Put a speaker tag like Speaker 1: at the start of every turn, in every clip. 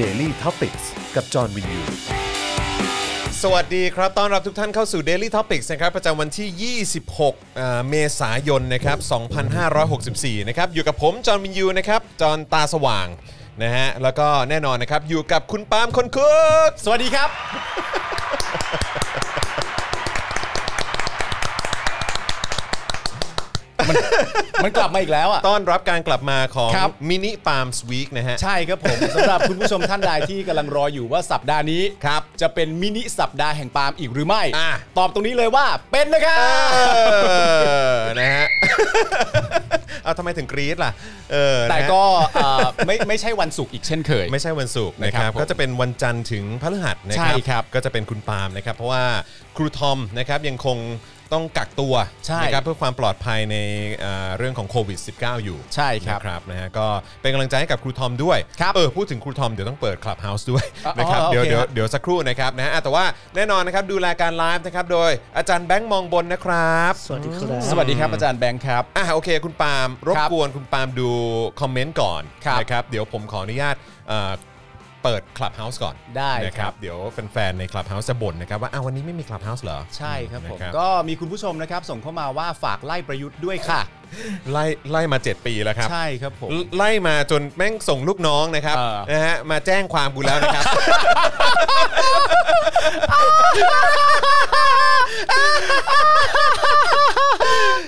Speaker 1: Daily t o p i c กกับจอห์นวินยู
Speaker 2: สวัสดีครับ ต้อนรับทุกท่านเข้าสู่ Daily Topics นะครับ ประจำวันที่ 26เอ่อเมษายน นะครับ 2564 นะครับ อยู่กับผม จอห์นวินยู นะครับ จอห์นตาสว่าง นะฮะ แล้วก็แน่นอนนะครับ อยู่กับคุณปาล์มคนคุก
Speaker 3: สวัสดีครับ มัน มันกลับมาอีกแล้วอ่ะ
Speaker 2: ต้อนรับการกลับมาของ
Speaker 3: ครับ
Speaker 2: มินิปาล์มสวีคนะฮะ
Speaker 3: ใช่ครับผมสำหรับคุณผู้ชมท่านใดที่กำลังรออยู่ว่าสัปดาห์นี้ครับจะเป็นมินิสัปดาห์แห่งปาล์มอีกหรือไม่
Speaker 2: อ่ะ
Speaker 3: ตอบตรงนี้เลยว่าเป็นนะครับ
Speaker 2: เออ นะฮ ะ เอาทำไมถึงกรี๊ดล่ะ เออนะฮะ
Speaker 3: แต่ก็เอ่อไม่ไม่ใช่วันศุกร์อีกเช่นเคย
Speaker 2: ไม่ใช่วันศุกร์นะค
Speaker 3: นะค
Speaker 2: รั
Speaker 3: รับ บผม
Speaker 2: ก็จะเป็นวันจันทร์ถึงพฤหัสนะครั
Speaker 3: ใช่ครับ
Speaker 2: ก็จะเป็นคุณปาล์มนะครับ เพราะว่าครูทอมนะครับยังคงต้องกักตัว
Speaker 3: ใช่
Speaker 2: นะครับเพื่อความปลอดภัยในเอ่อเรื่องของโควิด -19 อยู่
Speaker 3: ใช่ครับ
Speaker 2: นะนะฮะก็เป็นกำลังใจให้กับครูทอมด้วย
Speaker 3: ครับ
Speaker 2: เออพูดถึงครูทอมเดี๋ยวต้องเปิดคลับเฮาส์ด้วย
Speaker 3: อ๋อ
Speaker 2: นะครับ
Speaker 3: โอเค
Speaker 2: เดี๋ยวเดี๋ยว
Speaker 3: ครับ
Speaker 2: เดี๋ยวสักครู่นะครับนะฮะอ่ะแต่ว่าแน่นอนนะครับดูแลการไลฟ์นะครับโดยอาจารย์แบงค์มองบนนะครับ
Speaker 4: สวัสดีครับ
Speaker 3: สวัสดีครับอาจารย์แบงค์ครับ
Speaker 2: อ่ะโอเค คุณปาล์มรบ
Speaker 3: ครับ
Speaker 2: กวนคุณปาล์มดูคอมเมนต์ก่อน
Speaker 3: ครับ
Speaker 2: นะครับเดี๋ยวผมขออนุญาตเอ่อเปิดคลับเฮาส์ก่อน
Speaker 3: ได้
Speaker 2: นะค
Speaker 3: ครั
Speaker 2: รับ
Speaker 3: บ
Speaker 2: เดี๋ยวแฟนๆในคลับเฮาส์จะบ่นนะครับว่าอ้าววันนี้ไม่มีคลับเฮาส์เหรอ
Speaker 3: ใช่ครับผม
Speaker 2: นะ
Speaker 3: ก็มีคุณผู้ชมนะครับ ส่งเข้ามาว่าฝากไล่ประยุทธ์ด้วยค่ะ
Speaker 2: ไล่ไล่มา 7 ปีแล้วครับ
Speaker 3: ใช่ครับผม
Speaker 2: ไล่มาจนแม่งส่งลูกน้องนะครับ
Speaker 3: เออ
Speaker 2: นะฮะมาแจ้งความกูแล้ว นะครับ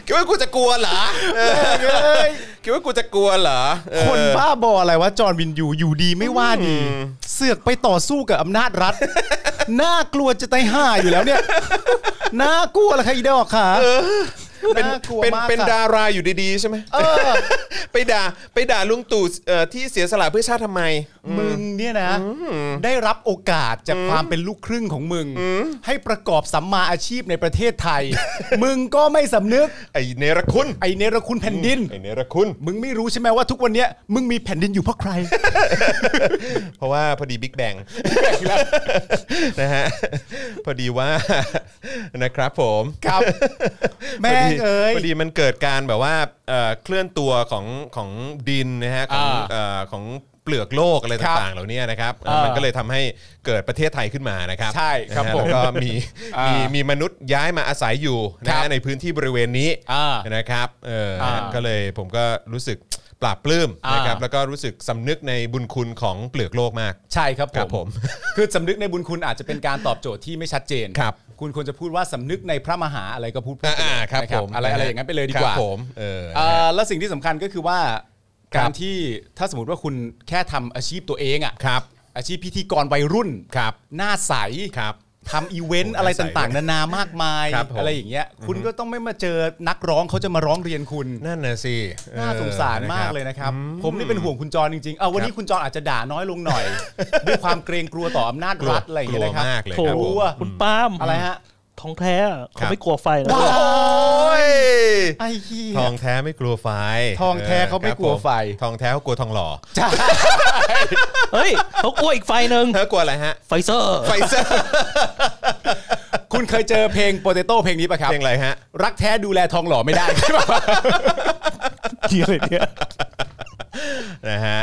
Speaker 2: คิดว่ากูจะกลัวเหรอเออคิดว่ากูจะกลัวเหรอเออ
Speaker 3: คนบ้าบออะไรวะจอร์นวินยูอยู่ดีไม่ว่าดี เสือกไปต่อสู้กับอำนาจรัฐ น่ากลัวจะตายห่าอยู่แล้วเนี่ย น่ากลัวละใครอีดอกค่ะ
Speaker 2: เป็น
Speaker 3: น่ากลัว
Speaker 2: เป็น
Speaker 3: มาก
Speaker 2: เป็น
Speaker 3: ค่ะ
Speaker 2: ดาราอยู่ดีๆใช่ไหม
Speaker 3: เออ
Speaker 2: ไปด่าไปด่าลุงตู่เอ่อที่เสียสละเพื่อชาติทำไม
Speaker 3: มึงเนี่ยนะ ได้รับโอกาสจากความเป็นลูกครึ่งของมึง ให้ประกอบสัมมาอาชีพในประเทศไท ย มึงก็ไม่สำนึก
Speaker 2: ไอเนรคุณ
Speaker 3: ไอเนรคุณแผ่นดิน
Speaker 2: ไอเนรคุณ
Speaker 3: มึงไม่รู้ใช่ไหมว่าทุกวันเนี้ยมึงมีแผ่นดินอยู่เพราะใคร
Speaker 2: เพราะว่าพอดีบิ๊กแบงนะฮ ะพอดีว่า นะครับผม
Speaker 3: ครับ แม่
Speaker 2: พอง ดี
Speaker 3: เอ้ย
Speaker 2: พอดีมันเกิดการแบบว่าเอ่อเคลื่อนตัวของของดินนะฮะของ
Speaker 3: อ่า
Speaker 2: เอ่อของเปลือกโลกอะไร
Speaker 3: ครับ
Speaker 2: ต่างๆ เหล่านี้นะครับ
Speaker 3: อ่ามั
Speaker 2: มันก็เลยทำให้เกิดประเทศไทยขึ้นมานะครับ
Speaker 3: ใช่ครับ
Speaker 2: นะฮะ
Speaker 3: ผม
Speaker 2: แล้วก็มี
Speaker 3: อ่ามี
Speaker 2: มีมีมนุษย์ย้ายมาอาศัยอยู่นะครับ ฮะในพื้นที่บริเวณนี้
Speaker 3: อ่า
Speaker 2: นะครับเอออา ก็เลยผมก็รู้สึกปลาบปลื้มนะครับ
Speaker 3: อ่า
Speaker 2: แล้วก็รู้สึกสำนึกในบุญคุณของเปลือกโลกมาก
Speaker 3: ใช่ครับ
Speaker 2: ครับ
Speaker 3: ผ
Speaker 2: ผม ม
Speaker 3: คือสำนึกในบุญคุณอาจจะเป็นการตอบโจทย์ที่ไม่ชัดเจน
Speaker 2: ครับ
Speaker 3: คุณควรจะพูดว่าสำนึกในพระมหาอะไรก็พูดพูดไป
Speaker 2: อ่าครับ
Speaker 3: นะ
Speaker 2: ผม
Speaker 3: อะไรอะไรอย่างนั้นไปเลยดีกว่า
Speaker 2: ครับผมเออ
Speaker 3: เอ่อแล้วสิ่งที่สำคัญก็คือว่า การที่ถ้าสมมติว่าคุณแค่ทำอาชีพตัวเองอะ
Speaker 2: ครับ
Speaker 3: อาชีพพิธีกรวัยรุ่น
Speaker 2: ครับ
Speaker 3: หน้าใส
Speaker 2: ครับ
Speaker 3: ทำอีเวน
Speaker 2: โอ้
Speaker 3: ต์
Speaker 2: ย
Speaker 3: อะไร
Speaker 2: หน้าใส
Speaker 3: ต่างๆ นานามากมาย
Speaker 2: ครับผม
Speaker 3: อะไรอย่างเงี้ย คุณก็ต้องไม่มาเจอนักร้องเขาจะมาร้องเรียนคุณ
Speaker 2: นั่นน่ะสิ
Speaker 3: น่าสงสารมากเลยนะครับ ผมนี่เป็นห่วงคุณจรจริงๆ เอาวันนี้คุณจรอาจจะด่าน้อยลงหน่อย ด้วยความเกรงกลัวต่ออำนาจ
Speaker 2: กลัว
Speaker 3: รัฐอะไรอย่าง
Speaker 2: ก
Speaker 3: เงี้
Speaker 2: ลัวย
Speaker 3: นะครับ
Speaker 2: มากเลย
Speaker 4: โถ
Speaker 2: ครับผม
Speaker 4: คุณปาล์ม
Speaker 3: อะไรฮะ
Speaker 4: ทองแท้อะ
Speaker 2: ครั
Speaker 4: เขา
Speaker 2: บ
Speaker 4: ไม่กลัวไฟแล้ว
Speaker 2: โอ้ย
Speaker 3: ไอ้เหี้ย
Speaker 2: ทองแท้ไม่กลัวไฟ
Speaker 3: ทองแท้เขาไม่
Speaker 2: ครับ
Speaker 3: กลัวไฟ
Speaker 2: ผมทองแท้เขากลัวทองหล่อ
Speaker 3: จ้า
Speaker 4: เฮ้ยเขากลัวอีกไฟหนึ่ง
Speaker 2: เธอกลัวอะไรฮะ
Speaker 4: ไฟเซอร์
Speaker 2: ไฟเซอร์
Speaker 3: คุณเคยเจอเพลงโปเตโต้เพลงนี้ป่ะครับ
Speaker 2: เพลงอะไรฮะ
Speaker 3: รักแท้ดูแลทองหล่อไม่ได้ ใช่ป่ะ
Speaker 4: เกี่ยอะไรเนี่ย
Speaker 2: นะฮะ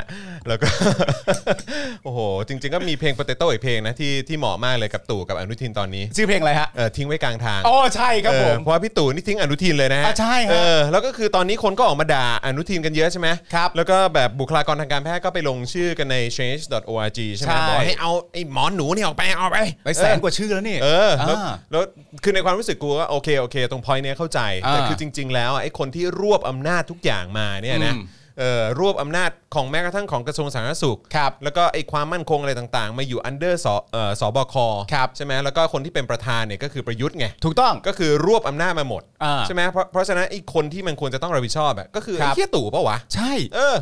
Speaker 2: แล้วก็ โอ้โหจริง ๆ ก็มีเพลงปเตโต้อีกเพลงนะที่ที่เหมาะมากเลยกับตู่กับอนุทินตอนนี้
Speaker 3: ชื่อเพลงอะไรฮะ
Speaker 2: เออทิ้งไว้กลางทาง
Speaker 3: อ๋อใช่ครับผม
Speaker 2: เออเพราะว่าพี่ตู่นี่ทิ้งอนุทินเลยนะฮะ
Speaker 3: อ่ะใช่ฮะ
Speaker 2: เออแล้วก็คือตอนนี้คนก็ออกมาด่าอนุทินกันเยอะใช่ไหม
Speaker 3: ครับ
Speaker 2: แล้วก็แบบบุคลากรทางการแพทย์ก็ไปลงชื่อกันใน change.org ใช่ไหม
Speaker 3: ใช่
Speaker 2: บอกให้เอาไอ้หมอนหนูนี่ออกไปเอาไป
Speaker 3: ไปแสนกว่าชื่อแล้วนี่
Speaker 2: เออแล้ว
Speaker 3: อ่า
Speaker 2: แล้วคือในความรู้สึกกูว่าโอเคโอเค ตรง point เนี้ยเข้าใจ
Speaker 3: อ่า
Speaker 2: แต่คือจริง ๆ แล้วอ่ะไอ้คนที่รวบอำนาจทุกอย่างมาเนี่ยนะ
Speaker 3: อืม
Speaker 2: เออรวบอำนาจของแม้กระทั่งของกระทรวงสาธารณสุข
Speaker 3: ครับ
Speaker 2: แล้วก็ไอ้ความมั่นคงอะไรต่างๆ มาอยู่ under สเอ่อสบค
Speaker 3: ครับ
Speaker 2: ใช่ไหมแล้วก็คนที่เป็นประธานเนี่ยก็คือประยุทธ์ไง
Speaker 3: ถูกต้อง
Speaker 2: ก็คือรวบอำนาจมาหมด
Speaker 3: อ่า
Speaker 2: ใช่ไหมเพราะเพราะฉะนั้นไอ้คนที่มันควรจะต้องรับผิดชอบอะก็คือ
Speaker 3: ครั
Speaker 2: ไอ้
Speaker 3: บ
Speaker 2: เฮียตู่ปะวะ
Speaker 3: ใช่
Speaker 2: เออ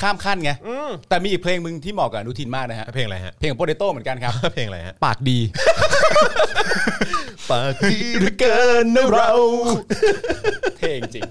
Speaker 3: ข้ามขั้นไงแต่มีอีกเพลงมึงที่เหมาะกับอนุทินมากนะฮะ
Speaker 2: เพลงอะไรฮะ
Speaker 3: เพลงโปเตโต้เหมือนกันครับ
Speaker 2: เพลงอะไรฮะ
Speaker 3: ปากดี
Speaker 2: ปากดีเหลือเกินนะเรา
Speaker 3: เท่จริง
Speaker 5: จริง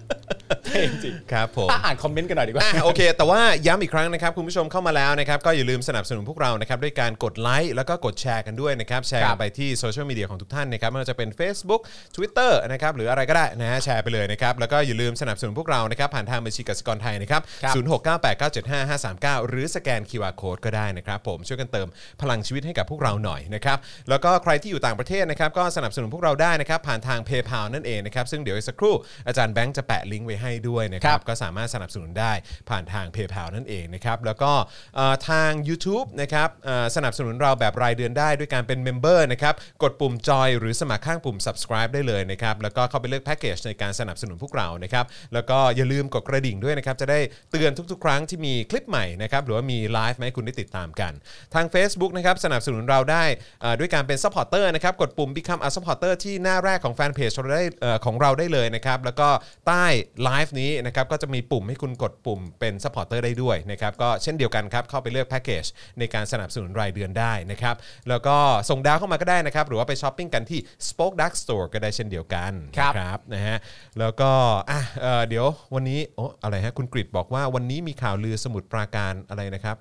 Speaker 2: ครับผม
Speaker 5: ๆอ่ะอ่านคอมเมนต์กันหน่อยดีกว่า
Speaker 2: อ่ะโอเค แต่ว่าย้ำอีกครั้งนะครับ คุณผู้ชมเข้ามาแล้วนะครับ ก็อย่าลืมสนับสนุนพวกเรานะครับ ด้วยการกดไลค์แล้วก็กดแชร์กันด้วยนะครับ แชร์
Speaker 5: ค
Speaker 2: กั
Speaker 5: รั
Speaker 2: น
Speaker 5: บ
Speaker 2: ไปที่โซเชียลมีเดียของทุกท่านนะครับไม่ว่าจะเป็น Facebook Twitter นะครับ หรืออะไรก็ได้นะฮะแชร์ไปเลยนะครับ แล้วก็อย่าลืมสนับสนุนพวกเรานะครับ ผ่านทางบัญชีกสิกรไทยนะครับ
Speaker 5: ครับ
Speaker 2: ศูนย์หกเก้าแปดเก้าเจ็ดห้าห้าสามเก้าหรือสแกน QR Code ก็ได้นะครับผมช่วยกันเติมพลังชีวิตให้กับพวกเราหน่อยนะครับแล้วก็ใครที่อยู่ต่างประเทศนะครับก็สนับสนุนพวกเราได้นะครับผ่านทาง PayPal นั่นเองนะครับซึ่งเดี๋ยวอีกสักครู่อาจารย์แบงค์จะแปะลิงก์ไว้ให้ด้วยนะ
Speaker 5: ค
Speaker 2: ครั
Speaker 5: รับ บ
Speaker 2: ก็สามารถสนับสนุนได้ผ่านทาง PayPal นั่นเองนะครับ แล้วก็เอ่อทาง u t u b e นะครับเอ่อสนับสนุนเราแบบรายเดือนได้ด้วยการเป็นเมมเบอร์นะครับ กดปุ่มจอยหรือสมัครข้างปุ่ม subscribe ได้เลยนะครับ แล้วก็เข้าไปเลือกแพ็กเกจในการสนับสนุนพวกเรานะครับ แล้วก็อย่าลืมกดกระดิ่งด้วยนะครับ จะได้เตือนทุกๆ ครั้งที่มีคลิปใหม่นะครับ หรือว่ามีไลฟ์ให้คุณได้ติดตามกัน ทาง Facebook นะครับสนับสนุนเราได้เอ่อด้วยการเป็น supporter นะครับกดปุ่ม become a supporter ที่หน้าแรกของแฟนเพจเราได้เอ่อของเราได้เลยนะครับ แล้วก็ใต้ไลฟ์นี้นะครับก็จะมีปุ่มให้คุณกดปุ่มเป็น supporter ได้ด้วยนะครับก็เช่นเดียวกันครับเข้าไปเลือกแพ็กเกจในการสนับสนุนรายเดือนได้นะครับ แล้วก็ส่งดาวเข้ามาก็ได้นะครับ หรือว่าไปช้อปปิ้งกันที่ Spoke Dark Store ก็ได้เช่นเดียวกัน
Speaker 5: ครับ
Speaker 2: นะครับนะฮะแล้วก็อ่ะเอ่อเดี๋ยววันนี้โอ้อะไรฮะคุณกริดบอกว่าวันนี้มีข่าวลือสมุดปราการอะไรนะครับ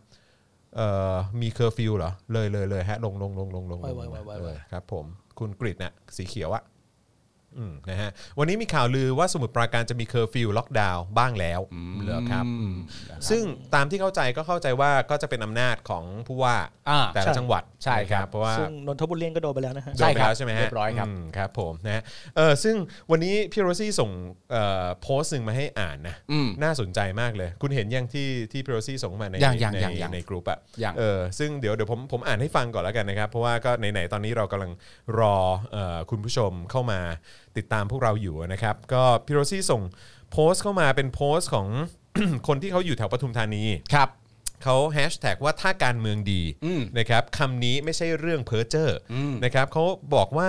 Speaker 2: เอ่อมีเคอร์ฟิวเหรอ เลยเลยเลยฮะ ลงลงลงลงลง
Speaker 4: ไว้ไว้ไว้ไว้
Speaker 2: เออครับผม คุณกริดเนี่ยสีเขียวอะอืมนะฮะวันนี้มีข่าวลือว่าสมุทรปราการจะมีเคอร์ฟิวล็อกดาวน์บ้างแล้วเหรอครับ ซึ่งตามที่เข้าใจก็เข้าใจว่าก็จะเป็นอำนาจของผู้ว่า
Speaker 5: อ่า
Speaker 2: แต่ละจังหวัด
Speaker 5: ใช่ครับ
Speaker 2: นะเพราะว่า
Speaker 4: ซึ่งนนทบุรีก็โดนไปแล้วนะฮะ
Speaker 2: โดนไปแล้ว
Speaker 5: ใช่ครับ
Speaker 2: ใช่ไหมฮะ
Speaker 5: เรียบร้อยครับ
Speaker 2: มครับผมนะฮะเออซึ่งวันนี้พี่โรซี่ส่งเอ่อโพสต์หนึ่งมาให้อ่านนะน่าสนใจมากเลย คุณเห็นยังที่ที่พี่โรซี่ส่งมาใน
Speaker 5: ยังยัง
Speaker 2: ใน
Speaker 5: ยังยัง
Speaker 2: ในกลุ่มอะ
Speaker 5: ยัง
Speaker 2: เออซึ่งเดี๋ยวเดี๋ยวผมผมอ่านให้ฟังก่อนแล้วกันนะครับ เพราะว่าก็ไหนๆตอนนี้เรากำลังรอเอ่อคุณผู้ชมเข้ามาติดตามพวกเราอยู่นะครับ ก็พี่โรซี่ส่งโพสต์เข้ามาเป็นโพสต์ของ คนที่เขาอยู่แถวปทุมธานี
Speaker 5: ครับ
Speaker 2: เขาแฮชแท็กว่าถ้าการเมืองดี
Speaker 5: อืม
Speaker 2: นะครับคำนี้ไม่ใช่เรื่องเพ้อเจ้ออนะครับเขาบอกว่า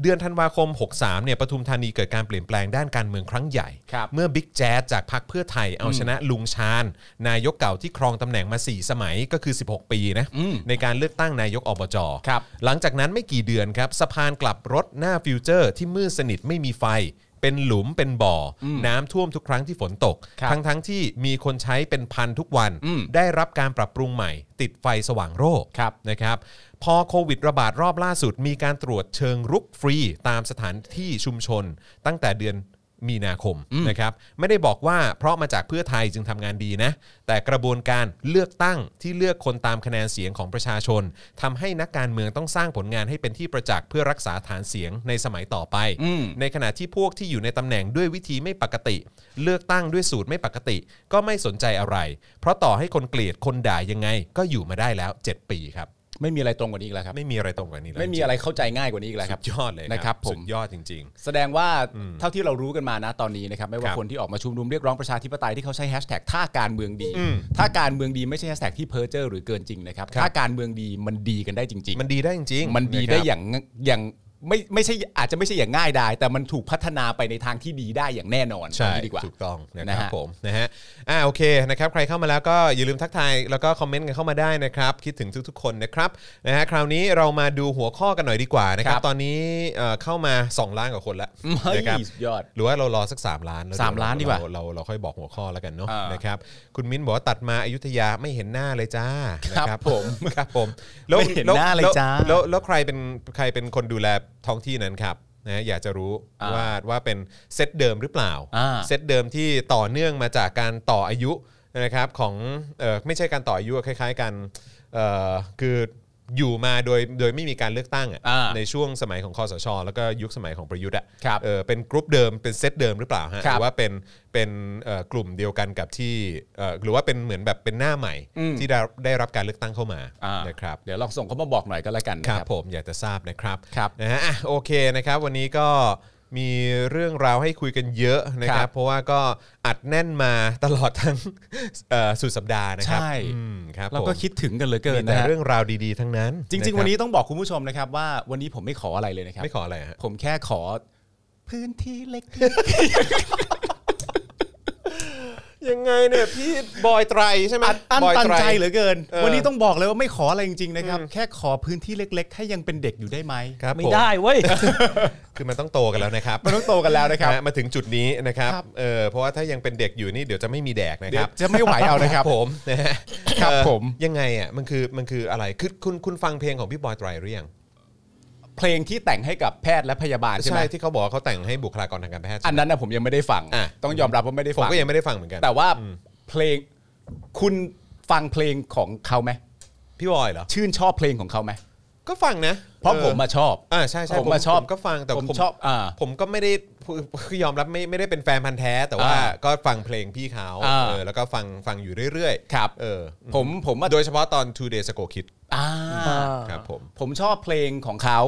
Speaker 2: เดือนธันวาคม 63เนี่ยปทุมธานีเกิดการเปลี่ยนแปลงด้านการเมืองครั้งใหญ่
Speaker 5: ครับ
Speaker 2: เมื่อบิ๊กแจ๊ดจากพรรคเพื่อไทยเอาชนะลุงชาญ นายกเก่าที่ครองตำแหน่งมา 4 สมัยก็คือ 16 ปีนะในการเลือกตั้งนายกอบจ
Speaker 5: ครับ
Speaker 2: หลังจากนั้นไม่กี่เดือนครับสะพานกลับรถหน้าฟิวเจอร์ ที่มืดสนิทไม่มีไฟ เป็นหลุมเป็นบ่ออน้ำท่วมทุกครั้งที่ฝนตก
Speaker 5: ครับ
Speaker 2: ทั้งทั้งที่มีคนใช้เป็นพันทุกวัน
Speaker 5: อืม
Speaker 2: ได้รับการปรับปรุงใหม่ ติดไฟสว่างโรค
Speaker 5: ครับ
Speaker 2: นะครับ พอโควิดระบาดรอบล่าสุด มีการตรวจเชิงรุกฟรีตามสถานที่ชุมชน ตั้งแต่เดือนมีนาคมนะครับไม่ได้บอกว่าเพราะมาจากเพื่อไทยจึงทำงานดีนะ แต่กระบวนการเลือกตั้งที่เลือกคนตามคะแนนเสียงของประชาชนทำให้นักการเมืองต้องสร้างผลงานให้เป็นที่ประจักษ์เพื่อรักษาฐานเสียงในสมัยต่อไป
Speaker 5: อืม
Speaker 2: ในขณะที่พวกที่อยู่ในตำแหน่งด้วยวิธีไม่ปกติ เลือกตั้งด้วยสูตรไม่ปกติ ก็ไม่สนใจอะไร เพราะต่อให้คนเกลียดคนด่ายังไง ก็อยู่มาได้แล้ว 7 ปีครับ
Speaker 5: ไม่มีอะไรตรงกว่านี้อีกแล้วครับ
Speaker 2: ไม่มีอะไรตรงกันนี้แล้ว
Speaker 5: ไม่มีอะไรเข้าใจง่ายกว่านี้อีกแล้วค
Speaker 2: สุ
Speaker 5: รับ
Speaker 2: ดยอดเลย
Speaker 5: นะครับผม
Speaker 2: สุดยอดจริง
Speaker 5: แสดงว่าเท่าที่เรารู้กันมานะตอนนี้นะครับไม่ว่า
Speaker 2: ครับ
Speaker 5: คนที่ออกมาชุมนุมเรียกร้องประชาธิปไตยที่เขาใช้แฮชแท็กถ้าการเมืองดี ถ้าการเมืองดีไม่ใช่แฮชแท็กที่เพ้อเจ้อหรือเกินจริงนะครับ
Speaker 2: ครับ
Speaker 5: ถ้าการเมืองดีมันดีกันได้จริง
Speaker 2: ๆ มันดีได้จริง
Speaker 5: ๆ
Speaker 2: ๆ
Speaker 5: มันดีได้
Speaker 2: ะครับ
Speaker 5: อย่างอย่างไม่ไม่ใช่อาจจะไม่ใช่อย่างง่ายดายแต่มันถูกพัฒนาไปในทางที่ดีได้อย่างแน่นอน
Speaker 2: ใช่
Speaker 5: อย่างนี้ดีกว่า
Speaker 2: ถูกต้องนะค
Speaker 5: นะ
Speaker 2: รับ
Speaker 5: ฮะ
Speaker 2: ผมนะฮะอ่าโอเคนะครับใครเข้ามาแล้วก็อย่าลืมทักทายแล้วก็คอมเมนต์กันเข้ามาได้นะครับคิดถึงทุกๆคนนะครับนะฮะคราวนี้เรามาดูหัวข้อกันหน่อยดีกว่านะครับ
Speaker 5: ครับ
Speaker 2: ตอนนี้เอ่อเข้ามา 2 ล้านกว่าคนแล้ว
Speaker 5: เฮ้ย
Speaker 2: นะครับ
Speaker 5: สุดยอด
Speaker 2: หรือว่าเรารอสัก 3 ล้านแ
Speaker 5: สามล้านดีกว่า
Speaker 2: เรเราเราค่อยบอกหัวข้อแล้วกันเนาะ
Speaker 5: อ่าน
Speaker 2: นะครับคุณมิ้นบอกว่าตัดมาอยุธยาไม่เห็นหน้าเลยจ้า
Speaker 5: ครับ
Speaker 2: นะ
Speaker 5: ผม
Speaker 2: ครับผม
Speaker 5: ไม่เห็นหน้าเลยจ้า
Speaker 2: แล้วแล้วแล้วใครเป็นใครเป็นคนดูแลท้องที่นั้นครับนะอยากจะรู้
Speaker 5: อ่า
Speaker 2: ว่าว่าเป็นเซตเดิมหรือเปล่า
Speaker 5: อ่า
Speaker 2: เซตเดิมที่ต่อเนื่องมาจากการต่ออายุนะครับของเออไม่ใช่การต่ออายุอะคล้ายๆกันเอ่อคืออยู่มาโดยโดยไม่มีการเลือกตั้งอะ
Speaker 5: อ่า
Speaker 2: ในช่วงสมัยของคอสช แล้วก็ยุคสมัยของประยุทธ์อ่ะ
Speaker 5: ครับ
Speaker 2: เออเป็นกรุ๊ปเดิมเป็นเซตเดิมหรือเปล่าฮะ
Speaker 5: ค
Speaker 2: ห
Speaker 5: รับ
Speaker 2: รือว่าเป็นเป็นเอ่อกลุ่มเดียวกันกับที่เอ่อหรือว่าเป็นเหมือนแบบเป็นหน้าใหม่
Speaker 5: อืม
Speaker 2: ที่ได้ได้รับการเลือกตั้งเข้ามา
Speaker 5: อ่าน
Speaker 2: นะครับ
Speaker 5: เดี๋ยวลองส่งเขามาบอกหน่อยก็แล้วกันนะ
Speaker 2: ครั
Speaker 5: ครับ บ
Speaker 2: ผมอยากจะทราบนะครับ
Speaker 5: ครับ
Speaker 2: นะฮะอ่ะโอเคนะครับ วันนี้ก็มีเรื่องราวให้คุยกันเยอะนะค
Speaker 5: ค
Speaker 2: รั
Speaker 5: รับ บ
Speaker 2: เพราะว่าก็อัดแน่นมาตลอดทั้ง เอ่อสุดสัปดาห์นะครับ
Speaker 5: ใช่
Speaker 2: อืมครับ
Speaker 5: เราก็
Speaker 2: ผม
Speaker 5: คิดถึงกันเหลือเกิ
Speaker 2: มี
Speaker 5: น
Speaker 2: แต่
Speaker 5: นะฮะ
Speaker 2: เรื่องราวดีๆทั้งนั้น
Speaker 5: จริง ๆ วันนี้ต้องบอกคุณผู้ชมนะครับว่าวันนี้ผมไม่ขออะไรเลยนะค
Speaker 2: นะครั
Speaker 5: รั
Speaker 2: บบ ไม่ขออะไรฮะ
Speaker 5: ผมแค่ขอพื้นที่เล็ก
Speaker 2: ยังไงเนี่ยพี่บอยไตรใช่ไหม
Speaker 3: อัดอั้น
Speaker 2: บย
Speaker 3: ตัน
Speaker 2: ไ
Speaker 3: ใจเหลือเกิน
Speaker 2: เออ
Speaker 3: วันนี้ต้องบอกเลยว่าไม่ขออะไรจริงๆนะครับ แค่ขอพื้นที่เล็กๆ ให้ยังเป็นเด็กอยู่ได้ไหม
Speaker 2: ครับ
Speaker 4: ไม่
Speaker 2: ผม
Speaker 4: ได้เว้ย
Speaker 2: คือมันต้องโตกันแล้วนะครับ
Speaker 3: มันต้องโตกันแล้วนะครับ
Speaker 2: นะมาถึงจุดนี้นะครับ
Speaker 3: ครับ
Speaker 2: เออเพราะว่าถ้ายังเป็นเด็กอยู่นี่เดี๋ยวจะไม่มีแดกนะ
Speaker 3: เดี๋
Speaker 2: ค
Speaker 3: ยว
Speaker 2: รับ
Speaker 3: จะไม่ไหวเอานะค
Speaker 2: ค
Speaker 3: รั
Speaker 2: รับ บผม นะฮะ
Speaker 3: ครับ
Speaker 2: เอ่อ
Speaker 3: ผม
Speaker 2: ยังไงอ่ะมันคือมันคืออะไรคือคุณคุณฟังเพลงของพี่บอยไตรหรือยัง
Speaker 3: เพลงที่แต่งให้กับแพทย์และพยาบาลใช่ไหม
Speaker 2: ใช่ที่เขาบอกว่าเขาแต่งให้บุคลากรทางการแพทย์
Speaker 3: อันนั้นนะผมยังไม่ได้ฟัง
Speaker 2: อ่ะ
Speaker 3: ต้องยอมรับว่าไม่ได้
Speaker 2: ผม
Speaker 3: ฟัง
Speaker 2: ก็ยังไม่ได้ฟังเหมือนกัน
Speaker 3: แต่ว่าเพลงคุณฟังเพลงของเขาไหม
Speaker 2: พี่บอยเหรอ
Speaker 3: ชื่นชอบเพลงของเขาไหม
Speaker 2: ก็ฟังนะ
Speaker 3: เพราะ
Speaker 2: ออ
Speaker 3: ผมมาชอบ
Speaker 2: อ่าใช่ใช่
Speaker 3: ผมมาชอบ
Speaker 2: ก็ฟังแต่
Speaker 3: ผมชอบอ่า
Speaker 2: ผมก็ไม่ได้คือยอมรับไม่ไม่ได้เป็นแฟนพันธ์แท้ แต่ว่า
Speaker 3: อ่า
Speaker 2: ก็ฟังเพลงพี่เขา
Speaker 3: อ่า
Speaker 2: เออแล้วก็ฟังฟังอยู่เรื่อย
Speaker 3: ครับ
Speaker 2: ๆเออ
Speaker 3: ผมผมว่า
Speaker 2: โดยเฉพาะตอน two days ago kid
Speaker 3: อ่า
Speaker 2: ครับผม
Speaker 3: ผมชอบเพลงของเขา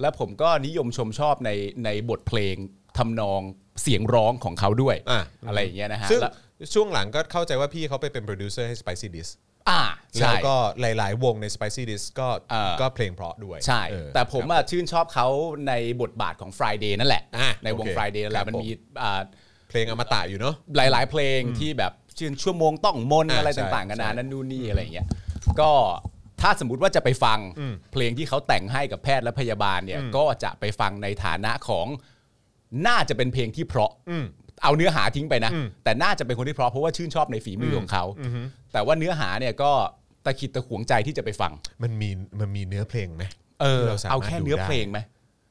Speaker 3: และผมก็นิยมชมชอบในในบทเพลงทำนองเสียงร้องของเขาด้วย
Speaker 2: อ่ะ
Speaker 3: ไรอย่างเงี้ยนะฮะ
Speaker 2: ซึ่ง
Speaker 3: แล้ว
Speaker 2: ช่วงหลังก็เข้าใจว่าพี่เขาไปเป็นโปรดิวเซอร์ให้ spicy dish
Speaker 3: อ่า
Speaker 2: แล้
Speaker 3: ใช่
Speaker 2: วก็หลาย ๆ วงใน Spicy Disc ก็
Speaker 3: อ่า
Speaker 2: ก็เพลงเพราะด้วย
Speaker 3: ใช่
Speaker 2: เออ
Speaker 3: แต่ผมอะชื่นชอบเขาในบทบาทของ Friday นั่นแหละ
Speaker 2: อ่ะ
Speaker 3: ในวง
Speaker 2: โอเค
Speaker 3: Friday นั่นแห
Speaker 2: ครับ
Speaker 3: ละมัน
Speaker 2: ผม
Speaker 3: มีอ่า
Speaker 2: เพลงอมตะอยู่เนาะ
Speaker 3: หลาย ๆ เพลงที่แบบชื่นชั่วโมงต้องมน
Speaker 2: อ่ะ
Speaker 3: อะไร
Speaker 2: ใช่
Speaker 3: ต่างๆกันานา
Speaker 2: ใช่
Speaker 3: นั่นนู่นนี่อะไรอย่างเงี้ยก็ถ้าสมมติว่าจะไปฟังเพลงที่เขาแต่งให้กับแพทย์และพยาบาลเนี่ยก็จะไปฟังในฐานะของน่าจะเป็นเพลงที่เพราะ
Speaker 2: อืม
Speaker 3: เอาเนื้อหาทิ้งไปนะ
Speaker 2: อืม
Speaker 3: แต่น่าจะเป็นคนที่เพราะเพราะว่าชื่นชอบในฝีมืออของเขา แต่ว่าเนื้อหาเนี่ยก็ตะขิดตะขวงใจที่จะไปฟัง
Speaker 2: มันมีมันมีเนื้อเพลงไหม
Speaker 3: เออ
Speaker 2: ที่รสมรถ
Speaker 3: เอาแค่เนื้อเพลงไหม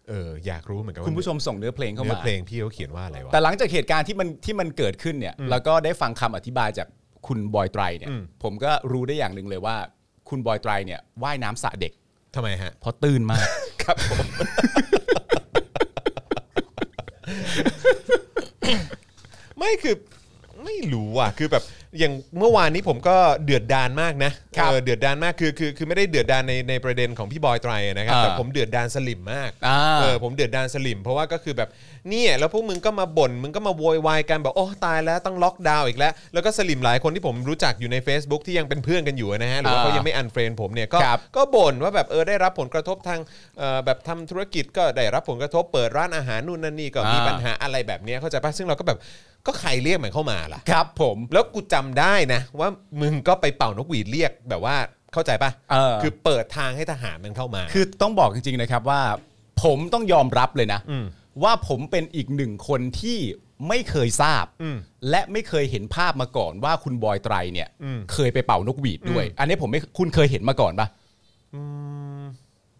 Speaker 2: เอออยากรู้เหมือนกันว่า
Speaker 3: คุณผู้ชมส่งเนื้อเพลงเข้า
Speaker 2: เนื้อ
Speaker 3: มา
Speaker 2: เพลงพี่เขาเขียนว่าอะไรวะ
Speaker 3: แต่หลังจากเหตุการณ์ที่มันที่มันเกิดขึ้นเนี่ยแล้วก็ได้ฟังคำอธิบายจากคุณบอยไตรเนี่ย
Speaker 2: อืม
Speaker 3: ผมก็รู้ได้อย่างหนึ่งเลยว่า คุณบอยไตรเนี่ยว่ายน้ำสระเด็ก
Speaker 2: ทำไมฮะ
Speaker 3: เพราะตื่นมาก
Speaker 2: ครับผม ไม่คือไม่รู้อ่ะคือแบบอย่างเมื่อวานนี้ผมก็เดือดดานมากนะครับเออเดือดดานมากคือคือคือไม่ได้เดือดดานในในประเด็นของพี่บอยไตรนะครับ
Speaker 3: อ่า
Speaker 2: แต่ผมเดือดดานสลิมมาก
Speaker 3: อ่า
Speaker 2: เออผมเดือดดานสลิม เพราะว่าก็คือแบบเนี่ยแล้วพวกมึงก็มาบ่นมึงก็มาโวยวายกันแบบโอ้ตายแล้วต้องล็อกดาวน์อีกแล้ว แล้วก็สลิมหลายคนที่ผมรู้จักอยู่ใน Facebook ที่ยังเป็นเพื่อนกันอยู่นะฮะหรือว่าเขา
Speaker 3: อ่ายั
Speaker 2: ยังไม่อันเฟรนผมเนี่ยก็
Speaker 3: ครับ
Speaker 2: ก็บ่นว่าแบบเออได้รับผลกระทบทางเอ่อแบบทำธุรกิจก็ได้รับผลกระทบเปิดร้านอาหารนู่นนั่นนี่ก็มี
Speaker 3: อ่า
Speaker 2: ปัญหาอะไรแบบเนี้ยเข้าใจปะซึ่งเราก็แบบก็ใครเรียกมันเข้ามาล่ะ
Speaker 3: ครับผม
Speaker 2: แล้วกูจำได้นะว่ามึงก็ไปเป่านกหวีดเรียกแบบว่าเข้าใจปะ
Speaker 3: เออ
Speaker 2: คือเปิดทางให้ทหารมันเข้ามา
Speaker 3: คือต้องบอกจริงๆนะครับว่าผมต้องยอมรับเลยนะ ว่าผมเป็นอีกหนึ่งคนที่ไม่เคยทราบ
Speaker 2: อืม
Speaker 3: และไม่เคยเห็นภาพมาก่อนว่าคุณบอยไตรเนี่ย
Speaker 2: อืม
Speaker 3: เคยไปเป่านกหวีดด้วย อันนี้ผมไม่คุณเคยเห็นมาก่อนปะ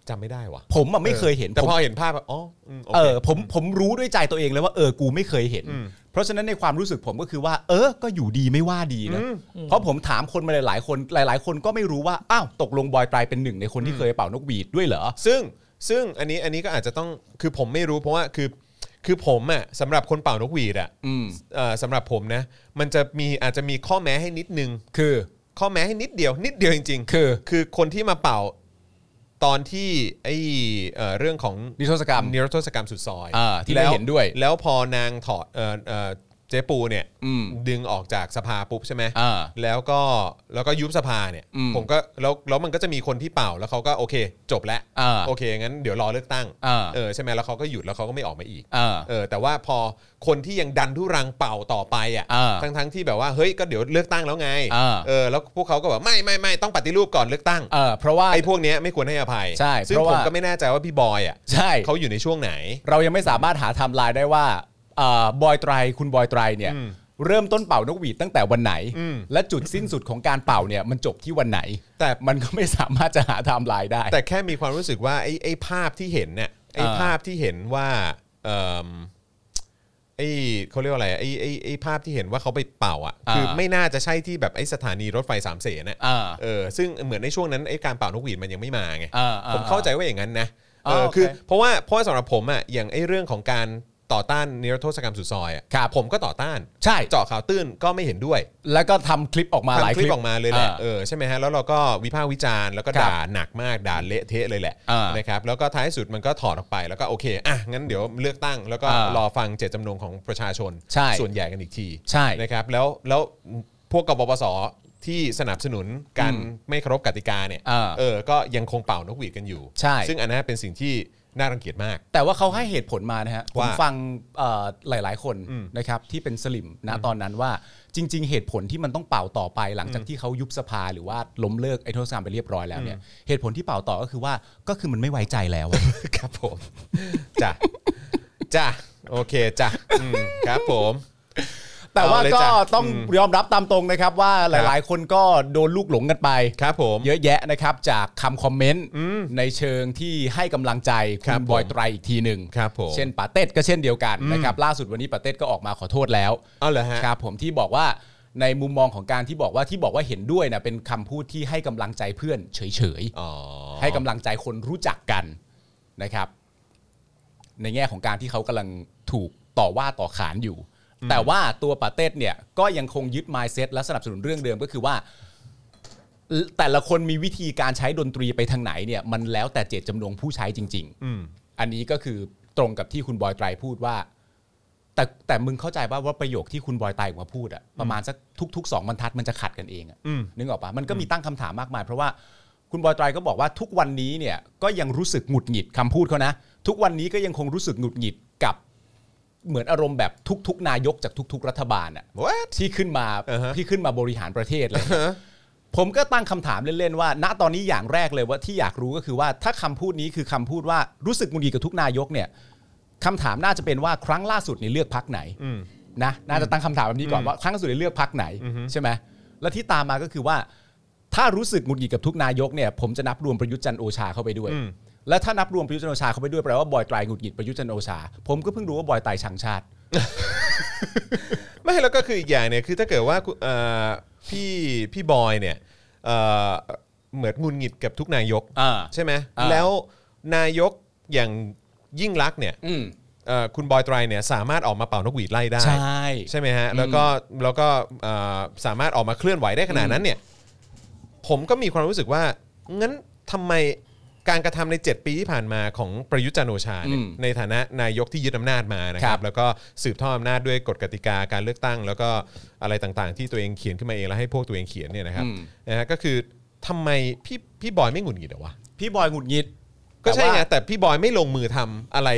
Speaker 2: จำไม่ได้วะ
Speaker 3: ผมอ่ะไม่เคยเห็น
Speaker 2: แต่
Speaker 3: ผม
Speaker 2: พอเห็นภาพอะอ๋ออืมโอ
Speaker 3: เอ
Speaker 2: เค
Speaker 3: อผมผมรู้ด้วยใจตัวเองเลยว่าเออกูไม่เคยเห็น เพราะฉะนั้นในความรู้สึกผมก็คือว่า เออ ก็อยู่ดีไม่ว่าดีนะเพราะผมถามคนมาหลายๆคนหลาย ๆ คนก็ไม่รู้ว่าอ้าวตกลงบอยไตรเป็นหนึ่งในคนที่เคยเป่านกหวีดด้วยเหรอ
Speaker 2: ซึ่งซึ่งอันนี้อันนี้ก็อาจจะต้องคือผมไม่รู้เพราะว่าคือคือผมอะสำหรับคนเป่านกหวีดอะ
Speaker 3: อืม
Speaker 2: เอ่อสำหรับผมนะมันจะมีอาจจะมีข้อแม้ให้นิดนึง
Speaker 3: คือ
Speaker 2: ข้อแม้ให้นิดเดียว นิดเดียวจริงๆ
Speaker 3: คือ
Speaker 2: คือคนที่มาเป่าตอนที่ไอเอ่อเรื่องของ
Speaker 3: นิรโทษกรรม
Speaker 2: นิรโทษกรรมสุดซอย
Speaker 3: อ่าที่ไม่เห็นด้วย
Speaker 2: แลแล้วพอนางถอดเอ่อเอ่อเจ๊ปูเนี่ย
Speaker 3: อืม
Speaker 2: ดึงออกจากสภาปุ๊บใช่ไหม
Speaker 3: อ่า
Speaker 2: แล้วก็แล้วก็ยุบสภาเนี่ย
Speaker 3: อืม
Speaker 2: ผมก็แล้วแล้วมันก็จะมีคนที่เป่าแล้วเขาก็โอเค จบแล้ว
Speaker 3: อ่า
Speaker 2: โอเคงั้นเดี๋ยวรอเลือกตั้ง
Speaker 3: อ่า
Speaker 2: เออใช่ไหมแล้วเขาก็หยุดแล้วเขาก็ไม่ออกมาอีก
Speaker 3: เออ
Speaker 2: เออแต่ว่าพอคนที่ยังดันทุรังเป่าต่อไป
Speaker 3: อ่า
Speaker 2: อะ่ะทั้งทั้งที่แบบว่าเฮ้ยก็เดี๋ยวเลือกตั้งแล้วไง
Speaker 3: อ่า
Speaker 2: เออแล้วพวกเขาก็แบบไม่ไม่ไม่ต้องปฏิรูปก่อนเลือกตั้ง
Speaker 3: เออเพราะว่า
Speaker 2: ไอ้พวกเนี้ยไม่ควรให้อภัย
Speaker 3: ใช่
Speaker 2: ซึ่ง
Speaker 3: เพราะ
Speaker 2: ผ
Speaker 3: ว่า
Speaker 2: มก็ไม่แน่ใจว่าพี่บอยอ่ะ
Speaker 3: ใช่
Speaker 2: เขาอยู่ในช่วงไหน
Speaker 3: เรายังไม่สามารถหาไทม์ไลน์ได้ว่าเอ่อบอยไตรคุณบอยไตรเนี่ย เริ่มต้นเป่านกหวีดตั้งแต่วันไหน
Speaker 2: อืม
Speaker 3: และจุดสิ้นสุดของการเป่าเนี่ยมันจบที่วันไหน
Speaker 2: แต่
Speaker 3: มันก็ไม่สามารถจะหาไทม์ไลน์ได้
Speaker 2: แต่แค่มีความรู้สึกว่าไอ้ไอ้ภาพที่เห็นเนี่ยไอ้
Speaker 3: อ่า
Speaker 2: ภาพที่เห็นว่าเออไอ้เขาเรียกว่าอะไรไอ้ไอ้ไอ้ภาพที่เห็นว่าเขาไปเป่าอ่ะคืออา ไม่น่าจะใช่ที่แบบไอ้สถานีรถไฟสามเสนน่ะ
Speaker 3: อ่า
Speaker 2: เออซึ่งเหมือนในช่วงนั้นไอ้การเป่านกหวีดมันยังไม่มาไง
Speaker 3: อ่าอ่า
Speaker 2: ผมเข้าใจว่าอย่างนั้นนะเออ
Speaker 3: อ
Speaker 2: อ
Speaker 3: โอเค
Speaker 2: คือเพราะว่าเพราะว่าสำหรับผมอ่ะอย่างไอ้เรื่องของการต่อต้านนิรโทษกรรมสุดซอยอ่ะ
Speaker 3: ครับ
Speaker 2: ผมก็ต่อต้าน
Speaker 3: ใช่
Speaker 2: เจาะข่าวตื้นก็ไม่เห็นด้วย
Speaker 3: แล้วก็ทำคลิปออกมาหลาย
Speaker 2: ทำค
Speaker 3: ค
Speaker 2: ลิป
Speaker 3: ลิป
Speaker 2: ออกมาเลยแหละ
Speaker 3: อ่า
Speaker 2: เออใช่ไหมฮะแล้วเราก็วิพากษ์วิจารณ์แล้วก็
Speaker 3: ครับ
Speaker 2: ด่าหนักมากด่าเละเทะเลยแหละ
Speaker 3: อ่าน
Speaker 2: นะครับแล้วก็ท้ายสุดมันก็ถอดออกไปแล้วก็โอเคอ่ะงั้นเดี๋ยวเลือกตั้งแล้วก็
Speaker 3: อ่าร
Speaker 2: รอฟังเจตจำนงของประชาชน
Speaker 3: ใช่
Speaker 2: ส่วนใหญ่กันอีกที
Speaker 3: ใช่
Speaker 2: นะครับแล้วแล้วพวกกบปสที่สนับสนุนการไม่เคารพกติกาเนี่ย
Speaker 3: อ่า
Speaker 2: เออก็ยังคงเป่านกหวีดกันอยู่
Speaker 3: ใช่
Speaker 2: ซึ่งอันนั้นเป็นสิ่งที่ น่ารังเกียจมาก
Speaker 3: แต่ว่าเขาให้เหตุผลมานะฮะผม
Speaker 2: ว่า
Speaker 3: ฟังเอ่อหลาย ๆ คน
Speaker 2: อืม
Speaker 3: นะครับที่เป็นสลิมนะตอนนั้นว่าจริง ๆ เหตุผลที่มันต้องเป่าต่อไปหลังจากที่เขายุบสภาหรือว่าล้มเลิกไอ้โทษกรรมไปเรียบร้อยแล้วเนี่ยเหตุผลที่เป่าต่อก็คือว่าก็คือมันไม่ไว้ใจแล้วอะ
Speaker 2: ครับผมจ้ะจ้ะโอเคจ้ะอืมครับผม
Speaker 3: แต่ว่า
Speaker 2: เอาเลย
Speaker 3: ก็
Speaker 2: จ้ะ
Speaker 3: ต้องยอมรับตามตรงนะครับว่าหลาย ๆ คนก็โดนลูกหลงกันไป
Speaker 2: ครับผม
Speaker 3: เยอะแยะนะครับจากคำคอมเมนต์ในเชิงที่ให้กำลังใจ
Speaker 2: ครั
Speaker 3: คุ
Speaker 2: บ
Speaker 3: ณ
Speaker 2: ผม
Speaker 3: บอยไตรอีกทีหนึ่ง
Speaker 2: ครับผม
Speaker 3: เช่นปาเต็ดก็เช่นเดียวกันนะครับล่าสุดวันนี้ปาเต็ดก็ออกมาขอโทษแล้ว
Speaker 2: เอาเหรอฮะ
Speaker 3: ครับผมที่บอกว่าในมุมมองของการที่บอกว่าที่บอกว่าเห็นด้วยนะเป็นคำพูดที่ให้กำลังใจเพื่อนเฉย
Speaker 2: อ๋อ
Speaker 3: ๆให้กำลังใจคนรู้จักกันนะครับ ในแง่ของการที่เขากำลังถูกต่อว่าต่อขานอยู่ แต่ว่าตัวปาเต็ดเนี่ยก็ยังคงยึด mindset และสนับสนุนเรื่องเดิมก็คือว่า แต่ละคนมีวิธีการใช้ดนตรีไปทางไหนเนี่ยมันแล้วแต่เจตจำนงผู้ใช้จริง ๆ
Speaker 2: อืม
Speaker 3: อันนี้ก็คือตรงกับที่คุณบอยไตรพูดว่า แต่แต่มึงเข้าใจป่าว่าประโยคที่คุณบอยไตรออกมาพูดอะประมาณสักทุกๆสองบรรทัดมันจะขัดกันเองอะ
Speaker 2: อืม
Speaker 3: นึกออกปะมันก็มีตั้งคำถามมากมาย เพราะว่าคุณบอยไตรก็บอกว่าทุกวันนี้เนี่ยก็ยังรู้สึกหงุดหงิดคำพูดเขานะ ทุกวันนี้ก็ยังคงรู้สึกหงุดหงิดกับเหมือนอารมณ์แบบทุก ๆ นายกจากทุก ๆ รัฐบาลอะ
Speaker 2: what
Speaker 3: ที่ขึ้นมา
Speaker 2: อ่าฮะ
Speaker 3: ที่ขึ้นมาบริหารประเทศเลยผมก็ตั้งคำถามเล่นๆว่า ณตอนนี้อย่างแรกเลยว่าที่อยากรู้ก็คือว่าถ้าคำพูดนี้คือคำพูดว่ารู้สึกหงุนงงกับทุกนายกเนี่ยคำถามน่าจะเป็นว่าครั้งล่าสุดในเลือกพักไหน
Speaker 2: อืม
Speaker 3: นะน่าจะตั้งคำถามแบบนี้ก่อนว่าครั้งล่าสุดในเลือกพักไหนใช่ไหมและที่ตามมาก็คือว่า ถ้ารู้สึกหงุดหงิดกับทุกนายกเนี่ยผมจะนับรวมประยุทธ์จันทร์โอชาเข้าไปด้วย
Speaker 2: อืม
Speaker 3: และถ้านับรวมประยุทธ์จันทร์โอชาเข้าไปด้วยแปลว่าบอยไตรหงุดหงิดประยุทธ์จันทร์โอชา ผมก็เพิ่งรู้ว่าบอยไตรชังชาติ
Speaker 2: ไม่แล้วก็คืออีกอย่างเนี่ยคือถ้าเกิดว่าคุณเอ่อพี่พี่บอยเนี่ยเอ่อเหมือนงุนงิดกับทุกนายก
Speaker 3: อ่า
Speaker 2: ใช่ไหม
Speaker 3: อ่า
Speaker 2: แล้วนายกอย่างยิ่งรักษณ์เนี่ย
Speaker 3: อืม
Speaker 2: เอ่อคุณบอยไตรเนี่ยสามารถออกมาเป่านกหวีดไล่ได้
Speaker 3: ใช่
Speaker 2: ใช่ไหมฮะแล้วก็แล้วก็เอ่อสามารถออกมาเคลื่อนไหวได้ขนาดนั้นเนี่ยผมก็มีความรู้สึกว่างั้นทำไมการกระทำใน 7 ปีที่ผ่านมาของประยุทธ์จันทร์โอชาเนี่ย
Speaker 3: อืม
Speaker 2: ในฐานะนายกที่ยึดอำนาจมานะค
Speaker 3: ค
Speaker 2: รั
Speaker 3: รั
Speaker 2: บบ แล้วก็สืบทอดอำนาจด้วยกฎกติกาการเลือกตั้ง แล้วก็อะไรต่างๆ ที่ตัวเองเขียนขึ้นมาเองแล้วให้พวกตัวเองเขียนเนี่ยนะครับนะฮะก็คือทำไมพี่พี่บอยไม่หงุดหงิดเหรอวะ
Speaker 3: พี่บอยหงุดหงิด
Speaker 2: ก็ใช่ไงแต่พี่บอยไม่ลงมือทำอะไร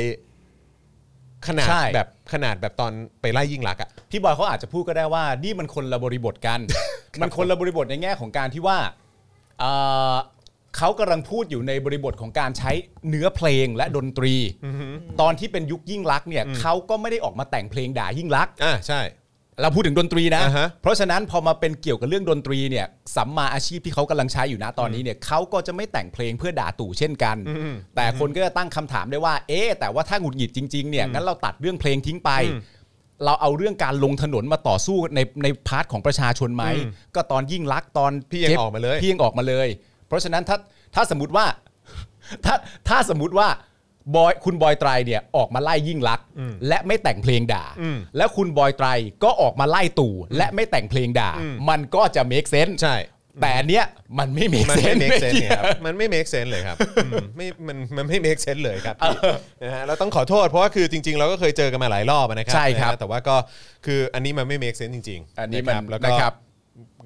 Speaker 2: ขนาด
Speaker 3: ใช่
Speaker 2: แบบขนาดแบบตอนไปไล่ยิ่งรักษณ์อ่ะ
Speaker 3: พี่บอยเขาอาจจะพูดก็ได้ว่านี่มันคนละบริบทกัน มันคนละบริบทในแง่ของการที่ว่าเอ่อเขากำลังพูดอยู่ในบริบทของการใช้เนื้อเพลงและดนตรี ตอนที่เป็นยุคยิ่งลักษณ์เนี่ยเขาก็ไม่ได้ออกมาแต่งเพลงด่ายิ่งลักษณ์
Speaker 2: อ่าใช่
Speaker 3: เราพูดถึงดนตรีนะ
Speaker 2: อ่าฮะ
Speaker 3: เพราะฉะนั้นพอมาเป็นเกี่ยวกับเรื่องดนตรีเนี่ยสัมมาอาชีพที่เขากำลังใช้อยู่นะตอนนี้เนี่ยเขาก็จะไม่แต่งเพลงเพื่อด่าตู่เช่นกัน แต่คนก็จะตั้งคำถามได้ว่า เอ๊ะแต่ว่าถ้าหงุดหงิดจริงๆเนี่ยงั้นเราตัดเรื่องเพลงทิ้งไป เราเอาเรื่องการลงถนนมาต่อสู้ในในพาร์ทของประชาชนไหม ก็ตอนยิ่งลักษณ์ตอน
Speaker 2: พี่ยัง
Speaker 3: จ็บ
Speaker 2: ออกมาเลย
Speaker 3: พี่ยังออกมาเลย เพราะฉะนั้นถ้าถ้าสมมติว่า ถ้าถ้าสมมติว่าบอยคุณบอยไตรเนี่ยออกมาไล่ยิ่งลักษณ์และไม่แต่งเพลงด่า และคุณบอยไตรก็ออกมาไล่ตู่และไม่แต่งเพลงด่า มันก็จะ make sense
Speaker 2: ใช่
Speaker 3: แต่อันเนี้ยมันไม่ make
Speaker 2: มันไม่
Speaker 3: sense
Speaker 2: make
Speaker 3: ไม่
Speaker 2: sense
Speaker 3: เกี่
Speaker 2: เนี่ย ยว ครับมันไม่ make sense เลยครับอืมไม่มันมันไม่ make sense เลยครับพี่นะฮะเราต้องขอโทษเพราะว่าคือจริง ๆ เราก็เคยเจอกันมาหลายรอบนะครั
Speaker 3: ใช่ครับ
Speaker 2: นะฮะแต่ว่าก็คืออันนี้มันไม่ make sense จริงๆ
Speaker 3: อันนี้มันะครับ
Speaker 2: แล้วก็
Speaker 3: นะครับ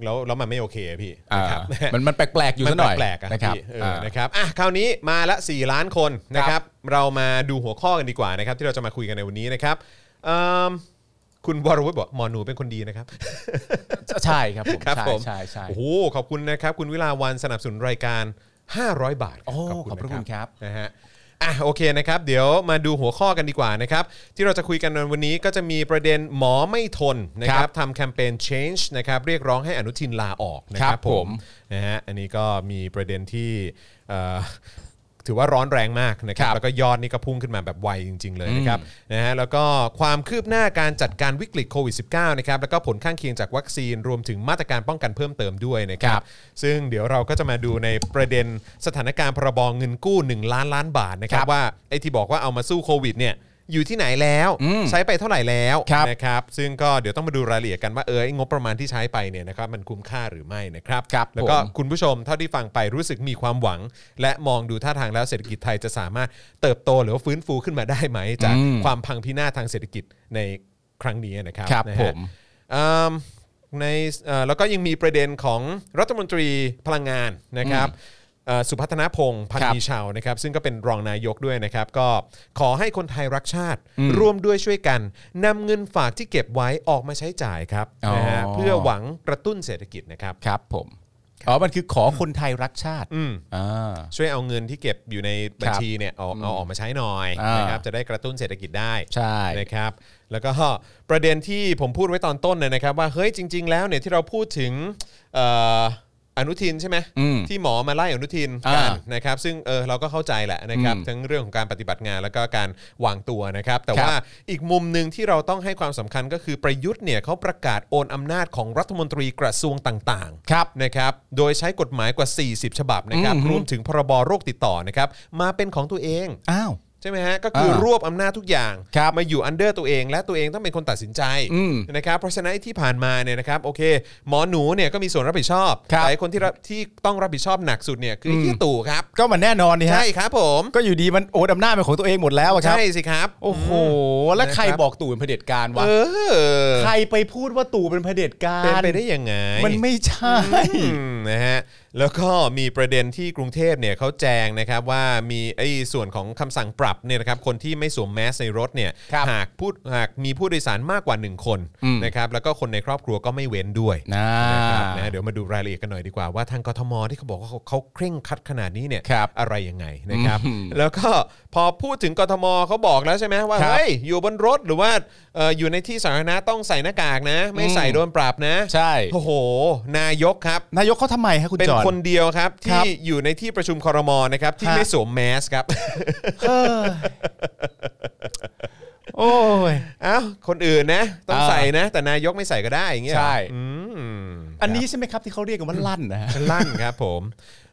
Speaker 2: แล้วแล้วมันไม่โอเคอะพี่
Speaker 3: อ่า
Speaker 2: นะครับ
Speaker 3: มันมันแปลกๆ อยู่ซะหน่อย
Speaker 2: มัแปลกๆอะ
Speaker 3: นะ
Speaker 2: ค
Speaker 3: ค
Speaker 2: รั
Speaker 3: รั
Speaker 2: บบ พี่เออ
Speaker 3: อ่า
Speaker 2: นะครับอ่ะคราวนี้มาละ 4 ล้านคนนะครับ เรามาดูหัวข้อกันดีกว่านะครับ ที่เราจะมาคุยกันในวันนี้นะครับเอิ่มคุณวรวุฒิบอกหมอหนูเป็นคนดีนะครับ
Speaker 3: ใช่ครับผม
Speaker 2: ครับ
Speaker 3: ใช่
Speaker 2: ผม
Speaker 3: ใช่ใช่
Speaker 2: โอ้โหขอบคุณนะครับ คุณวิลาวันสนับสนุนรายการ 500 บาท
Speaker 3: โอ้ขอบพระคุณครับ
Speaker 2: นะฮะอ่ะโอเคนะครับ เดี๋ยวมาดูหัวข้อกันดีกว่านะครับ ที่เราจะคุยกันในวันนี้ก็จะมีประเด็นหมอไม่ทนนะครับทำแคมเปญ change นะครับ เรียกร้องให้อนุทินลาออกนะค
Speaker 3: ครั
Speaker 2: รับบผ
Speaker 3: ผม ม
Speaker 2: นะฮะอันนี้ก็มีประเด็นที่เอ่อ ถือว่าร้อนแรงมากนะครับ แล้วก็ยอดนี่ก็พุ่งขึ้นมาแบบไวจริง ๆ เลยนะครับนะฮะแล้วก็ความคืบหน้าการจัดการวิกฤตโควิด -19 นะครับแล้วก็ผลข้างเคียงจากวัคซีนรวมถึงมาตรการป้องกันเพิ่มเติมด้วยนะค
Speaker 3: ค
Speaker 2: รั
Speaker 3: รับ บ
Speaker 2: ซึ่งเดี๋ยวเราก็จะมาดูในประเด็นสถานการณ์พรบเงินกู้ 1 ล้านล้านบาทนะครับ
Speaker 3: ครับ
Speaker 2: ว่าไอ้ที่บอกว่าเอามาสู้โควิดเนี่ยอยู่ที่ไหนแล้วใช้ไปเท่าไหร่แล้ว
Speaker 3: ครับ
Speaker 2: นะครับซึ่งก็เดี๋ยวต้องมาดูรายละเอียดกันว่าเออไอ้งบประมาณที่ใช้ไปเนี่ยนะครับมันคุ้มค่าหรือไม่นะครับ
Speaker 3: ครับ
Speaker 2: แล้วก็
Speaker 3: ผม
Speaker 2: คุณผู้ชมเท่าที่ฟังไปรู้สึกมีความหวัง และมองดูท่าทางแล้วเศรษฐกิจไทยจะสามารถเติบโตหรือว่าฟื้นฟูขึ้นมาได้ไหม จาก
Speaker 3: อืม
Speaker 2: ความพังพินาศทางเศรษฐกิจในครั้งนี้นะครับ
Speaker 3: ครับ
Speaker 2: นะฮะ
Speaker 3: ผม
Speaker 2: เอิ่มในเอ่อแล้วก็ยังมีประเด็นของรัฐมนตรีพลังงานนะครับ เอ่อสุพัฒนพงศ์พันธีชาวนะครับซึ่งก็เป็นรองนายกด้วยนะครับก็ขอให้คนไทยรักชาติ ร่วมด้วยช่วยกันนำเงินฝากที่เก็บไว้ออกมาใช้จ่ายครับ
Speaker 3: อ๋อ
Speaker 2: นะฮะเพื่อหวังกระตุ้นเศรษฐกิจนะครับ
Speaker 3: ครับผมอ๋อมันคือขอคนไทยรักชาติ
Speaker 2: อืม
Speaker 3: อ่า
Speaker 2: ช่วยเอาเงินที่เก็บอยู่ในบัญชีเนี่ยเอาเอาออกมาใช้หน่อย
Speaker 3: อ่าน
Speaker 2: นะครับจะได้กระตุ้นเศรษฐกิจได้
Speaker 3: ใช่
Speaker 2: นะครับ แล้วก็ประเด็นที่ผมพูดไว้ตอนต้นเนี่ยนะครับ ว่าเฮ้ยจริง ๆ แล้วเนี่ยที่เราพูดถึงเอ่ออนุทินใช่ไหม
Speaker 3: อืม
Speaker 2: ที่หมอมาไล่อนุทิน
Speaker 3: อ่า
Speaker 2: กันนะครับ ซึ่งเออเราก็เข้าใจแหละนะครับ
Speaker 3: อืม
Speaker 2: ทั้งเรื่องของการปฏิบัติงานแล้วก็การวางตัวนะครับ แต่
Speaker 3: ครับ
Speaker 2: ว่าอีกมุมหนึ่งที่เราต้องให้ความสำคัญก็คือประยุทธ์เนี่ยเขาประกาศโอนอำนาจของรัฐมนตรีกระทรวงต่างๆ
Speaker 3: ครับ
Speaker 2: นะครับ โดยใช้กฎหมายกว่า 40 ฉบับนะครับ
Speaker 3: อืม
Speaker 2: รวมถึงพรบโรคติดต่อนะครับ มาเป็นของตัวเอง
Speaker 3: อ้าว
Speaker 2: ใช่ไหมฮะ ก็คือ
Speaker 3: อ่าร
Speaker 2: วบอำนาจทุกอย่าง
Speaker 3: ครับ
Speaker 2: มาอยู่อันเดอร์ตัวเอง และตัวเองต้องเป็นคนตัดสินใจ
Speaker 3: อืม
Speaker 2: นะครับ เพราะฉะนั้นที่ผ่านมาเนี่ยนะครับ โอเค หมอหนูเนี่ยก็มีส่วนรับผิดชอบ
Speaker 3: ครับ
Speaker 2: แต่ไอ้คนที่รับที่ต้องรับผิดชอบหนักสุดเนี่ยคืออ
Speaker 3: ม
Speaker 2: ไอ้เฮียตู่ครับ
Speaker 3: ก็มันแน่นอนนี่ฮะ
Speaker 2: ใช่ครับผม
Speaker 3: ก็อยู่ดีมันโอนอำนาจเป็นของตัวเองหมดแล้วอะครับ
Speaker 2: ใช่สิครับ
Speaker 3: โอ้โห แล้วใคร
Speaker 2: นะครับ
Speaker 3: บอกตู่เป็นเผด็จการวะ
Speaker 2: เออ
Speaker 3: ใครไปพูดว่าตู่เป็นเผด็จการ
Speaker 2: เป็นไปได้ยังไง
Speaker 3: มันไม่ใช่
Speaker 2: อืมนะฮะแล้วก็มีประเด็นที่กรุงเทพเนี่ยเขาแจงนะครับว่ามีไอ้ส่วนของคำสั่งปรับเนี่ยนะครับคนที่ไม่สวมแมสในรถเนี่ย
Speaker 3: ครับ
Speaker 2: หากพูดหากมีผู้โดยสารมากกว่า 1 คน
Speaker 3: อืม
Speaker 2: นะครับแล้วก็คนในครอบครัวก็ไม่เว้นด้วย
Speaker 3: นะ
Speaker 2: นะครับนะเดี๋ยวมาดูรายละเอียดกันหน่อยดีกว่าว่าทางกทมที่เขาบอกว่าเขาเขาเคร่งครัดขนาดนี้เนี่ย
Speaker 3: ครับ
Speaker 2: อะไรยังไงนะครับ
Speaker 3: อืม
Speaker 2: แล้วก็พอพูดถึงกทมเขาบอกแล้วใช่ไหมว่า
Speaker 3: ครับ
Speaker 2: เฮ้ยอยู่บนรถหรือว่าเอ่ออยู่ในที่สาธารณะต้องใส่หน้ากากนะ ไม่ใส่
Speaker 3: อืม
Speaker 2: โดนปรับนะ
Speaker 3: ใช่
Speaker 2: โอ้โห นายกครับ
Speaker 3: นายกเขาทำไมฮะคุณ
Speaker 2: เป็น
Speaker 3: จอห์น
Speaker 2: คนเดียวครับ
Speaker 3: ครั
Speaker 2: ที่
Speaker 3: บ
Speaker 2: อยู่ในที่ประชุมคอรมอนะครับ ที่
Speaker 3: ฮะ
Speaker 2: ไม่สวมแมสครับ
Speaker 3: เออโอ้ย
Speaker 2: อ้าวคนอื่นนะ ต้อง
Speaker 3: อ่า
Speaker 2: ใส่นะ แต่นายกไม่ใส่ก็ได้อย่างเงี้ย
Speaker 3: ใช่
Speaker 2: อืม
Speaker 3: อันนี้ใช่ไหมครับที่เขาเรียกกันว่าลั่นนะฮะ
Speaker 2: ครับลั่นครับผม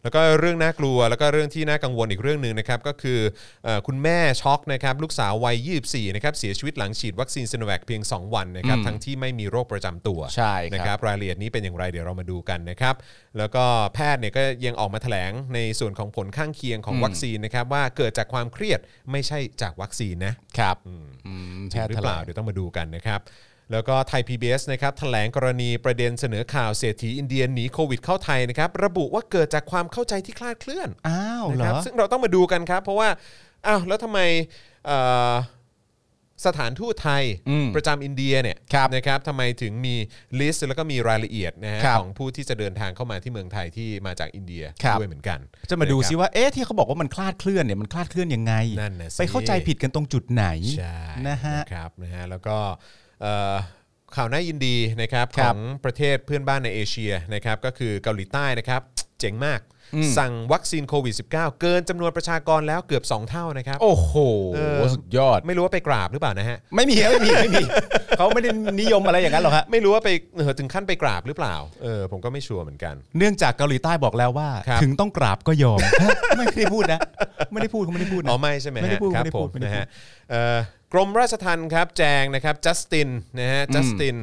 Speaker 2: แล้วก็เรื่องน่ากลัวแล้วก็เรื่องที่น่ากังวลอีกเรื่องหนึ่งนะครับ ก็คือเอ่อคุณแม่ช็อกนะครับ ลูกสาววัย 24 นะครับ เสียชีวิตหลังฉีดวัคซีนซิโนแวคเพียง 2 วันนะครับ
Speaker 3: อืม
Speaker 2: ทั้งที่ไม่มีโรคประจำตัว
Speaker 3: ใช่ครับ
Speaker 2: นะครับ รายละเอียดนี้เป็นอย่างไรเดี๋ยวเรามาดูกันนะครับ แล้วก็แพทย์เนี่ยก็ยังออกมาแถลงในส่วนของผลข้างเคียงของวัคซีนนะครับ ว่าเกิดจากความเครียดไม่ใช่จากวัคซีนนะครับอืมจริงหรือเปล่าเดี๋ยวต้องมาดูกันนะครับ แล้วก็ไทย PBS นะครับแถลงกรณีประเด็นเสนอข่าวเศรษฐีอินเดียหนีโควิดเข้าไทยนะครับ ระบุว่าเกิดจากความเข้าใจที่คลาดเคลื่อน
Speaker 3: อ้าว
Speaker 2: นะ
Speaker 3: เหร
Speaker 2: ค
Speaker 3: อ
Speaker 2: รับซึ่งเราต้องมาดูกันครับ เพราะว่าอ้าวแล้วทำไมเอ่อสถานทูตไทย
Speaker 3: อืม
Speaker 2: ประจำอินเดียเนี่ยนะครับทำไมถึงมีลิสต์แล้วก็มีรายละเอียดนะฮะ
Speaker 3: ครับ
Speaker 2: ของผู้ที่จะเดินทางเข้ามาที่เมืองไทยที่มาจากอินเดียด้วยเหมือนกัน
Speaker 3: จะมาดู
Speaker 2: นค
Speaker 3: ซิ
Speaker 2: รับ
Speaker 3: ว่าเอ๊ะที่เขาบอกว่ามันคลาดเคลื่อนเนี่ยมันคลาดเคลื่อนยังไง
Speaker 2: นั่นน่ะสิ
Speaker 3: ไปเข้าใจผิดกันตรงจุดไหน
Speaker 2: ใช่
Speaker 3: นะฮะ
Speaker 2: ครับนะฮะแล้วก็เอ่อข่าวน่ายินดีนะครับ
Speaker 3: ค
Speaker 2: ข
Speaker 3: รั
Speaker 2: อบ งประเทศเพื่อนบ้านในเอเชียนะครับก็คือเกาหลีใต้นะครับ เจ๋งมาก
Speaker 3: อืม
Speaker 2: สั่งวัคซีนโควิด -19 เกินจำนวนประชากรแล้วเกือบ 2 เท่านะครับ
Speaker 3: โอ้โห
Speaker 2: เออ
Speaker 3: สุดยอด
Speaker 2: ไม่รู้ว่าไปกราบหรือเปล่านะฮะ
Speaker 3: ไม่มีไม่มีไม่มี เขาไม่ได้นิยมอะไรอย่างนั้นหรอกฮะ
Speaker 2: ไม่รู้ว่าไปเอ่อถึงขั้นไปกราบหรือเปล่าเออผมก็ไม่ชัวร์เหมือนกัน
Speaker 3: เนื่องจากเกาหลีใต้บอกแล้วว่า
Speaker 2: ครับ
Speaker 3: ถึงต้องกราบก็ ยอม ไม่ได้พูดนะ ไม่ได้พูดเขาไม่ได้พูดนะ
Speaker 2: อ๋อไม่ใช่ไหม
Speaker 3: ไม่ได้
Speaker 2: ฮะ
Speaker 3: พูด
Speaker 2: ครับ
Speaker 3: ไม่ได้
Speaker 2: ผ
Speaker 3: พู
Speaker 2: ม
Speaker 3: ดไม่ได้
Speaker 2: นะ
Speaker 3: พูด
Speaker 2: ฮะเอ่อกรมราชทัณฑ์ครับแจงนะครับจัสตินนะฮะจัสติน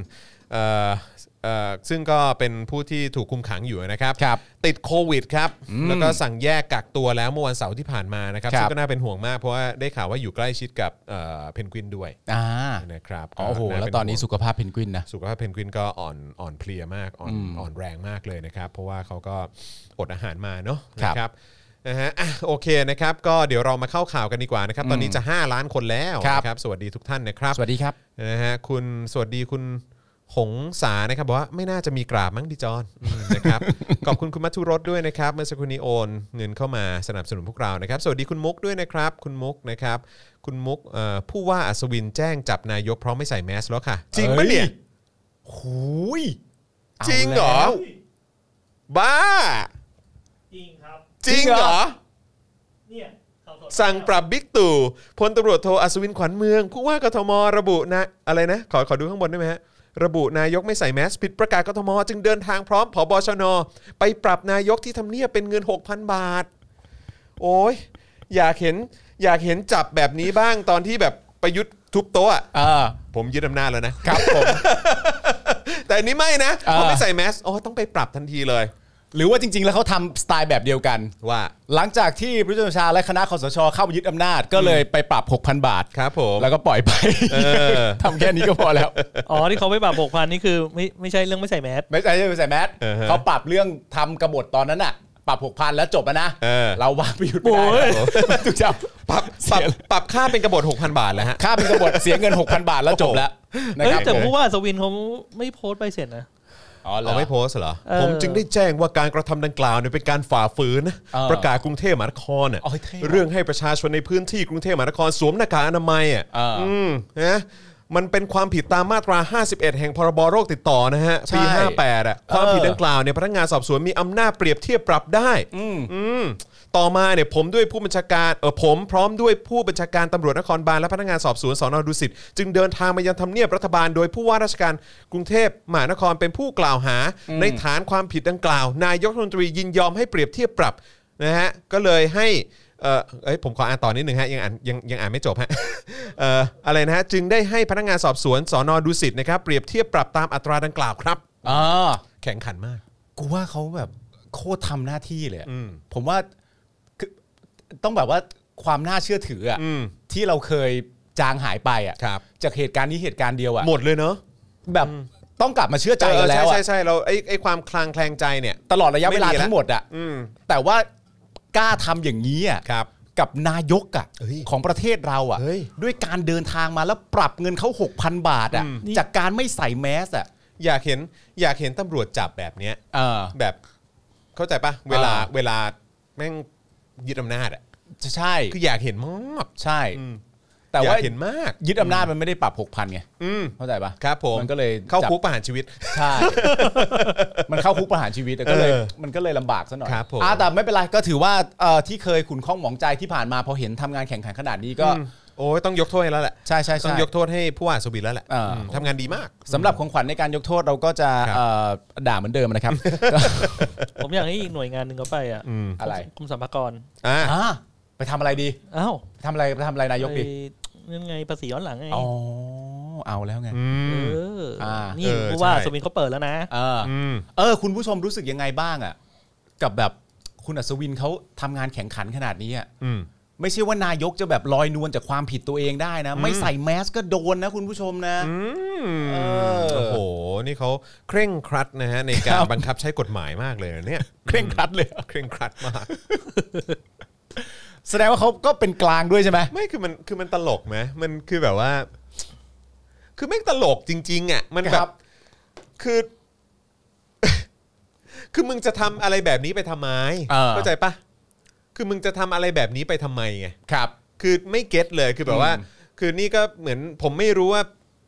Speaker 2: เอ่อเอ่อซึ่งก็เป็นผู้ที่ถูกคุมขังอยู่นะครับ
Speaker 3: ครับ
Speaker 2: ติดโควิดครับ แล้วก็สั่งแยกกักตัวแล้วเมื่อวันเสาร์ที่ผ่านมานะครับ
Speaker 3: ครับ
Speaker 2: ซึ่งก็น่าเป็นห่วงมากเพราะว่าได้ข่าวว่าอยู่ใกล้ชิดกับเอ่อเพนกวินด้วย
Speaker 3: อ่า
Speaker 2: นะครับ
Speaker 3: อ๋อโอ้โห
Speaker 2: าเป็
Speaker 3: แล้วตอนนี้
Speaker 2: ห่วง
Speaker 3: สุขภาพเพนกวินนะ
Speaker 2: สุขภาพเพนกวินก็อ่อนอ่อนเพลียมากอ่อนอ่อนแรงมากเลยนะครับ เพราะว่าเขาก็อดอาหารมาเนาะ
Speaker 3: ครับ
Speaker 2: นะครับนะฮะอ่ะโอเคนะครับ ก็เดี๋ยวเรามาเข้าข่าวกันดีกว่านะครับ ตอนนี้จะ 5 ล้านคนแล้ว
Speaker 3: ครับ
Speaker 2: นะครับ สวัสดีทุกท่านนะครับ
Speaker 3: สวัสดีครับ
Speaker 2: นะฮะคุณสวัสดีคุณหงสานะครับบอกว่าไม่น่าจะมีกราบมั้งดิจอนอืมนะครับ ขอบคุณคุณมัทุรสด้วยนะครับเมื่อสักครู่นี้โอนเงินเข้ามาสนับสนุนพวกเรานะครับ สวัสดีคุณมุกด้วยนะครับ คุณมุกนะครับ คุณมุกเอ่อผู้ว่าอัศวินแจ้งจับนายกเพราะไม่ใส่แมสแล้วค่ะ จริงปะเนี่ย
Speaker 3: หูย
Speaker 2: จริงเหรอ
Speaker 3: าแล้ว
Speaker 2: บ้า
Speaker 4: จริงครับ
Speaker 2: จริงเหรอ
Speaker 4: เนี่ยข่าวด
Speaker 2: สั่งปรับบิ๊กตู่พลตำรวจโทอัศวินขวัญเมือง ผู้ว่ากทมระบุนะอะไรนะ ขอขอดูข้างบนได้ไหมฮะ ระบุนายกไม่ใส่แมสผิดประกาศกทม จึงเดินทางพร้อมผบชน ไปปรับนายกที่ทำเนียบเป็นเงิน 6,000 บาท โอ้ยอยากเห็นอยากเห็นจับแบบนี้บ้างตอนที่แบบประยุทธ์ทุบโต๊ะอะ
Speaker 3: เออ
Speaker 2: ผมยึดอำนาจแล้วนะ
Speaker 3: ครับผม
Speaker 2: แต่อันนี้ไม่นะ
Speaker 3: อ่า
Speaker 2: เขาไม่ใส่แมสอ๋อต้องไปปรับทันทีเลย
Speaker 3: หรือว่าจริง ๆ แล้วเขาทำสไตล์แบบเดียวกัน
Speaker 2: ว่า
Speaker 3: หลังจากที่พระเจ้าชาและคณะคอสชเข้ามายึดอำนาจก็เลยไปปรับ 6,000 บาท
Speaker 2: ครับผม
Speaker 3: แล้วก็ปล่อยไป
Speaker 2: เออ
Speaker 3: ทำแค่นี้ก็พอแล้ว
Speaker 4: อ๋อที่เขาไปปรับ6กพันนี่คือไม่ไม่ใช่เรื่องไม่ใส่แมส
Speaker 3: ไม่ใช่ไม่ใส่แมส
Speaker 2: เออฮะ
Speaker 3: เขาปรับเรื่องทำกบฏตอนนั้นอะ ปรับหกพันแล้วจบอะนะ
Speaker 2: เออ
Speaker 3: เราว่าประยุทธ์ไม่ได้นะถูกจับ
Speaker 2: ปรับปรับปรับค่าเป็นกบฏ6,000 บาทแล้วฮะ
Speaker 3: ค่าเป็นกบฏเสียเงิน 6,000 บาทแล้วจบแล้วนะ
Speaker 4: เฮ้
Speaker 3: ค
Speaker 4: ย
Speaker 3: รับ
Speaker 4: แต่
Speaker 3: ผม
Speaker 4: ผู้ว่าสวินเขาไม่โพสต์ใบเสร็จนะ
Speaker 3: อ๋อเหรอ
Speaker 2: เอาไม่โพสต์เหรอ
Speaker 4: เออ
Speaker 2: ผมจึงได้แจ้งว่าการกระทำดังกล่าวเนี่ยเป็นการฝ่าฝืนนะ
Speaker 3: เออ
Speaker 2: ประกาศกรุงเทพมหานครเนี่ย
Speaker 3: โอ้ยเท่ว่ะ
Speaker 2: เรื่องให้ประชาชนในพื้นที่กรุงเทพมหานครสวมหน้ากากอนามัยอ่ะ
Speaker 3: อ่า
Speaker 2: อืมนะมันเป็นความผิดตามมาตรา 51 แห่งพรบโรคติดต่อนะฮะ ปี
Speaker 3: ใช่
Speaker 2: 58อ่ะความผิดดังกล่าวเนี่ยพนักงานสอบสวนมีอำนาจเปรียบเทียบปรับได้
Speaker 3: อืม
Speaker 2: อืม ต่อมาเนี่ยผมด้วยผู้บัญชาการเออผมพร้อมด้วยผู้บัญชาการตำรวจนครบาลและพนักงานสอบสวนสนดุสิตจึงเดินทางมายังทำเนียบรัฐบาล โดยผู้ว่าราชการกรุงเทพมหานครเป็นผู้กล่าวหา ในฐานความผิดดังกล่าว นายกรัฐมนตรียินยอมให้เปรียบเทียบปรับนะฮะก็เลยให้ เอ่อเอ้ยผมขออ่านต่อนิดหนึ่งฮะยังอ่านยังยังอ่านไม่จบฮะ เอ่ออะไรนะฮะจึงได้ให้พนักงานสอบสวนสอนอดุสิตนะครับเปรียบเทียบปรับตามอัตราดังกล่าวครับ
Speaker 3: อ่า
Speaker 2: แข็งขันมาก
Speaker 3: กูว่าเขาแบบโคตรทำหน้าที่เลยอะ
Speaker 2: อืม
Speaker 3: ผมว่าคือต้องแบบว่าความน่าเชื่อถืออะ
Speaker 2: อืม
Speaker 3: ที่เราเคยจางหายไปอะ
Speaker 2: ครับ
Speaker 3: จากเหตุการณ์นี้เหตุการณ์เดียวอะ
Speaker 2: หมดเลยเนาะ
Speaker 3: แบบต้องกลับมาเชื่อใจ
Speaker 2: เอ
Speaker 3: กั
Speaker 2: อน
Speaker 3: แล้
Speaker 2: ใช่
Speaker 3: วอะ
Speaker 2: ใช่ใช่เราไอ้ไอ้ความคลางแคลงใจเนี่ย
Speaker 3: ตลอดระยะ
Speaker 2: ไม่
Speaker 3: เว
Speaker 2: มี
Speaker 3: ลา
Speaker 2: ละ
Speaker 3: ทั้งหมดอะ
Speaker 2: อืม
Speaker 3: แต่ว่ากล้าทำอย่างนี้อะ
Speaker 2: ครับ
Speaker 3: กับนายกอะ
Speaker 2: เฮ้ย
Speaker 3: ของประเทศเราอะ
Speaker 2: เฮ้ย
Speaker 3: ด้วยการเดินทางมาแล้วปรับเงินเขา6,000 บาทอะจากการไม่ใส่แมสอะ
Speaker 2: อยากเห็นอยากเห็นตำรวจจับแบบเนี้ย
Speaker 3: เออ
Speaker 2: แบบเข้าใจปะเวลา
Speaker 3: อ่า
Speaker 2: เวลาแม่งยึดอำนาจอ่ะ
Speaker 3: ใช่
Speaker 2: คืออยากเห็นมาก
Speaker 3: ใช่
Speaker 2: อืม
Speaker 3: แต่
Speaker 2: อยา
Speaker 3: ว่าก
Speaker 2: เห็นมาก
Speaker 3: ยึดอำนาจมันไม่ได้ปรับ 6,000ไง
Speaker 2: อืม
Speaker 3: เข้าใจปะ
Speaker 2: ครับผม
Speaker 3: มันก็เลย
Speaker 2: เข้า
Speaker 3: จับ
Speaker 2: คุกประหารชีวิต
Speaker 3: ใช่ มันเข้าคุกประหารชีวิตอะก็เลย
Speaker 2: เออ
Speaker 3: มันก็เลยลำบากซะหน่อย
Speaker 2: ครับผม
Speaker 3: อ่ะแต่ไม่เป็นไรก็ถือว่าเอ่อที่เคยขุนข้องหมองใจที่ผ่านมาพอเห็นทำงานแข่งขันขนาดนี้ก็
Speaker 2: อืม โอ้ยต้องยกโทษให้แล้วแหละ
Speaker 3: ใช่ใช่
Speaker 2: ต้อง
Speaker 3: ใช่
Speaker 2: ยกโทษให้ผู้ว่าสบินแล้วแหละ
Speaker 3: อ่า
Speaker 2: อืมทำงานดีมาก
Speaker 3: สำหรับของขวัญในการยกโทษเราก็จะ
Speaker 2: ครับ
Speaker 3: เอ่อด่าเหมือนเดิมนะครับ
Speaker 4: ผมอยากให้อีกหน่วยงานหนึ่งเขาไปอ่ะ
Speaker 3: อะไร
Speaker 4: กรมสรรพากร
Speaker 2: อ่า
Speaker 3: อ่ะไปทำอะไรดี
Speaker 4: อ้าว
Speaker 3: ทำอะไรไปทำอะไรนายกดิ
Speaker 4: ไปนั่นไงภาษีย้อนหลังไง
Speaker 3: อ๋อ เอาแล้วไง
Speaker 2: อืม
Speaker 4: เอออา นี่
Speaker 2: เออ
Speaker 4: ผู้ว่า
Speaker 2: ใช่
Speaker 4: สวินเขาเปิดแล้วนะ
Speaker 3: เออ
Speaker 2: อืม
Speaker 3: เออ คุณผู้ชมรู้สึกยังไงบ้างอ่ะ กับแบบคุณอัศวินเขาทำงานแข่งขันขนาดนี้อ่ะ
Speaker 2: อืม
Speaker 3: ไม่ใช่ว่านายกจะแบบลอยนวลจากความผิดตัวเองได้นะ ไม่ใส่แมสก็โดนนะคุณผู้ชมนะ เออ
Speaker 2: โอ้โห นี่เขาเคร่งครัดนะฮะ ในการ
Speaker 3: ครับ
Speaker 2: บังคับใช้กฎหมายมากเลยนะเนี่ย
Speaker 3: เคร่งครัดเลย
Speaker 2: เคร่งครัดมาก
Speaker 3: แสดงว่าเขาก็เป็นกลางด้วยใช่ไหม
Speaker 2: ไม่คือมันคือมันตลกไหมมันคือแบบว่า คือไม่งตลกจริง ๆ อ่ะ มันแบ
Speaker 3: ครับ บ
Speaker 2: คือ คือมึงจะทำอะไรแบบนี้ไปทำไม
Speaker 3: เออ
Speaker 2: เข้าใจปะคือมึงจะทำอะไรแบบนี้ไปทำไมไง
Speaker 3: ครับ
Speaker 2: คือไม่เก็ตเลยคือแบบว่า
Speaker 3: อืม
Speaker 2: คือนี่ก็เหมือนผมไม่รู้ว่า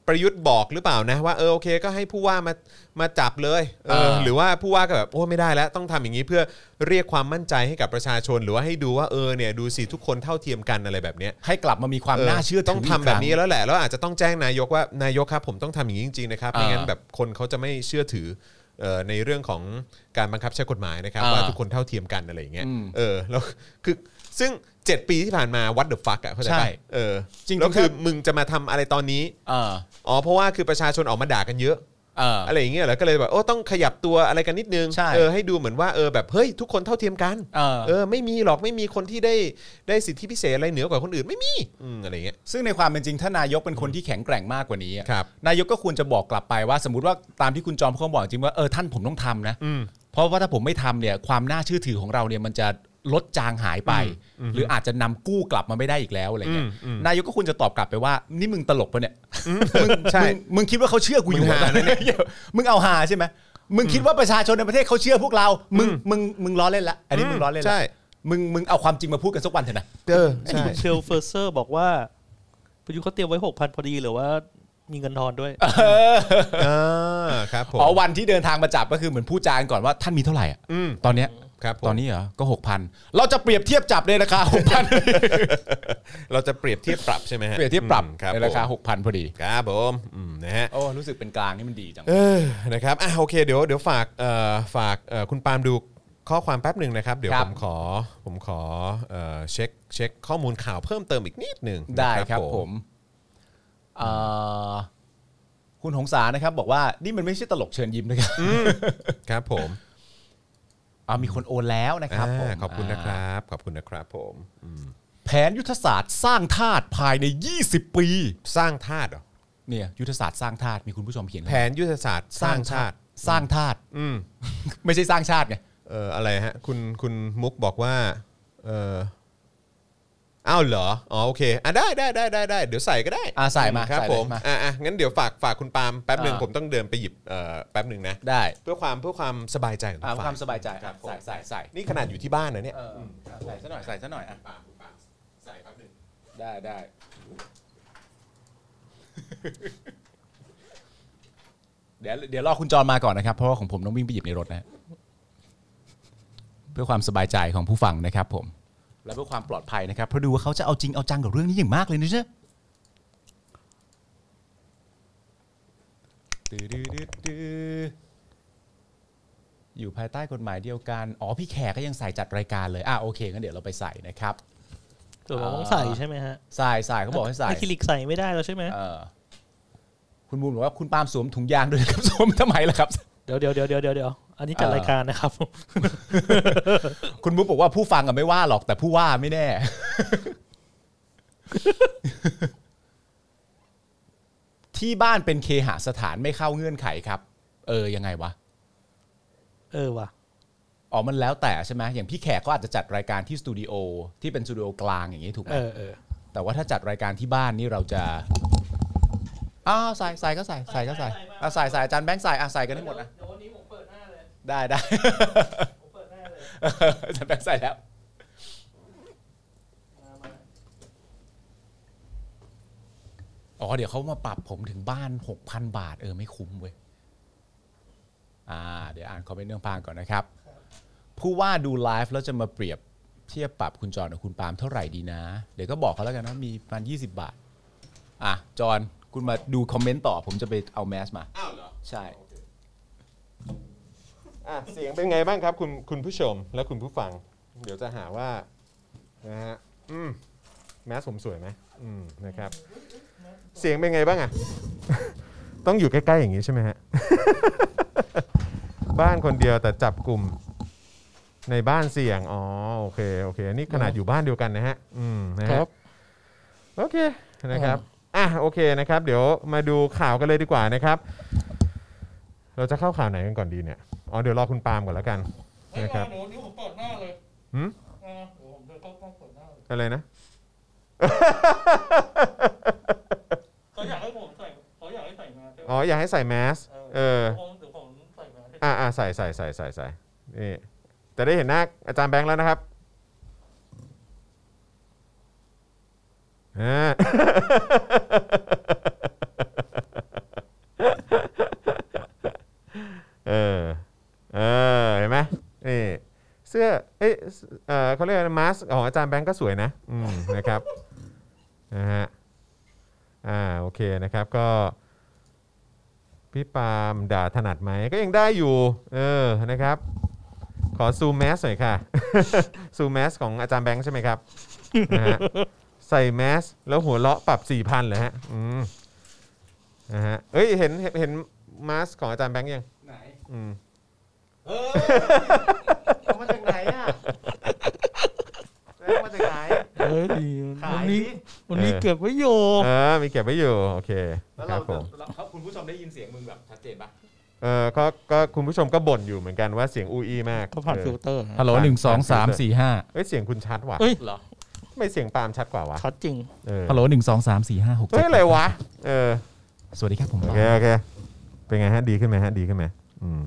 Speaker 2: ประยุทธ์บอกหรือเปล่านะ ว่าเออโอเคก็ให้ผู้ว่ามามาจับเลยเออ
Speaker 3: เออ
Speaker 2: หรือว่าผู้ว่าก็แบบโอ้ไม่ได้แล้ว ต้องทำอย่างนี้เพื่อเรียกความมั่นใจให้กับประชาชน หรือว่าให้ดูว่าเออเนี่ยดูสิทุกคนเท่าเทียมกันอะไรแบบเนี้ย
Speaker 3: ให้กลับมามีความน่าเชื่อถื
Speaker 2: ต้องทำแบบนี้แล้วแหละแล้วอาจจะต้องแจ้งนายกว่านายกครับ ผมต้องทำอย่างนี้จริงๆนะครับไม่งั้นแบบคนเขาจะไม่เชื่อถือเอ่อในเรื่องของการบังคับใช้กฎหมายนะครับ
Speaker 3: อ่า
Speaker 2: ว่าทุกคนเท่าเทียมกันอะไรอย่างเงี้ย
Speaker 3: อืม
Speaker 2: เออแล้วคือซึ่ง 7 ปีที่ผ่านมาวัดเดอะฟักอะเข้าใจ
Speaker 3: ใช่
Speaker 2: ปะเออ
Speaker 3: จริงๆ
Speaker 2: แล้วคือ
Speaker 3: ถ้า
Speaker 2: มึงจะมาทำอะไรตอนนี้
Speaker 3: เออ
Speaker 2: อ๋อ เพราะว่าคือประชาชนออกมาด่ากันเยอะ
Speaker 3: เออ
Speaker 2: อะไรอย่างเงี้ยเหรอ ก็เลยแบบ โอ้ ต้องขยับตัวอะไรกันนิดนึง
Speaker 3: ใช่
Speaker 2: เออ ให้ดูเหมือนว่า เออ แบบ เฮ้ย ทุกคนเท่าเทียมกัน
Speaker 3: เออ
Speaker 2: เออ ไม่มีหรอก ไม่มีคนที่ได้ ได้สิทธิพิเศษอะไรเหนือกว่าคนอื่น ไม่มี อืม อะไรอย่างเงี้ย
Speaker 3: ซึ่งในความเป็นจริงถ้านายกเป็นคนที่แข็งแกร่งมากกว่านี้อะ
Speaker 2: ครับ
Speaker 3: นายกก็ควรจะบอกกลับไปว่า สมมติว่าตามที่คุณจอมเขาบอกจริงว่าเออท่านผมต้องทำนะ
Speaker 2: อืม
Speaker 3: เพราะว่าถ้าผมไม่ทำเนี่ยความน่าเชื่อถือของเราเนี่ยมันจะลดจางหายไป หรืออาจจะนำกู้กลับมาไม่ได้อีกแล้วอะไรเงี้ย
Speaker 2: อืมอืม
Speaker 3: นายกก็ควรจะตอบกลับไปว่า นี่มึงตลกปะเนี่ยมึง
Speaker 2: ใช่
Speaker 3: มึงมึงคิดว่าเขาเชื่อกูอยู่
Speaker 2: มึงหา
Speaker 3: เหรอ
Speaker 2: นะเนี่ย
Speaker 3: มึงเอาหาใช่ไหมมึงคิดว่าประชาชนในประเทศเขาเชื่อพวกเรา มึงมึงมึงล้อเล่นละอันนี้มึงล้อเล่นละ
Speaker 2: ใช่
Speaker 3: มึงมึงเอาความจริงมาพูดกันสักวันเถอะนะ
Speaker 2: เออ ใช่
Speaker 4: เชลเฟอร์เซอร์บอกว่าประยุทธ์เขาเตรียมไว้หกพันพอดีหรือว่ามีเงินทอนด้วย
Speaker 2: อ่า ครับผม
Speaker 3: อ๋อวันที่เดินทางมาจับก็คือเหมือนพูดจากันก่อนว่าท่านมีเท่าไหร่อะ
Speaker 2: อืม
Speaker 3: ตอนเนี้ย
Speaker 2: ครับผม
Speaker 3: ตอนนี้เหรอก็หกพันเราจะเปรียบเทียบจับในรา คาหกพัน
Speaker 2: เราจะเปรียบเทียบปรับใช่ไหมฮะ
Speaker 3: เปรียบเทียบปรับ
Speaker 2: อืมครับ
Speaker 3: ในราคา
Speaker 2: ผม
Speaker 3: หกพันพอดี
Speaker 2: ครับผมอืมนะฮะ
Speaker 3: โอ้รู้สึกเป็นกลางนี่มันดีจัง
Speaker 2: เออ นะครับ อ่ะ โอเค เดี๋ยว เดี๋ยวฝาก เอ่อ ฝาก เอ่อ คุณปาล์มดูข้อความแป๊บหนึ่งนะครับ เดี๋ยว
Speaker 3: ครั
Speaker 2: ผ
Speaker 3: บ
Speaker 2: มขอ ผมขอ เอ่อ เช็ค เช็คข้อมูลข่าวเพิ่มเติมอีกนิดหนึ่ง
Speaker 3: ได้
Speaker 2: นะครับ
Speaker 3: ผมเอ่อคุณหงสานะครับ บอกว่านี่มันไม่ใช่ตลกเชิญยิ้มนะครับ
Speaker 2: ครับผม
Speaker 3: อ่ามีคนโอนแล้วนะครับ
Speaker 2: อ่า
Speaker 3: ผม
Speaker 2: ขอบคุณนะค
Speaker 3: อ่า
Speaker 2: รับ ขอบคุณนะครับผม
Speaker 3: แผนยุทธศาสตร์สร้างธาตุภายใน 20 ปี
Speaker 2: สร้างธาตุเหรอ
Speaker 3: เนี่ยยุทธศาสตร์สร้างธาตุมีคุณผู้ชมเขียน
Speaker 2: แผนยุทธศาสตร์สร้างชาติ
Speaker 3: สร้างธาตุ
Speaker 2: อืม
Speaker 3: ไม่ใช่สร้างชาติไง
Speaker 2: เอออะไรฮะคุณคุณมุกบอกว่าเอออ้าวเหรออ๋อโอเคอ่ะได้ได้ได้ได้ได้เดี๋ยวใส่ก็ได้
Speaker 3: อ่ะใส่มา
Speaker 2: ครับ
Speaker 3: ใส่
Speaker 2: ผ
Speaker 3: เลย
Speaker 2: ม
Speaker 3: มา
Speaker 2: อ่ะอ่ะงั้นเดี๋ยวฝากฝากคุณปาล์มแป๊บหนึ่ง
Speaker 3: อ่า
Speaker 2: ผมต้องเดินไปหยิบเอ่อแป๊บหนึ่งนะ
Speaker 3: ได้
Speaker 2: เพื่อความเพื่อความสบายใจของทุ
Speaker 3: อ่าก
Speaker 2: ฝ่ย
Speaker 3: ความสบายใจอ่ะใส่ใส่ใส่
Speaker 2: นี่ขนาดอยู่ที่บ้านนะเนี่ย
Speaker 3: เออใส่ซะหน่อยใส่ซะหน่อยอ่ะ
Speaker 2: ปาล์มคุณปาล์มใส่แป๊บหนึ่ง
Speaker 3: ได้ได้เดี๋ยวเดี๋ยวรอคุณจรมาก่อนนะครับ เพราะว่าของผมต้องวิ่งไปหยิบในรถนะฮะเพื่อความสบายใจของผู้ฟังนะครับ ผม และเพื่อความปลอดภัยนะครับเพราะดูว่าเขาจะเอาจริงเอาจังกับเรื่องนี้อย่างมากเลยนะเช่ตื้อดื้อดื้อดื้ออยู่ภายใต้กฎหมายเดียวกันอ๋อพี่แขกก็ยังใส่จัดรายการเลยอ่ะโอเคงั้นเดี๋ยวเราไปใส่นะครับ
Speaker 4: เกิดว่าต้องใส่ใช่ไหมฮะ
Speaker 3: ใส่ใส่เขาบอกให้ใส่
Speaker 4: อะคริลิกใส่ไม่ได้แล้วใช่ไหม
Speaker 3: เออคุณบูมบอกว่าคุณปาล์มสวมถุงยางด้วยนะครับ สวมทำไมล่ะครับ
Speaker 4: เดี๋ยวเดี๋ยวเดี๋ยวเดี๋ยวเดี๋ยวอันนี้จัด
Speaker 3: เออ
Speaker 4: รายการนะครับ
Speaker 3: คุณบุ๊กบอกว่าผู้ฟังอะไม่ว่าหรอกแต่ผู้ว่าไม่แน่ ที่บ้านเป็นเคหสถานไม่เข้าเงื่อนไขครับ เออยังไงวะ
Speaker 4: เออว่ะ
Speaker 3: อ๋อมันแล้วแต่ใช่ไหมอย่างพี่แขกก็อาจจะจัดรายการที่สตูดิโอที่เป็นสตูดิโอกลางอย่างนี้ถูกไหม
Speaker 4: เออเออ
Speaker 3: แต่ว่าถ้าจัดรายการที่บ้านนี่เราจะอ้าวใส่ใส่ก็ใส่ใส่ก็ใส่อ่ะใส่ใส่อาจารย์แบงค์ใส่อ่ะใส่กันให้หมดนะ
Speaker 4: เดี๋ยววันนี้ผมเปิดหน้าเลย
Speaker 3: ได้ได้
Speaker 4: ผมเปิดหน้าเลย
Speaker 3: อาจารย์แบงค์ใส่แล้ว อ๋อ เดี๋ยวเขามาปรับผมถึงบ้าน 6,000 บาท เออ ไม่คุ้มเว้ย อ่า เดี๋ยวอ่านคอมเมนต์เรื่องพางก่อนนะครับ ผู้ว่าดูไลฟ์แล้วจะมาเปรียบเทียบปรับคุณจอนกับคุณปาล์มเท่าไหร่ดีนะ เดี๋ยวก็บอกเขาแล้วกันว่ามีประมาณ20 บาท อ่ะ จอนคุณมาดูคอมเมนต์ต่อ ผมจะไปเอาแมสมา
Speaker 2: อ้าวเหรอ
Speaker 3: ใช่
Speaker 2: อ่ะเสียงเป็นไงบ้างครับ คุณคุณผู้ชมและคุณผู้ฟัง เดี๋ยวจะหาว่านะฮะอืมแมสผมสวยไหมอืมนะครับ เสียงเป็นไงบ้างอ่ะ ต้องอยู่ใกล้ๆอย่างนี้ใช่ไหมฮะ บ้านคนเดียวแต่จับกลุ่มในบ้านเสี่ยง อ๋อโอเคโอเคอันนี่ขนาดอยู่บ้านเดียวกันนะฮะ อืมนะ
Speaker 4: ค
Speaker 2: ฮะ
Speaker 4: รับ
Speaker 2: โอเคนะครับ อ่ะโอเคนะครับ เดี๋ยวมาดูข่าวกันเลยดีกว่านะครับ เราจะเข้าข่าวไหนกันก่อนดีเนี่ย อ๋อเดี๋ยวรอคุณปาล์มก่อนแล้วกันนะครับ
Speaker 6: เดี๋ยวนี้ผมเปิดหน้าเลย
Speaker 2: หืม
Speaker 6: อ่าเดี๋ยวผมเดินเข้ากล้องเปิดหน้าเลย
Speaker 2: อะไรนะ
Speaker 6: เขาอยากให้ผมใส่เขาอยากให้ใส่มาใช่ไหม
Speaker 2: อ๋ออยากให้ใส่แมส เออ
Speaker 6: ผมเดี๋ยวผมใส่มาให้
Speaker 2: อ่าอ่าใส่ใส่ใส่ใส่ใส่นี่จะได้เห็นหน้าอาจารย์แบงค์แล้วนะครับอ่า เออ เออ เห็นไหมนี่ เสื้อ เอ้ยเออเขาเรียกมาสของอาจารย์แบงค์ก็สวยนะ อืม นะครับ นะฮะ อ่า โอเคนะครับ ก็ พี่ปาล์มด่าถนัดไหมก็ยังได้อยู่ เออนะครับ ขอซูมแมสหน่อยค่ะ ซูมแมสของอาจารย์แบงค์ใช่ไหมครับนะฮะใส่แมสแล้วหัวเลาะปรับ4ี่พันเลยฮะอืมนะฮะเอ้ยเห็นเห็นเห็นมาสของอาจารย์แบงค์ยัง
Speaker 7: ไหน
Speaker 2: อืม
Speaker 7: เออเอามาจากไหนอ่ะเอามาจากไหน
Speaker 4: เออดี
Speaker 7: ขาย
Speaker 4: วันนี้วันนี้เก็บไว้โย
Speaker 2: เออมีเก็บไว้อยู่โอเค
Speaker 3: แล้ว
Speaker 2: ค
Speaker 3: เรา
Speaker 2: รับผม
Speaker 3: เราเขาคุณผู้ชมได้ยินเสียงมึงแบบชัดเจนปะ
Speaker 2: เออก็ก็คุณผู้ชมก็บ่นอยู่เหมือนกันว่าเสียงอูอีมาก
Speaker 4: ก็ผ่าน
Speaker 2: เออ
Speaker 4: ฟิลเตอร์ฮะ
Speaker 3: ฮัลโหลหนึ่งสองสามสี่ห้า
Speaker 2: เอ้ยเสียงคุณชัดว่ะ
Speaker 4: เอ้ย
Speaker 3: เหรอ
Speaker 2: ทำไม่เสียงปาล์มชัดกว่าวะ
Speaker 4: ชัดจริง
Speaker 2: เออ
Speaker 3: ฮัลโหลหนึ่งสองสามสี่ห้าหก
Speaker 2: เฮ้ยอะไรวะเออ
Speaker 3: สวัสดีครับผม
Speaker 2: โอเคโอเค เป็นไงฮะดีขึ้นไหมฮะดีขึ้นไหมอืม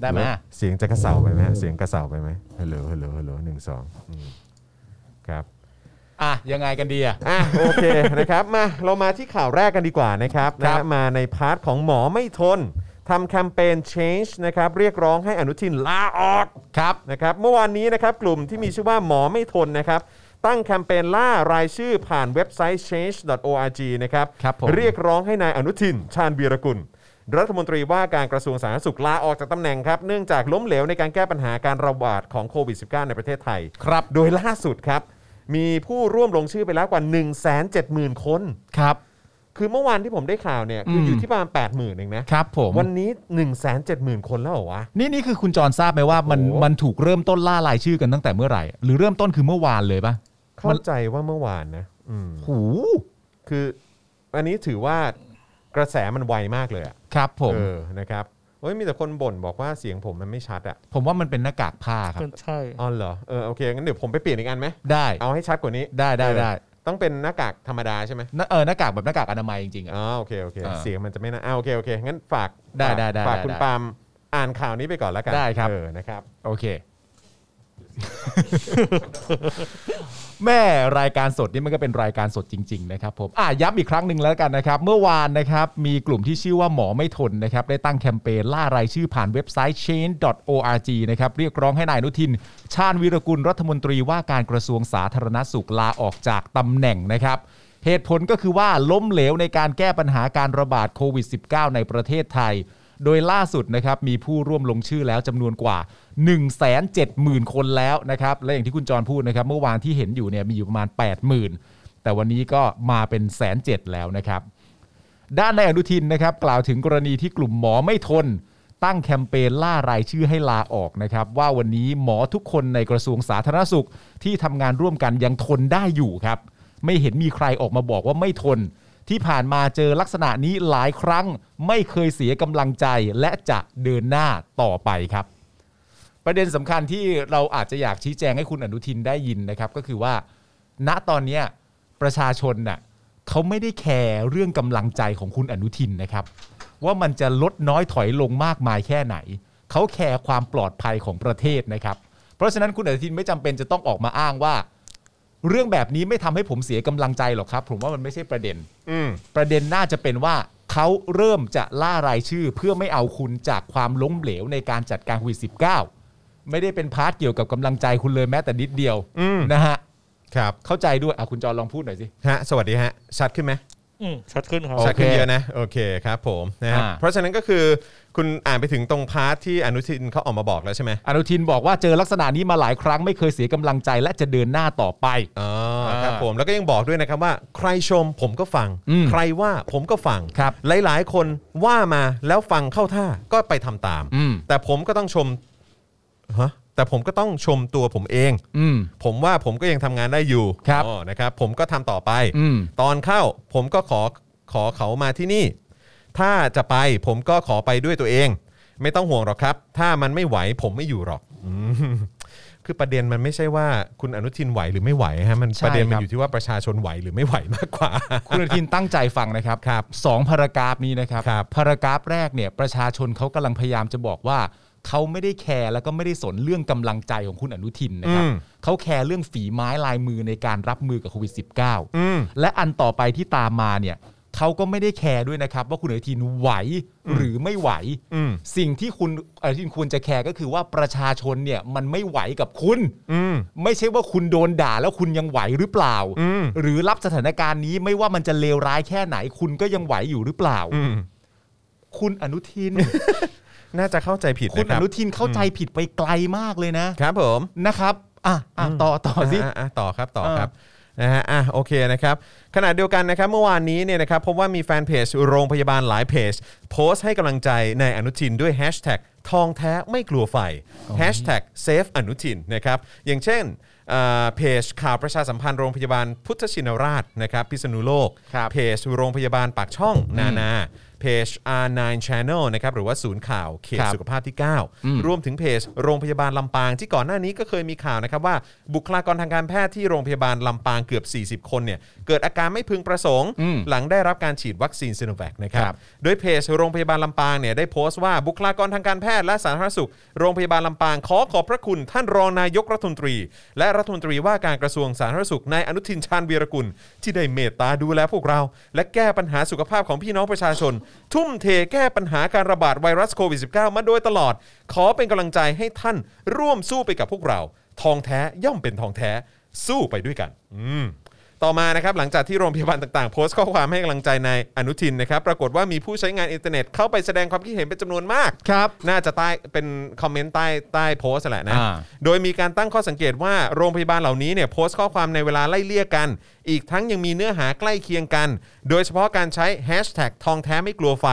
Speaker 3: ได้ไหม
Speaker 2: แล้วเสียงจะกระเสาไปไหมฮะเสียงกระเสาไปไหมฮัลโหลฮัลโหลฮัลโหลหนึ่งสองอืมครับ
Speaker 3: อ่ะ ยังไงกันดีอ่ะ
Speaker 2: อ่ะโอเค นะครับมาเรามาที่ข่าวแรกกันดีกว่านะครับนะ
Speaker 3: ครั
Speaker 2: ฮะ
Speaker 3: บ
Speaker 2: มาในพาร์ทของหมอไม่ทนทำแคมเปญ change นะครับเรียกร้องให้อนุทินลาออก
Speaker 3: ครับ
Speaker 2: นะครับเมื่อวานนี้นะครับกลุ่มที่มีชื่อว่าหมอไม่ทนนะครับ ตั้งแคมเปญล่ารายชื่อผ่านเว็บไซต์ change.org นะครับ
Speaker 3: ครับผม
Speaker 2: เรียกร้องให้นายอนุทิน ชาญวีรกุล รัฐมนตรีว่าการกระทรวงสาธารณสุขลาออกจากตำแหน่งครับ เนื่องจากล้มเหลวในการแก้ปัญหาการระบาดของโควิด -19 ในประเทศไทย
Speaker 3: ครับ
Speaker 2: โดยล่าสุดครับ มีผู้ร่วมลงชื่อไปแล้วกว่า 170,000 คน
Speaker 3: ครับ
Speaker 2: คือเมื่อวานที่ผมได้ข่าวเนี่ยคืออ
Speaker 3: ม
Speaker 2: อยู่ที่ประมาณ80,000เองนะครับ
Speaker 3: ผม
Speaker 2: วันนี้ 170,000 คนแล้วเหรอวะ
Speaker 3: นี่นี่คือคุณจรทราบไหมว่ามัน
Speaker 2: โอ้โห
Speaker 3: มันถูกเริ่มต้นล่ารายชื่อกันตั้งแต่เมื่อไหร่ หรือเริ่มต้นคือเมื่อวานเลยปะ
Speaker 2: เข้าใจว่าเมื่อวานนะอืม
Speaker 3: หู
Speaker 2: คืออันนี้ถือว่ากระแสมันไวมากเลยอะ
Speaker 3: ครับผม
Speaker 2: เออนะครับ เฮ้ยมีแต่คนบ่นบอกว่าเสียงผมมันไม่ชัดอ่ะ
Speaker 3: ผมว่ามันเป็นหน้ากากผ้าครับ
Speaker 4: มันใช่
Speaker 2: อ๋อเหรอเออโอเคงั้นเดี๋ยวผมไปเปลี่ยนอีกอันไหม
Speaker 3: ได้
Speaker 2: เอาให้ชัดกว่านี้
Speaker 3: ได้ได้ได้
Speaker 2: ต้องเป็นหน้ากากธรรมดาใช่ไหม
Speaker 3: หน้าเออหน้ากากแบบหน้ากากอนามัยจริงๆอ่ะ
Speaker 2: อ๋อโอเคโอเค
Speaker 3: อ่า
Speaker 2: เสียงมันจะไม่น่าอ่าโอเคโอเคงั้นฝาก
Speaker 3: ได้ได้ได้
Speaker 2: ฝาก
Speaker 3: ได้
Speaker 2: คุณ
Speaker 3: ได้
Speaker 2: ปาล์มอ่านข่าวนี้ไปก่อนแล้วกัน
Speaker 3: ได้ครับ
Speaker 2: เออนะครับ
Speaker 3: โอเค แม่รายการสดนี่มันก็เป็นรายการสดจริง ๆ นะครับผมอ่ะย้ำอีกครั้งหนึ่งแล้วกันนะครับ เมื่อวานนะครับ มีกลุ่มที่ชื่อว่าหมอไม่ทนนะครับ ได้ตั้งแคมเปญล่ารายชื่อผ่านเว็บไซต์ change.org นะครับ เรียกร้องให้นายอนุทิน ชาญวีรกุลรัฐมนตรีว่าการกระทรวงสาธารณสุขลาออกจากตำแหน่งนะครับ เหตุผลก็คือว่าล้มเหลวในการแก้ปัญหาการระบาดโควิด -19 ในประเทศไทย โดยล่าสุดนะครับมีผู้ร่วมลงชื่อแล้วจำนวนกว่า 170,000 คนแล้วนะครับและอย่างที่คุณจรพูดนะครับ เมื่อวานที่เห็นอยู่เนี่ยมีอยู่ประมาณ 80,000 แต่วันนี้ก็มาเป็นแสนเจ็ดแล้วนะครับ ด้านนายอนุทินนะครับกล่าวถึงกรณีที่กลุ่มหมอไม่ทน ตั้งแคมเปญล่ารายชื่อให้ลาออกนะครับ ว่าวันนี้หมอทุกคนในกระทรวงสาธารณสุขที่ทำงานร่วมกันยังทนได้อยู่ครับ ไม่เห็นมีใครออกมาบอกว่าไม่ทน ที่ผ่านมาเจอลักษณะนี้หลายครั้ง ไม่เคยเสียกำลังใจและจะเดินหน้าต่อไปครับ ประเด็นสำคัญที่เราอาจจะอยากชี้แจงให้คุณอนุทินได้ยินนะครับ ก็คือว่า ณตอนเนี้ยประชาชนน่ะเขาไม่ได้แคร์เรื่องกำลังใจของคุณอนุทินนะครับ ว่ามันจะลดน้อยถอยลงมากมายแค่ไหน เขาแคร์ความปลอดภัยของประเทศนะครับ เพราะฉะนั้นคุณอนุทินไม่จำเป็นจะต้องออกมาอ้างว่า เรื่องแบบนี้ไม่ทำให้ผมเสียกำลังใจหรอกครับ ผมว่ามันไม่ใช่ประเด็น
Speaker 2: อืม
Speaker 3: ประเด็นน่าจะเป็นว่าเขาเริ่มจะล่ารายชื่อเพื่อไม่เอาคุณจากความล้มเหลวในการจัดการโควิด -19 ไม่ได้เป็นพาร์ทเกี่ยวกับกำลังใจคุณเลยแม้แต่นิดเดียว
Speaker 2: อืม
Speaker 3: นะฮะ
Speaker 2: ครับ
Speaker 3: เข้าใจด้วยอ่ะคุณจอลองพูดหน่อยสิ
Speaker 2: ฮะสวัสดีฮะชัดขึ้นไหม
Speaker 4: อืมชัดขึ้นครับ
Speaker 3: โอเค
Speaker 2: ชัดขึ้นเยอะนะโอเคครับผมนะฮะ
Speaker 3: อ่า
Speaker 2: เพราะฉะนั้นก็คือคุณอ่านไปถึงตรงพาร์ทที่อนุทินเขาออกมาบอกแล้วใช่ไหม
Speaker 3: อนุทินบอกว่าเจอลักษณะนี้มาหลายครั้งไม่เคยเสียกำลังใจและจะเดินหน้าต่อไป
Speaker 2: อ๋อครับผมแล้วก็ยังบอกด้วยนะครับว่า ใครชมผมก็ฟัง
Speaker 3: อืม
Speaker 2: ใครว่าผมก็ฟัง
Speaker 3: ครับ
Speaker 2: หลายๆ คนว่ามาแล้วฟังเข้าท่าก็ไปทำตาม
Speaker 3: อืม
Speaker 2: แต่ผมก็ต้องชมฮะแต่ผมก็ต้องชมตัวผมเอง
Speaker 3: อืม
Speaker 2: ผมว่าผมก็ยังทำงานได้อยู่
Speaker 3: ครับ
Speaker 2: อ๋อนะครับ ผมก็ทำต่อไป
Speaker 3: อืม
Speaker 2: ตอนเข้าผมก็ขอขอเขามาที่นี่ ถ้าจะไปผมก็ขอไปด้วยตัวเอง ไม่ต้องห่วงหรอกครับ ถ้ามันไม่ไหวผมไม่อยู่หรอกอืม คือประเด็นมันไม่ใช่ว่าคุณอนุทินไหวหรือไม่ไหวฮะมัน
Speaker 3: ใช่
Speaker 2: ประเด็นมั
Speaker 3: ครั
Speaker 2: น
Speaker 3: บ
Speaker 2: อยู่ที่ว่าประชาชนไหวหรือไม่ไหวมากกว่า
Speaker 3: คุณอนุทินตั้งใจฟังนะครับ
Speaker 2: ครับ
Speaker 3: สองพารากราฟนี้นะครับ
Speaker 2: ครับ
Speaker 3: พารากราฟแรกเนี่ยประชาชนเขากำลังพยายามจะบอกว่า เขาไม่ได้แคร์แล้วก็ไม่ได้สนเรื่องกำลังใจของคุณอนุทินนะครับเขาแคร์เรื่องฝีไม้ลายมือในการรับมือกับโควิด
Speaker 2: อืม
Speaker 3: -19 และอันต่อไปที่ตามมาเนี่ยเขาก็ไม่ได้แคร์ด้วยนะครับ ว่าคุณอนุทินไหวหรือไม่ไหว
Speaker 2: อืม
Speaker 3: สิ่งที่คุณอนุทินควรจะแคร์ก็คือว่าประชาชนเนี่ยมันไม่ไหวกับคุณ
Speaker 2: อืม
Speaker 3: ไม่ใช่ว่าคุณโดนด่าแล้วคุณยังไหวหรือเปล่า
Speaker 2: อืม
Speaker 3: หรือรับสถานการณ์นี้ไม่ว่ามันจะเลวร้ายแค่ไหน คุณก็ยังไหวอยู่หรือเปล่า
Speaker 2: อืม
Speaker 3: คุณอนุทิน
Speaker 2: น่าจะเข้าใจผิด
Speaker 3: คุณ
Speaker 2: นะค
Speaker 3: อ
Speaker 2: รับ
Speaker 3: นุทินเข้าใจผิดไปไกลมากเลยนะครับ
Speaker 2: ผม
Speaker 3: นะครับอ่ะอ่ะต่อต่อสิ
Speaker 2: อ่ะอ่ะต่อครับต่อครับ
Speaker 3: เออ
Speaker 2: นะฮะอ่ะโอเคนะครับขณะเดียวกันนะครับเมื่อวานนี้เนี่ยนะครับพบว่ามีแฟนเพจโรงพยาบาลหลายเพจ โพสต์ให้กำลังใจในายอนุทินด้วยแฮชแท็กทองแท้ไม่กลัวไฟแฮชแท็กเซฟอนุทินนะครับอย่างเช่นเอ่อเพจข่าวประชาสัมพันธ์โรงพยาบาลพุทธชินราชนะครับพิษณุโลก
Speaker 3: ครับ
Speaker 2: เพจโรงพยาบาลปากช่องนานา เพจ R9 Channel นะครับหรือว่าศูนย์ข่าวเขต
Speaker 3: ครับ
Speaker 2: สุขภาพที่ 9 รวมถึงเพจโรงพยาบาลลำปางที่ก่อนหน้านี้ก็เคยมีข่าวนะครับว่าบุคลากรทางการแพทย์ที่โรงพยาบาลลำปางเกือบ 40 คนเนี่ยเกิดอาการไม่พึงประสงค์
Speaker 3: อืม
Speaker 2: หลังได้รับการฉีดวัคซีนซ i โนแวคนะครับ
Speaker 3: ครับ
Speaker 2: โดยเพจโรงพยาบาลลำปางเนี่ยได้โพสต์ว่าบุคลากรทางการแพทย์และสาธารณสุข โรงพยาบาลลำปางขอขอบพระคุณท่านรองนายกรัฐมนตรี และรัฐมนตรีว่าการกระทรวงสาธารณสุขนายอนุทินชาญวีรกุล ที่ได้เมตตาดูแลพวกเรา และแก้ปัญหาสุขภาพของพี่น้องประชาชน ทุ่มเทแก้ปัญหาการระบาดไวรัสโควิด -19 มาโดยตลอด ขอเป็นกำลังใจให้ท่านร่วมสู้ไปกับพวกเรา ทองแท้ย่อมเป็นทองแท้สู้ไปด้วยกัน อืม ต่อมานะครับหลังจากที่โรงพยาบาลต่างๆ โพสต์ข้อความให้กำลังใจนายอนุทินนะครับปรากฏว่ามีผู้ใช้งานอินเทอร์เน็ตเข้าไปแสดงความคิดเห็นเป็นจำนวนมาก
Speaker 3: ครับ
Speaker 2: น่าจะใต้เป็นคอมเมนต์ใต้ใต้โพสต์แหละนะ
Speaker 3: อ่า
Speaker 2: โดยมีการตั้งข้อสังเกตว่าโรงพยาบาลเหล่านี้เนี่ยโพสต์ข้อความในเวลาไล่เลี่ยกัน อีกทั้งยังมีเนื้อหาใกล้เคียงกัน โดยเฉพาะการใช้แฮชแท็กทองแท้ไม่กลัวไฟ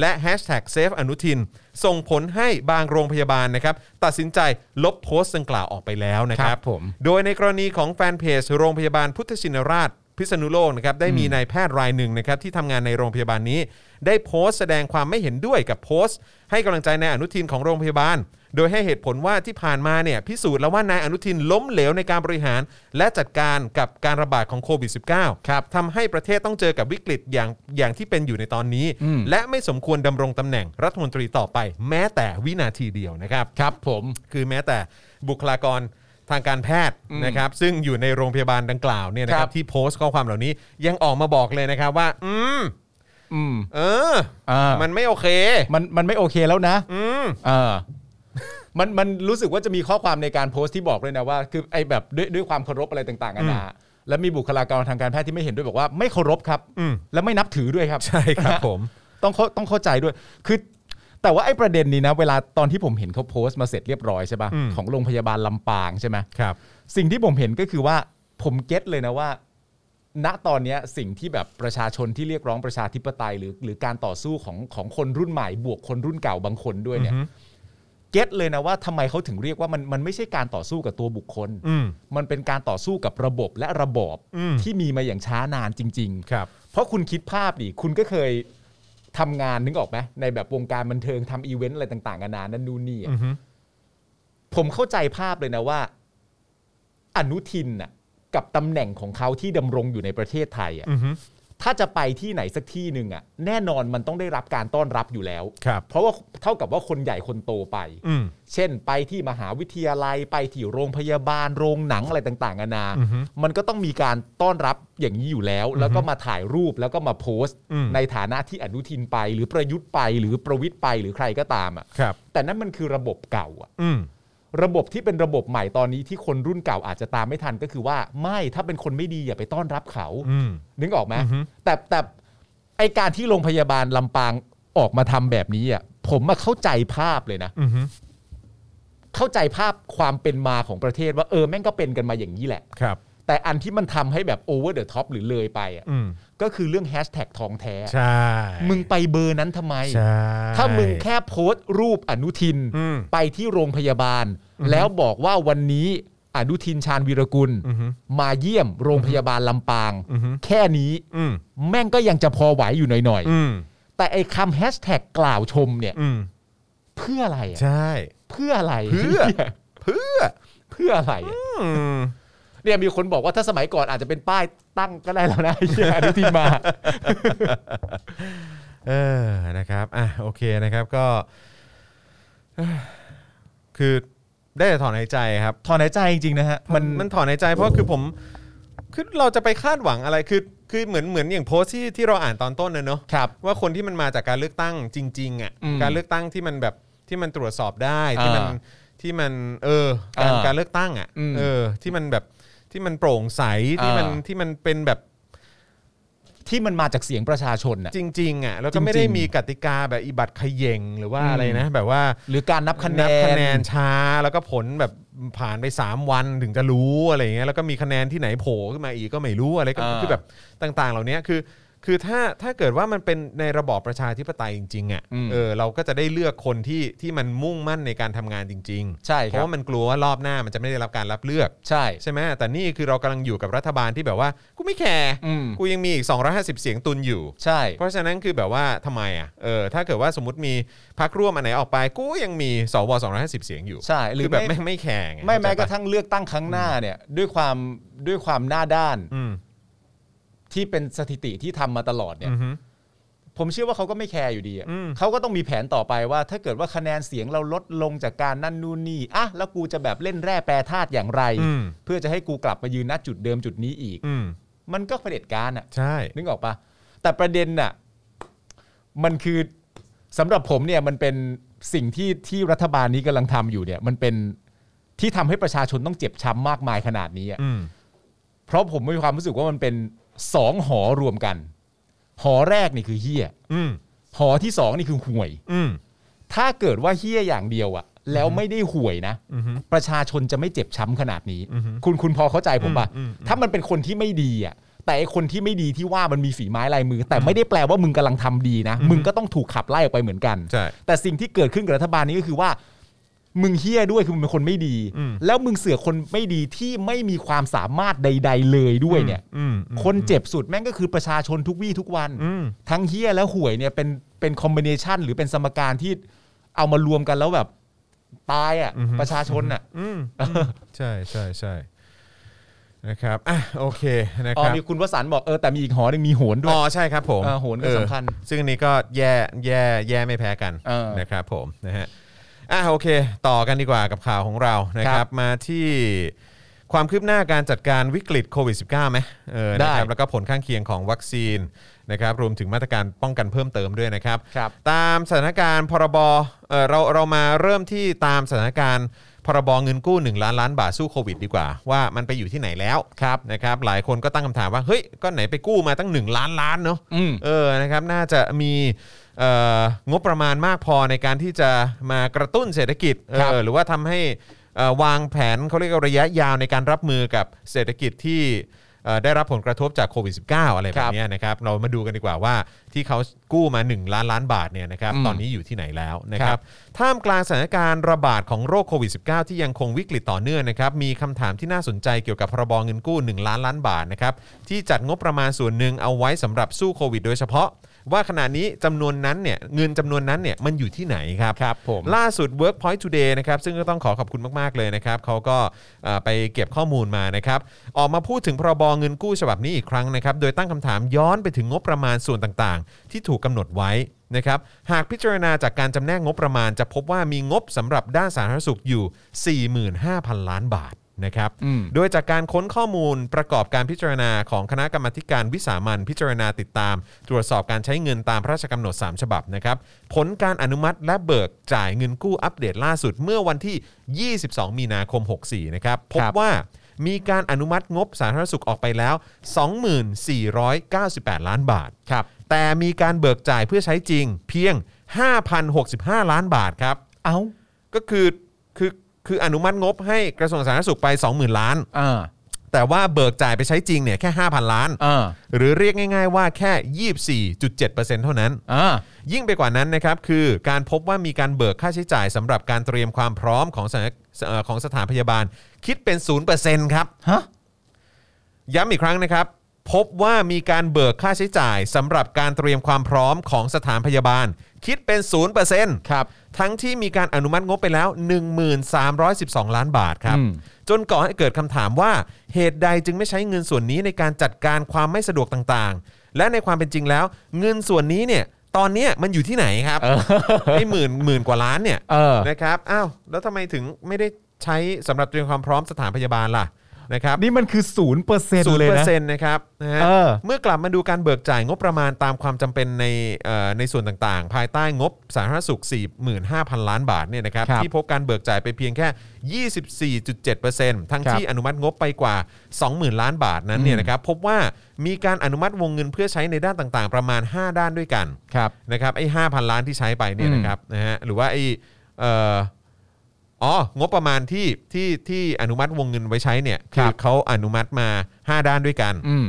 Speaker 2: และแฮชแท็กเซฟอนุทิน ส่งผลให้บางโรงพยาบาลนะครับตัดสินใจลบโพสต์ดังกล่าวออกไปแล้วนะครับ
Speaker 3: ครับผม
Speaker 2: โดยในกรณีของแฟนเพจโรงพยาบาลพุทธชินราช พิษณุโลกนะครับได้มีนายแพทย์รายหนึ่งนะครับที่ทำงานในโรงพยาบาลนี้ ได้โพสต์แสดงความไม่เห็นด้วยกับโพสต์ ให้กำลังใจนายอนุทินของโรงพยาบาล โดยให้เหตุผลว่าที่ผ่านมาเนี่ยพิสูจน์แล้วว่านายอนุทินล้มเหลวในการบริหาร และจัดการกับการระบาดของโควิด -19 ครับทำให้ประเทศต้องเจอกับวิกฤตอย่างอย่างที่เป็นอยู่ในตอนนี้ และไม่สมควรดำรงตำแหน่งรัฐมนตรีต่อไป แม้แต่วินาทีเดียวนะครับ
Speaker 5: ครับผม
Speaker 2: คือแม้แต่บุคลากรทางการแพทย์นะครับ ซึ่งอยู่ในโรงพยาบาลดังกล่าวเนี่ยนะค
Speaker 3: ค
Speaker 2: รั
Speaker 3: รั
Speaker 2: บบ ที่โพสต์ข้อความเหล่านี้ยังออกมาบอกเลยนะครับว่า อืม
Speaker 3: อืม
Speaker 2: เออ
Speaker 3: อ่า
Speaker 2: มันไม่โอเค
Speaker 3: มันมันไม่โอเคแล้วนะ
Speaker 2: อืม
Speaker 3: เออ มันมันรู้สึกว่าจะมีข้อความในการโพสต์ที่บอกเลยนะว่า คือไอ้แบบด้วยด้วยความเคารพอะไรต่างๆกันานาแล้วมีบุคลากรทางการแพทย์ที่ไม่เห็นด้วยบอกว่าไม่เคารพครับ
Speaker 2: อืม
Speaker 3: และไม่นับถือด้วยครับ
Speaker 2: ใช่ครับผม
Speaker 3: ต้องเข้าต้องเข้าใจด้วย คือแต่ว่าไอ้ประเด็นนี้นะ เวลาตอนที่ผมเห็นเขาโพสต์มาเสร็จเรียบร้อยใช่
Speaker 2: อืม
Speaker 3: ปะ่ะของโรงพยาบาลลำปางใช่ไหม
Speaker 2: ครับ
Speaker 3: สิ่งที่ผมเห็นก็คือว่าผมเก็ตเลยนะว่า ณตอนเนี้ยสิ่งที่แบบประชาชนที่เรียกร้องประชาธิปไตยหรือ หรือการต่อสู้ของของคนรุ่นใหม่ บวกคนรุ่นเก่าบางคนด้วยเนี่ย
Speaker 2: อือฮึ
Speaker 3: เก็ตเลยนะว่าทำไมเขาถึงเรียกว่ามันมันไม่ใช่การต่อสู้กับตัวบุคคล
Speaker 2: อืม
Speaker 3: มันเป็นการต่อสู้กับระบบและระบอบ
Speaker 2: อืม
Speaker 3: ที่มีมาอย่างช้านานจริง ๆ
Speaker 2: ครับ
Speaker 3: เพราะคุณคิดภาพดิ คุณก็เคยทำงานนึกออกไหมในแบบวงการบันเทิงทำอีเวนต์อะไรต่างๆกันานานั่นนู่นนี่อะ
Speaker 2: อือฮึ
Speaker 3: ผมเข้าใจภาพเลยนะว่า อนุทินน่ะกับตำแหน่งของเขาที่ดำรงอยู่ในประเทศไทยอะ
Speaker 2: อือฮึ
Speaker 3: ถ้าจะไปที่ไหนสักที่หนึ่งอะแน่นอนมันต้องได้รับการต้อนรับอยู่แล้ว
Speaker 2: ครับ
Speaker 3: เพราะว่าเท่ากับว่าคนใหญ่คนโตไป
Speaker 2: อืม
Speaker 3: เช่น ไปที่มหาวิทยาลัยไปที่โรงพยาบาลโรงหนังอะไรต่างๆนานา
Speaker 2: อือฮึ
Speaker 3: มันก็ต้องมีการต้อนรับอย่างนี้อยู่แล้ว แล้วก็มาถ่ายรูปแล้วก็มาโพสต์
Speaker 2: อืม
Speaker 3: ในฐานะที่อนุทินไป หรือประยุทธ์ไปหรือประวิทย์ไปหรือใครก็ตามอ่ะ
Speaker 2: ครับ
Speaker 3: แต่นั่นมันคือระบบเก่าอ่ะ
Speaker 2: อืม
Speaker 3: ระบบที่เป็นระบบใหม่ตอนนี้ที่คนรุ่นเก่าอาจจะตามไม่ทันก็คือว่าไม่ถ้าเป็นคนไม่ดีอย่าไปต้อนรับเขา
Speaker 2: อืม
Speaker 3: นึกออกไหม
Speaker 2: อือฮึ
Speaker 3: แต่แต่ไอการที่โรงพยาบาลลำปางออกมาทำแบบนี้อ่ะผมมาเข้าใจภาพเลยนะ
Speaker 2: อือฮึ
Speaker 3: เข้าใจภาพความเป็นมาของประเทศว่าเออแม่งก็เป็นกันมาอย่างนี้แหละ
Speaker 2: ครับ
Speaker 3: แต่อันที่มันทำให้แบบโอเวอร์เดอะท็อปหรือเลยไปอ่ะ
Speaker 2: อืม
Speaker 3: ก็คือเรื่องแฮชแท็กทองแท้
Speaker 2: ใช่
Speaker 3: มึงไปเบอร์นั้นทำไม
Speaker 2: ใช่
Speaker 3: ถ้ามึงแค่โพสต์รูปอนุทิน
Speaker 2: อืม
Speaker 3: ไปที่โรงพยาบาล แล้วบอกว่าวันนี้อนุทินชาญวีรกุล
Speaker 2: อือฮึ
Speaker 3: มาเยี่ยมโรงพยาบาลลำปาง
Speaker 2: อือฮึ
Speaker 3: แค่นี้
Speaker 2: อืม
Speaker 3: แม่งก็ยังจะพอไหวอยู่หน่อย
Speaker 2: อืม
Speaker 3: ๆ แต่ไอ้คำแฮชแท็กกล่าวชมเนี่ย
Speaker 2: อืม
Speaker 3: เพื่ออะไรอะ
Speaker 2: ใช่
Speaker 3: เพื่ออะไร
Speaker 2: เพื่อ
Speaker 3: นี่ย
Speaker 2: เพื่อ
Speaker 3: เพื่ออะไรอะ
Speaker 2: อืม
Speaker 3: เนี่ยมีคนบอกว่าถ้าสมัยก่อนอาจจะเป็นป้ายตั้งก็ได้แล้วนะไอ้ เหี้ยอนุทินมา
Speaker 2: เออ นะครับ อ่ะ โอเค นะครับ ก็ เอ้อคือ ได้แต่ถอนหายใจครับ
Speaker 3: ถอนหายใจจริงๆนะฮะ
Speaker 2: มัน มันถอนหายใจ เพราะคือผม คือเราจะไปคาดหวังอะไร คือ คือ เหมือน เหมือนอย่างโพสต์ที่ ที่เราอ่านตอนต้นนะเนอะ
Speaker 3: ครับ
Speaker 2: ว่าคนที่มันมาจากการเลือกตั้งจริงๆอ่ะ
Speaker 3: อืม
Speaker 2: การเลือกตั้งที่มันแบบที่มันตรวจสอบได้
Speaker 3: อ่า
Speaker 2: ที่มันที่มันเออการ
Speaker 3: อ่า
Speaker 2: การเลือกตั้งอ่ะ
Speaker 3: อืม
Speaker 2: เออที่มันแบบที่มันโปร่งใสที่มัน
Speaker 3: อ่า
Speaker 2: ที่มันเป็นแบบ
Speaker 3: ที่มันมาจากเสียงประชาชนน่ะ
Speaker 2: จริงๆอ่ะแล้ว
Speaker 3: จริ
Speaker 2: ก็
Speaker 3: งๆ
Speaker 2: ไม่ได้มีกติกาแบบอีบัตรเขย่งหรือว่า
Speaker 3: อืม
Speaker 2: อะไรนะ แบบว่า
Speaker 3: หรือการนับคะแน
Speaker 2: นั
Speaker 3: น
Speaker 2: บคะแนนช้าแล้วก็ผลแบบผ่านไป 3 วันถึงจะรู้อะไรอย่างเงี้ยแล้วก็มีคะแนนที่ไหนโผล่ขึ้นมาอีกก็ไม่รู้อะไรก็
Speaker 3: อ่า
Speaker 2: คือแบบต่าง ๆ เหล่านี้คือ คือถ้าถ้าเกิดว่ามันเป็นในระบอบประชาธิปไตยจริงๆอ่ะ
Speaker 3: อืม
Speaker 2: เออเราก็จะได้เลือกคนที่ที่มันมุ่งมั่นในการทำงานจริงๆ
Speaker 3: ใช่
Speaker 2: เพ
Speaker 3: ครั
Speaker 2: ราะ
Speaker 3: บ
Speaker 2: ว่ามันกลัวว่ารอบหน้ามันจะไม่ได้รับการรับเลือก
Speaker 3: ใช่
Speaker 2: ใช่ไหมแต่นี่คือเรากำลังอยู่กับรัฐบาลที่แบบว่ากูไม่แคร์
Speaker 3: อืม
Speaker 2: กูยังมีอีก 250 เสียงตุนอยู่
Speaker 3: ใช่
Speaker 2: เพราะฉะนั้นคือแบบว่าทำไมอ่ะเออถ้าเกิดว่าสมมติมีพักร่วมอันไหนออกไปกูยังมีสว250 เสียงอยู่
Speaker 3: ใช่หรื
Speaker 2: คือ อแบบ
Speaker 3: ไม่
Speaker 2: ไม่ไม่แคร์ง
Speaker 3: ไม่แม้ก
Speaker 2: เข้า
Speaker 3: ระ
Speaker 2: ใจป
Speaker 3: ทั่งเลือกตั้งครั้งหน้าเนี่ยด้วยความด้วยความหน้าด้าน
Speaker 2: อืม
Speaker 3: ที่เป็นสถิติที่ทำมาตลอดเนี่ย
Speaker 2: อือฮึ
Speaker 3: ผมเชื่อว่าเขาก็ไม่แคร์อยู่ดีอะ
Speaker 2: อืม
Speaker 3: เขาก็ต้องมีแผนต่อไปว่า ถ้าเกิดว่าคะแนนเสียงเราลดลงจากการนั่นนู่นนี่อ่ะแล้วกูจะแบบเล่นแร่แปรธาตุอย่างไร
Speaker 2: อืม
Speaker 3: เพื่อจะให้กูกลับมายืนณจุดเดิมจุดนี้อีก
Speaker 2: อืม
Speaker 3: มันก็เผด็จการอ่ะ
Speaker 2: ใช่
Speaker 3: นึกออกปะแต่ประเด็นน่ะ มันคือสำหรับผมเนี่ยมันเป็นสิ่งที่ที่รัฐบาลนี้กำลังทำอยู่เนี่ย มันเป็นที่ทำให้ประชาชนต้องเจ็บช้ำมากมายขนาดนี้อะ
Speaker 2: อืม
Speaker 3: เพราะผมมีความรู้สึกว่ามันเป็นสองหอรวมกัน หอแรกนี่คือเฮี้ย
Speaker 2: อืม
Speaker 3: หอที่สองนี่คือห่วย
Speaker 2: อืม
Speaker 3: ถ้าเกิดว่าเฮี้ยอย่างเดียวอะแล้วไม่ได้ห่วยนะ
Speaker 2: อือฮึ
Speaker 3: ประชาชนจะไม่เจ็บช้ำขนาดนี้
Speaker 2: อือฮึ
Speaker 3: คุณคุณพอเข้าใจผมป่ะ
Speaker 2: อืมอืมอืม
Speaker 3: ถ้ามันเป็นคนที่ไม่ดีอ่ะ แต่ไอคนที่ไม่ดีที่ว่ามันมีฝีไม้ลายมือ แต่ไม่ได้แปลว่ามึงกำลังทำดีนะ มึงก็ต้องถูกขับไล่ออกไปเหมือนกัน
Speaker 2: ใช่
Speaker 3: แต่สิ่งที่เกิดขึ้นกับรัฐบาลนี้ก็คือว่า มึงเฮี้ยด้วยคือมึงเป็นคนไม่ดี
Speaker 2: อืม
Speaker 3: แล้วมึงเสือกคนไม่ดีที่ไม่มีความสามารถใด ๆ เลยด้วยเนี่ย
Speaker 2: อืมอืม
Speaker 3: คนเจ็บสุดแม่งก็คือประชาชนทุกวี่ทุกวัน
Speaker 2: อืม
Speaker 3: ทั้งเฮี้ยและห่วยเนี่ยเป็นเป็นคอมบิเนชันหรือเป็นสมการที่เอามารวมกันแล้วแบบตายอ่ะ
Speaker 2: อือฮึ
Speaker 3: ประชาชนอ่ะ
Speaker 2: อืมอืมใช่ใช่ใช่นะครับอ่ะโอเคนะค
Speaker 3: อ๋อ
Speaker 2: รับ
Speaker 3: มีคุณวสันต์บอกเออแต่มีอีกหอหนึ่งมีโหนด้วย
Speaker 2: อ๋อใช่ครับผม
Speaker 3: อ่าโหนก็
Speaker 2: เออ
Speaker 3: สำคัญ
Speaker 2: ซึ่งอันนี้ก็แย่แย่แย่ไม่แพ้กัน
Speaker 3: เออ
Speaker 2: นะครับผมนะฮะอ่ะโอเค ต่อกันดีกว่ากับข่าวของเรานะค
Speaker 3: ค
Speaker 2: รั
Speaker 3: รั
Speaker 2: บบ มาที่ความคืบหน้าการจัดการวิกฤตโควิด -19 ไหมเออ
Speaker 3: ได้
Speaker 2: นะครับแล้วก็ผลข้างเคียงของวัคซีนนะครับรวมถึงมาตรการป้องกันเพิ่มเติมด้วยนะครับ
Speaker 3: ครับ
Speaker 2: ตามสถานการณ์พรบเอ่อเราเรามาเริ่มที่ตามสถานการณ์พรบเงินกู้ 1 ล้านล้านบาทสู้โควิดดีกว่า ว่ามันไปอยู่ที่ไหนแล้วครับนะครับหลายคนก็ตั้งคำถามว่าเฮ้ยก็ไหนไปกู้มาตั้ง 1 ล้านล้านเนาะ
Speaker 3: อืม
Speaker 2: เออนะครับน่าจะมีเอ่องบประมาณมากพอในการที่จะมากระตุ้นเศรษฐกิจเอ
Speaker 3: ครับ
Speaker 2: อหรือว่าทำให้เอ่อวางแผนเขาเรียกว่าระยะยาวในการรับมือกับเศรษฐกิจที่เอ่อได้รับผลกระทบจากโควิด -19 อะไรแบ
Speaker 3: ครับ บ
Speaker 2: เนี้ย เนี่ยนะครับเรามาดูกันดีกว่าว่าที่เขากู้มา 1 ล้านล้านบาทเนี่ยนะครับ
Speaker 3: อืม
Speaker 2: ตอนนี้อยู่ที่ไหนแล้วนะค
Speaker 3: ค
Speaker 2: รั
Speaker 3: รั
Speaker 2: บบ ท่ามกลางสถานการณ์ระบาดของโรคโควิด -19 ที่ยังคงวิกฤตต่อเนื่องนะครับมีคำถามที่น่าสนใจเกี่ยวกับพรบเงินกู้ 1 ล้านล้านบาทนะครับที่จัดงบประมาณส่วนหนึ่งเอาไว้สำหรับสู้โควิดโดยเฉพาะ ว่าขณะนี้จำนวนนั้นเนี่ยเงินจำนวนนั้นเนี่ยมันอยู่ที่ไหนครับ
Speaker 3: ครับผม
Speaker 2: ล่าสุด Workpoint Today นะครับซึ่งก็ต้องขอขอบคุณมาก ๆ เลยนะครับเขาก็เอ่อไปเก็บข้อมูลมานะครับ ออกมาพูดถึงพรบเงินกู้ฉบับนี้อีกครั้งนะครับ โดยตั้งคำถามย้อนไปถึงงบประมาณส่วนต่างๆ ที่ถูกกำหนดไว้นะครับ หากพิจารณาจากการจำแนกงบประมาณ จะพบว่ามีงบสำหรับด้านสาธารณสุขอยู่ 45,000 ล้านบาทนะครับ
Speaker 3: อืม
Speaker 2: โดยจากการค้นข้อมูลประกอบการพิจารณาของคณะกรรมาธิการวิสามันพิจารณาติดตาม ตรวจสอบการใช้เงินตามพระราชกำหนด 3 ฉบับนะครับผลการอนุมัติและเบิกจ่ายเงินกู้อัปเดตล่าสุดเมื่อวันที่ 22 มีนาคม 64 นะครับ พบว่ามีการอนุมัติงบสาธารณสุขออกไปแล้ว 2498 ล้านบาท
Speaker 3: ครับ
Speaker 2: แต่มีการเบิกจ่ายเพื่อใช้จริงเพียง 5,065 ล้านบาทครับ
Speaker 3: เอ้า
Speaker 2: ก็คือคือคืออนุมัติงบให้กระทรวงสาธารณสุขไป 20,000 ล้าน
Speaker 3: อ่า
Speaker 2: แต่ว่าเบิกจ่ายไปใช้จริงเนี่ยแค่ 5,000 ล้าน
Speaker 3: อ่า
Speaker 2: หรือเรียกง่าย ๆ ว่าแค่ 24.7%เท่านั้น
Speaker 3: อ่า
Speaker 2: ยิ่งไปกว่านั้นนะครับ คือการพบว่ามีการเบิกค่าใช้จ่ายสำหรับการเตรียมความพร้อมของสถานเอ่อของสถานพยาบาล คิดเป็น 0%ครับ
Speaker 3: ฮะ
Speaker 2: ย้ำอีกครั้งนะครับ พบว่ามีการเบิกค่าใช้จ่ายสำหรับการเตรียมความพร้อมของสถานพยาบาล คิดเป็น 0%
Speaker 3: ครับ
Speaker 2: ทั้งที่มีการอนุมัติงบไปแล้ว 1312 ล้านบาทครับ
Speaker 3: อืม
Speaker 2: จนก่อให้เกิดคำถามว่าเหตุใดจึงไม่ใช้เงินส่วนนี้ในการจัดการความไม่สะดวกต่างๆ และในความเป็นจริงแล้ว เงินส่วนนี้เนี่ยตอนเนี้ยมันอยู่ที่ไหนครับไอ้ห มื่นหมื่นกว่าล้านเนี่ย
Speaker 3: เออ
Speaker 2: นะครับอ้าวแล้วทำไมถึงไม่ได้ใช้สำหรับเตรียมความพร้อมสถานพยาบาลล่ะนะครับ
Speaker 3: นี่มันคือศูนย์เปอร์เซ็นต์
Speaker 2: ศูนย์
Speaker 3: เลย
Speaker 2: เปอ
Speaker 3: นะ
Speaker 2: ร์เซ็นต์นะครับนะฮะ
Speaker 3: เออ
Speaker 2: เมื่อกลับมาดูการเบิกจ่ายงบประมาณตามความจำเป็นในเอ่อในส่วนต่างๆ ภายใต้งบสาธารณสุข 45,000 ล้านบาทเนี่ยนะครับ
Speaker 3: ครับ
Speaker 2: ที่พบการเบิกจ่ายไปเพียงแค่ 24.7%ทั้ง
Speaker 3: ครับ
Speaker 2: ที่อนุมัติงบไปกว่า 20,000 ล้านบาทนั้นเนี่ย
Speaker 3: อืม
Speaker 2: นะครับพบว่ามีการอนุมัติวงเงินเพื่อใช้ในด้านต่างๆ ประมาณ 5 ด้านด้วยกัน
Speaker 3: ครับ
Speaker 2: นะครับไอ้5,000 ล้านที่ใช้ไปเนี่ย
Speaker 3: อืม
Speaker 2: นะครับนะฮะหรือว่าไอ้เอ่ออ๋องบประมาณที่ที่ที่อนุมัติวงเงินไว้ใช้เนี่ยคือเขาอนุมัติมา 5 ด้านด้วยกัน
Speaker 3: อืม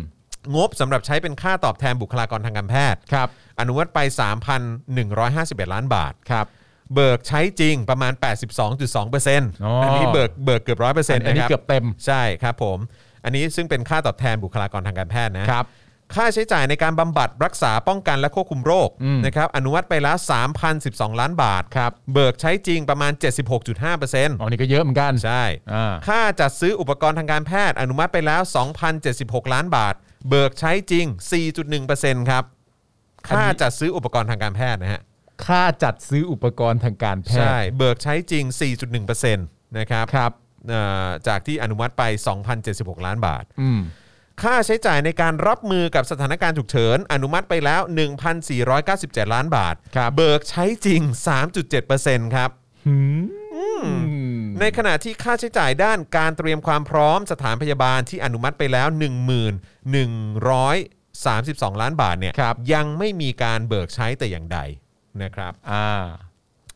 Speaker 2: งบสำหรับใช้เป็นค่าตอบแทนบุคลากรทางการแพทย์
Speaker 3: ครับ
Speaker 2: อนุมัติไป 3,151 ล้านบาท
Speaker 3: ครับ
Speaker 2: เบิกใช้จริงประมาณ 82.2%อันนี้เบิกเบิกเกือบร้อยเปอร์เซ็นต์
Speaker 3: อันนี้
Speaker 2: นะครับ
Speaker 3: เกือบเต็ม
Speaker 2: ใช่ครับผม อันนี้ซึ่งเป็นค่าตอบแทนบุคลากรทางการแพทย์นะ
Speaker 3: ครับ
Speaker 2: ค่าใช้จ่ายในการบำบัดรักษาป้องกันและควบคุมโรค
Speaker 3: อืม
Speaker 2: นะครับอนุมัติไปแล้ว 3,012 ล้านบาท
Speaker 3: ครับ
Speaker 2: เบิกใช้จริงประมาณ 76.5%
Speaker 3: อ๋อนี่ก็เยอะเหมือนกัน
Speaker 2: ใช่
Speaker 3: อ่า
Speaker 2: ค่าจัดซื้ออุปกรณ์ทางการแพทย์อนุมัติไปแล้ว 2,076 ล้านบาท เบิกใช้จริง 4.1%ครับ
Speaker 3: อันนี้
Speaker 2: ค่าจัดซื้ออุปกรณ์ทางการแพทย์นะฮะ
Speaker 3: ค่าจัดซื้ออุปกรณ์ทางการแพ
Speaker 2: ใช่
Speaker 3: ทย์
Speaker 2: เบิกใช้จริง 4.1%นะครับ
Speaker 3: ครับ
Speaker 2: เอ่อจากที่อนุมัติไป 2,076 ล้านบาท
Speaker 3: อืม
Speaker 2: ค่าใช้จ่ายในการรับมือกับสถานการณ์ฉุกเฉิน อนุมัติไปแล้ว 1,497 ล้านบาท
Speaker 3: ครับ
Speaker 2: เบิกใช้จริง 3.7%ครับ
Speaker 3: หืม
Speaker 2: ในขณะที่ค่าใช้จ่ายด้านการเตรียมความพร้อมสถานพยาบาลที่อนุมัติไปแล้ว 11,132 ล้านบาทเนี่ย
Speaker 3: ครับ
Speaker 2: ยังไม่มีการเบิกใช้แต่อย่างใดนะครับ
Speaker 3: อ่า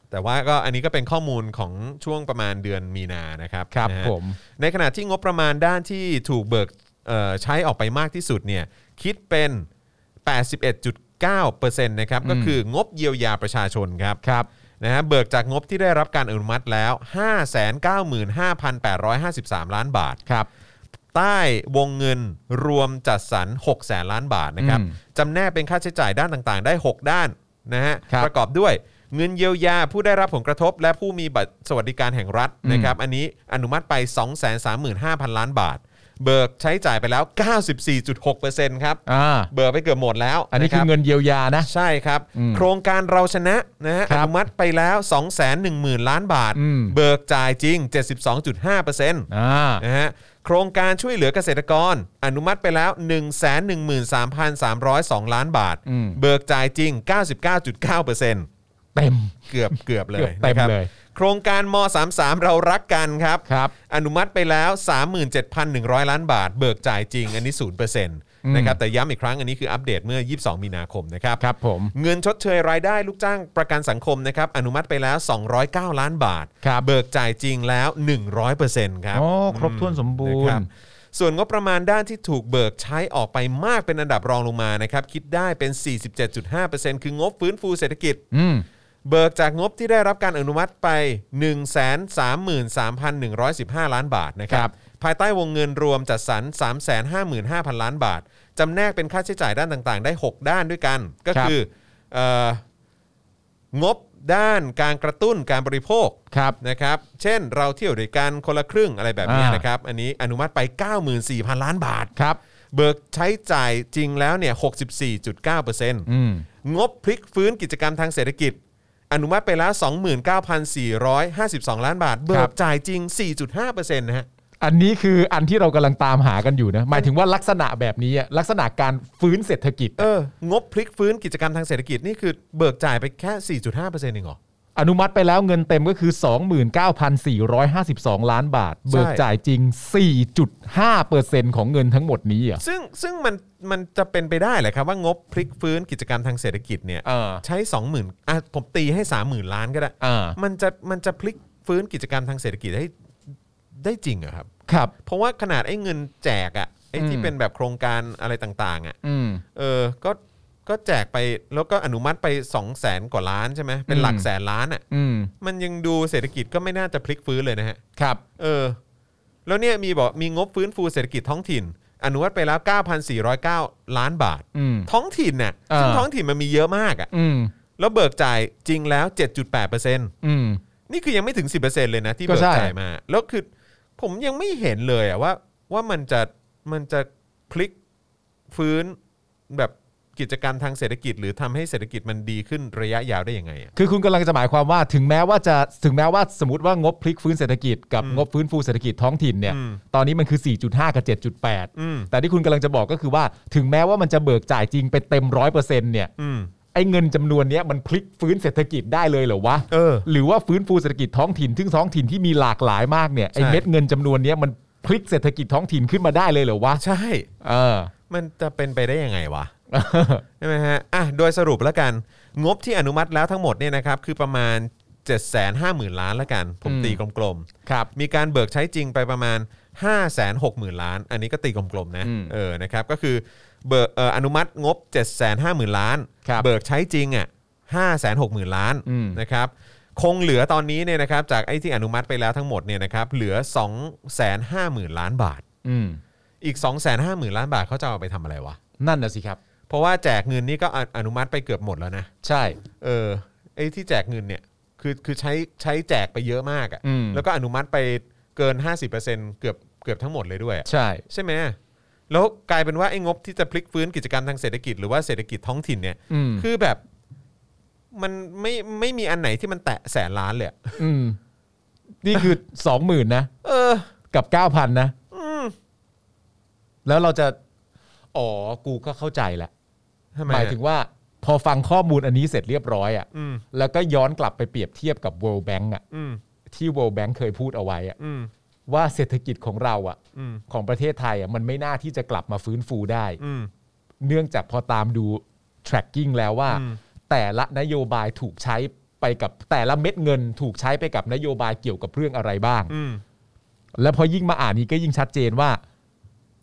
Speaker 2: แต่ว่าก็อันนี้ก็เป็นข้อมูลของช่วงประมาณเดือนมีนานะครับ
Speaker 3: ครับ
Speaker 2: นะฮะ
Speaker 3: ผม
Speaker 2: ในขณะที่งบประมาณด้านที่ถูกเบิกเอ่อใช้ออกไปมากที่สุดเนี่ยคิดเป็น 81.9%นะครับก็คืองบเยียวยาประชาชนครับ
Speaker 3: ครับ
Speaker 2: นะฮะเบิกจากงบที่ได้รับการอนุมัติแล้ว 595,853 ล้านบาท
Speaker 3: ครับ
Speaker 2: ใต้วงเงินรวมจัดสรร6แสนล้านบาทนะครับ
Speaker 3: อืม
Speaker 2: จำแนกเป็นค่าใช้จ่ายด้านต่างๆ ได้ 6 ด้านนะฮะ
Speaker 3: ครับ
Speaker 2: ประกอบด้วยเงินเยียวยาผู้ได้รับผลกระทบ และผู้มีบัตรสวัสดิการแห่งรัฐ
Speaker 3: อืม
Speaker 2: นะครับอันนี้อนุมัติไป 235,000 ล้านบาท เบิกใช้จ่ายไปแล้ว 94.6%ครับ
Speaker 3: อ่า
Speaker 2: เบิกไปเกือบหมดแล้ว
Speaker 3: อันนี้
Speaker 2: ะ
Speaker 3: คื
Speaker 2: รั
Speaker 3: อบ เงินเยียวยานะ
Speaker 2: ใช่ครับ
Speaker 3: อืม
Speaker 2: โครงการเราชนะนะฮะ
Speaker 3: ค
Speaker 2: อ
Speaker 3: รับ
Speaker 2: นุมัติไปแล้ว 2 1 0 0 0 0 ล้านบาท
Speaker 3: อืม
Speaker 2: เบิกจ่ายจริง 72.5%น
Speaker 3: อ่า
Speaker 2: ะฮะโครงการช่วยเหลือเกษตรกร อนุมัติไปแล้ว 113,302 ล้านบาท
Speaker 3: อืม
Speaker 2: เบิกจ่ายจริง 99.9%
Speaker 3: เต็ม
Speaker 2: เกือบเกือบเลย
Speaker 3: เกือบเต็ม
Speaker 2: นะครับ
Speaker 3: เลย
Speaker 2: โครงการม .33 เรารักกันครับ
Speaker 3: ครับ
Speaker 2: อนุมัติไปแล้ว 37,100 ล้านบาท เบิกจ่ายจริง อันนี้ 0%นะครับ แต่ย้ำอีกครั้งอันนี้คืออัปเดตเมื่อ 22 มีนาคมนะครับ
Speaker 3: ครับผม
Speaker 2: เงินชดเชยรายได้ลูกจ้างประกันสังคมนะครับ อนุมัติไปแล้ว 209 ล้านบาท
Speaker 3: ครับ
Speaker 2: เบิกจ่ายจริงแล้ว 100%ครับ
Speaker 3: อ๋อครบถ้วนสมบูรณ์
Speaker 2: นะคส่วนงบประมาณด้านที่ถูกเบิกใช้ออกไปมากเป็นอันดับรองลงมานะครับ คิดได้เป็น 47.5%คืองบฟื้นฟูเศรษฐกิจ
Speaker 3: อืม
Speaker 2: เบิกจากงบที่ได้รับการอนุมัติไป 133,115 ล้านบาทนะค
Speaker 3: ค
Speaker 2: รั
Speaker 3: รับ บ
Speaker 2: ภายใต้วงเงินรวมจัดสรร 355,000 ล้านบาท จำแนกเป็นค่าใช้จ่ายด้านต่างๆ ได้ 6 ด้านด้วยกัน ก็คือเอ่องบด้านการกระตุ้นการบริโภค
Speaker 3: ครับ
Speaker 2: นะครับ เช่นเราเที่ยวด้วยกันคนละครึ่งอะไรแบบนี้
Speaker 3: อ่าน
Speaker 2: นะครับ อันนี้อนุมัติไป 94,000 ล้านบาท
Speaker 3: ครับ
Speaker 2: เบิกใช้จ่ายจริงแล้วเนี่ย 64.9%
Speaker 3: อืม
Speaker 2: งบพลิกฟื้นกิจกรรมทางเศรษฐกิจ อนุมัติไปแล้ว 29,452 ล้านบาท เบิ
Speaker 3: ครั
Speaker 2: ก
Speaker 3: บ
Speaker 2: จ่ายจริง 4.5%นะฮะ
Speaker 3: อันนี้คืออันที่เรากำลังตามหากันอยู่นะ หมายถึงว่าลักษณะแบบนี้อะลักษณะการฟื้นเศรษฐกิจ
Speaker 2: เอองบพลิกฟื้นกิจกรรมทางเศรษฐกิจนี่คือเบิกจ่ายไปแค่ 4.5%เองเหรอ
Speaker 3: อนุมัติไปแล้วเงินเต็มก็คือ 29,452 ล้านบาท เบิกจ่ายจริง 4.5%ของเงินทั้งหมดนี้เหรอ่ะ
Speaker 2: ซึ่งซึ่งมันมันจะเป็นไปได้เหรอครับว่างบพลิกฟื้นกิจกรรมทางเศรษฐกิจเนี่ย
Speaker 3: เออ
Speaker 2: ใช้ 20,000อ่ะผมตีให้ 30,000 ล้านก็ได้
Speaker 3: อ่า
Speaker 2: มันจะมันจะพลิกฟื้นกิจกรรมทางเศรษฐกิจได้ได้จริงเหรอครับ
Speaker 3: ครับ
Speaker 2: เพราะว่าขนาดไอ้เงินแจกอะไอ้ที่
Speaker 3: อืม
Speaker 2: เป็นแบบโครงการอะไรต่างๆอะ
Speaker 3: อืม
Speaker 2: เออ ก็ ก็แจกไป แล้วก็อนุมัติไป 2 0 0แสนกว่าล้านใช่ไหม เป็นหลัก
Speaker 3: อืม
Speaker 2: แสนล้านอ่ะ
Speaker 3: อืม
Speaker 2: มันยังดูเศรษฐกิจก็ไม่น่าจะพลิกฟื้นเลยนะฮะ
Speaker 3: ครับ
Speaker 2: เออ แล้วเนี่ยมีบอกมีงบฟื้นฟูเศรษฐกิจท้องถิ่น อนุมัติไปแล้ว 9,409 ล้านบาท
Speaker 3: อืม
Speaker 2: ท้องถิ่นน่ะ
Speaker 3: อ่า
Speaker 2: ซึ่งท้องถิ่นมันมีเยอะมากอ่ะ
Speaker 3: อืม
Speaker 2: แล้วเบิกจ่ายจริงแล้ว 7.8%
Speaker 3: อืม
Speaker 2: นี่คือยังไม่ถึง 10%เลยนะที่
Speaker 3: ก็
Speaker 2: เบิก
Speaker 3: ใช่
Speaker 2: จ่ายมา แล้วคือผมยังไม่เห็นเลยอะว่า ว่ามันจะ มันจะพลิกฟื้นแบบกิจการทางเศรษฐกิจ หรือทำให้เศรษฐกิจมันดีขึ้นระยะยาวได้ยังไงอะ
Speaker 3: คือคุณกำลังจะหมายความว่าถึงแม้ว่าจะถึงแม้ว่าสมมติว่างบพลิกฟื้นเศรษฐกิจกับงบฟื้นฟูเศรษฐกิจท้องถิ่นเนี่ย
Speaker 2: อืม
Speaker 3: ตอนนี้มันคือ 4.5 กับ
Speaker 2: อืม
Speaker 3: 7.8 แต่ที่คุณกำลังจะบอกก็คือว่า ถึงแม้ว่ามันจะเบิกจ่ายจริงไปเต็มร้อยเปอร์เซ็นต์เนี่ย
Speaker 2: อืม
Speaker 3: ไอ้เงินจำนวนเนี้ยมันพลิกฟื้นเศรษฐกิจได้เลยเหรอวะ
Speaker 2: เออ
Speaker 3: หรือว่าฟื้นฟูเศรษฐกิจท้องถิ่นทึ่งท้องถิ่นที่มีหลากหลายมากเนี่ยไอ้
Speaker 2: ใช่
Speaker 3: เม็ดเงินจำนวนเนี้ยมันพลิกเศรษฐกิจท้องถิ่นขึ้นมาได้เลยเหรอวะ
Speaker 2: ใช่
Speaker 3: เออ
Speaker 2: มันจะเป็นไปได้ยังไง วะ ใช่ไหมฮะ อ่ะ โดยสรุปแล้วกัน งบที่อนุมัติแล้วทั้งหมดเนี่ยนะครับ คือประมาณ 7 5 0 0 0 0 ล้านละกัน ผม
Speaker 3: อืม
Speaker 2: ตีกลม
Speaker 3: ครับ
Speaker 2: ๆ มีการเบิกใช้จริงไปประมาณ 5 6 0 0 0 0 ล้าน อันนี้ก็ตีกลมๆนะ
Speaker 3: อืม
Speaker 2: เออ นะครับ ก็คือเบิกเอ่ออนุมัติงบ 7 5 0 0 0 0 ล้าน
Speaker 3: ครับ
Speaker 2: เบิกใช้จริงอ่ะ5 6 0 0 0 0 ล้าน
Speaker 3: อืม
Speaker 2: นะครับ คงเหลือตอนนี้เนี่ยนะครับ จากไอ้ที่อนุมัติไปแล้วทั้งหมดเนี่ยนะครับ เหลือ 2 5 0 0 0 0 ล้านบาท
Speaker 3: อืม
Speaker 2: อีก 2 5 0 0 0 0 ล้านบาทเขาจะเอาไปทำอะไรวะ
Speaker 3: นั่นนะสิครับ
Speaker 2: เพราะว่าแจกเงินนี่ก็ออนุมัติไปเกือบหมดแล้วนะ
Speaker 3: ใช่
Speaker 2: เออ ไอ้ที่แจกเงินเนี่ย คือ คือใช้ ใช้แจกไปเยอะมากอะ
Speaker 3: อืม
Speaker 2: แล้วก็อนุมัติไปเกิน 50%เกือบ เกือบทั้งหมดเลยด้วยอะ
Speaker 3: ใช่
Speaker 2: ใช่ไหม แล้วกลายเป็นว่าไอ้งบที่จะพลิกฟื้นกิจกรรมทางเศรษฐกิจหรือว่าเศรษฐกิจท้องถิ่นเนี่ย
Speaker 3: อืม
Speaker 2: คือแบบ มันไม่ ไม่มีอันไหนที่มันแตะแสนล้านเลยอะ
Speaker 3: อืมนี่คือ สองหมื่นนะ
Speaker 2: เออ
Speaker 3: กับเก้าพันนะแล้วเราจะ อ๋อ กูก็เข้าใจละ
Speaker 2: ทำไม
Speaker 3: หมายถึงว่า พอฟังข้อมูลอันนี้เสร็จเรียบร้อยอะ่ะ
Speaker 2: อืม
Speaker 3: แล้วก็ย้อนกลับไปเปรียบเทียบกับ World Bank อ่ะ
Speaker 2: อืม
Speaker 3: ที่ World Bank เคยพูดเอาไว้อะ
Speaker 2: อืม
Speaker 3: ว่าเศรษฐกิจของเราอะ
Speaker 2: อืม
Speaker 3: ของประเทศไทยอะมันไม่น่าที่จะกลับมาฟื้นฟูได้
Speaker 2: อืม
Speaker 3: เนื่องจากพอตามดู tracking แล้วว่า
Speaker 2: อืม
Speaker 3: แต่ละนโยบายถูกใช้ไปกับแต่ละเม็ดเงินถูกใช้ไปกับนโยบายเกี่ยวกับเรื่องอะไรบ้าง
Speaker 2: อืม
Speaker 3: แล้วพอยิ่งมาอ่านนี้ก็ยิ่งชัดเจนว่า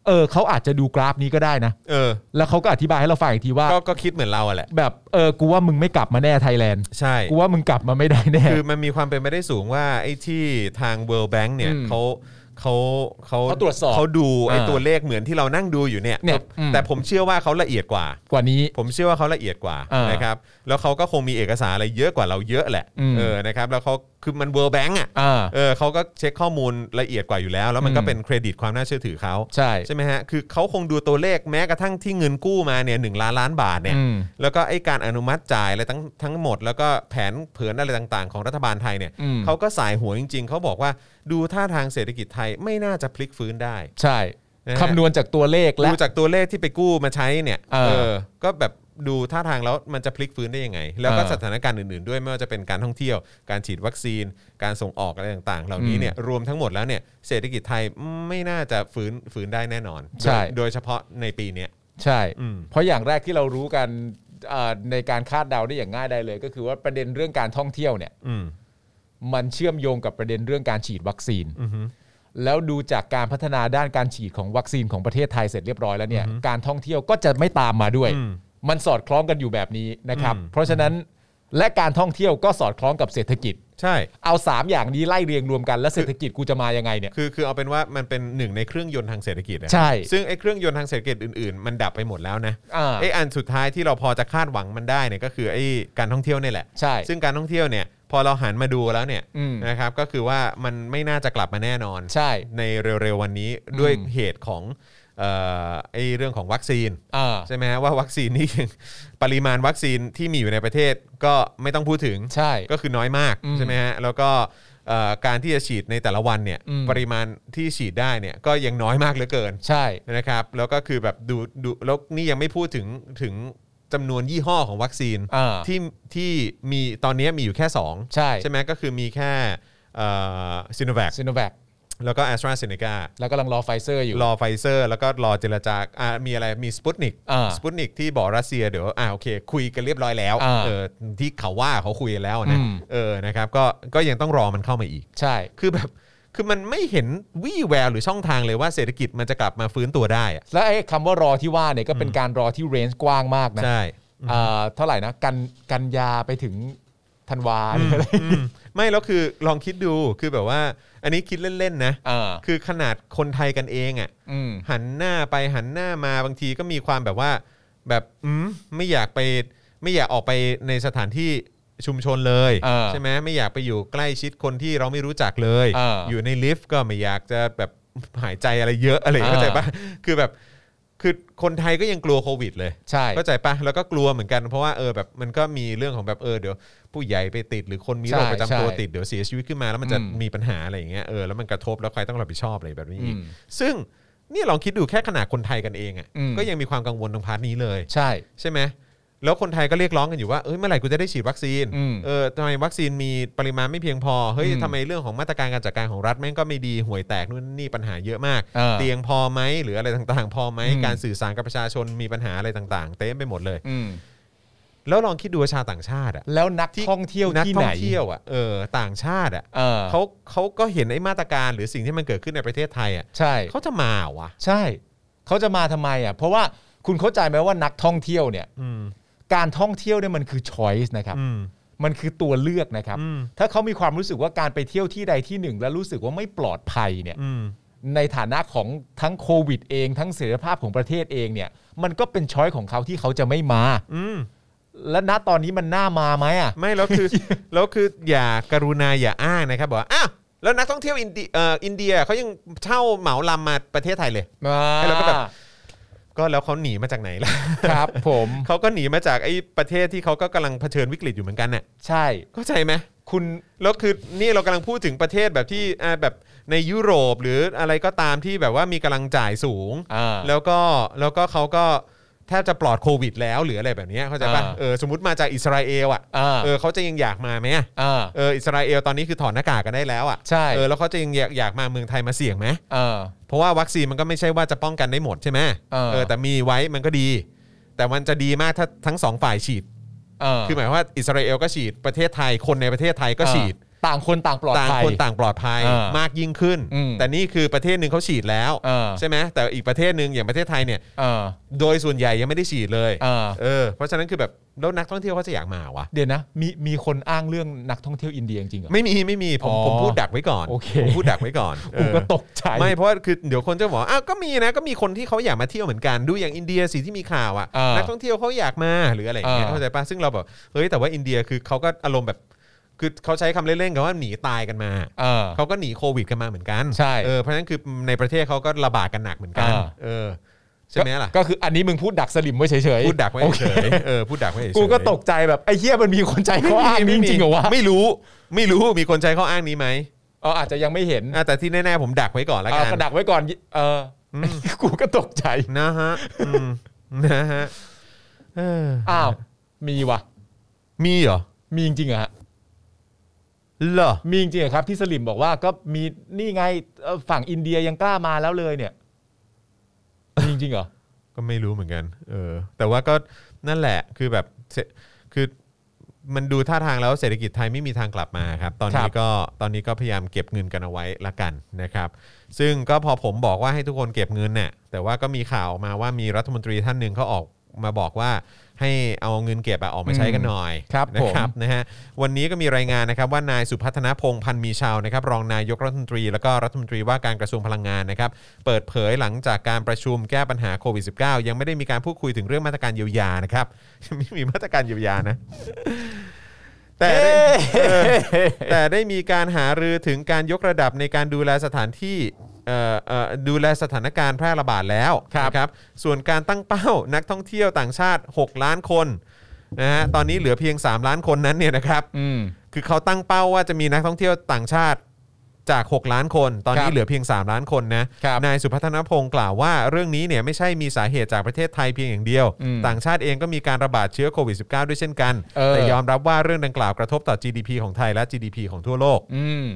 Speaker 3: เออเขาอาจจะดูกราฟนี้ก็ได้นะ
Speaker 2: เออ
Speaker 3: แล้วเขาก็อธิบายให้เราฟังอีกทีว่า
Speaker 2: ก็ก็คิดเหมือนเราอะแหละ
Speaker 3: แบบเออกูว่ามึงไม่กลับมาแน่ไทยแลนด์
Speaker 2: ใช่
Speaker 3: กูว่ามึงกลับมาไม่ได้แน่
Speaker 2: คือมันมีความเป็นไปได้สูงว่าไอ้ที่ทาง World Bank เนี่ย
Speaker 3: อืม
Speaker 2: เขาเขาเขา
Speaker 5: เขาตรวจสอบ
Speaker 2: เขาดูไอ้
Speaker 3: อ่า
Speaker 2: ตัวเลขเหมือนที่เรานั่งดูอยู่เนี่ย
Speaker 3: เนี่ยอืม
Speaker 2: แต่ผมเชื่อว่าเขาละเอียดกว่า
Speaker 3: กว่านี้
Speaker 2: ผมเชื่อว่าเขาละเอียดกว่า
Speaker 3: อ่าน
Speaker 2: นะครับแล้วเขาก็คงมีเอกสารอะไรเยอะกว่าเราเยอะแหละ
Speaker 3: อืม
Speaker 2: เออนะครับแล้วเขาคือมัน World Bank อ่ะ
Speaker 3: อ่า
Speaker 2: เออเขาก็เช็คข้อมูลละเอียดกว่าอยู่แล้ว แล้วมันก็
Speaker 3: อืม
Speaker 2: เป็นเครดิตความน่าเชื่อถือเขา
Speaker 3: ใช่
Speaker 2: ใช่ไหมฮะคือเขาคงดูตัวเลขแม้กระทั่งที่เงินกู้มาเนี่ยหนึ่งล้านล้านบาทเนี่ย
Speaker 3: อืม
Speaker 2: แล้วก็ไอ้การอนุมัติจ่ายอะไรทั้งทั้งหมด แล้วก็แผนเผืนอะไรต่างๆ ของรัฐบาลไทยเนี่ย
Speaker 3: อืม
Speaker 2: เขาก็สายหัวจริง ๆเขาบอกว่าดูท่าทางเศรษฐกิจไทยไม่น่าจะพลิกฟื้นได้
Speaker 3: ใช่
Speaker 2: นะฮะ
Speaker 3: คำนวณจากตัวเลขและ
Speaker 2: ดูจากตัวเลขที่ไปกู้มาใช้เนี่ย
Speaker 3: เออ
Speaker 2: ก็แบบดูท่าทางแล้วมันจะพลิกฟื้นได้ยังไง แล้วก็
Speaker 3: เออ
Speaker 2: สถานการณ์อื่นๆด้วยไม่ว่าจะเป็นการท่องเที่ยว การฉีดวัคซีน การส่งออกอะไรต่างๆ เหล่านี้
Speaker 3: อืม
Speaker 2: เนี่ยรวมทั้งหมดแล้วเนี่ยเศรษฐกิจไทยไม่น่าจะฟื้นฟื้นได้แน่นอน
Speaker 3: ใช่
Speaker 2: โดยโดยเฉพาะในปีเนี้ย
Speaker 3: ใช่
Speaker 2: อืม
Speaker 3: เพราะอย่างแรกที่เรารู้กันเอ่อในการคาดเดาได้อย่างง่ายได้เลย ก็คือว่าประเด็นเรื่องการท่องเที่ยวเนี่ย
Speaker 2: อืม
Speaker 3: มันเชื่อมโยงกับประเด็นเรื่องการฉีดวัคซีน
Speaker 2: อือฮึ
Speaker 3: แล้วดูจากการพัฒนาด้านการฉีดของวัคซีนของประเทศไทยเสร็จเรียบร้อยแล้วเนี่ย การท่องเที่ยวก็จะไม่ตามมาด้วย
Speaker 2: อืม
Speaker 3: มันสอดคล้องกันอยู่แบบนี้นะครับ
Speaker 2: อืม
Speaker 3: เพราะฉะนั้นและการท่องเที่ยวก็สอดคล้องกับเศรษฐกิจ
Speaker 2: ใช่
Speaker 3: เอา 3 อย่างนี้ไล่เรียงรวมกันแล้วเศรษฐกิจกูจะมายังไงเนี่ย
Speaker 2: คือคือเอาเป็นว่ามันเป็นหนึ่งในเครื่องยนต์ทางเศรษฐกิจนะ
Speaker 3: ใช่
Speaker 2: ซึ่งไอ้เครื่องยนต์ทางเศรษฐกิจอื่นๆ มันดับไปหมดแล้วนะ
Speaker 3: อ่า
Speaker 2: ไอ้อันสุดท้ายที่เราพอจะคาดหวังมันได้เนี่ยก็คือไอ้การท่องเที่ยวเนี่ยแหละ
Speaker 3: ใช่
Speaker 2: ซึ่งการท่องเที่ยวเนี่ยพอเราหันมาดูแล้วเนี่ย
Speaker 3: อืม
Speaker 2: นะครับก็คือว่ามันไม่น่าจะกลับมาแน่นอน
Speaker 3: ใช่
Speaker 2: ในเร็วๆวันนี้ด้วย
Speaker 3: อืม
Speaker 2: เหตุของเอ่อไอ้เรื่องของวัคซีน
Speaker 3: อ่า
Speaker 2: ใช่ไหมฮะว่าวัคซีนนี่ ปริมาณวัคซีนที่มีอยู่ในประเทศก็ไม่ต้องพูดถึง
Speaker 3: ใช่
Speaker 2: ก็คือน้อยมาก
Speaker 3: อืม
Speaker 2: ใช่ไหมฮะแล้วก็เอ่อการที่จะฉีดในแต่ละวันเนี่ย
Speaker 3: อืม
Speaker 2: ปริมาณที่ฉีดได้เนี่ยก็ยังน้อยมากเหลือเกิน
Speaker 3: ใช่
Speaker 2: นะครับแล้วก็คือแบบดูดูแล้วนี่ยังไม่พูดถึงถึงจำนวนยี่ห้อของวัคซีน
Speaker 3: อ่า
Speaker 2: ที่ที่มีตอนนี้มีอยู่แค่ 2
Speaker 3: ใช่
Speaker 2: ใช่ไหมก็คือมีแค่ซิโนแวค
Speaker 3: ซิโนแวค
Speaker 2: แล้วก็แอสตราเซเนการ
Speaker 3: ากำลังรอไฟเซอร์อยู่
Speaker 2: รอไฟเซอร์แล้วก็รอเจรจาอ่ามีอะไรมีสปุตนิก
Speaker 3: อ่า
Speaker 2: สปุตนิกที่บอกรัสเซียเดี๋ยวอ่าโอเค คุยกันเรียบร้อยแล้ว
Speaker 3: อ่า
Speaker 2: เออที่เขาว่าเขาคุยกันแล้วนะ
Speaker 3: อืม
Speaker 2: เออนะครับก็ก็ยังต้องรอมันเข้ามาอีก
Speaker 3: ใช่
Speaker 2: คือแบบคือมันไม่เห็นวี่แววหรือช่องทางเลยว่าเศรษฐกิจมันจะกลับมาฟื้นตัวได้อะ
Speaker 3: และไอ้คำว่ารอที่ว่าเนี่ยก็เป็นการรอที่เรนจ์กว้างมากนะ
Speaker 2: ใช่
Speaker 3: อ่าเท่าไหร่นะ กันกันยาไปถึงธันวาหรืออะไร
Speaker 2: อืมไม่แล้วคือลองคิดดูคือแบบว่า อันนี้คิดเล่นๆนะ
Speaker 3: อ่า
Speaker 2: คือขนาดคนไทยกันเองอ่ะ
Speaker 3: อืม
Speaker 2: หันหน้าไปหันหน้ามาบางทีก็มีความแบบว่า แบบอืมไม่อยากไปไม่อยากออกไปในสถานที่ชุมชนเลย
Speaker 3: เออ
Speaker 2: ใช่ไหมไม่อยากไปอยู่ใกล้ชิดคนที่เราไม่รู้จักเลย
Speaker 3: เอออยู่
Speaker 2: ในลิฟต์ก็ไม่อยากจะแบบหายใจอะไรเยอะอะไรอย่างเงี้ย
Speaker 3: เออ
Speaker 2: เข้าใจปะคือแบบคือคนไทยก็ยังกลัวโควิดเลย
Speaker 3: ใช่
Speaker 2: เข้าใจปะแล้วก็กลัวเหมือนกันเพราะว่าเออแบบมันก็มีเรื่องของแบบเออเดี๋ยว ผู้ใหญ่ไปติดหรือคนมีโรค
Speaker 3: ใช่
Speaker 2: ประจำตัว
Speaker 3: ใช่
Speaker 2: ติดเดี๋ยวเสียชีวิตขึ้นมาแล้วมันจะ
Speaker 3: อืม
Speaker 2: มีปัญหาอะไรอย่างเงี้ยเออแล้วมันกระทบแล้วใครต้องรับผิดชอบอะไรแบบนี้อีก
Speaker 3: อืม
Speaker 2: ซึ่งเนี่ยลองคิดดูแค่ขนาดคนไทยกันเอง
Speaker 3: อื
Speaker 2: อะ
Speaker 3: ม
Speaker 2: ่ะก็ยังมีความกังวลตรงพาร์ทนี้เลย
Speaker 3: ใช่
Speaker 2: ใช่ไหมแล้วคนไทยก็เรียกร้องกันอยู่ว่าเอ้ยเมื่อไหร่กูจะได้ฉีดวัคซีน
Speaker 3: อืม
Speaker 2: เออทำไมวัคซีนมีปริมาณไม่เพียงพอเฮ้ย
Speaker 3: อืม
Speaker 2: ทำไมเรื่องของมาตรการการจัดการของรัฐแม่งก็ไม่ดีห่วยแตกนู่นนี่ปัญหาเยอะมาก
Speaker 3: เออ
Speaker 2: เตียงพอไหมหรืออะไรต่างๆ พอไหม
Speaker 3: อืม
Speaker 2: การสื่อสารกับประชาชนมีปัญหาอะไรต่างๆ เต็มไปหมดเลย
Speaker 3: อืม
Speaker 2: แล้วลองคิดดูว่าชาวต่างชาติอะ
Speaker 3: แล้วนัก
Speaker 2: ที่
Speaker 3: ท่องเที่ยว
Speaker 2: นัก
Speaker 3: ที่
Speaker 2: ท่
Speaker 3: ไหน
Speaker 2: องเที่ยวอ่ะเออต่างชาติอ่ะ
Speaker 3: เออ
Speaker 2: เขาเขาก็เห็นไอ้มาตรการหรือสิ่งที่มันเกิดขึ้นในประเทศไทยอ่ะ
Speaker 3: ใช่
Speaker 2: เขาจะมาวะ
Speaker 3: ใช่ เขาจะมาทำไมอ่ะ เพราะว่าคุณเข้าใจไหมว่านักท่องเที่ยวเนี่ย
Speaker 2: อืม
Speaker 3: การท่องเที่ยวเนี่ยมันคือ choice นะครับ
Speaker 2: อืม
Speaker 3: มันคือตัวเลือกนะครับ
Speaker 2: อืม
Speaker 3: ถ้าเขามีความรู้สึกว่าการไปเที่ยวที่ใดที่หนึ่ง แล้วรู้สึกว่าไม่ปลอดภัยเนี่ย
Speaker 2: อืม
Speaker 3: ในฐานะของทั้งโควิดเองทั้งเสรีภาพของประเทศเองเนี่ย มันก็เป็นช้อยของเขาที่เขาจะไม่มา
Speaker 2: อืม
Speaker 3: และณตอนนี้มันน่ามาไหมอ่ะ
Speaker 2: ไม่แล้ว คือ แล้วคืออย่ากรุณาอย่าอ้างนะครับบอกว่าอ้าวแล้วนักท่องเที่ยวอินเดียเอ่ออินเดียเขายังเช่าเหมาลำมาประเทศไทยเลย
Speaker 3: มา
Speaker 2: แล้วก็แบบ ก็แล้วเขาหนีมาจากไหน ล่ะ
Speaker 3: ครับผม
Speaker 2: เขาก็หนีมาจากไอ้ประเทศที่เขาก็กำลังเผชิญวิกฤตอยู่เหมือนกันน่ะ
Speaker 3: ใช่
Speaker 2: เข้าใจไหม
Speaker 3: คุณ
Speaker 2: แล้วคือนี่เรากำลังพูดถึงประเทศแบบที่อ่าแบบในยุโรปหรืออะไรก็ตามที่แบบว่ามีกำลังจ่ายสูง
Speaker 3: อ่า
Speaker 2: แล้วก็แล้วก็เขาก็แทบจะปลอดโควิดแล้วหรืออะไรแบบเนี้ยเข้าใจป่ะ
Speaker 3: อ่า
Speaker 2: เออสมมติมาจากอิสราเอลอ่ะ
Speaker 3: อ่า
Speaker 2: เออเขาจะยังอยากมาไหมอะ
Speaker 3: อ่า
Speaker 2: เอออิสราเอลตอนนี้คือถอดหน้ากากกันได้แล้วอ่ะ
Speaker 3: ใช่
Speaker 2: เออแล้วเขาจะยังอยากอยากมาเมืองไทยมาเสี่ยงไหม
Speaker 3: อ่า
Speaker 2: เพราะว่าวัคซีนมันก็ไม่ใช่ว่าจะป้องกันได้หมดใช่ไหม
Speaker 3: เออ
Speaker 2: เออแต่มีไว้มันก็ดี แต่มันจะดีมากถ้าทั้งสองฝ่ายฉีด
Speaker 3: อ่า
Speaker 2: คือหมายความว่าอิสราเอลก็ฉีดประเทศไทยคนในประเทศไทยก็ฉีด
Speaker 3: อ่า ต่างคนต่างปลอด
Speaker 2: ต่าง
Speaker 3: ภัย
Speaker 2: คนต่างปลอดภัย
Speaker 3: อ่าม
Speaker 2: มากยิ่งขึ้น
Speaker 3: อืม
Speaker 2: แต่นี่คือประเทศหนึ่งเขาฉีดแล้ว
Speaker 3: อ่า
Speaker 2: ใช่ไหมแต่อีกประเทศหนึ่งอย่างประเทศไทยเนี่ย
Speaker 3: เออ
Speaker 2: โดยส่วนใหญ่ยังไม่ได้ฉีดเลย
Speaker 3: อ่า
Speaker 2: เออเพราะฉะนั้นคือแบบแล้วนักท่องเที่ยวเขาจะอยากมาวะ
Speaker 3: เดี๋ยวนะมีมีคนอ้างเรื่องนักท่องเที่ยวอินเดียจริงเหรอ
Speaker 2: ไม่มีไม่มีผม
Speaker 3: อ๋อ
Speaker 2: ผมพูดดักไว้ก่อน
Speaker 3: โอเค
Speaker 2: ผมพูดดักไว้ก่อนเอ
Speaker 3: กู
Speaker 2: อ
Speaker 3: ก็ตกใจ
Speaker 2: ไม่เพราะคือเดี๋ยวคนจะบอกว่าอ้าวก็มีนะก็มีคนที่เขาอยากมาเที่ยวเหมือนกันดูอย่างอินเดียสิที่มีข่าว
Speaker 3: เออ
Speaker 2: อะ่ะนักท่องเที่ยวเขาอยากมาหรืออะไรอย่างเงี้ย
Speaker 3: เออ
Speaker 2: เข้าใจปะซึ่งเราแบบเฮ้ยแต่ว่าอินเดียคือเขาก็อารมณ์แบบคือเขาใช้คำเล่นๆกันว่าหนีตายกันมา
Speaker 3: เออ
Speaker 2: เขาก็หนีโควิดกันมาเหมือนกัน
Speaker 3: ใช่
Speaker 2: เออเพราะฉะนั้นคือในประเทศเขาก็ระบาดกันหนักเหมือนกัน
Speaker 3: อ่า
Speaker 2: เออใช่ไหมล่ะ
Speaker 3: ก็คืออันนี้มึงพูดดักสลิมไว้เฉยๆ
Speaker 2: พูดดักไว้
Speaker 3: โอค
Speaker 2: เฉยๆเออพูดดักไว้เฉยๆ
Speaker 3: กูก็ตกใจแบบไอ้เหี้ยมันมีคนใจเขาอ้างนี้จริงๆเหรอวะ
Speaker 2: ไม่รู้ไม่รู้มีคนใช้ข้ออ้างนี้ไหม
Speaker 3: เอออาจจะยังไม่เห็น
Speaker 2: อ่ะแต่ที่แน่ๆผมดักไว้ก่อนละ
Speaker 3: เอา
Speaker 2: กัน
Speaker 3: กระดักไว้ก่อนเอออ กูก็ตกใจ
Speaker 2: นะฮะอืมนะฮะเออ
Speaker 3: อ้าวมีวะ
Speaker 2: มีเหรอ
Speaker 3: มีจริงๆเหรอฮะ
Speaker 2: เหรอ
Speaker 3: มีจริงๆเหรอครับที่สลิมบอกว่าก็มีนี่ไงเอ่อฝั่งอินเดียยังกล้ามาแล้วเลยเนี่ยมีจริงๆเหรอ
Speaker 2: ก็ไม่รู้เหมือนกัน เออ แต่ว่าก็นั่นแหละคือแบบเศรษคือมันดูท่าทางแล้วเศรษฐกิจไทยไม่มีทางกลับมาครับ ตอน
Speaker 3: ครั
Speaker 2: นี้
Speaker 3: บ
Speaker 2: ก็ตอนนี้ก็พยายามเก็บเงินกันเอาไว้ละกันนะครับ ซึ่งก็พอผมบอกว่าให้ทุกคนเก็บเงินเนี่ยแต่ว่าก็มีข่าวออกมาว่ามีรัฐมนตรีท่านหนึ่งเขาออกมาบอกว่า ให้เอาเงินเก็บอะออกมาใช้กันหน่อย
Speaker 3: ครับ
Speaker 2: นะ
Speaker 3: ผม
Speaker 2: ครับนะฮะวันนี้ก็มีรายงานนะครับว่านายสุพัฒนพงษ์พันธ์มีชาวนะครับรองนายกรัฐมนตรี แล้วก็รัฐมนตรีว่าการกระทรวงพลังงานนะครับเปิดเผยหลังจากการประชุมแก้ปัญหาโควิด -19 ยังไม่ได้มีการพูดคุยถึงเรื่องมาตรการเยียวยานะครับ ไม่มีมาตรการเยียวยานะ แต่ได้เออแต่ได้มีการหารือถึงการยกระดับในการดูแลสถานที่เอ่อเอ่อดูแลสถานการณ์แพร่ระบาดแล้วนะครับส่วนการตั้งเป้านักท่องเที่ยวต่างชาติ 6 ล้านคนนะฮะตอนนี้เหลือเพียง 3 ล้านคนนั้นเนี่ยนะครับ
Speaker 3: อืม
Speaker 2: คือเขาตั้งเป้าว่าจะมีนักท่องเที่ยวต่างชาติจาก 6 ล้านคน ตอน
Speaker 3: ค
Speaker 2: นี้
Speaker 3: รับ
Speaker 2: เหลือเพียง 3 ล้านคนนะครับ นายสุพัฒนพงศ์กล่าวว่าเรื่องนี้เนี่ยไม่ใช่มีสาเหตุจากประเทศไทยเพียงอย่างเดียว
Speaker 3: อืม
Speaker 2: ต่างชาติเองก็มีการระบาดเชื้อโควิด -19 ด้วยเช่นกัน
Speaker 3: เออ
Speaker 2: แต่ยอมรับว่าเรื่องดังกล่าวกระทบต่อ GDP ของไทยและ GDP ของทั่วโลก
Speaker 3: อืม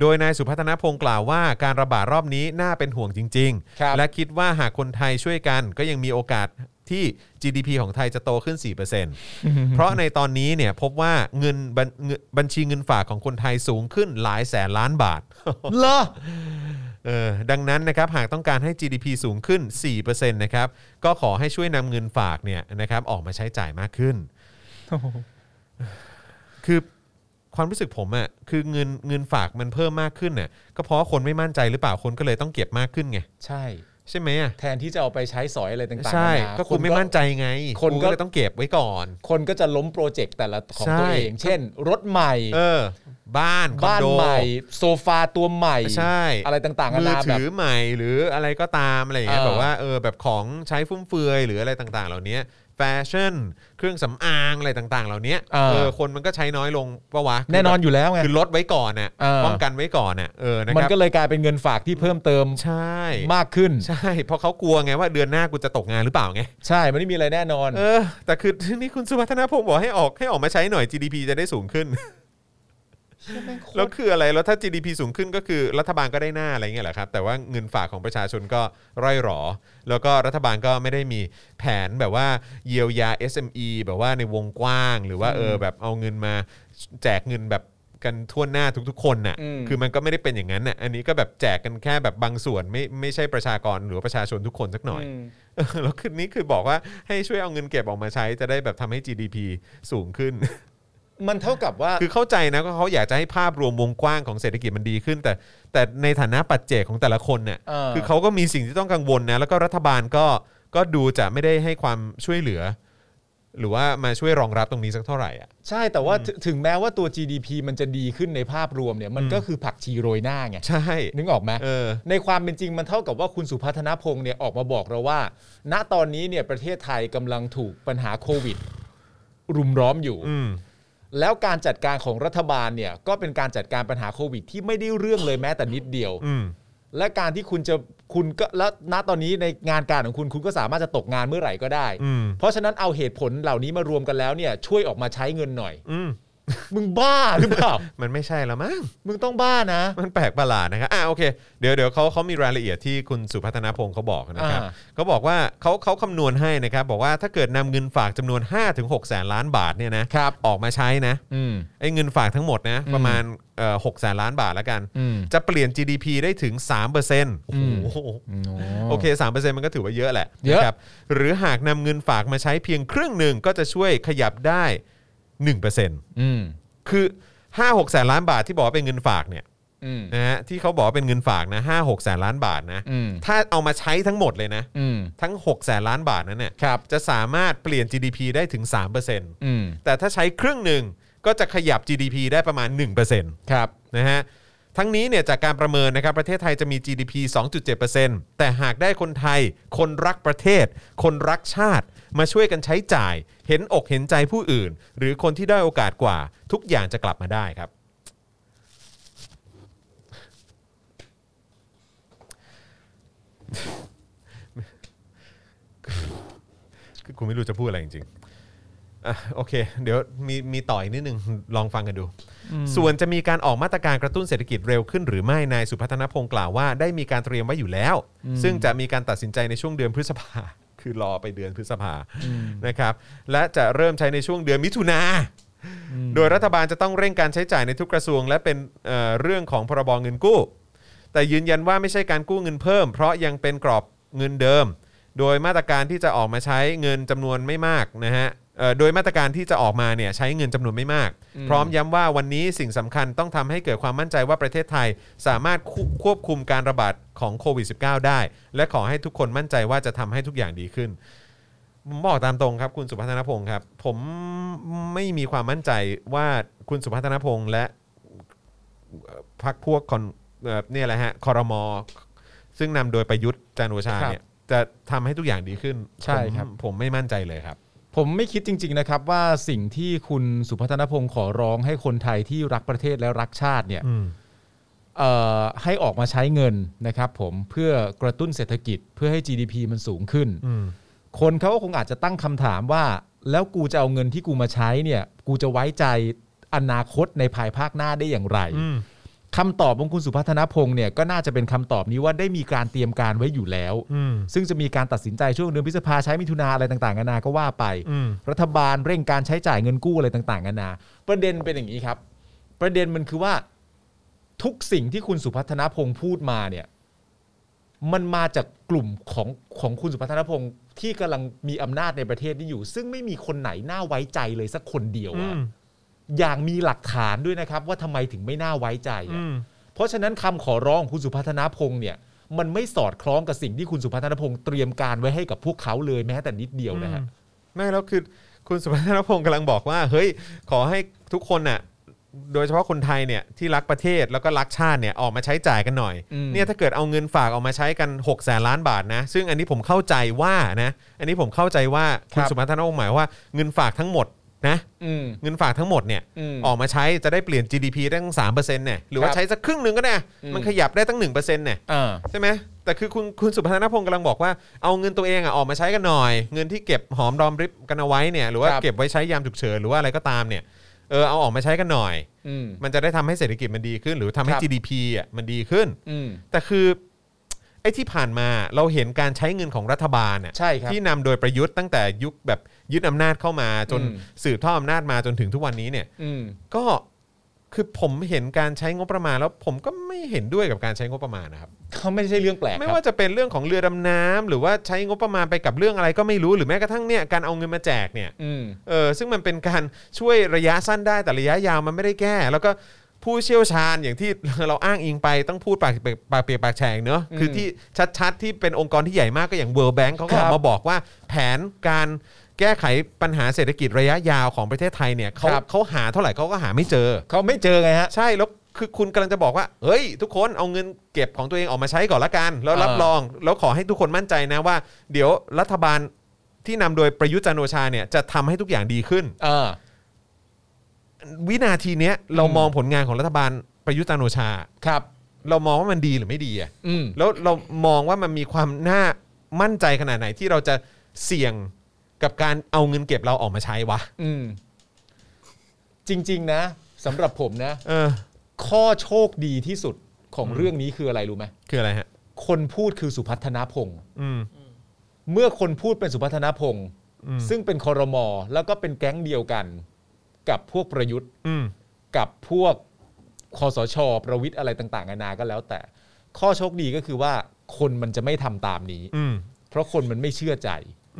Speaker 2: โดยนายสุพัฒนพงศ์กล่าวว่าการระบาดรอบนี้น่าเป็นห่วงจริง
Speaker 3: ครับ
Speaker 2: ๆ และคิดว่าหากคนไทยช่วยกันก็ยังมีโอกาสที่ GDP ของไทยจะโตขึ้น 4%เพราะในตอนนี้เนี่ยพบว่าเงินบัญเงินบัญชีเงินฝากของคนไทยสูงขึ้นหลายแสนล้านบาท
Speaker 3: เหรอ
Speaker 2: เออดังนั้นนะครับหากต้องการให้ GDP สูงขึ้น 4%นะครับก็ขอให้ช่วยนำเงินฝากเนี่ยนะครับออกมาใช้จ่ายมากขึ้น คือความรู้สึกผมอะ่ะคือเงินเงินฝากมันเพิ่มมากขึ้นเนี่ยก็เพราะว่าคนไม่มั่นใจหรือเปล่าคนก็เลยต้องเก็บมากขึ้นไง
Speaker 3: ใช่
Speaker 2: ใช่ไหมอะ
Speaker 3: แทนที่จะเอาไปใช้สอยอะไรต่างๆ
Speaker 2: ใช่
Speaker 3: นานา
Speaker 2: ก็คุณไม่มั่นใจไง
Speaker 3: คนก็
Speaker 2: กูก็เลยต้องเก็บไว้ก่อน
Speaker 3: คนก็จะล้มโปรเจกต์แต่ละของตัว
Speaker 2: ใช่
Speaker 3: เอง เช่น รถใหม่
Speaker 2: เออ บ้านคอน
Speaker 3: บ้าน
Speaker 2: โด
Speaker 3: ใหม่ โซฟาตัวใหม่
Speaker 2: ใช่
Speaker 3: อะไรต่างๆนา
Speaker 2: มือ
Speaker 3: นาแบบ
Speaker 2: ถือใหม่หรืออะไรก็ตามอะไรอย่างเงี้ย
Speaker 3: เออ
Speaker 2: แบบว่าเออแบบของใช้ฟุ่มเฟือยหรืออะไรต่างๆ เหล่านี้แฟชั่น เครื่องสำอางอะไรต่างๆ เหล่านี้เออคนมันก็ใช้น้อยลงปะวะคื
Speaker 3: แน่นอนอยู่แล้วไง
Speaker 2: คือลดไว้ก่อนน่ะ
Speaker 3: เออ
Speaker 2: ป้องกันไว้ก่อนน่ะเออนะค
Speaker 3: มัน
Speaker 2: รับ
Speaker 3: ก็เลยกลายเป็นเงินฝากที่เพิ่มเติม
Speaker 2: ใช่
Speaker 3: มากขึ้น
Speaker 2: ใช่เพราะเขากลัวไงว่าเดือนหน้ากูจะตกงานหรือเปล่าไง
Speaker 3: ใช่ มันไม่มีอะไรแน่นอน
Speaker 2: เออแต่คือ นี่คุณสุวัฒนาพงศ์บอกให้ออกให้ออกมาใช้หน่อย GDP จะได้สูงขึ้น แล้วคืออะไรแล้วถ้า GDP สูงขึ้นก็คือรัฐบาลก็ได้หน้าอะไรเงี้ยเหรอครับ แต่ว่าเงินฝากของประชาชนก็ร่อยหรอ แล้วก็รัฐบาลก็ไม่ได้มีแผนแบบว่าเยียวยา SME แบบว่าในวงกว้าง หรือว่าเออแบบเอาเงินมาแจกเงินแบบกันทั่วหน้าทุกๆ คนน่ะ
Speaker 3: อืม
Speaker 2: คือมันก็ไม่ได้เป็นอย่างนั้นน่ะอันนี้ก็แบบแจกกันแค่แบบบางส่วนไม่ไม่ใช่ประชากรหรือว่าประชาชนทุกคนสักหน่อย เออ แล้วคืนนี้คือบอกว่าให้ช่วยเอาเงินเก็บออกมาใช้จะได้แบบทำให้ GDP สูง ขึ้น
Speaker 3: มันเท่ากับว่า
Speaker 2: คือเข้าใจนะก็เขาอยากจะให้ภาพรวมวงกว้างของเศรษฐกิจมันดีขึ้น แต่แต่ในฐานะปัจเจกของแต่ละคนเนี่ย
Speaker 3: เออ
Speaker 2: คือเขาก็มีสิ่งที่ต้องกังวลนะ แล้วก็รัฐบาลก็ก็ดูจะไม่ได้ให้ความช่วยเหลือ หรือว่ามาช่วยรองรับตรงนี้สักเท่าไหร่อ่ะ
Speaker 3: ใช่แต่ว่าถึงถึงแม้ว่าตัว GDP มันจะดีขึ้นในภาพรวมเนี่ย มัน
Speaker 2: อืม
Speaker 3: ก็คือผักชีโรยหน้าไง
Speaker 2: ใช่
Speaker 3: นึกออกไหม
Speaker 2: เออ
Speaker 3: ในความเป็นจริงมันเท่ากับว่าคุณสุพัฒนพงศ์เนี่ยออกมาบอกเราว่า ณตอนนี้เนี่ยประเทศไทยกำลังถูกปัญหาโควิด รุมร้อมอยู่
Speaker 2: อืม
Speaker 3: แล้วการจัดการของรัฐบาลเนี่ยก็เป็นการจัดการปัญหาโควิด ที่ไม่ได้เรื่องเลยแม้แต่นิดเดียว
Speaker 2: อืม
Speaker 3: และการที่คุณจะคุณก็และณตอนนี้ในงานการของคุณคุณก็สามารถจะตกงานเมื่อไหร่ก็ได้
Speaker 2: อืม
Speaker 3: เพราะฉะนั้นเอาเหตุผลเหล่านี้มารวมกันแล้วเนี่ยช่วยออกมาใช้เงินหน่อย
Speaker 2: อืม
Speaker 3: มึงบ้าหรือเปล่า
Speaker 2: มันไม่ใช่แล้วมั้ง
Speaker 3: มึงต้องบ้านะ
Speaker 2: มันแปลกประหลาดนะครับ อ่าโอเค เดี๋ยวเดี๋ยวเขาเขามีรายละเอียดที่คุณสุพัฒนาพงศ์เขาบอกนะครับ
Speaker 3: อ่า
Speaker 2: เขาบอกว่าเขาเขาคำนวณให้นะครับ บอกว่าถ้าเกิดนำเงินฝากจำนวน 5-6ถึง6แสนล้านบาทเนี่ยนะออกมาใช้นะ
Speaker 3: อืม
Speaker 2: ไอ้เงินฝากทั้งหมดนะ
Speaker 3: อืม
Speaker 2: ประมาณเอ่อหกแสนล้านบาทแล้วกัน
Speaker 3: อืม
Speaker 2: จะเปลี่ยน GDP ได้ถึง 3%โอ้
Speaker 3: อืม
Speaker 2: โห โอเค 3%มันก็ถือว่าเยอะแหละ
Speaker 3: เยอะ
Speaker 2: นะครับหรือหากนำเงินฝากมาใช้เพียงครึ่งหนึ่งก็จะช่วยขยับได้ 1%
Speaker 3: อืม
Speaker 2: คือ 5-6แสนล้านบาทที่บอกว่าเป็นเงินฝากเนี่ย
Speaker 3: อืม
Speaker 2: นะฮะที่เขาบอกว่าเป็นเงินฝากนะห้าหกแสนล้านบาทนะ
Speaker 3: อืม
Speaker 2: ถ้าเอามาใช้ทั้งหมดเลยนะ
Speaker 3: อืม
Speaker 2: ทั้ง6แสนล้านบาทนั้นเนี่ย
Speaker 3: ครับ
Speaker 2: จะสามารถเปลี่ยน GDP ได้ถึง
Speaker 3: อืม
Speaker 2: 3%แต่ถ้าใช้ครึ่งหนึ่งก็จะขยับ GDP ได้ประมาณ 1%น
Speaker 3: ครับ
Speaker 2: ะฮะทั้งนี้เนี่ยจากการประเมินนะครับประเทศไทยจะมี GDP 2.7%แต่หากได้คนไทย คนรักประเทศ คนรักชาติ มาช่วยกันใช้จ่าย เห็นอกเห็นใจผู้อื่น หรือคนที่ได้อยโอกาสกว่า ทุกอย่างจะกลับมาได้ครับ คือกูไม่รู้จะพูดอะไรจริงๆอ่ะโอเค เดี๋ยวมีมีต่ออีกนิดนึง ลองฟังกันดู ส่วนจะมีการออกมาตรการกระตุ้นเศรษฐกิจเร็วขึ้นหรือไม่ นายสุพัฒนพงศ์กล่าวว่าได้มีการเตรียมไว้อยู่แล้ว ซึ่งจะมีการตัดสินใจในช่วงเดือนพฤษภา คือรอไปเดือนพฤษภานะครับ และจะเริ่มใช้ในช่วงเดือนมิถุนา โดยรัฐบาลจะต้องเร่งการใช้จ่ายในทุกกระทรวง และเป็นเอ่อเรื่องของพรบเงินกู้ แต่ยืนยันว่าไม่ใช่การกู้เงินเพิ่ม เพราะยังเป็นกรอบเงินเดิม โดยมาตรการที่จะออกมาใช้เงินจำนวนไม่มากนะฮะเอ่อโดยมาตรการที่จะออกมาเนี่ยใช้เงินจำนวนไม่มาก พร้อมย้ำว่าวันนี้สิ่งสำคัญต้องทำให้เกิดความมั่นใจว่าประเทศไทยสามารถคุควบคุมการระบาดของโควิด -19 ได้ และขอให้ทุกคนมั่นใจว่าจะทำให้ทุกอย่างดีขึ้น ผมบอกตามตรงครับคุณสุพัฒนพงศ์ครับ ผมไม่มีความมั่นใจว่าคุณสุพัฒนพงศ์และเอ่อพรรคพวกคอนเอ่อเนี่ยแหละฮะคอรมอซึ่งนำโดยประยุทธ์จันทร์โอชาเนี่ยจะทำให้ทุกอย่างดีขึ้น
Speaker 3: ใช่ครับ
Speaker 2: ผมผมไม่มั่นใจเลยครับ
Speaker 3: ผมไม่คิดจริง ๆ นะครับ ว่าสิ่งที่คุณสุพัฒนพงศ์ขอร้องให้คนไทยที่รักประเทศและรักชาติเนี่ย
Speaker 2: อืม
Speaker 3: เอ่อให้ออกมาใช้เงินนะครับผมเพื่อกระตุ้นเศรษฐกิจเพื่อให้ GDP มันสูงขึ้น
Speaker 2: อืม
Speaker 3: คนเขาก็คงอาจจะตั้งคำถามว่า แล้วกูจะเอาเงินที่กูมาใช้เนี่ย กูจะไว้ใจอนาคตในภายภาคหน้าได้อย่างไร
Speaker 2: อืม
Speaker 3: คำตอบของคุณสุพัฒนพงศ์เนี่ยก็น่าจะเป็นคำตอบนี้ว่าได้มีการเตรียมการไว้อยู่แล้ว
Speaker 2: อืม
Speaker 3: ซึ่งจะมีการตัดสินใจช่วงเดือนพฤษภาใช้มิถุนาอะไรต่างๆนานาก็ว่าไป
Speaker 2: อืม
Speaker 3: รัฐบาลเร่งการใช้จ่ายเงินกู้อะไรต่างๆกันานาประเด็นเป็นอย่างนี้ครับ ประเด็นมันคือว่าทุกสิ่งที่คุณสุพัฒนพงศ์พูดมาเนี่ย มันมาจากกลุ่มของของคุณสุพัฒนพงศ์ที่กำลังมีอำนาจในประเทศนี้อยู่ ซึ่งไม่มีคนไหนน่าไว้ใจเลยสักคนเดียว
Speaker 2: อื
Speaker 3: อะ
Speaker 2: ม
Speaker 3: อย่างมีหลักฐานด้วยนะครับ ว่าทำไมถึงไม่น่าไว้ใจอะ
Speaker 2: อืม
Speaker 3: เพราะฉะนั้นคำขอร้องของคุณสุพัฒนาพงศ์เนี่ย มันไม่สอดคล้องกับสิ่งที่คุณสุพัฒนาพงศ์เตรียมการไว้ให้กับพวกเขาเลยแม้แต่นิดเดียวนะฮะ
Speaker 2: อื ไม่แล้วคือคุณสุพัฒนพงศ์กำลังบอกว่า เฮ้ย ขอให้ทุกคนน่ะ โดยเฉพาะคนไทยเนี่ยที่รักประเทศแล้วก็รักชาติเนี่ยออกมาใช้จ่ายกันหน่อย
Speaker 3: อืม
Speaker 2: เนี่ยถ้าเกิดเอาเงินฝากออกมาใช้กัน6กแสนล้านบาทนะ ซึ่งอันนี้ผมเข้าใจว่านะ อันนี้ผมเข้าใจว่าคุณสุพัฒนพงศ์หมายว่าเงินฝากทั้งหมดนะ
Speaker 3: อืม
Speaker 2: เงินฝากทั้งหมดเนี่ย
Speaker 3: อืม
Speaker 2: ออกมาใช้จะได้เปลี่ยน GDP ได้ตั้ง3%เนี่ยหรือว่า
Speaker 3: ครับ
Speaker 2: ใช้สักครึ่งหนึ่งก็ได้
Speaker 3: อืม
Speaker 2: มันขยับได้ตั้ง1%เนี่ย
Speaker 3: อ่า
Speaker 2: ใช่ไหมแต่คือคุณคุณสุพัฒนพงศ์กำลังบอกว่าเอาเงินตัวเองอ่ะออกมาใช้กันหน่อย เงินที่เก็บหอมรอมริบกันเอาไว้เนี่ยหรือว่า
Speaker 3: ครับ
Speaker 2: เก็บไว้ใช้ยามฉุกเฉินหรือว่าอะไรก็ตามเนี่ยเออเอาออกมาใช้กันหน่อย
Speaker 3: อืม
Speaker 2: มันจะได้ทำให้เศรษฐกิจมันดีขึ้น หรือทำให้
Speaker 3: ครับ
Speaker 2: GDP อ่ะมันดีขึ้น
Speaker 3: อืม
Speaker 2: แต่คือไอ้ที่ผ่านมาเราเห็นการใช้เงินของรัฐบาลเนี่ย
Speaker 3: ใช่ครับ
Speaker 2: ที่นำโดยประยุทธ์ตั้งแต่ยุคแบบยึดอำนาจเข้ามาจน
Speaker 3: อืม
Speaker 2: สืบทอดอำนาจมาจนถึงทุกวันนี้เนี่ย
Speaker 3: อืม
Speaker 2: ก็คือผมเห็นการใช้งบประมาณแล้วผมก็ไม่เห็นด้วยกับการใช้งบประมาณนะครับ
Speaker 3: เขาไม่ใช่เรื่องแปลก
Speaker 2: ไม่
Speaker 3: ครับ
Speaker 2: ว่าจะเป็นเรื่องของเรือดำน้ำหรือว่าใช้งบประมาณไปกับเรื่องอะไรก็ไม่รู้หรือแม้กระทั่งเนี่ยการเอาเงินมาแจกเนี่ย
Speaker 3: อืม
Speaker 2: เออซึ่งมันเป็นการช่วยระยะสั้นได้แต่ระยะยาวมันไม่ได้แก้ แล้วก็ผู้เชี่ยวชาญอย่างที่ เราอ้างอิงไปต้องพูดปากเปียกปากเปียกปากแฉงเนอะ
Speaker 3: อืม
Speaker 2: คือที่ชัดๆ ที่เป็นองค์กรที่ใหญ่มากก็อย่าง World Bank เขาก็อ
Speaker 3: ครั
Speaker 2: อก
Speaker 3: บ
Speaker 2: มาบอกว่าแผนการแก้ไขปัญหาเศรษฐกิจระยะยาวของประเทศไทยเนี่ยเขา
Speaker 3: ครับ
Speaker 2: เขาหาเท่าไหร่เขาก็หาไม่เจอ
Speaker 3: เขาไม่เจอไงฮะ
Speaker 2: ใช่แล้วคือคุณกำลังจะบอกว่าเฮ้ย ทุกคนเอาเงินเก็บของตัวเองออกมาใช้ก่อนละกัน แล้วรับ
Speaker 3: เออ
Speaker 2: รอง แล้วขอให้ทุกคนมั่นใจนะว่า เดี๋ยวรัฐบาลที่นำโดยประยุทธ์จันทร์โอชาเนี่ยจะทำให้ทุกอย่างดีขึ้น
Speaker 3: อ่า
Speaker 2: วินาทีเนี้ยเรา
Speaker 3: อืม
Speaker 2: มองผลงานของรัฐบาลประยุทธ์จันทร์โอชา
Speaker 3: ครับ
Speaker 2: เรามองว่ามันดีหรือไม่ดีอะ
Speaker 3: อืม
Speaker 2: แล้วเรามองว่ามันมีความน่ามั่นใจขนาดไหนที่เราจะเสี่ยงกับการเอาเงินเก็บเราออกมาใช้วะ
Speaker 3: อืม จริง ๆ นะสำหรับผมนะ
Speaker 2: เออ
Speaker 3: ข้อโชคดีที่สุดของเรื่องนี้คืออะไรรู้ไหม
Speaker 2: คืออะไรฮะ
Speaker 3: คนพูดคือสุพัฒนาพงศ์
Speaker 2: อืม
Speaker 3: เมื่อคนพูดเป็นสุพัฒนาพงศ์
Speaker 2: อืม
Speaker 3: ซึ่งเป็นคอรมอแล้วก็เป็นแก๊งเดียวกัน กับพวกประยุทธ์
Speaker 2: อืม
Speaker 3: กับพวกคอสช ประวิทย์อะไรต่างๆนานาก็แล้ว แต่ข้อโชคดีก็คือว่าคนมันจะไม่ทำตามนี้
Speaker 2: อืม
Speaker 3: เพราะคนมันไม่เชื่อใจ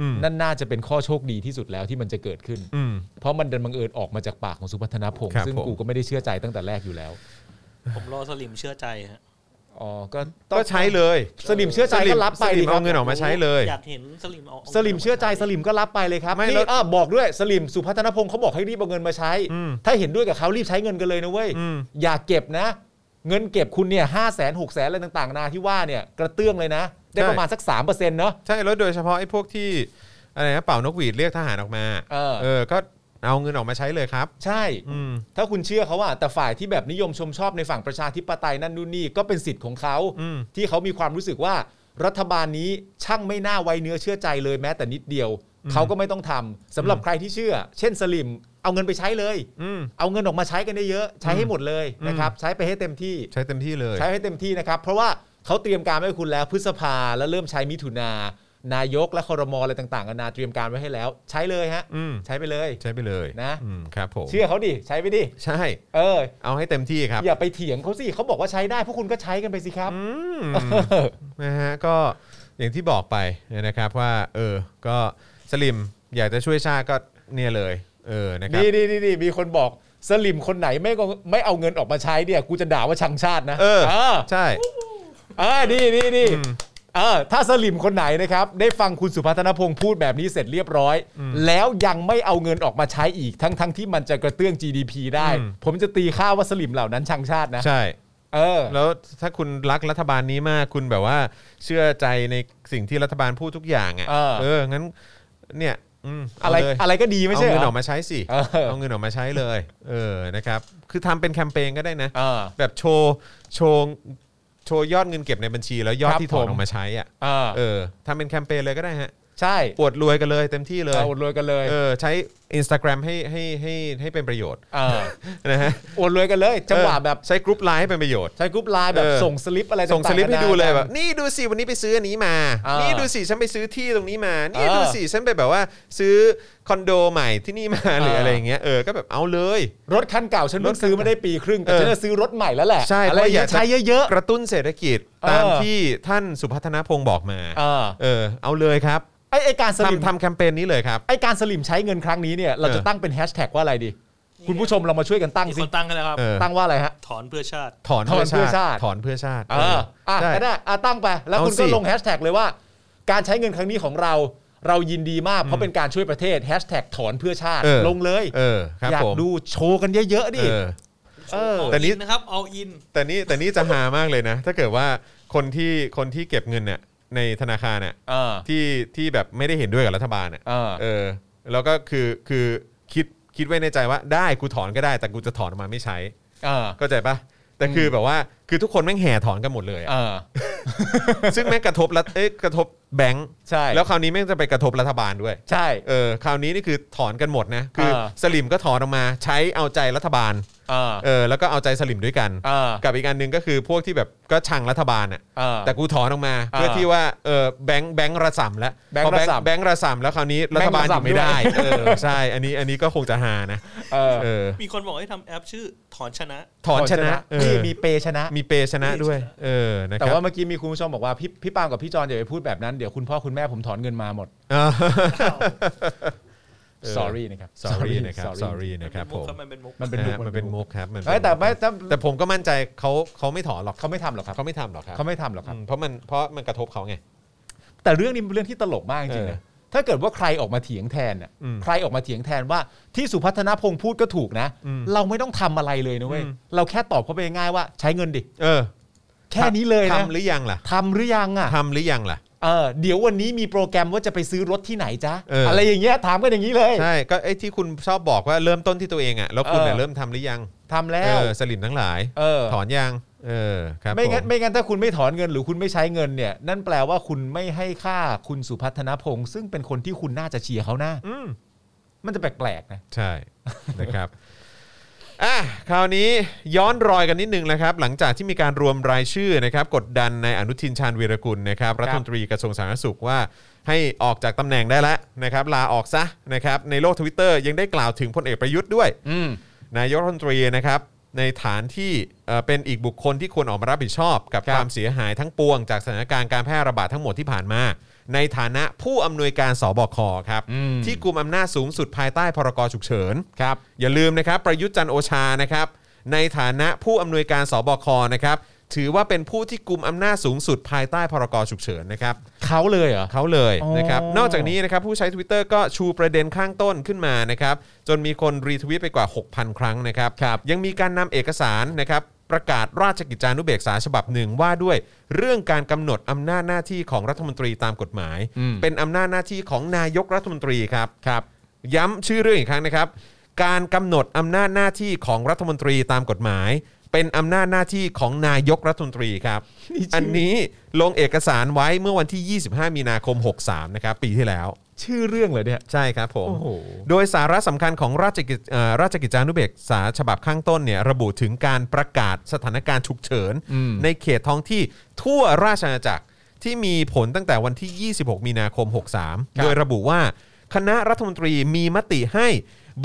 Speaker 2: อืม
Speaker 3: นั่นน่าจะเป็นข้อโชคดีที่สุดแล้วที่มันจะเกิดขึ้น
Speaker 2: อืม
Speaker 3: เพราะมันดันบังเอิญออกมาจากปากของสุพัฒนาพงศ์
Speaker 2: ครับ
Speaker 3: ซึ่ง
Speaker 2: ผม
Speaker 3: กูก็ไม่ได้เชื่อใจตั้งแต่แรกอยู่แล้ว
Speaker 4: ผมรอสลิมเชื่อใจฮะ
Speaker 3: อ๋อก็
Speaker 2: ก็ใช้เลย
Speaker 3: สลิมเชื่อใจก็รับไป
Speaker 2: สลิ
Speaker 3: ดี
Speaker 2: ม
Speaker 3: ครั
Speaker 2: เอา
Speaker 3: บ
Speaker 2: เงินออกมาใช้เลย
Speaker 4: อยากเห็นสลิมเอา
Speaker 3: สลิมเชื่อใจสลิมก็รับไปเลยครับ
Speaker 2: ไม่
Speaker 3: นี่
Speaker 2: แล้ว
Speaker 3: อ่ะบอกด้วยสลิมสุพัฒนพงศ์เขาบอกให้รีบเอาเงินมาใช้
Speaker 2: อืม
Speaker 3: ถ้าเห็นด้วยกับเขารีบใช้เงินกันเลยนะเว้ย
Speaker 2: อืม
Speaker 3: อย่าเก็บนะ เงินเก็บคุณเนี่ยห้าแสนหกแสนอะไรต่างๆนาที่ว่าเนี่ยกระเตื้องเลยนะ ได้
Speaker 2: ใช่
Speaker 3: ประมาณสักสามเปอร์เซ็นต์เนาะ
Speaker 2: ใช่แล้วโดยเฉพาะไอ้พวกที่อะไรนะเป่านกหวีดเรียกทหารออกมา
Speaker 3: เออ
Speaker 2: เออ ก็เอาเงินออกมาใช้เลยครับ
Speaker 3: ใช่
Speaker 2: อืม
Speaker 3: ถ้าคุณเชื่อเขาอะแต่ฝ่ายที่แบบนิยมชมชอบในฝั่งประชาธิปไตยนั่นนู่นนี่ก็เป็นสิทธิ์ของเขา
Speaker 2: อืม
Speaker 3: ที่เขามีความรู้สึกว่ารัฐบาลนี้ช่างไม่น่าไว้เนื้อเชื่อใจเลยแม้แต่นิดเดียว เขาก็ไม่ต้องทำสำหรับใครที่เชื่อ เช่นสลิม เอาเงินไปใช้เลย
Speaker 2: อืม
Speaker 3: เอาเงินออกมาใช้กันเยอะๆใช้ให้หมดเลยนะครับใช้ไปให้เต็มที่
Speaker 2: ใช้เต็มที่เลย
Speaker 3: ใช้ให้เต็มที่นะครับ เพราะว่าเขาเตรียมการไว้ให้คุณแล้วพฤษภาแล้วเริ่มใช้มิถุนานายกและคอรมออะไรต่างๆกันานาเตรียมการไว้ให้แล้ว ใช้เลยฮะ
Speaker 2: อืม
Speaker 3: ใช้ไปเลย
Speaker 2: ใช้ไปเลย
Speaker 3: นะ
Speaker 2: อืมครับผม
Speaker 3: เชื่อเขาดิใช้ไปดิ
Speaker 2: ใช่
Speaker 3: เออ
Speaker 2: เอาให้เต็มที่ครับ
Speaker 3: อย่าไปเถียงเขาสิเขาบอกว่าใช้ได้พวกคุณก็ใช้กันไปสิครับ
Speaker 2: อืม นะฮะก็อย่างที่บอกไปนะครับว่า เออ ก็สลิมอยากจะช่วยชาติก็เนี่ยเลย เออนะครับ
Speaker 3: นี่นี่นี่นี่มีคนบอกสลิมคนไหนไม่ก็ไม่เอาเงินออกมาใช้เนี่ยกูจะด่าว่าชังชาตินะ
Speaker 2: เออ
Speaker 3: เออ
Speaker 2: ใช่
Speaker 3: เออดีดีดีเออถ้าสลิมคนไหนนะครับ ได้ฟังคุณสุพัฒนพงศ์พูดแบบนี้เสร็จเรียบร้อย แล้วยังไม่เอาเงินออกมาใช้อีกทั้งทั้งที่มันจะกระเตื้อง GDP ได้
Speaker 2: อืม
Speaker 3: ผมจะตีค่าว่าสลิมเหล่านั้นชังชาตินะ
Speaker 2: ใช่
Speaker 3: เออ
Speaker 2: แล้วถ้าคุณรักรัฐบาลนี้มากคุณแบบว่าเชื่อใจในสิ่งที่รัฐบาลพูดทุกอย่างอ่ะเอองั้นเนี่ยอืม
Speaker 3: อะไร
Speaker 2: เาเลย
Speaker 3: อะไรก็ดีไม่ใช่
Speaker 2: เอาเงิ
Speaker 3: เหร
Speaker 2: นอ
Speaker 3: อ
Speaker 2: อกมาใช้สิ
Speaker 3: เออ
Speaker 2: เอาเงินออกมาใช้เลย เออนะครับ คือทำเป็นแคมเปญก็ได้นะ
Speaker 3: เออ
Speaker 2: แบบโชว์โชว์โชว์ยอดเงินเก็บในบัญชีแล้วยอด
Speaker 3: ครับ
Speaker 2: ที่ถอน
Speaker 3: ผม
Speaker 2: ออกมาใช้อ่ะ
Speaker 3: เออ
Speaker 2: เออทำเป็นแคมเปญเลยก็ได้ฮะ
Speaker 3: ใช่
Speaker 2: อวดรวยกันเลยเต็มที่เลย
Speaker 3: เอาอวดรวยกันเลย
Speaker 2: เออใช้ Instagram ให้ให้ให้ให้เป็นประโยชน์
Speaker 3: เออ
Speaker 2: นะฮะ
Speaker 3: อวดรวยกันเลย จังหวะแบบ
Speaker 2: ใช้กรุ๊ปไลน์ให้เป็นประโยชน์
Speaker 3: ใช้กรุ๊ปไลน์แบบ
Speaker 2: เออ
Speaker 3: ส่งสลิปอะไรต่างๆ
Speaker 2: ส่งสลิปให้ดูเลย
Speaker 3: นานา
Speaker 2: แบบนี่ดูสิวันนี้ไปซื้ออันนี้มา
Speaker 3: อ่านี่
Speaker 2: นี่ดูสิฉันไปซื้อที่ตรงนี้มา นี่
Speaker 3: เออ
Speaker 2: ดูสิฉันไปแบบว่าซื้อคอนโดใหม่ที่นี่มา หรือ
Speaker 3: เอออ
Speaker 2: อะไรอย่างเงี้ยเออก็แบบเอาเลย
Speaker 3: รถคันเก่าฉันเพิ่งซื้อมาได้ปีครึ่งแต่
Speaker 2: เออ
Speaker 3: ฉันจะซื้อรถใหม่แล้วแหละ
Speaker 2: ใช่
Speaker 3: อะไรอ
Speaker 2: เพราะอยา
Speaker 3: ย่าก ง
Speaker 2: จะ
Speaker 3: ใช้เยอะ
Speaker 2: กระตุ้นเศรษฐกิจ
Speaker 3: เออ
Speaker 2: ตามที่ท่านสุพัฒนพงศ์บอกมา
Speaker 3: ๆเออ
Speaker 2: เออเอาเลยครับ
Speaker 3: ไอไอการสลิม
Speaker 2: ทำทำแคมเปญนี้เลยครับ
Speaker 3: ไอการสลิมใช้เงินครั้งนี้เนี่ยเราจะตั้งเป็นแฮชแท็กว่าอะไรดี คุณผู้ชมเรามาช่วยกันตั้ง
Speaker 4: มี
Speaker 3: สิ
Speaker 4: คนตั้งกันแล้วครับ
Speaker 2: เออ
Speaker 3: ตั้งว่าอะไรฮะ
Speaker 4: ถอนเพื่อชาติ
Speaker 2: ถอนเพื่อ
Speaker 3: ถอนเพื่อ
Speaker 2: ชา
Speaker 3: ชาติ
Speaker 2: ติถอนเพื่อชาติ
Speaker 3: เอออ่ะ
Speaker 2: ใช่
Speaker 3: ก็ได้อ่ะตั้งไปแล้วคุณ
Speaker 2: เอาสิ
Speaker 3: ก็ลงแฮชแท็กเลยว่า การใช้เงินครั้งนี้ของเรา เรายินดีมากเพราะเป็นการช่วยประเทศแฮชแท็กถอนเพื่อชาติ
Speaker 2: ออ
Speaker 3: ลงเลย
Speaker 2: เออครับ
Speaker 3: อยาก
Speaker 2: ผม
Speaker 3: ดูโชว์กันเยอะๆดิ
Speaker 2: เออ
Speaker 3: เออ
Speaker 2: แต่นี้
Speaker 4: All in นะครับเอาอิน
Speaker 2: แต่นี่แต่นี่จะหามากเลยนะ ถ้าเกิดว่าคนที่คนที่เก็บเงินเนี่ยในธนาคารเนี่ย
Speaker 3: เออ
Speaker 2: ที่ที่แบบไม่ได้เห็นด้วยกับรัฐบาลอ่ะ
Speaker 3: เออ
Speaker 2: เออ แล้วก็คือคือคิดคิดไว้ในใจว่าได้กูถอนก็ได้แต่กูจะถอนออกมาไม่ใช้
Speaker 3: เออ
Speaker 2: เข้าใจปะแต่คือแบบว่าคือทุกคนแม่งแห่ถอนกันหมดเลย
Speaker 3: เอ
Speaker 2: อะ
Speaker 3: อ
Speaker 2: ซึ่งแม่งกระทบรัฐเอ๊ะกระทบแบงค์
Speaker 3: ใช่
Speaker 2: แล้วคราวนี้แม่งจะไปกระทบรัฐบาลด้วย
Speaker 3: ใช่
Speaker 2: เออคราวนี้นี่คือถอนกันหมดนะคือ
Speaker 3: เออ
Speaker 2: สลิมก็ถอนออกมาใช้เอาใจรัฐบาล
Speaker 3: เออ
Speaker 2: เออแล้วก็เอาใจสลิมด้วยกัน
Speaker 3: เออ
Speaker 2: กับอีกอันหนึ่งก็คือพวกที่แบบก็ชังรัฐบาลอ่ะ
Speaker 3: เออ
Speaker 2: แต่กูถอนออกมาเพื่อที่ว่าเออแบงค์แบงค์ระสำแล้ว
Speaker 3: แบงค์
Speaker 2: พอ
Speaker 3: ระสำ
Speaker 2: แบงค์ระสำแล้วคราวนี้รัฐบาลอ
Speaker 3: แบงค์ระสำ
Speaker 2: ยู่ไม่ได้
Speaker 3: ด้วย
Speaker 2: เออใช่ อันนี้อันนี้ก็คงจะหานะ
Speaker 3: เออ
Speaker 2: เออ
Speaker 4: มีคนบอกให้ทำแอปชื่อถอนชนะ
Speaker 2: ถอนชนะเอ
Speaker 3: นี่
Speaker 2: อ
Speaker 3: มีเปชนะ
Speaker 2: มีเปย์ชนะด้วย เออนะค
Speaker 3: แต่
Speaker 2: รับ
Speaker 3: ว่าเมื่อกี้มีคุณผู้ชมบอกว่าพี่พี่ปาล์มกับพี่จอนอย่าไปพูดแบบนั้น เดี๋ยวคุณพ่อคุณแม่ผมถอนเงินมาหมด
Speaker 2: เออ เออ
Speaker 3: sorry นะครับ
Speaker 2: sorry นะครับ sorry นะครับผม
Speaker 4: มันเป็นมุก
Speaker 3: มันเป็นมุก
Speaker 2: ะฮะมันเป็นมุกครับนเป็น
Speaker 3: เอ้ยแต่ไม่แต่
Speaker 2: แต่ผมก็มั่นใจเขาเขาไม่ถอนหรอก
Speaker 3: เขาไม่ทำหรอกครับ
Speaker 2: เขาไม่ทำหรอกครับ
Speaker 3: เขาไม่ทำหรอกครับ
Speaker 2: อืมเพราะมันเพราะมันกระทบเขาไง
Speaker 3: แต่เรื่องนี้เป็นเรื่องที่ตลกมากจริงๆนะถ้าเกิดว่าใครออกมาเถียงแทนน่ะ
Speaker 2: อืม
Speaker 3: ใครออกมาเถียงแทนว่าที่สุพัฒนพงษ์พูดก็ถูกนะ
Speaker 2: อืม
Speaker 3: เราไม่ต้องทำอะไรเลยนะเว้ย
Speaker 2: อืม
Speaker 3: เราแค่ตอบเขาไปง่ายๆว่าใช้เงินดิ
Speaker 2: เออ
Speaker 3: แค่นี้เลยนะ
Speaker 2: ทำหรือยังล่ะ
Speaker 3: ทำหรือยังอ่ะ
Speaker 2: ทำหรือยังล่ะ
Speaker 3: เออเดี๋ยววันนี้มีโปรแกรมว่าจะไปซื้อรถที่ไหนจ้ะ
Speaker 2: เอออ
Speaker 3: อะไรอย่างเงี้ยถามกันอย่างนี้เลย
Speaker 2: ใช่ก็ไอ้ที่คุณชอบบอกว่าเริ่มต้นที่ตัวเองอ่ะแล้วคุณเนี่ย
Speaker 3: เออ
Speaker 2: เริ่มทำหรือยัง
Speaker 3: ทำแล้
Speaker 2: เอ
Speaker 3: ว
Speaker 2: อสลิมทั้งหลาย
Speaker 3: เออ
Speaker 2: ถอนยังเออครับ
Speaker 3: ไม่งั้น
Speaker 2: ผ
Speaker 3: ไม่งั้นถ้าคุณไม่ถอนเงินหรือคุณไม่ใช้เงินเนี่ย นั่นแปลว่าคุณไม่ให้ค่าคุณสุพัฒนพงศ์ซึ่งเป็นคนที่คุณน่าจะเชียร์เขานะ
Speaker 2: อืม
Speaker 3: มันจะแปลกๆนะ
Speaker 2: ใช่ นะครับ อ่ะคราวนี้ย้อนรอยกันนิดนึงนะครับหลังจากที่มีการรวมรายชื่อนะครับกดดันในายอนุทินชาญวีรกุลนะครับรัฐมนตรีกระทรวงสาธารณสุขว่า ให้ออกจากตำแหน่งได้แล้วนะครับลาออกซะนะครับในโลกทวิตเตอร์ยังได้กล่าวถึงพลเอกประยุทธ์ด้วย
Speaker 5: อืม
Speaker 2: นายกรัฐมนตรีนะครับในฐานที่เอ่อเป็นอีกบุคคลที่ควรออกมารับผิดชอบ กับ
Speaker 5: ครับ
Speaker 2: ความเสียหายทั้งปวง จากสถานการณ์การแพร่ระบาดทั้งหมดที่ผ่านมา ในฐานะผู้อำนวยการสบคครับ
Speaker 5: อืม
Speaker 2: ที่กุมอำนาจสูงสุดภายใต้พรกฉุกเฉิน
Speaker 5: ครับ
Speaker 2: อย่าลืมนะครับ ประยุทธ์จันทร์โอชานะครับ ในฐานะผู้อำนวยการสบคนะครับ ถือว่าเป็นผู้ที่กุมอำนาจสูงสุดภายใต้พรกฉุกเฉินนะครับ
Speaker 5: เขาเลยเหรอ
Speaker 2: เขาเลย
Speaker 5: อ๋อ
Speaker 2: นะครับนอกจากนี้นะครับผู้ใช้ Twitter ก็ชูประเด็นข้างต้นขึ้นมานะครับจนมีคนรีทวิตไปกว่า 6,000 ครั้งนะครับยังมีการนำเอกสารนะครับประกาศราชกิจจานุเบกษาฉบับหนึ่งว่าด้วยเรื่องการกำหนดอำนาจหน้าที่ของรัฐมนตรีตามกฎหมาย เป็นอำนาจหน้าที่ของนายกรัฐมนตรีครับครับย้ำชื่อเรื่องอีกครั้งนะครับ การกำหนดอำนาจหน้าที่ของรัฐมนตรีตามกฎหมาย เป็นอำนาจหน้าที่ของนายกรัฐมนตรีครับ อันนี้ลงเอกสารไว้เมื่อวันที่ 25 มีนาคม 63 นะครับ ปีที่แล้ว
Speaker 3: ชื่อเรื่องเลยเนี่ย
Speaker 2: ใช่ครับผม
Speaker 3: โอ้โห
Speaker 2: โดยสาระสำคัญของราชกิจเอ่อราชกิจจานุเบกษาฉบับข้างต้นเนี่ยระบุถึงการประกาศสถานการณ์ฉุกเฉิน ในเขตท้องที่ทั่วราชอาณาจักรที่มีผลตั้งแต่วันที่ 26 มีนาคม 63 โดยระบุว่า คณะรัฐมนตรีมีมติให้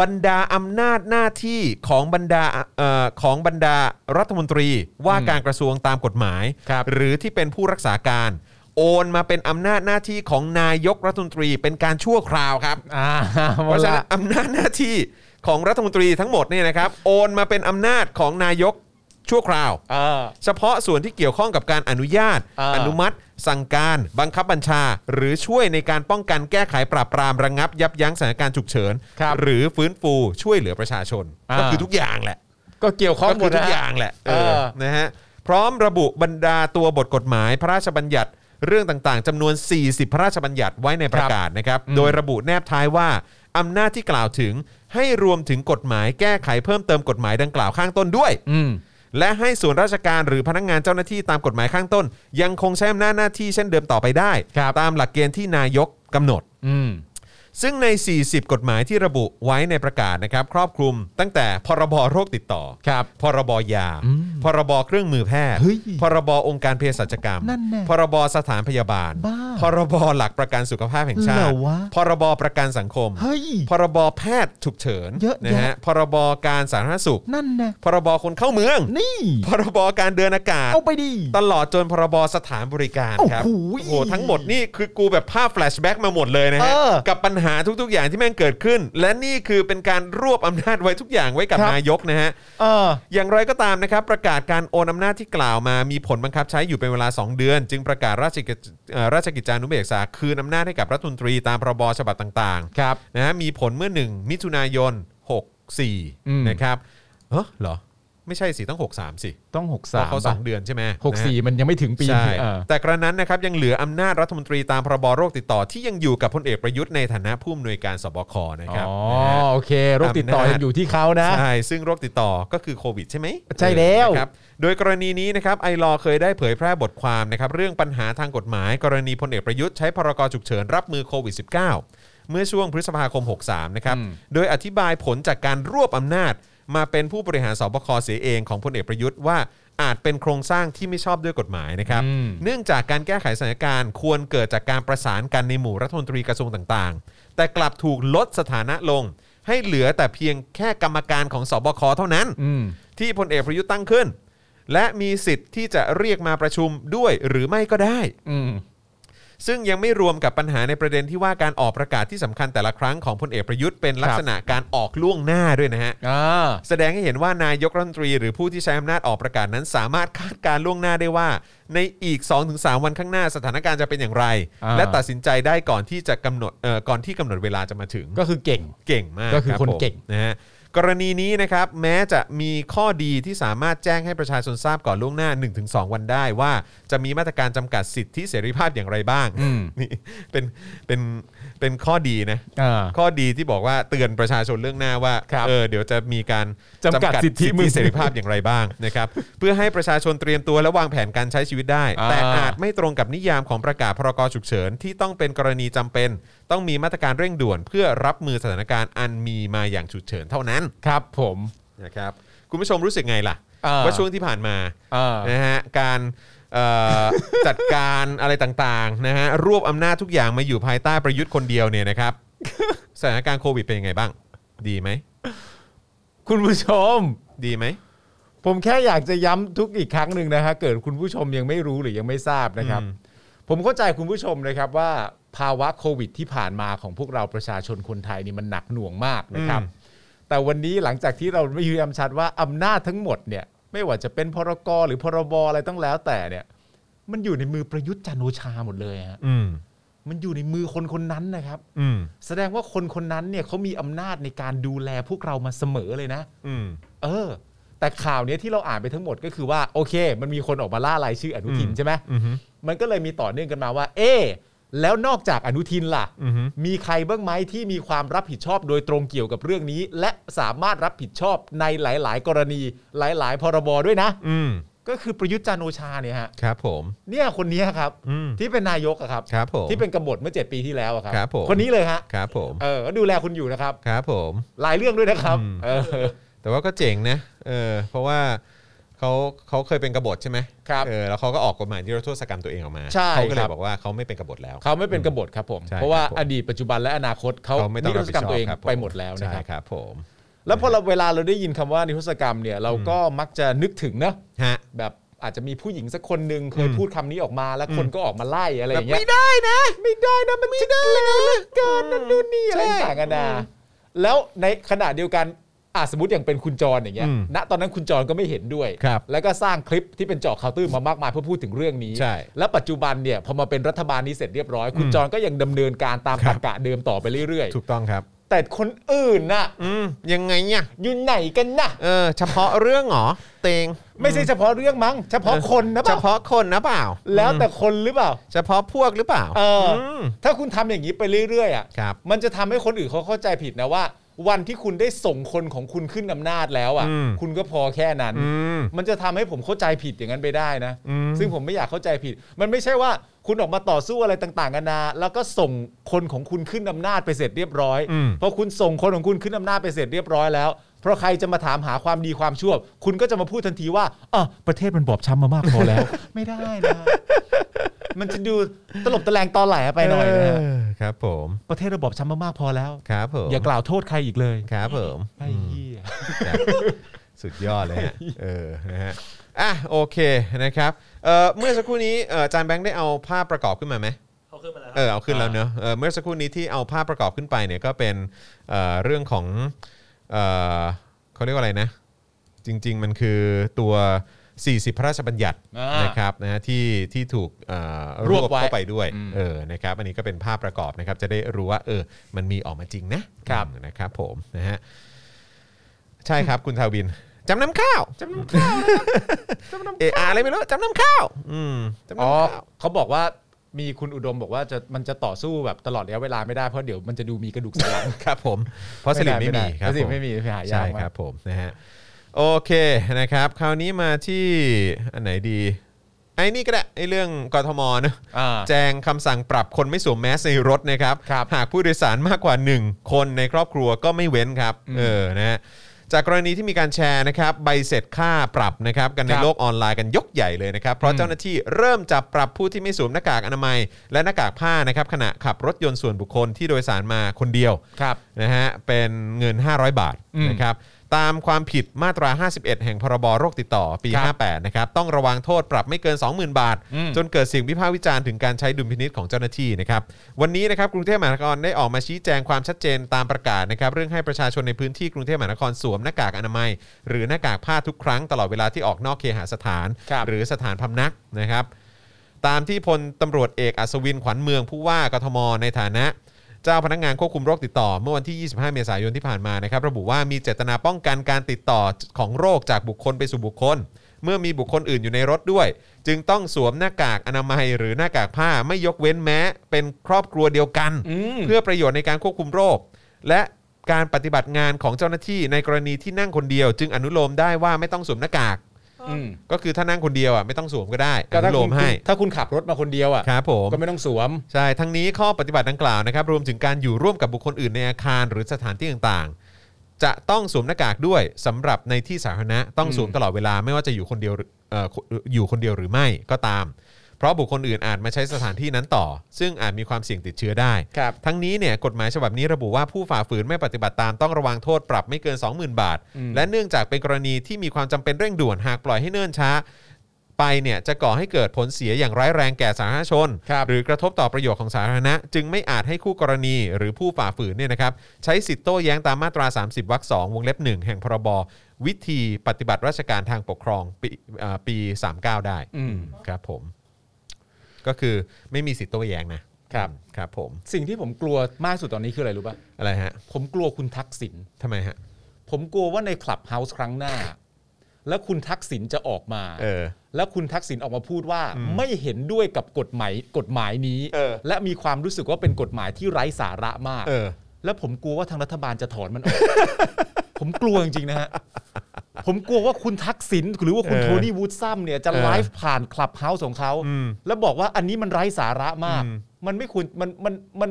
Speaker 2: บรรดาอำนาจหน้าที่ของบรรดาเอ่อของบรรดารัฐมนตรีว่าการกระทรวงตามกฎหมาย
Speaker 5: ครับ
Speaker 2: หรือที่เป็นผู้รักษาการ โอนมาเป็นอำนาจหน้าที่ของนายกรัฐมนตรีเป็นการชั่วคราวครับ
Speaker 3: อ่า
Speaker 2: เพราะฉะนั้น
Speaker 3: ละ
Speaker 2: อำนาจหน้าที่ของรัฐมนตรีทั้งหมดเนี่ยนะครับโอนมาเป็นอำนาจของนายกชั่วคราว
Speaker 5: เออ
Speaker 2: เฉพาะส่วนที่เกี่ยวข้องกับการอนุญาต
Speaker 5: อ่า
Speaker 2: อนุมัติ สั่งการ บังคับบัญชา หรือช่วยในการป้องกันแก้ไขปราบปรามระงับ ยับยั้งสถานการณ์ฉุกเฉิน
Speaker 3: ครับ
Speaker 2: หรือฟื้นฟูช่วยเหลือประชาชน
Speaker 3: อ่า
Speaker 2: ก็คือทุกอย่างแหละ
Speaker 3: ก็เกี่ยวข้อง
Speaker 2: ก็
Speaker 3: หม
Speaker 2: คื
Speaker 3: ด
Speaker 2: อทุ
Speaker 3: นะ
Speaker 2: กอ
Speaker 3: ฮะ
Speaker 2: ย่างแหละ
Speaker 3: เออ
Speaker 2: เออนะฮะพร้อมระบุบรรดาตัวบทกฎหมาย พระราชบัญญัติเรื่องต่างๆจำนวน 40 พระราชบัญญัติไว้ในประกาศนะครับโดยระบุแนบท้ายว่าอำนาจที่กล่าวถึงให้รวมถึงกฎหมายแก้ไขเพิ่มเติมกฎหมายดังกล่าวข้างต้นด้วย
Speaker 3: อืม
Speaker 2: และให้ส่วนราชการหรือพนักงานเจ้าหน้าที่ตามกฎหมายข้างต้น ยังคงใช้อำนาจหน้าที่เช่นเดิมต่อไปได้
Speaker 3: ครับ
Speaker 2: ตามหลักเกณฑ์ที่นายกกำหนด
Speaker 3: อืม
Speaker 2: ซึ่งใน 40 กฎหมายที่ระบุไว้ในประกาศนะครับ ครอบคลุมตั้งแต่พรบโรคติดต่อ
Speaker 3: ครับ
Speaker 2: พรบยา พรบเครื่องมือแพทย์
Speaker 3: เฮ้ย
Speaker 2: พรบองค์การเภสัชกรรม
Speaker 3: นั่นแน่
Speaker 2: พรบสถานพยาบาล
Speaker 3: บ้า
Speaker 2: พรบหลักประกันสุขภาพแห่งชา
Speaker 3: เหร
Speaker 2: ติ
Speaker 3: อวะ
Speaker 2: พรบประกันสังคม
Speaker 3: เฮ้ย
Speaker 2: พรบแพทย์ฉุกเฉิน
Speaker 3: เยอะแยะ
Speaker 2: นะฮะ พรบการสาธารณสุข
Speaker 3: นั่นนะ
Speaker 2: พรบคนเข้าเมือง
Speaker 3: นี่
Speaker 2: พรบการเดินอากาศ
Speaker 3: เอาไปดี
Speaker 2: ตลอดจนพรบสถานบริการครับ
Speaker 3: โอ้
Speaker 2: โอ้
Speaker 3: โห
Speaker 2: โหทั้งหมดนี่คือกูแบบภาพแฟลชแบ็กมาหมดเลยนะฮะ
Speaker 3: เออ
Speaker 2: กับปัญหาทุกๆอย่างที่แม่งเกิดขึ้น และนี่คือเป็นการรวบอำนาจไว้ทุกอย่างไว้กับ
Speaker 3: ครับ
Speaker 2: นายกนะฮะ
Speaker 3: เออ
Speaker 2: อย่างไรก็ตามนะครับ ประกาศการโอนอำนาจที่กล่าวมามีผลบังคับใช้อยู่เป็นเวลา 2 เดือน จึงประกาศราชกิจเอ่อราชกิจจานุเบกษาคืนอำนาจให้กับรัฐมนตรีตามพรบฉบับต่าง
Speaker 3: ครับ
Speaker 2: ๆนะฮะมีผลเมื่อ 1 มิถุนายน
Speaker 3: อืม
Speaker 2: 64 นะครับเอ้อเหรอไม่ใช่สิต้อง 63สิ
Speaker 3: ต้องหก
Speaker 2: เพ
Speaker 3: สา
Speaker 2: ราะ
Speaker 3: ม
Speaker 2: เขาสองเดือนใช่ไหม
Speaker 3: หก
Speaker 2: นะฮะ
Speaker 3: สี่มันยังไม่ถึงปี
Speaker 2: ใช่
Speaker 3: เออ
Speaker 2: แต่กระนั้นนะครับยังเหลืออำนาจรัฐมนตรีตามพรบโรคติดต่อที่ยังอยู่กับพลเอกประยุทธ์ในฐานะผู้อำนวยการสบคนะครับ
Speaker 3: อ๋อ
Speaker 2: นะฮะ
Speaker 3: โอเค โรคติดต่อ
Speaker 2: อำนาจ
Speaker 3: ยังอยู่ที่เขานะ
Speaker 2: ใช่ซึ่งโรคติดต่อก็คือโควิดใช่ไหม
Speaker 3: ใช่แล้ว
Speaker 2: นะครับโดยกรณีนี้นะครับไอรอเคยได้เผยแพร่บทความนะครับเรื่องปัญหาทางกฎหมาย กรณีพลเอกประยุทธ์ใช้พรกฉุกเฉินรับมือโควิด -19 เมื่อช่วงพฤษภาคม 63 นะครับ โดยอธิบายผลจากการรวบอำนาจ มาเป็นผู้บริหารสบคเสียเองของพลเอกประยุทธ์ว่าอาจเป็นโครงสร้างที่ไม่ชอบด้วยกฎหมายนะครับ
Speaker 3: อืม
Speaker 2: เนื่องจากการแก้ไขสถานการณ์ควรเกิดจากการประสานกันในหมู่รัฐมนตรีกระทรวงต่างๆ แต่กลับถูกลดสถานะลง ให้เหลือแต่เพียงแค่กรรมการของสบคเท่านั้น
Speaker 3: อืม
Speaker 2: ที่พลเอกประยุทธ์ตั้งขึ้น และมีสิทธิ์ที่จะเรียกมาประชุมด้วยหรือไม่ก็ได้
Speaker 3: อืม
Speaker 2: ซึ่งยังไม่รวมกับปัญหาในประเด็นที่ว่าการออกประกาศที่สำคัญแต่ละครั้งของพลเอกประยุทธ์เป็นลักษณะการออกล่วงหน้าด้วยนะฮะ
Speaker 3: อ่า
Speaker 2: แสดงให้เห็นว่านายกรัฐมนตรีหรือผู้ที่ใช้อำนาจออกประกาศนั้น สามารถคาดการณ์ล่วงหน้าได้ว่า ในอีก 2-3 วันข้างหน้าสถานการณ์จะเป็นอย่างไร
Speaker 3: อ่า
Speaker 2: และตัดสินใจได้ก่อนที่จะกำหนดเอ่อก่อนที่กำหนดเวลาจะมาถึง
Speaker 3: ก็คือเก่ง
Speaker 2: เก่งมาก
Speaker 3: ก็คือ
Speaker 2: รับ
Speaker 3: คนเก่ง
Speaker 2: ผมนะฮะกรณีนี้นะครับ แม้จะมีข้อดีที่สามารถแจ้งให้ประชาชนทราบก่อนล่วงหน้า 1-2 วันได้ว่าจะมีมาตรการจำกัดสิทธิเสรีภาพอย่างไรบ้าง
Speaker 3: อืม
Speaker 2: นี่เป็นเป็นเป็นข้อดีนะ
Speaker 3: อ่า
Speaker 2: ข้อดีที่บอกว่าเตือนประชาชนเรื่องหน้าว่า
Speaker 3: ครับ
Speaker 2: เออเดี๋ยวจะมีการ
Speaker 3: จำกัดสิทธิมึง
Speaker 2: เสรีภาพอย่างไรบ้าง นะครับ เพื่อให้ประชาชนเตรียมตัวและวางแผนการใช้ชีวิตได้
Speaker 3: อ่า
Speaker 2: แต่อาจไม่ตรงกับนิยามของประกาศพรกฉุกเฉิน ที่ต้องเป็นกรณีจำเป็น ต้องมีมาตรการเร่งด่วน เพื่อรับมือสถานการณ์อันมีมาอย่างฉุกเฉินเท่านั้น
Speaker 3: ครับผม
Speaker 2: นะครับ คุณผู้ชมรู้สึกไงล่ะ
Speaker 3: อ่า
Speaker 2: ว่าช่วงที่ผ่านมา
Speaker 3: อ่า
Speaker 2: นะฮะการเอ่อ จัดการอะไรต่างๆนะฮะรวบอำนาจทุกอย่างมาอยู่ภายใต้ประยุทธ์คนเดียวเนี่ยนะครับ สถานการณ์โควิดเป็นยังไงบ้าง ดีไหม
Speaker 3: คุณผู้ชม
Speaker 2: ดีไหม
Speaker 3: ผมแค่อยากจะย้ำทุกอีกครั้งหนึ่งนะฮะเกิดคุณผู้ชมยังไม่รู้หรือยังไม่ทราบนะครับ
Speaker 2: อืม
Speaker 3: ผมเข้าใจคุณผู้ชมนะครับว่าภาวะโควิดที่ผ่านมาของพวกเราประชาชนคนไทยนี่มันหนักหน่วงมากนะครับ แต่วันนี้หลังจากที่เราไม่ยืนยันชัดว่าอำนาจทั้งหมดเนี่ย ไม่ว่าจะเป็นพรกรหรือพรบอะไรต้องแล้วแต่เนี่ย มันอยู่ในมือประยุทธ์จันทร์โอชาหมดเลยฮะ
Speaker 2: อืม
Speaker 3: มันอยู่ในมือคนคนนั้นนะครับ
Speaker 2: อืม
Speaker 3: แสดงว่าคนคนนั้นเนี่ยเขามีอำนาจในการดูแลพวกเรามาเสมอเลยนะ
Speaker 2: อืม
Speaker 3: เออ แต่ข่าวเนี้ยที่เราอ่านไปทั้งหมดก็คือว่าโอเค มันมีคนออกมาล่ารายชื่ออนุทิน
Speaker 2: อืม
Speaker 3: ใช่ไหม
Speaker 2: อืม
Speaker 3: มันก็เลยมีต่อเนื่องกันมาว่า เอ๊ะแล้วนอกจากอนุทินล่ะ
Speaker 2: อืม
Speaker 3: มีใครบ้างไหมที่มีความรับผิดชอบโดยตรงเกี่ยวกับเรื่องนี้ และสามารถรับผิดชอบในหลาย ๆ กรณีหลาย ๆ พรบด้วยนะ
Speaker 2: อืม
Speaker 3: ก็คือประยุทธ์จันทร์โอชาเนี่ยฮะ
Speaker 2: ครับผม
Speaker 3: เนี่ยคนเนี้ยครับ
Speaker 2: อืม
Speaker 3: ที่เป็นนายกอะครับ
Speaker 2: ครับผม
Speaker 3: ที่เป็นกบฏเมื่อ 7 ปีที่แล้วอะครับ
Speaker 2: ครับผม
Speaker 3: คนนี้เลยฮะ
Speaker 2: ครับผม
Speaker 3: เออก็ดูแลคุณอยู่นะครับ
Speaker 2: ครับผม
Speaker 3: หลายเรื่องด้วยนะครับ
Speaker 2: อืม
Speaker 3: เออ
Speaker 2: แต่ว่าก็เจ๋งนะเออเพราะว่าเขาเขาเคยเป็นกบฏใช่ไหม
Speaker 3: ครับ
Speaker 2: เออแล้วเขาก็ออกกฎหมายที่เราโทษกรรมตัวเองออกมา
Speaker 3: ใช่
Speaker 2: เขาก็เล
Speaker 3: ค
Speaker 2: ย
Speaker 3: รับ
Speaker 2: บอกว่าเขาไม่เป็นกบฏแล้ว
Speaker 3: เขาไม่เป็นกบฏครับผม
Speaker 2: ใช่
Speaker 3: เพราะว่า
Speaker 2: ครับผม
Speaker 3: อดีตปัจจุบันและอนาคตเขา
Speaker 2: เขาไม่ต้อง
Speaker 3: นิ
Speaker 2: รับ
Speaker 3: ส
Speaker 2: ผิด
Speaker 3: กรรม
Speaker 2: ชอบ
Speaker 3: ตัวเอง
Speaker 2: ครับ
Speaker 3: ไปหมดแล้วนะค
Speaker 2: ใช่
Speaker 3: รับ
Speaker 2: ครับผม
Speaker 3: แล้วพอเราเวลาเราได้ยินคำว่านิรศกรรมเนี่ยเราก็มักจะนึกถึงนะ
Speaker 2: ฮะ
Speaker 3: แบบอาจจะมีผู้หญิงสักคนหนึ่งเคย
Speaker 2: อืม
Speaker 3: พูดคำนี้ออกมาแล้วคน
Speaker 2: อืม
Speaker 3: ก็ออกมาไล่อะไรอ
Speaker 2: แบบ
Speaker 3: ย่างเงี้
Speaker 2: ไม่
Speaker 3: ย
Speaker 2: ได้นะ
Speaker 3: ไม่ได้นะมันจะได้เลยการนั่นนู่นนี่อะไรต่างกันานาแล้วในขณะเดียวกันอ่ะสมมติอย่างเป็นคุณจรอย่างเงี้ย
Speaker 2: อืม
Speaker 3: ณตอนนั้นคุณจรก็ไม่เห็นด้วย
Speaker 2: ครับ
Speaker 3: แล้วก็สร้างคลิปที่เป็นเจาะข่าวตื้นมามากมายเพื่อพูดถึงเรื่องนี้
Speaker 2: ใช่
Speaker 3: แล้วปัจจุบันเนี่ยพอมาเป็นรัฐบาลนี้เสร็จเรียบร้อย คุณ
Speaker 2: อืม
Speaker 3: จรก็ยังดำเนินการตาม
Speaker 2: ค
Speaker 3: ต
Speaker 2: รั
Speaker 3: ร
Speaker 2: บ
Speaker 3: รกะเดิมต่อไปเรื่อย
Speaker 2: ถูกต้องครับ
Speaker 3: ๆ แต่คนอื่นน่ะ
Speaker 2: อืมยังไงเนี่ย
Speaker 3: อยู่ไหนกันน่ะ
Speaker 2: เออเฉพาะเรื่องเหรอเตง
Speaker 3: ไม่ใช่เฉพาะเรื่องมั้งเฉพาะคนนะ
Speaker 2: เฉ
Speaker 3: เปล่า
Speaker 2: พาะคนนะเปล่า
Speaker 3: แล้วแต่คนหรือเปล่า
Speaker 2: เฉพาะพวกหรือเปล่า
Speaker 3: เอออื
Speaker 2: ม
Speaker 3: ถ้าคุณทำอย่างนี้ไปเรื่อยๆอ่ะ
Speaker 2: ครับ
Speaker 3: มันจะทำให้คนอื่นเขาเข้าใจผิดนะว่า วันที่คุณได้ส่งคนของคุณขึ้นอำนาจแล้วอ่ะ
Speaker 2: อืม
Speaker 3: คุณก็พอแค่นั้น
Speaker 2: อืม
Speaker 3: มันจะทำให้ผมเข้าใจผิดอย่างนั้นไปได้นะ
Speaker 2: อืม
Speaker 3: ซึ่งผมไม่อยากเข้าใจผิด มันไม่ใช่ว่าคุณออกมาต่อสู้อะไรต่างๆกันานาแล้วก็ส่งคนของคุณขึ้นอำนาจไปเสร็จเรียบร้อย
Speaker 2: อืม
Speaker 3: พอคุณส่งคนของคุณขึ้นอำนาจไปเสร็จเรียบร้อยแล้ว เพราะใครจะมาถามหาความดีความชั่ว คุณก็จะมาพูดทันทีว่าอ่ะประเทศมันบอบช้ำมามากพอแล้ว ไม่ได้นะ มันจะดูตลบตะแลงตอแหลไปหน่อยนะ
Speaker 2: เครับผม
Speaker 3: ประเทศระบอบช้ำมามากพอแล้ว
Speaker 2: ครับผม
Speaker 3: อย่ากล่าวโทษใครอีกเลย
Speaker 2: ครับผม
Speaker 3: ไอ้เหี้ย
Speaker 2: ครับสุดยอดเลยฮะ เออ นะฮะ อ่ะ โอเคนะครับ เอ่อ เมื่อสักครู่นี้เอ่ออาจารย์แบงค์ได้เอาภาพประกอบขึ้นมาไหม
Speaker 6: เขาขึ้นมาแล้ว
Speaker 2: เออ เอาขึ้นแล้วเนอะเออเมื่อสักครู่นี้ที่เอาภาพประกอบขึ้นไปเนี่ยก็เป็น เอ่อ เรื่องของ เอ่อเขาเรียกว่าอะไรนะ จริง ๆ มันคือตัว 40 พระราชบัญญัติ
Speaker 3: อ่าน
Speaker 2: นะครับนะฮะที่ที่ถูกเอ่อร
Speaker 3: ร
Speaker 2: ว
Speaker 3: ว
Speaker 2: บบ
Speaker 3: ไว้
Speaker 2: เข้าไปด้วย
Speaker 3: อืม
Speaker 2: เออ นะครับ อันนี้ก็เป็นภาพประกอบนะครับ จะได้รู้ว่า เออ มันมีออกมาจริงนะครับ อืมนะครับผม นะฮะ ใช่ครับคุณทาวินจำนำข้าวจำนำ ข้าวเอออะไรไม่รู้จำนำข้าว อืมจำนำ
Speaker 3: อ๋อ
Speaker 2: ข้าว
Speaker 3: เขาบอกว่ามีคุณอุดมบอกว่าจะมันจะต่อสู้แบบตลอดระยะเวลาไม่ได้เพราะเดี๋ยวมันจะดูมีกระดูกสันหลัง
Speaker 2: ครับผม เพราะสลิปไม่มี
Speaker 3: ด้
Speaker 2: ครับ
Speaker 3: เพาะสลิ
Speaker 2: ผ
Speaker 3: ป
Speaker 2: ม
Speaker 3: ไม่มีหายา
Speaker 2: ใช่
Speaker 3: ก
Speaker 2: ค
Speaker 3: มา
Speaker 2: รั
Speaker 3: ก
Speaker 2: บผมนะฮะโอเคนะครับ คราวนี้มาที่อันไหนดี ไอ้นี่ก็ได้ไอ้เรื่องกทมเนอะ
Speaker 3: อ่า
Speaker 2: แจงคำสั่งปรับคนไม่สวมแมสในรถนะครับ
Speaker 3: ครับ
Speaker 2: หากผู้โดยสารมากกว่า 1 คนในครอบครัวก็ไม่เว้นครับ
Speaker 3: อืม
Speaker 2: เออนะฮะจากกรณีที่มีการแชร์นะครับ ใบเสร็จค่าปรับนะครับกันใน
Speaker 3: ครับ
Speaker 2: โลกออนไลน์กันยกใหญ่เลยนะครับ เพราะเจ้าหน้าที่เริ่มจับปรับผู้ที่ไม่สวมหน้ากากอนามัย และหน้ากากผ้านะครับขณะขับรถยนต์ส่วนบุคคลที่โดยสารมาคนเดียว
Speaker 3: ครับ
Speaker 2: นะฮะเป็นเงิน 500 บาท
Speaker 3: อืม
Speaker 2: นะครับตามความผิดมาตรา 51 แห่งพรบโรคติดต่อปี
Speaker 3: ครับ
Speaker 2: 58 นะครับต้องระวังโทษปรับไม่เกิน 20,000 บาท
Speaker 3: อืม
Speaker 2: จนเกิดเสียงวิพากษ์วิจารณ์ถึงการใช้ดุลพินิษของเจ้าหน้าที่นะครับวันนี้นะครับกรุงเทพมหานครได้ออกมาชี้แจงความชัดเจนตามประกาศนะครับเรื่องให้ประชาชนในพื้นที่กรุงเทพมหานครสวมหน้ากากอนามัย หรือหน้ากากผ้าทุกครั้งตลอดเวลาที่ออกนอกเคหสถาน
Speaker 3: ครับ
Speaker 2: หรือสถานพำนักนะครับ ตามที่พลตำรวจเอกอัศวินขวัญเมืองผู้ว่ากทม ในฐานะ เจ้าพนักงานควบคุมโรคติดต่อ เมื่อวันที่ 25 เมษายนที่ผ่านมานะครับ ระบุว่ามีเจตนาป้องกันการติดต่อของโรคจากบุคคลไปสู่บุคคล เมื่อมีบุคคลอื่นอยู่ในรถด้วย จึงต้องสวมหน้ากากอนามัยหรือหน้ากากผ้าไม่ยกเว้นแม้ เป็นครอบครัวเดียวกัน เพื่อประโยชน์ในการควบคุมโรค และการปฏิบัติงานของเจ้าหน้าที่ในกรณีที่นั่งคนเดียว จึงอนุโลมได้ว่าไม่ต้องสวมหน้ากาก
Speaker 3: อืม
Speaker 2: ก็คือถ้านั่งคนเดียวอ่ะไม่ต้องสวมก็ได้อ
Speaker 3: ก็
Speaker 2: นุ
Speaker 3: ถ้า
Speaker 2: โล
Speaker 3: คุณ
Speaker 2: มให้
Speaker 3: ถ้าคุณขับรถมาคนเดียวอ่ะ
Speaker 2: ครับผม
Speaker 3: ก็ไม่ต้องสวม
Speaker 2: ใช่ ทั้งนี้ข้อปฏิบัติดังกล่าวนะครับ รวมถึงการอยู่ร่วมกับบุคคลอื่นในอาคารหรือสถานที่ต่าง จะต้องสวมหน้ากากด้วยสำหรับในที่สาธารณะต้องสวมตลอดเวลาไม่ว่าจะอยู่คนเดียวหรือเอ่ออยู่คนเดียวหรือไม่ก็ตาม เพราะบุคคลอื่นอาจมาใช้สถานที่นั้นต่อ ซึ่งอาจมีความเสี่ยงติดเชื้อได้
Speaker 3: ครับ
Speaker 2: ทั้งนี้เนี่ยกฎหมายฉบับนี้ระบุว่าผู้ฝ่าฝืนไม่ปฏิบัติตามต้องระวังโทษปรับไม่เกิน 20,000 บาท และเนื่องจากเป็นกรณีที่มีความจำเป็นเร่งด่วนหากปล่อยให้เนิ่นช้า ไปเนี่ยจะก่อให้เกิดผลเสียอย่างร้ายแรงแก่สาธารณชน
Speaker 3: ครับ
Speaker 2: หรือกระทบต่อประโยชน์ของสาธารณะ จึงไม่อาจให้คู่กรณีหรือผู้ฝ่าฝืนเนี่ยนะครับใช้สิทธิโต้แย้งตามมาตรา 30วรรค2วงเล็บ 1 แห่งพรบวิธีปฏิบัติราชการทางปกครองปีเอ่อปี 39 ได้
Speaker 3: อืม
Speaker 2: ครับผม ก็คือไม่มีสิทธิโต้แย้งนะครับ ครับผม
Speaker 3: สิ่งที่ผมกลัวมากสุดตอนนี้คืออะไรรู้ป่ะ
Speaker 2: อะไรฮะ
Speaker 3: ผมกลัวคุณทักษิณ
Speaker 2: ทำไมฮะ
Speaker 3: ผมกลัวว่าในคลับเฮาส์ครั้งหน้า แล้วคุณทักษิณจะออกมา
Speaker 2: เออ
Speaker 3: แล้วคุณทักษิณออกมาพูดว่าไม่เห็นด้วยกับกฎหมายกฎหมายนี้
Speaker 2: เออ
Speaker 3: และมีความรู้สึกว่าเป็นกฎหมายที่ไร้สาระมาก
Speaker 2: เออ
Speaker 3: แล้วผมกลัวว่าทางรัฐบาลจะถอนมันออก ผมกลัวจริงๆนะฮะ ผมกลัวว่าคุณทักษิณหรือว่าคุณ
Speaker 2: เออ
Speaker 3: โทนี่วูดซัมเนี่ยจะ
Speaker 2: เออ
Speaker 3: ไลฟ์ผ่านคลับเฮาส์ของเขา
Speaker 2: อืม
Speaker 3: แล้วบอกว่าอันนี้มันไร้สาระมาก
Speaker 2: อืม
Speaker 3: มันไม่ควรมันมันมัน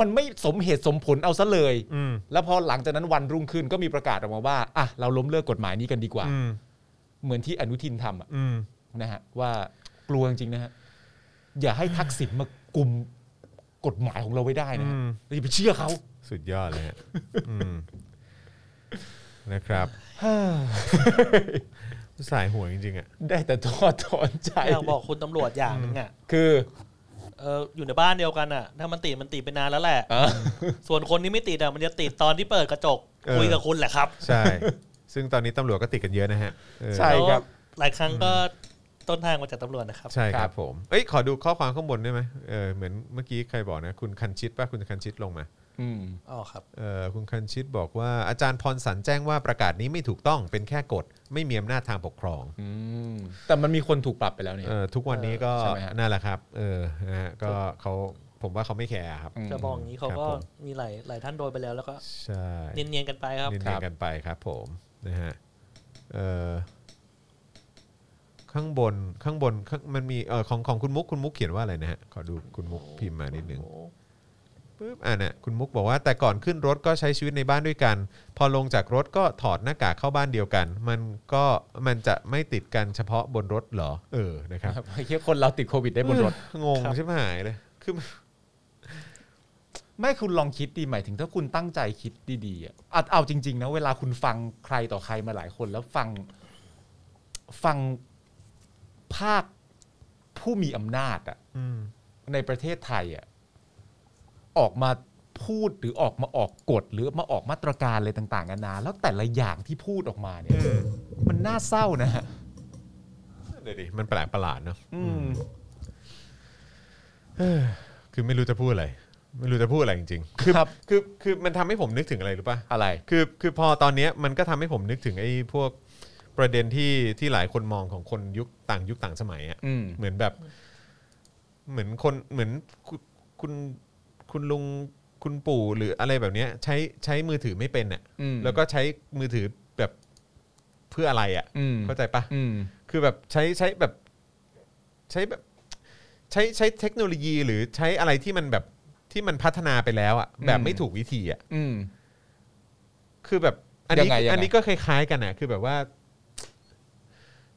Speaker 3: มันไม่สมเหตุสมผลเอาซะเลย
Speaker 2: อืม
Speaker 3: แล้วพอหลังจากนั้นวันรุ่งขึ้นก็มีประกาศออกมาว่าอ่ะเราล้มเลิกกฎหมายนี้กันดีกว่า
Speaker 2: อืม
Speaker 3: เหมือนที่อนุทินทำอะ
Speaker 2: อืม
Speaker 3: นะฮะว่ากลัวจริงๆนะฮะอย่าให้ทักษิณมากลุ่มกฎหมายของเราไว้ได้นะ
Speaker 2: อื
Speaker 3: ฮะ
Speaker 2: ม
Speaker 3: เราอย่าไปเชื่อเขา
Speaker 2: สุดยอดเลยฮะ อืมนะครับสายหัวจริงๆอ่ะ
Speaker 3: ได้แต่ทอดถอนใจ
Speaker 4: อยากบอกคุณตำรวจอย่างหนึงอ่ะ
Speaker 3: คือ
Speaker 4: เอออยู่ในบ้านเดียวกันอ่ะ ถ้ามันติดมันติดไปนานแล้วแหละ
Speaker 3: เออ
Speaker 4: ส่วนคนที่ไม่ติดอ่ะมันจะติดตอนที่เปิดกระจก
Speaker 2: เออ
Speaker 4: คุยกับคุณแหละครับ
Speaker 2: ใช่ ซึ่งตอนนี้ตำรวจก็ติดกันเยอะนะฮะเออ
Speaker 3: ใช่ ครับ
Speaker 4: แล้วหลายครั้งก็ต้นทางมาจากตำรวจนะครับ
Speaker 2: ใช่ครับผม เอ้ยขอดูข้อความข้างบนได้ไหมเออเหมือนเมื่อกี้ใครบอกนะ คุณคันชิตป่ะคุณคันชิตลงมา
Speaker 3: อืม
Speaker 4: อ๋อครับ
Speaker 2: เออคุณคันชิตบอกว่าอาจารย์พรสันแจ้งว่าประกาศนี้ไม่ถูกต้องเป็นแค่กฎ ไม่มีอำนาจทางปกครอง
Speaker 3: แต่มันมีคนถูกปรับไปแล้วเนี่ย
Speaker 2: เออทุกวันนี้ก็
Speaker 3: ใช่ไหมฮะ
Speaker 2: นั่นแหละครับ เออนะฮะก็เขาผมว่าเขาไม่แคร์ครับ
Speaker 3: ม
Speaker 4: จะบอกอย่างนี้เขา
Speaker 2: ค
Speaker 4: ก็
Speaker 2: รับผม
Speaker 4: มีหลายหลายท่านโดนไปแล้วแล้วก็
Speaker 2: ใช่
Speaker 4: เนียนๆกันไปครับ
Speaker 2: เนียนๆกันไปครับผมนะฮะเอ่อข้างบนข้างบนข้างมันมีเออของของคุณมุกคุณมุกเขียนว่าอะไรนะฮะขอดูคุณมุกพิมพ์มานิดนึงปึ๊บอ่ะเนี่ยคุณมุกบอกว่าแต่ก่อนขึ้นรถก็ใช้ชีวิตในบ้านด้วยกัน พอลงจากรถก็ถอดหน้ากากเข้าบ้านเดียวกัน มันก็มันจะไม่ติดกันเฉพาะบนรถเหรอ เออนะครับ
Speaker 3: ครับเฮียคนเราติดโควิดได้บนรถ
Speaker 2: งง
Speaker 4: ครับ
Speaker 2: ใช่ไหมหายเลยคือมัน
Speaker 3: ไม่คุณลองคิดดีหมายถึงถ้าคุณตั้งใจคิดดีๆอะอ่ะเอาจริง ๆ นะ เวลาคุณฟังใครต่อใครมาหลายคน แล้วฟัง ฟังภาคผู้มีอำนาจอะ
Speaker 2: อืม
Speaker 3: ในประเทศไทยอะออกมาพูดหรือออกมาออกกฎหรือมาออกมาตรการอะไรต่างๆนานาแล้วแต่ละอย่างที่พูดออกมาเนี่ย มันน่าเศร้านะฮะ
Speaker 2: เดี๋ยวดิมันแปลกประหลาดเนาะ
Speaker 3: อืม
Speaker 2: คือไม่รู้จะพูดอะไร ไม่รู้จะพูดอะไรจริงๆคือ
Speaker 3: ครับ
Speaker 2: คือคือมันทำให้ผมนึกถึงอะไรรู้ป่ะ
Speaker 3: อะไร
Speaker 2: คือคือพอตอนเนี้ยมันก็ทำให้ผมนึกถึงไอ้พวกประเด็นที่ที่หลายคนมองของคนยุคต่างยุคต่างสมัยอ่ะ
Speaker 3: อืม
Speaker 2: เหมือนแบบ เหมือนคนเหมือนคุณคุณคุณลุงคุณปู่หรืออะไรแบบเนี้ย ใช้ใช้มือถือไม่เป็นอ่ะ
Speaker 3: อืม
Speaker 2: แล้วก็ใช้มือถือแบบเพื่ออะไรอ่ะ
Speaker 3: อืม
Speaker 2: เข้าใจปะ
Speaker 3: อืม
Speaker 2: คือแบบใช้ใช้แบบใช้แบบใช้ใช้เทคโนโลยีหรือใช้อะไรที่มันแบบที่มันพัฒนาไปแล้วอะ่ะ
Speaker 3: อืม
Speaker 2: แบบไม่ถูกวิธีอะ่ะ
Speaker 3: อืม
Speaker 2: คือแบบอัน
Speaker 3: ยั
Speaker 2: นี้
Speaker 3: งไงยังไง
Speaker 2: อันนี้ก็คล้ายๆกันนะคือแบบว่า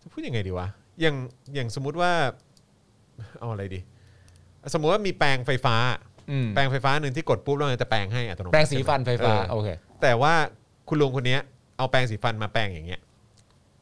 Speaker 2: จะพูดยังไงดีวะอย่างอย่างสมมุติว่า เอาอะไรดี สมมุติว่ามีแปรงไฟฟ้า
Speaker 3: อืม
Speaker 2: แปรงไฟฟ้าหนึ่งที่กดปุ๊บแล้วมันจะแปรงให้อัตโนมัติ
Speaker 3: แปรงสีฟันไฟฟ้า
Speaker 2: เออ
Speaker 3: โอเค
Speaker 2: แต่ว่าคุณลุงคนเนี้ย เอาแปรงสีฟันมาแปรงอย่างเงี้ย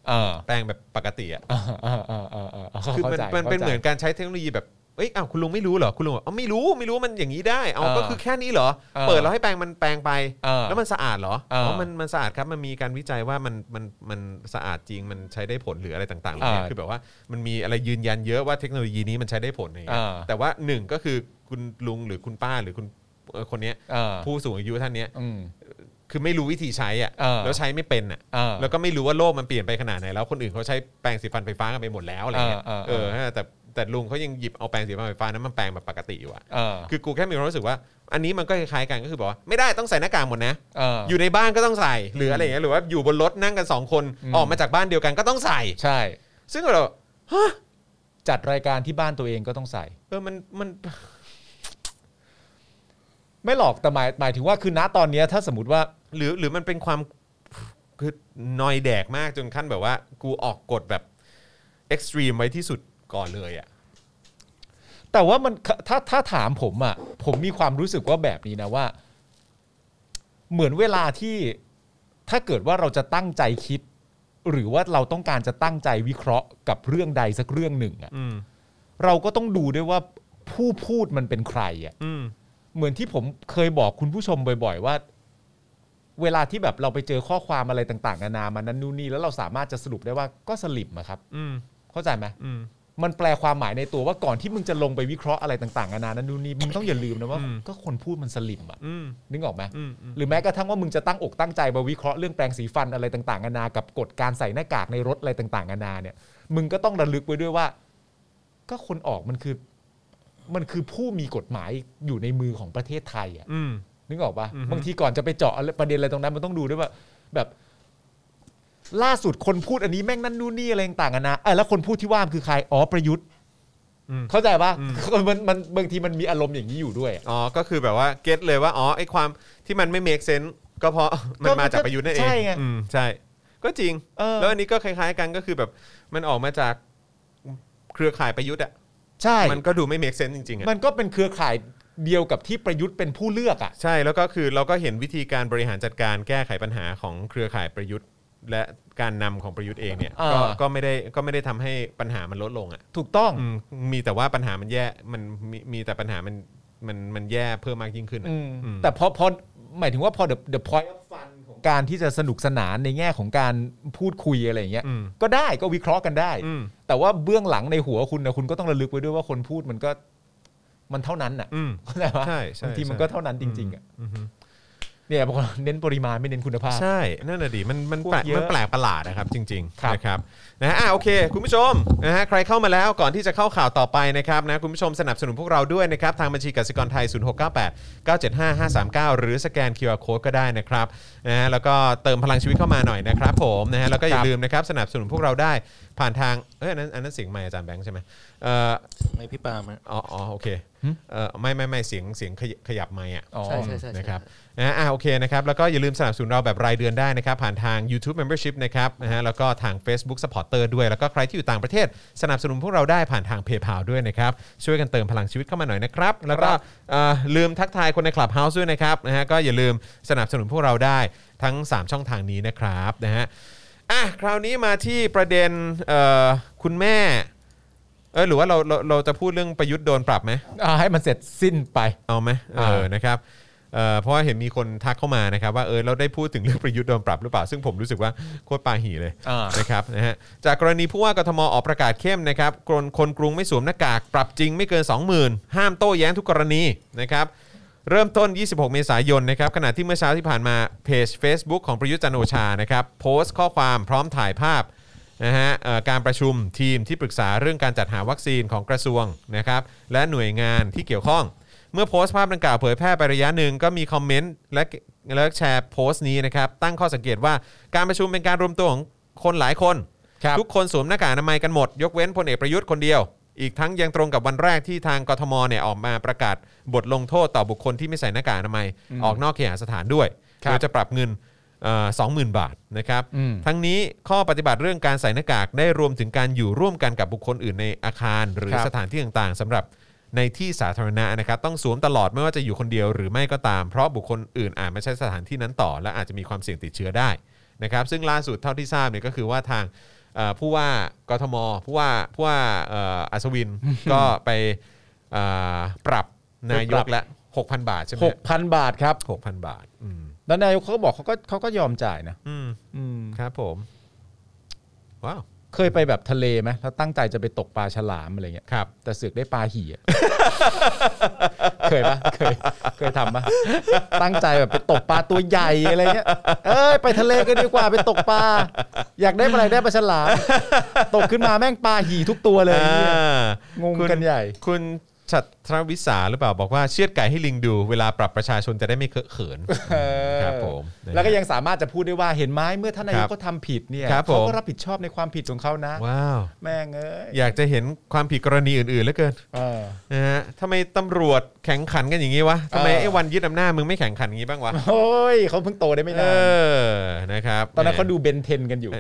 Speaker 3: เออ
Speaker 2: แปรงแบบปกติอ่ะ
Speaker 3: เออเออเออเออเออเข้า
Speaker 2: คือมัน
Speaker 3: ใจ
Speaker 2: มันเป็น
Speaker 3: ข้าใจ
Speaker 2: เหมือนการใช้เทคโนโลยีแบบ เอ้ย อ้าว คุณลุงไม่รู้เหรอ คุณลุงบอกอ๋อไม่รู้ ไม่รู้มันอย่างนี้ได้ เอา
Speaker 3: เออ
Speaker 2: ก็คือแค่นี้เหรอ
Speaker 3: เออ
Speaker 2: เปิดแล้วให้แปรงมันแปรงไป
Speaker 3: เออ
Speaker 2: แล้วมันสะอาดเหรอ
Speaker 3: เอออ๋
Speaker 2: อ๋อ มันมันสะอาดครับ มันมีการวิจัยว่ามันมันมันสะอาดจริง มันใช้ได้ผลหรืออะไรต่างๆเหล่านี้
Speaker 3: เออ
Speaker 2: คือแบบว่า มันมีอะไรยืนยันเยอะว่าเทคโนโลยีนี้มันใช้ได้ผลอะไรอย่างเงี้ย
Speaker 3: เออ
Speaker 2: แต่ว่าหนึ่งก็คือคุณลุงหรือคุณป้าหรือคุณเอ่อคนเนี้ย
Speaker 3: เออ
Speaker 2: ผู้สูงอายุท่านเนี้ย
Speaker 3: อืม
Speaker 2: คือไม่รู้วิธีใช้อ่ะ
Speaker 3: เออ
Speaker 2: แล้วใช้ไม่เป็นอ่ะ
Speaker 3: เออ
Speaker 2: แล้วก็ไม่รู้ว่าโลกมันเปลี่ยนไปขนาดไหนแล้วคนอื่นเขาใช้แปรงสีฟันไฟฟ้ากันไปหมดแล้วอะไรเงี้ย
Speaker 3: เออ
Speaker 2: เอ
Speaker 3: เอ
Speaker 2: อ
Speaker 3: อ
Speaker 2: ฮะแต่แต่ลุงเขายังหยิบเอาแปรงสีฟันไฟฟ้านั้นมันแปรงแบบปกติอยู่อะ
Speaker 3: เออ
Speaker 2: คือกูแค่มีความรู้สึกว่า อันนี้มันก็คล้ายๆกันก็คือบอกว่าไม่ได้ต้องใส่หน้ากากหมดนะ
Speaker 3: เออ
Speaker 2: อยู่ในบ้านก็ต้องใส่หรืออะไรเงี้ยหรือว่าอยู่บนรถนั่งกันสองคนออกมาจากบ้านเดียวกันก็ต้องใส่
Speaker 3: ใช่
Speaker 2: ซึ่งเรา
Speaker 3: จัดรายการที่บ้านตัวเองก็ต้องใส่
Speaker 2: เออมันมัน
Speaker 3: ไม่หรอกแต่หมายหมายถึงว่าคือณตอนเนี้ยถ้าสมมติว่า
Speaker 2: หรือหรือมันเป็นความคือนอยแดกมากจนขั้นแบบว่า กูออกกฎแบบเอ็กซ์ตรีมไว้ที่สุดก่อนเลยอ่ะ
Speaker 3: แต่ว่ามันถ้าถ้าถามผมอะ่ะ ผมมีความรู้สึกว่าแบบนี้นะว่า เหมือนเวลาที่ถ้าเกิดว่าเราจะตั้งใจคิด หรือว่าเราต้องการจะตั้งใจวิเคราะห์กับเรื่องใดสักเรื่องหนึ่งอะ่ะ
Speaker 2: อืม
Speaker 3: เราก็ต้องดูด้วยว่าผู้พูดมันเป็นใครอะ่ะ
Speaker 2: อืม
Speaker 3: เหมือนที่ผมเคยบอกคุณผู้ชมบ่อย ๆ ว่า เวลาที่แบบเราไปเจอข้อความอะไรต่างๆนานามานั้นนู่นนี่แล้วเราสามารถจะสรุปได้ว่าก็สลิปอะครับ
Speaker 2: อืม
Speaker 3: เข้าใจไหม
Speaker 2: อืม
Speaker 3: มันแปลความหมายในตัวว่าก่อนที่มึงจะลงไปวิเคราะห์อะไรต่างๆนานานั้นนู่นนี่มึงต้องอย่าลืมนะว่า
Speaker 2: อืม
Speaker 3: ก็คนพูดมันสลิมอ่ะ
Speaker 2: อืม
Speaker 3: นึกออกไหม
Speaker 2: อืมอืม
Speaker 3: หรือแม้กระทั่งว่ามึงจะตั้งอกตั้งใจมาวิเคราะห์เรื่องแปรงสีฟันอะไรต่างๆนานากับกฎการใส่หน้ากากในรถอะไรต่างๆนานาเนี่ย มึงก็ต้องระลึกไว้ด้วยว่า ก็คนออกมันคือ มันคือผู้มีกฎหมายอยู่ในมือของประเทศไทยอ่ะ
Speaker 2: อืม
Speaker 3: นึกออกปะ
Speaker 2: อือฮึ
Speaker 3: บางทีก่อนจะไปเจาะอะไรประเด็นอะไรตรงนั้นมันต้องดูด้วยว่า แบบ ล่าสุดคนพูดอันนี้แม่งนั่นนู่นนี่อะไรต่างกันนะเออแล้วคนพูดที่ว่ามันคือใครอ๋อประยุทธ์
Speaker 2: อืม
Speaker 3: เข้าใจปะมันมันบางทีมันมีอารมณ์อย่างนี้อยู่ด้วยอะ
Speaker 2: อ๋อ ก็คือแบบว่าเก็ตเลยว่า อ๋อ ไอ้ความที่มันไม่เมคเซน s ์ก็เพราะ มันมาจากประยุทธ์นั่นเอง
Speaker 3: ใช่ไง
Speaker 2: อืม ใช่ ก็จริง
Speaker 3: เออ
Speaker 2: แล้วอันนี้ก็คล้ายๆกันก็คือแบบมันออกมาจากเครือข่ายประยุทธ์อ่ะ
Speaker 3: ใช่
Speaker 2: มันก็ดูไม่เมคเซน s ์จริงๆอ่ะ
Speaker 3: มันก็เป็นเครือข่ายเดียวกับที่ประยุทธ์เป็นผู้เลือกอ่ะ
Speaker 2: ใช่ แล้วก็คือเราก็เห็นวิธีการบริหารจัดการแก้ไขปัญหาของเครือข่ายประยุทธ์ และการนำของประยุทธ์เองเนี่ย
Speaker 3: อ่า
Speaker 2: ก็ก็ไม่ได้ก็ไม่ได้ทำให้ปัญหามันลดลงอ่ะ
Speaker 3: ถูกต้อง
Speaker 2: อืมมีแต่ว่าปัญหามันแย่มันมีมีแต่ปัญหามันมันมันแย่เพิ่มมากยิ่งขึ้นอะ
Speaker 3: อืม
Speaker 2: อืม
Speaker 3: แต่พอพอหมายถึงว่าพอ the the point of fun ของการที่จะสนุกสนานในแง่ของการพูดคุยอะไรอย่างเงี้ย
Speaker 2: อืม
Speaker 3: ก็ได้ก็วิเคราะห์กันได้
Speaker 2: อืม
Speaker 3: แต่ว่าเบื้องหลังในหัวคุณนะคุณก็ต้องระลึกไว้ด้วยว่าคนพูดมันก็มันเท่านั้นน่ะ
Speaker 2: อืม
Speaker 3: เข้าใจปะ
Speaker 2: ใช่ใช่
Speaker 3: บางทีมัน
Speaker 2: ใช่
Speaker 3: ก็เท่านั้นจริงๆอ่ะ
Speaker 2: อืม
Speaker 3: เนี่ยบางคนเน้นปริมาณไม่เน้นคุณภาพ
Speaker 2: ใช่ นั่นน่ะดิมันมัน
Speaker 3: พวก
Speaker 2: แปลก
Speaker 3: เยอะ
Speaker 2: มันแปลกประหลาดนะครับจริง
Speaker 3: ครั
Speaker 2: ๆ
Speaker 3: บ
Speaker 2: นะครับนะฮะอ่ะโอเค คุณผู้ชมนะฮะใครเข้ามาแล้วก่อนที่จะเข้าข่าวต่อไปนะครับนะคุณผู้ชมสนับสนุนพวกเราด้วยนะครับ ทางบัญชีกสิกรไทย 0698 975 539 หรือสแกน QR Code ก็ได้นะครับนะฮะแล้วก็เติมพลังชีวิตเข้ามาหน่อยนะครับผมนะฮะแล้วก็อย่าลืมนะครับสนับสนุนพวกเราได้ผ่านทางเอ้ยอันนั้นอันนั้นเสียงไม่อาจารย์แบงค์ใช่ไหมเอ่อ
Speaker 8: ไม่พี่ปาล์มอะ
Speaker 2: อ๋ออ๋อโอเคเอ่อไม่ไม่ไม่เสียงเสียงขยขยับไม่อ่ะ
Speaker 3: อ๋อ
Speaker 8: ใช่ใช่
Speaker 2: นะครับนะอ่าโอเคนะครับ แล้วก็อย่าลืมสนับสนุนเราแบบรายเดือนได้นะครับ ผ่านทาง YouTube Membership นะครับนะฮะแล้วก็ทาง Facebook Supporter ด้วย แล้วก็ใครที่อยู่ต่างประเทศ สนับสนุนพวกเราได้ผ่านทาง PayPal ด้วยนะครับ ช่วยกันเติมพลังชีวิตเข้ามาหน่อยนะครับ แล้วก็เอ่อลืมทักทายคนใน Clubhouse ด้วยนะครับนะฮะก็อย่าลืมสนับสนุนพวกเราได้ทั้ง 3 ช่องทางนี้นะครับนะฮะอ่ะคราวนี้มาที่ประเด็นเอ่อคุณแม่เออหรือว่าเราเราเราจะพูดเรื่องประยุทธ์โดนปรับไหม
Speaker 3: อ่าให้มันเสร็จสิ้นไป
Speaker 2: เอาไหมเอ
Speaker 3: อ่า
Speaker 2: อ นะครับเอ่อเพราะว่าเห็นมีคนทักเข้ามานะครับว่า เออ เราได้พูดถึงเรื่องประยุทธ์โดนปรับหรือเปล่า ซึ่งผมรู้สึกว่าโคตรปาหีเลย
Speaker 3: อ่า
Speaker 2: นะครับนะฮะจากกรณีผู้ว่ากทมออกประกาศเข้มนะครับคนคนกรุงไม่สวมหน้ากาก ปรับจริงไม่เกิน 20,000 ห้ามโต้แย้งทุกกรณีนะครับเริ่มต้น 26 เมษายนนะครับขณะที่เมื่อเช้าที่ผ่านมาเพจ Facebook ของประยุทธ์จันทร์โอชานะครับโพสต์ข้อความพร้อมถ่ายภาพนะฮะเอ่อการประชุมทีมที่ปรึกษาเรื่องการจัดหาวัคซีนของกระทรวงนะครับและหน่วยงานที่เกี่ยวข้อง เมื่อโพสต์ภาพดังกล่าวเผยแพร่ไประยะหนึ่งก็มีคอมเมนต์และและแชร์โพสต์นี้นะครับตั้งข้อสังเกตว่าการประชุมเป็นการรวมตัวของคนหลายคน
Speaker 3: ครับ
Speaker 2: ทุกคนสวมหน้ากากอนามัยกันหมด ยกเว้นพลเอกประยุทธ์คนเดียว อีกทั้งยังตรงกับวันแรกที่ทางกทมเนี่ยออกมาประกาศบทลงโทษต่อบุคคลที่ไม่ใส่หน้ากากอนามัยออกนอกเคหสถานด้วย
Speaker 3: ครับ
Speaker 2: โดยจะปรับเงินสองหมื่นบาทนะครับทั้งนี้ข้อปฏิบัติเรื่องการใส่หน้ากากได้รวมถึงการอยู่ร่วมกันกับบุคคลอื่นในอาคาร หรือสถานที่ต่างๆสำหรับในที่สาธารณะนะครับต้องสวมตลอดไม่ว่าจะอยู่คนเดียวหรือไม่ก็ตาม เพราะบุคคลอื่นอาจมาใช้สถานที่นั้นต่อ และอาจจะมีความเสี่ยงติดเชื้อได้นะครับซึ่งล่าสุดเท่าที่ทราบเนี่ยก็คือว่าทาง เอ่อผู้ว่ากทมผู้ว่าผู้ว่าเอ่ออัศ วิน ก็ไปเอ่อปรับนายกละ6,000 บาทใช่ไหม
Speaker 3: หกพันบาทครับ
Speaker 2: หกพันบาทอืม
Speaker 3: แล้วนายกเขาก็บอกเขาก็เขาก็ยอมจ่ายนะ
Speaker 2: อืม
Speaker 3: อืม
Speaker 2: ครับผม ว้าว
Speaker 3: เคยไปแบบทะเลไหมแล้วตั้งใจจะไปตกปลาฉลามอะไรเงี้ย
Speaker 2: ครับ
Speaker 3: แต่เสือกได้ปลาหี่อะ เคยปะเคยเคยทำปะตั้งใจแบบไปตกปลาตัวใหญ่อะไรเงี้ยเอ้ยไปทะเลกันดีกว่าไปตกปลาอยากได้ปลาอะไรได้ปลาฉลามตกขึ้นมาแม่งปลาหี่ทุกตัวเลย งงกันใหญ่
Speaker 2: คุณชัด ทรวิสาหรือเปล่าบอกว่าเชือดไก่ให้ลิงดู เวลาปรับประชาชนจะได้ไม่เคอะเขิ นครับผมนะ
Speaker 3: แล้วก็ยังสามารถจะพูดได้ว่าเห็นไหมเมื่อท่านนาย
Speaker 2: ครั
Speaker 3: ก
Speaker 2: บ
Speaker 3: ก็ทำผิดเนี่ย
Speaker 2: ครับผม
Speaker 3: เขาก็รับผิดชอบในความผิดของเขานะ
Speaker 2: ว้าว
Speaker 3: แม่งเอ้ย
Speaker 2: อยากจะเห็นความผิดกรณีอื่นๆเหลือเกิน
Speaker 3: เออ
Speaker 2: นะฮะทำไมตำรวจแข่งขันกันอย่างนี้วะทำไม
Speaker 3: เออ
Speaker 2: ไอ้วันยึดอำนาจมึงไม่แข่งขันอย่างนี้บ้างวะ
Speaker 3: โอ้ยเขาเพิ่งโตได้
Speaker 2: เอน
Speaker 3: ไม่าน
Speaker 2: อนะครับ
Speaker 3: ตอนนั้นเขาดูเบนเทนกันอยู่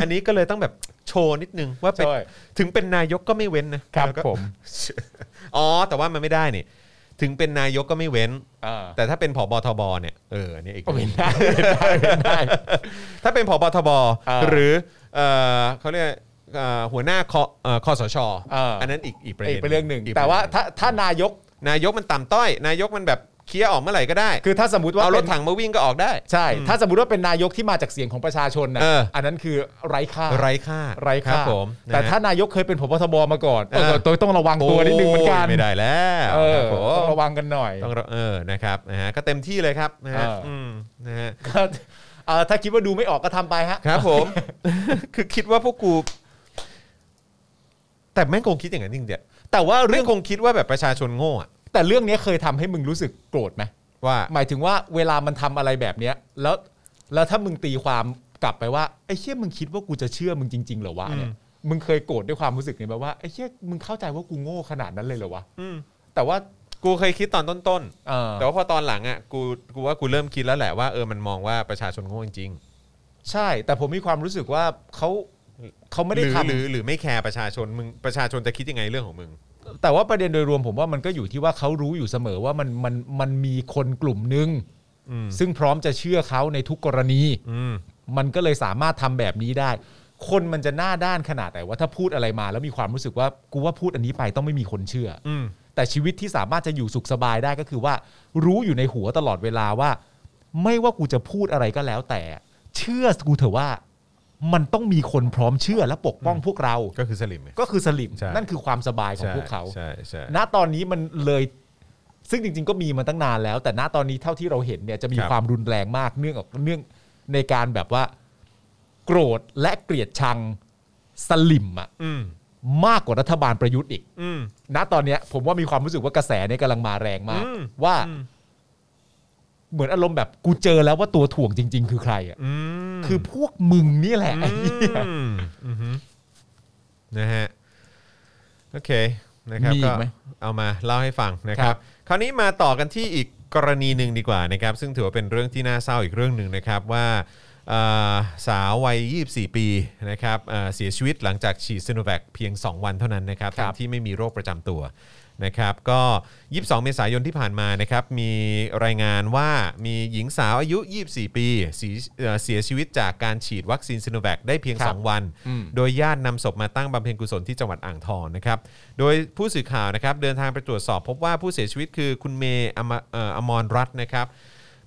Speaker 2: อันนี้ก็เลยต้องแบบโชว์นิดนึงว่าเป็น
Speaker 3: ใช่
Speaker 2: ถึงเป็นนายกก็ไม่เว้นนะครับ แล้วก็
Speaker 3: ผม
Speaker 2: อ๋อ แต่ว่ามันไม่ได้นี่ ถึงเป็นนายกก็ไม่เว้น
Speaker 3: อ่า
Speaker 2: แต่ถ้าเป็นผบทบเนี่ยเอออันนี่อีก
Speaker 3: ก็เป็นได้เป็นได้เป็นได้
Speaker 2: ถ้าเป็นผบทบ
Speaker 3: อ่า
Speaker 2: หรือเออเขาเรียกเอ่อหัวหน้าคเอ่อคอสช
Speaker 3: อ่า
Speaker 2: อันนั้นอีกอีกประเด็
Speaker 3: อีก
Speaker 2: น
Speaker 3: เป็นเรื่องหนึ่ง
Speaker 2: ก
Speaker 3: แต่ว่า
Speaker 2: ประเด็น
Speaker 3: ถ้าถ้านายก
Speaker 2: นายกมันต่ำต้อย นายกมันแบบเคลียร์ออกเมื่อไหร่ก็ได้
Speaker 3: คือถ้าสมมติว่า
Speaker 2: เอารถ
Speaker 3: ป็น
Speaker 2: ถังมาวิ่งก็ออกได้
Speaker 3: ใช่ ถ้าสมมติว่าเป็นนายกที่มาจากเสียงของประชาชนนะ
Speaker 2: เอออั
Speaker 3: นนั้นคือไร้ค่า
Speaker 2: ไร้ค่า
Speaker 3: ไร้
Speaker 2: ครั
Speaker 3: ค่า
Speaker 2: บผมนะฮะ
Speaker 3: แต่ถ้านายกเคยเป็นผบทบมาก่อน
Speaker 2: เออ
Speaker 3: เออตัวต้องระวังตัวนิดนึงเหมือนกัน
Speaker 2: โยไม่ได้แล้ว
Speaker 3: เอ
Speaker 2: ค
Speaker 3: อ
Speaker 2: รับผม
Speaker 3: ต้องระวังกันหน่อย
Speaker 2: ต้องระเออนะครับนะฮะก็เต็มที่เลยครับนะฮะ
Speaker 3: เอออื
Speaker 2: มนะฮะ
Speaker 3: ก็เอ่อถ้าคิดว่าดูไม่ออกก็ทำไปฮะ
Speaker 2: ครับผม คือคิดว่าพวกกู แต่แม่งคงคิดอย่างนั้นจริงเดีย
Speaker 3: แต่ว่าเรื่
Speaker 2: เรื่อ
Speaker 3: อง
Speaker 2: งคงคิดว่าแบบประชาชนโง่อะ
Speaker 3: แต่เรื่องเนี้ยเคยทำให้มึงรู้สึกโกรธไหม
Speaker 2: ว่า
Speaker 3: หมายถึงว่าเวลามันทำอะไรแบบเนี้ยแล้วแล้วถ้ามึงตีความกลับไปว่าไอ้เชี่ยมึงคิดว่ากูจะเชื่อมึงจริง ๆ เหรอวะเนี่ยมึงเคยโกรธด้วยความรู้สึกนี้แบบว่าไอ้เชี่ยมึงเข้าใจว่ากูโง่ขนาดนั้นเลยเหรอวะ
Speaker 2: อืม
Speaker 3: แต่ว่า
Speaker 2: กูเคยคิดตอนต้น
Speaker 3: เออ
Speaker 2: ๆแต่ว่าพอตอนหลังอ่ะกูกูว่ากูเริ่มคิดแล้วแหละว่าเออมันมองว่าประชาชนโง่จริง
Speaker 3: ใช่ แต่ผมมีความรู้สึกว่าเขาเขา
Speaker 2: ๆ
Speaker 3: ไม่ได้
Speaker 2: หรือหรือ
Speaker 3: ทำ
Speaker 2: หรือไม่แคร์ประชาชนมึงประชาชนจะคิดยังไงเรื่องของมึง
Speaker 3: แต่ว่าประเด็นโดยรวมผมว่ามันก็อยู่ที่ว่าเขารู้อยู่เสมอว่ามันมันมันมีคนกลุ่มหนึ่ง
Speaker 2: อืม
Speaker 3: ซึ่งพร้อมจะเชื่อเขาในทุกกรณี
Speaker 2: อืม
Speaker 3: มันก็เลยสามารถทำแบบนี้ได้ คนมันจะหน้าด้านขนาดไหนว่าถ้าพูดอะไรมาแล้วมีความรู้สึกว่ากูว่าพูดอันนี้ไปต้องไม่มีคนเชื่อ
Speaker 2: อืม
Speaker 3: แต่ชีวิตที่สามารถจะอยู่สุขสบายได้ก็คือว่า รู้อยู่ในหัวตลอดเวลาว่า ไม่ว่ากูจะพูดอะไรก็แล้วแต่ เชื่อกูเถอะว่า มันต้องมีคนพร้อมเชื่อและปกป้องพวกเรา
Speaker 2: ก็คือสลิมไง
Speaker 3: ก็คือสลิม
Speaker 2: ใช่
Speaker 3: นั่นคือความสบายของ
Speaker 2: ใช่
Speaker 3: พวกเขา
Speaker 2: ใช่ใช่
Speaker 3: ณตอนนี้มันเลย ซึ่งจริง ๆ ก็มีมาตั้งนานแล้ว แต่ณตอนนี้เท่าที่เราเห็นเนี่ยจะมี
Speaker 2: ครับ
Speaker 3: ความรุนแรงมากเนื่องออกเนื่องในการแบบว่า โกรธและเกลียดชังสลิมอะ
Speaker 2: อืม
Speaker 3: มากกว่ารัฐบาลประยุทธ์อีก
Speaker 2: อืม
Speaker 3: ณตอนเนี้ยผมว่ามีความรู้สึกว่ากระแสเนี่ยกำลังมาแรงมาก
Speaker 2: อืม
Speaker 3: ว่าเหมือนอารมณ์แบบกูเจอแล้วว่าตัวถ่วงจริง ๆ คือใครอ่ะ
Speaker 2: อืม
Speaker 3: คือพวกมึงนี่แหละไอ้เหี้ย
Speaker 2: อืมอือหือนะฮะ โอเคนะครับ
Speaker 3: มีอี
Speaker 2: ก็
Speaker 3: กไหม
Speaker 2: เอามาเล่าให้ฟังนะค
Speaker 3: ครั
Speaker 2: รับ
Speaker 3: บ
Speaker 2: คราวนี้มาต่อกันที่อีกกรณีหนึ่งดีกว่านะครับ ซึ่งถือว่าเป็นเรื่องที่น่าเศร้าอีกเรื่องหนึ่งนะครับว่าเอ่อสาววัย 24 ปีนะครับเอ่อเสียชีวิตหลังจากฉีดซิโนแวคเพียง 2 วันเท่านั้นนะครับ
Speaker 3: ครับ
Speaker 2: ทั้งที่ไม่มีโรคประจำตัวนะครับ ก็ 22 เมษายนที่ผ่านมานะครับ มีรายงานว่ามีหญิงสาวอายุ 24 ปีเสียเอ่อเสียชีวิตจากการฉีดวัคซีนซิโนแวคได้เพียง
Speaker 3: ครับ
Speaker 2: 2 วัน โดยญาตินำศพมาตั้งบำเพ็ญกุศลที่จังหวัดอ่างทองนะครับ โดยผู้สื่อข่าวนะครับเดินทางไปตรวจสอบพบว่าผู้เสียชีวิตคือคุณเมย์อมเอ่ออมรรัตน์นะครับ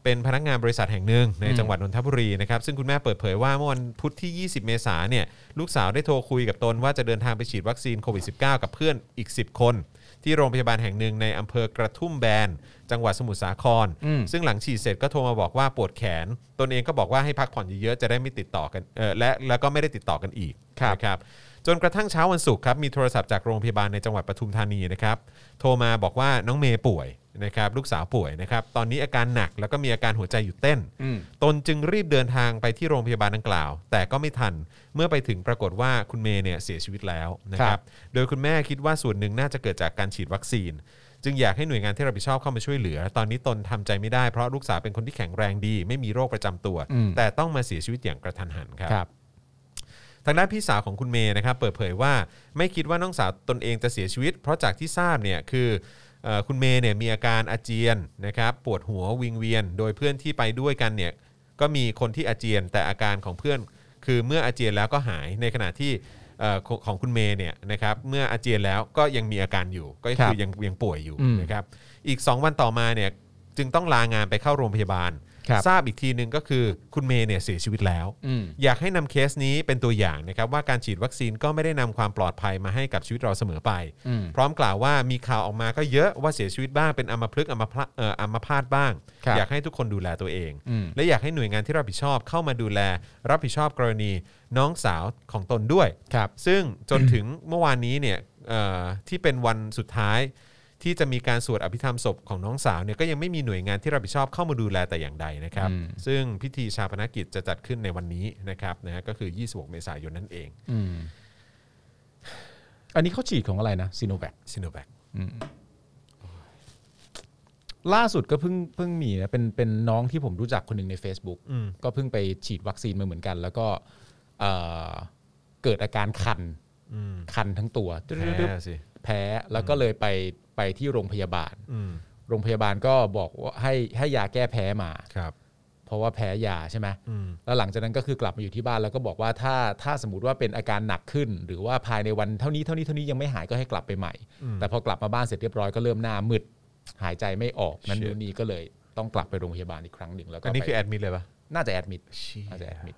Speaker 2: เป็นพนักงานบริษัทแห่งหนึ่งในจังหวัดนนทบุรีนะครับ ซึ่งคุณแม่เปิดเผยว่าเมื่อวันพุธที่ 20 เมษายนเนี่ยลูกสาวได้โทรคุยกับตนว่าจะเดินทางไปฉีดวัคซีนโควิด -19 กับเพื่อนอีก 10 คน ที่โรงพยาบาลแห่งหนึ่งในอำเภอกระทุ่มแบน จังหวัดสมุทรสาคร ซึ่งหลังฉีดเสร็จก็โทรมาบอกว่าปวดแขน ตนเองก็บอกว่าให้พักผ่อนเยอะๆจะได้ไม่ติดต่อกันเอ่อและแล้วก็ไม่ได้ติดต่อกันอีกนะครับจนกระทั่งเช้าวันศุกร์ครับมีโทรศัพท์จากโรงพยาบาลในจังหวัดปทุมธานีนะครับโทรมาบอกว่าน้องเมย์ป่วยนะครับลูกสาวป่วยนะครับตอนนี้อาการหนักแล้วก็มีอาการหัวใจหยุดเต้น ตนจึงรีบเดินทางไปที่โรงพยาบาลดังกล่าว แต่ก็ไม่ทันเมื่อไปถึงปรากฏว่าคุณเมย์เนี่ยเสียชีวิตแล้วนะครับโดยคุณแม่คิดว่าส่วนหนึ่งน่าจะเกิดจากการฉีดวัคซีน จึงอยากให้หน่วยงานที่รับผิดชอบเข้ามาช่วยเหลือ ตอนนี้ตนทำใจไม่ได้เพราะลูกสาวเป็นคนที่แข็งแรงดี ไม่มีโรคประจำตัว
Speaker 3: อืม
Speaker 2: แต่ต้องมาเสียชีวิตอย่างกระทันหันครับ
Speaker 3: ครับ
Speaker 2: ทางด้านพี่สาวของคุณเมย์นะครับเปิดเผยว่าไม่คิดว่าน้องสาวตนเองจะเสียชีวิต เพราะจากที่ทราบเนี่ยคือเอ่อคุณเมย์เนี่ยมีอาการอาเจียนนะครับปวดหัววิงเวียน โดยเพื่อนที่ไปด้วยกันเนี่ยก็มีคนที่อาเจียนแต่อาการของเพื่อน คือเมื่ออาเจียนแล้วก็หายในขณะที่เอ่อของของคุณเมย์เนี่ยนะครับเมื่ออาเจียนแล้วก็ยังมีอาการอยู่ก็
Speaker 3: ครั
Speaker 2: คื
Speaker 3: บ
Speaker 2: อยังยังป่วยอยู่
Speaker 3: อืม
Speaker 2: นะครับอีก 2 วันต่อมาเนี่ยจึงต้องลางานไปเข้าโรงพยาบาล
Speaker 3: ครับ
Speaker 2: ทราบอีกทีหนึ่งก็คือคุณเมย์เนี่ยเสียชีวิตแล้ว
Speaker 3: อืม
Speaker 2: อยากให้นำเคสนี้เป็นตัวอย่างนะครับว่าการฉีดวัคซีนก็ไม่ได้นำความปลอดภัยมาให้กับชีวิตเราเสมอไป
Speaker 3: อืม
Speaker 2: พร้อมกล่าวว่ามีข่าวออกมาก็เยอะว่าเสียชีวิตบ้างเป็นอัมพฤกษ์อัมพะเอ่ออัมพาตบ้าง
Speaker 3: ครับ
Speaker 2: อยากให้ทุกคนดูแลตัวเอง
Speaker 3: อืม
Speaker 2: และอยากให้หน่วยงานที่รับผิดชอบเข้ามาดูแล รับผิดชอบกรณีน้องสาวของตนด้วย
Speaker 3: ครับ
Speaker 2: ซึ่งจนถึงเมื่อวานนี้เนี่ยเอ่อที่เป็นวันสุดท้าย ที่จะมีการสวดอภิธรรมศพของน้องสาวเนี่ยก็ยังไม่มีหน่วยงานที่รับผิดชอบเข้ามาดูแลแต่อย่างใดนะครับ
Speaker 5: อืม
Speaker 2: ซึ่งพิธีชาปนกิจจะจัดขึ้นในวันนี้นะครับนะฮะก็คือ 26 เมษายนนั่นเอง
Speaker 3: อืมอันนี้เขาฉีดของอะไรนะซีโนแวค
Speaker 2: ซิโนแวค
Speaker 3: ล่าสุดก็เพิ่งเพิ่งมีนะเป็นเป็นน้องที่ผมรู้จักคนหนึ่งใน Facebook
Speaker 2: อืม
Speaker 3: ก็เพิ่งไปฉีดวัคซีนมาเหมือนกัน แล้วก็เอ่อเกิดอาการคัน
Speaker 2: อืม
Speaker 3: คันทั้งตัว
Speaker 2: แพ้สิ
Speaker 3: แพ้แล้วก็เลยไปไปที่โรงพยาบาล
Speaker 2: อืม
Speaker 3: โรงพยาบาลก็บอกว่าให้ให้ยาแก้แพ้มา
Speaker 2: ครับ
Speaker 3: เพราะว่าแพ้ยาใช่ไหม
Speaker 2: อืม
Speaker 3: แล้วหลังจากนั้นก็คือกลับมาอยู่ที่บ้านแล้วก็บอกว่าถ้าถ้าสมมติว่าเป็นอาการหนักขึ้น หรือว่าภายในวันเท่านี้เท่านี้เท่านี้ยังไม่หายก็ให้กลับไปใหม่ แต่พอกลับมาบ้านเสร็จเรียบร้อยก็เริ่มหน้ามืดหายใจไม่ออกนั้นนู่นนี่ก็เลยต้องกลับไปโรงพยาบาลอีกครั้งหนึ่งแล้วก็
Speaker 2: อันนี้
Speaker 3: ไป
Speaker 2: คือแอดมิดเลยปะ
Speaker 3: น่าจะแอดมิดน่าจะแอดมิด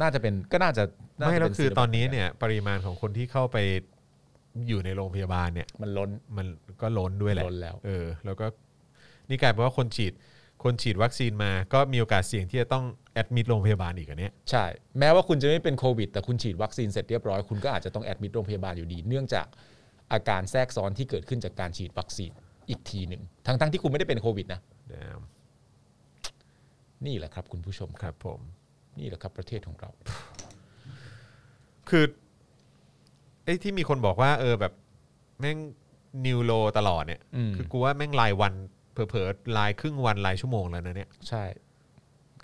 Speaker 3: น่าจะเป็นก็น่าจะน่า
Speaker 2: ไม่
Speaker 3: จะ
Speaker 2: แล้ว
Speaker 3: เป็
Speaker 2: คือ
Speaker 3: ซีโ
Speaker 2: ตอนนี้เนี่ยปริมาณของคนที่เข้าไปอยู่ในโรงพยาบาลเนี่ย
Speaker 3: มันล้น
Speaker 2: มันก็ล้นด้วยแหละ
Speaker 3: ล้นแล้ว
Speaker 2: เออ แล้วก็นี่กลายเป็นว่าคนฉีด คนฉีดวัคซีนมา ก็มีโอกาสเสี่ยงที่จะต้องแอดมิดโรงพยาบาลอีกอันเนี้ย
Speaker 3: ใช่ แม้ว่าคุณจะไม่เป็นโควิด แต่คุณฉีดวัคซีนเสร็จเรียบร้อยคุณก็อาจจะต้องแอดมิดโรงพยาบาลอยู่ดี เนื่องจากอาการแทรกซ้อนที่เกิดขึ้นจากการฉีดวัคซีนอีกทีหนึ่งทั้งทั้งๆที่คุณไม่ได้เป็นโควิดนะ
Speaker 2: Damn
Speaker 3: นี่แหละครับคุณผู้ชม
Speaker 2: ครับผม
Speaker 3: นี่แหละครับประเทศของเรา
Speaker 2: คือไอ้ที่มีคนบอกว่า เออแบบแม่งนิวโลตลอดเนี่ย
Speaker 3: อืม
Speaker 2: คือกูว่าแม่งรายวันเผลอๆรายครึ่งวันรายชั่วโมงแล้วนะเนี่ย
Speaker 3: ใช่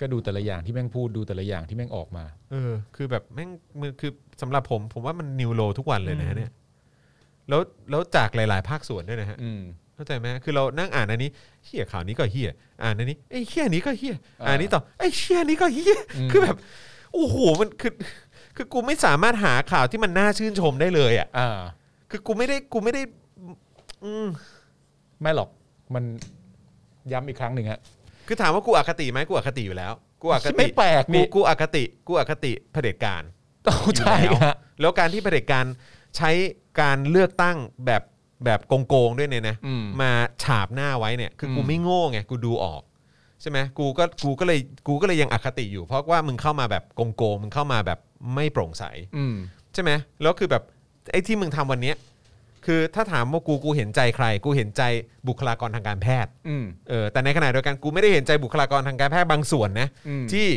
Speaker 3: ก็ดูแต่ละอย่างที่แม่งพูดดูแต่ละอย่างที่แม่งออกมา
Speaker 2: เออคือแบบแม่งมันคือสำหรับผม ผมว่ามันนิวโลทุกวันเลยนะฮะเนี่ยแล้วแล้วจากหลาย ๆ ภาคส่วนด้วยนะฮะ
Speaker 3: อืม
Speaker 2: เข้าใจไหมคือเรานั่งอ่านอันนี้เฮียข่าวนี้ก็เฮียอ่านอันนี้ไอ้เฮียนี้ก็เฮีย
Speaker 3: อ่า
Speaker 2: อ่านนี้ต่อไอ้เฮียนี้ก็เฮีย
Speaker 3: อืม
Speaker 2: คือแบบโอ้โหมันคือคือกูไม่สามารถหาข่าวที่มันน่าชื่นชมได้เลยอ่ะ
Speaker 3: อ่า
Speaker 2: คือกูไม่ได้กูไม่ได้อืม
Speaker 3: ไม่หรอกมันย้ำอีกครั้งหนึ่งฮะ
Speaker 2: คือถามว่ากูอคติไหมกูอคติอยู่แล้วกูอคติ
Speaker 3: ไม่แปลกนี่
Speaker 2: กูอคติกูอคติเผด็จการ
Speaker 3: ต้อง
Speaker 2: อยู่
Speaker 3: ใช่
Speaker 2: แล้ว
Speaker 3: ฮะ
Speaker 2: แล้วการที่เผด็จการใช้การเลือกตั้งแบบแบบโกงๆด้วยเนี่ยนะ
Speaker 3: อืม
Speaker 2: ฉาบหน้าไว้เนี่ยคืออ
Speaker 3: ม
Speaker 2: กูไม่โง่ไงกูดูออกใช่ไหมกูก็กูก็เลยกูก็เลยยังอคติอยู่ เพราะว่ามึงเข้ามาแบบโกงๆมึงเข้ามาแบบไม่โปร่งใส
Speaker 3: อืม
Speaker 2: ใช่ไหมแล้วคือแบบไอ้ที่มึงทำวันเนี้ยคือถ้าถามว่ากูกูเห็นใจใคร กูเห็นใจบุคลากรทางการแพทย์
Speaker 3: อืม
Speaker 2: เออแต่ในขณะเดียวกันกูไม่ได้เห็นใจบุคลากรทางการแพทย์บางส่วนนะ
Speaker 3: อืม
Speaker 2: ที่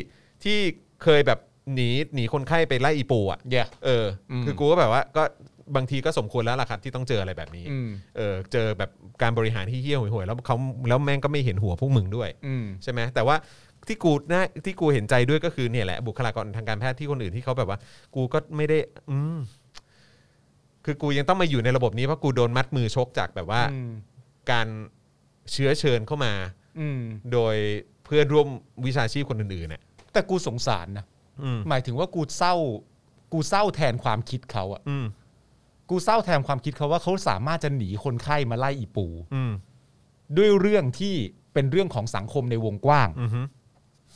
Speaker 2: ที่เคยแบบหนีหนีคนไข้ไปไล่อีปูอ่ะ
Speaker 3: เย่ย
Speaker 2: เอออ
Speaker 3: ม
Speaker 2: คือกูก็แบบว่าก็บางทีก็สมควรแล้วล่ะครับที่ต้องเจออะไรแบบนี้
Speaker 3: อืม
Speaker 2: เออเจอแบบการบริหารที่เหี้ยห่วยๆแล้วเขาแล้วแม่งก็ไม่เห็นหัวพวกมึงด้วย
Speaker 3: อืม
Speaker 2: ใช่ไหมแต่ว่าที่กูน่าที่กูเห็นใจด้วยก็คือเนี่ยแหละบุคลากรทางการแพทย์ที่คนอื่นที่เขาแบบว่า กูก็ไม่ได้ อืมคือกูยังต้องมาอยู่ในระบบนี้เพราะกูโดนมัดมือชกจากแบบว่า
Speaker 3: อืม
Speaker 2: การเชื้อเชิญเข้ามา
Speaker 3: อืม
Speaker 2: โดยเพื่อนร่วมวิชาชีพคนอื่นๆเนี่ย
Speaker 3: แต่กูสงสารนะ
Speaker 2: อืม
Speaker 3: หมายถึงว่ากูเศร้า กูเศร้าแทนความคิดเขาอะ
Speaker 2: อืม
Speaker 3: กูเศร้าแทนความคิดเขาว่าเขาสามารถจะหนีคนไข้มาไล่อีปู
Speaker 2: อืม
Speaker 3: ด้วยเรื่องที่เป็นเรื่องของสังคมในวงกว้าง
Speaker 2: อืมอืม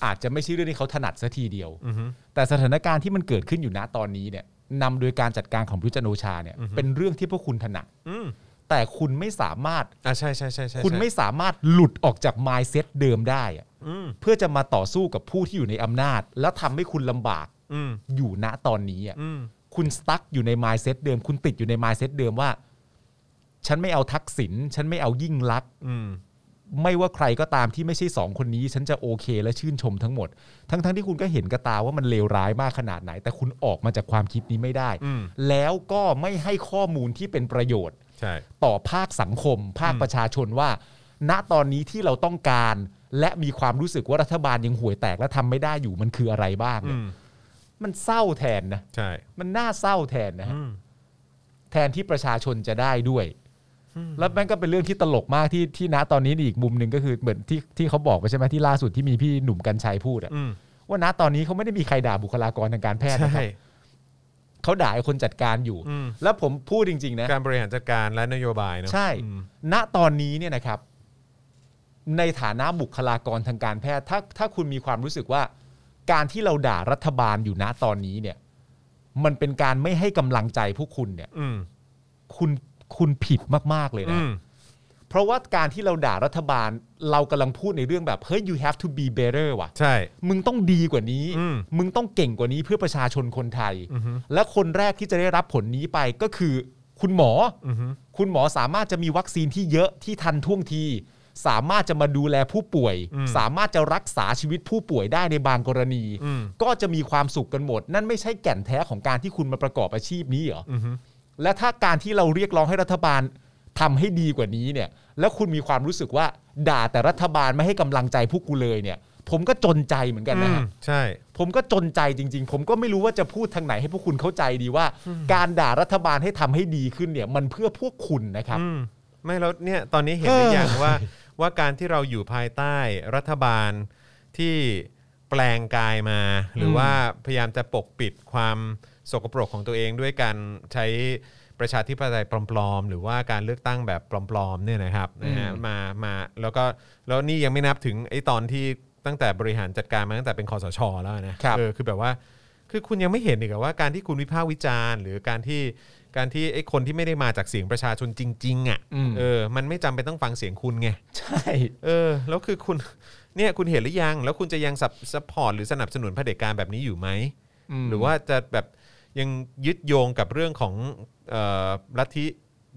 Speaker 3: อาจจะไม่ใช่เรื่องที่เขาถนัดซะทีเดียว
Speaker 2: อืม
Speaker 3: แต่สถานการณ์ที่มันเกิดขึ้นอยู่ณตอนนี้เนี่ยนำโดยการจัดการของพระจันทร์โอชาเนี่ย
Speaker 2: อือฮึ
Speaker 3: เป็นเรื่องที่พวกคุณถนัด
Speaker 2: อืม
Speaker 3: แต่คุณไม่สามารถ
Speaker 2: อ่ะใช่ใช่ใช่ใช่
Speaker 3: คุณไม่สามารถหลุดออกจากมายเซ็ตเดิมได้อะ
Speaker 2: อืม
Speaker 3: เพื่อจะมาต่อสู้กับผู้ที่อยู่ในอำนาจ แล้วทำให้คุณลำบาก
Speaker 2: อืม
Speaker 3: อยู่ณตอนนี้อะ
Speaker 2: อืม
Speaker 3: คุณสตั๊กอยู่ในมายเซ็ตเดิม คุณติดอยู่ในมายเซ็ตเดิมว่า ฉันไม่เอาทักษิณฉันไม่เอายิ่งลักษณ์
Speaker 2: อืม
Speaker 3: ไม่ว่าใครก็ตามที่ไม่ใช่สองคนนี้ ฉันจะโอเคและชื่นชมทั้งหมด ทั้งๆที่คุณก็เห็นกระตาว่ามันเลวร้ายมากขนาดไหน แต่คุณออกมาจากความคิดนี้ไม่ได้
Speaker 2: อืม
Speaker 3: แล้วก็ไม่ให้ข้อมูลที่เป็นประโยชน์
Speaker 2: ใช่
Speaker 3: ต่อภาคสังคม ภาคประชาชนว่า ณตอนนี้ที่เราต้องการ และมีความรู้สึกว่ารัฐบาลยังห่วยแตกและทำไม่ได้อยู่มันคืออะไรบ้าง
Speaker 2: อื
Speaker 3: เนี่ย
Speaker 2: ม
Speaker 3: มันเศร้าแทนนะ
Speaker 2: ใช่
Speaker 3: มันน่าเศร้าแทนนะฮะ
Speaker 2: อืม
Speaker 3: แทนที่ประชาชนจะได้ด้วย แล้วแม่งก็เป็นเรื่องที่ตลกมากที่ที่นะตอนนี้อีกมุมหนึ่งก็คือเหมือนที่ที่เขาบอกไปใช่ไหมที่ล่าสุดที่มีพี่หนุ่มกัญชัยพูดอะ
Speaker 2: อืม
Speaker 3: ว่านะตอนนี้เขาไม่ได้มีใครด่าบุคลากรทางการแพทย์นะค
Speaker 2: ใช่
Speaker 3: รับเขาด่าไอ้คนจัดการอยู่
Speaker 2: อืม
Speaker 3: แล้วผมพูดจริง ๆ นะ
Speaker 2: การบริหารจัดการและนโยบายเนอะ
Speaker 3: ใช่
Speaker 2: อืม
Speaker 3: ณตอนนี้เนี่ยนะครับ ในฐานะบุคลากรทางการแพทย์ถ้าถ้าคุณมีความรู้สึกว่า การที่เราด่ารัฐบาลอยู่ณตอนนี้เนี่ย มันเป็นการไม่ให้กำลังใจพวกคุณเนี่ย
Speaker 2: อืม
Speaker 3: คุณคุณผิดมากๆเลยนะ
Speaker 2: อืม
Speaker 3: เพราะว่าการที่เราด่ารัฐบาลเรากำลังพูดในเรื่องแบบเฮ้ย you have to be better ว่ะ
Speaker 2: ใช่
Speaker 3: มึงต้องดีกว่านี้
Speaker 2: อืม
Speaker 3: มึงต้องเก่งกว่านี้เพื่อประชาชนคนไทย
Speaker 2: อืม
Speaker 3: และคนแรกที่จะได้รับผลนี้ไปก็คือ คุณหมออคุณหมอสามารถจะมีวัคซีนที่เยอะที่ทันท่วงที สามารถจะมาดูแลผู้ป่วย สามารถจะรักษาชีวิตผู้ป่วยได้ในบางกรณี
Speaker 2: อืม
Speaker 3: ก็จะมีความสุขกันหมด นั่นไม่ใช่แก่นแท้ของการที่คุณมาประกอบอาชีพนี้เหรอ
Speaker 2: อือฮึ
Speaker 3: และถ้าการที่เราเรียกร้องให้รัฐบาลทำให้ดีกว่านี้เนี่ย แล้วคุณมีความรู้สึกว่า ด่าแต่รัฐบาลไม่ให้กำลังใจพวกกูเลยเนี่ย ผมก็จนใจเหมือนกันนะฮะ
Speaker 2: อืมใช่
Speaker 3: ผมก็จนใจจริง ๆ ผมก็ไม่รู้ว่าจะพูดทางไหนให้พวกคุณเข้าใจดีว่า การด่ารัฐบาลให้ทำให้ดีขึ้นเนี่ย มันเพื่อพวกคุณนะครับ
Speaker 2: อืมไม่แล้วเนี่ยตอนนี้เห็นหรือยังว่าว่าการที่เราอยู่ภายใต้รัฐบาลที่แปลงกายมา หรือว่าพยายามจะปกปิดความสกปรกของตัวเองด้วยการใช้ประชาธิปไตยปลอมๆ หรือว่าการเลือกตั้งแบบปลอมๆเนี่ยนะครับนะฮะมามาแล้วก็แล้วนี่ยังไม่นับถึงไอ้ตอนที่ตั้งแต่บริหารจัดการมาตั้งแต่เป็นคอสชแล้วนะครับ เออคือแบบว่า คือคุณยังไม่เห็นอีกเหรอว่าการที่คุณวิพากษ์วิจารณ์ หรือการที่การที่ไอ้คนที่ไม่ได้มาจากเสียงประชาชนจริง ๆ อ่ะ
Speaker 3: อืม
Speaker 2: เออมันไม่จำเป็นต้องฟังเสียงคุณไง
Speaker 3: ใช่
Speaker 2: เออแล้วคือคุณ เนี่ยคุณเห็นหรือยัง แล้วคุณจะยังสับสปอร์ตหรือสนับสนุนเผด็จการแบบนี้อยู่ไหม หรือว่าจะแบบยังยึดโยงกับเรื่องของเอ่อลัทธิ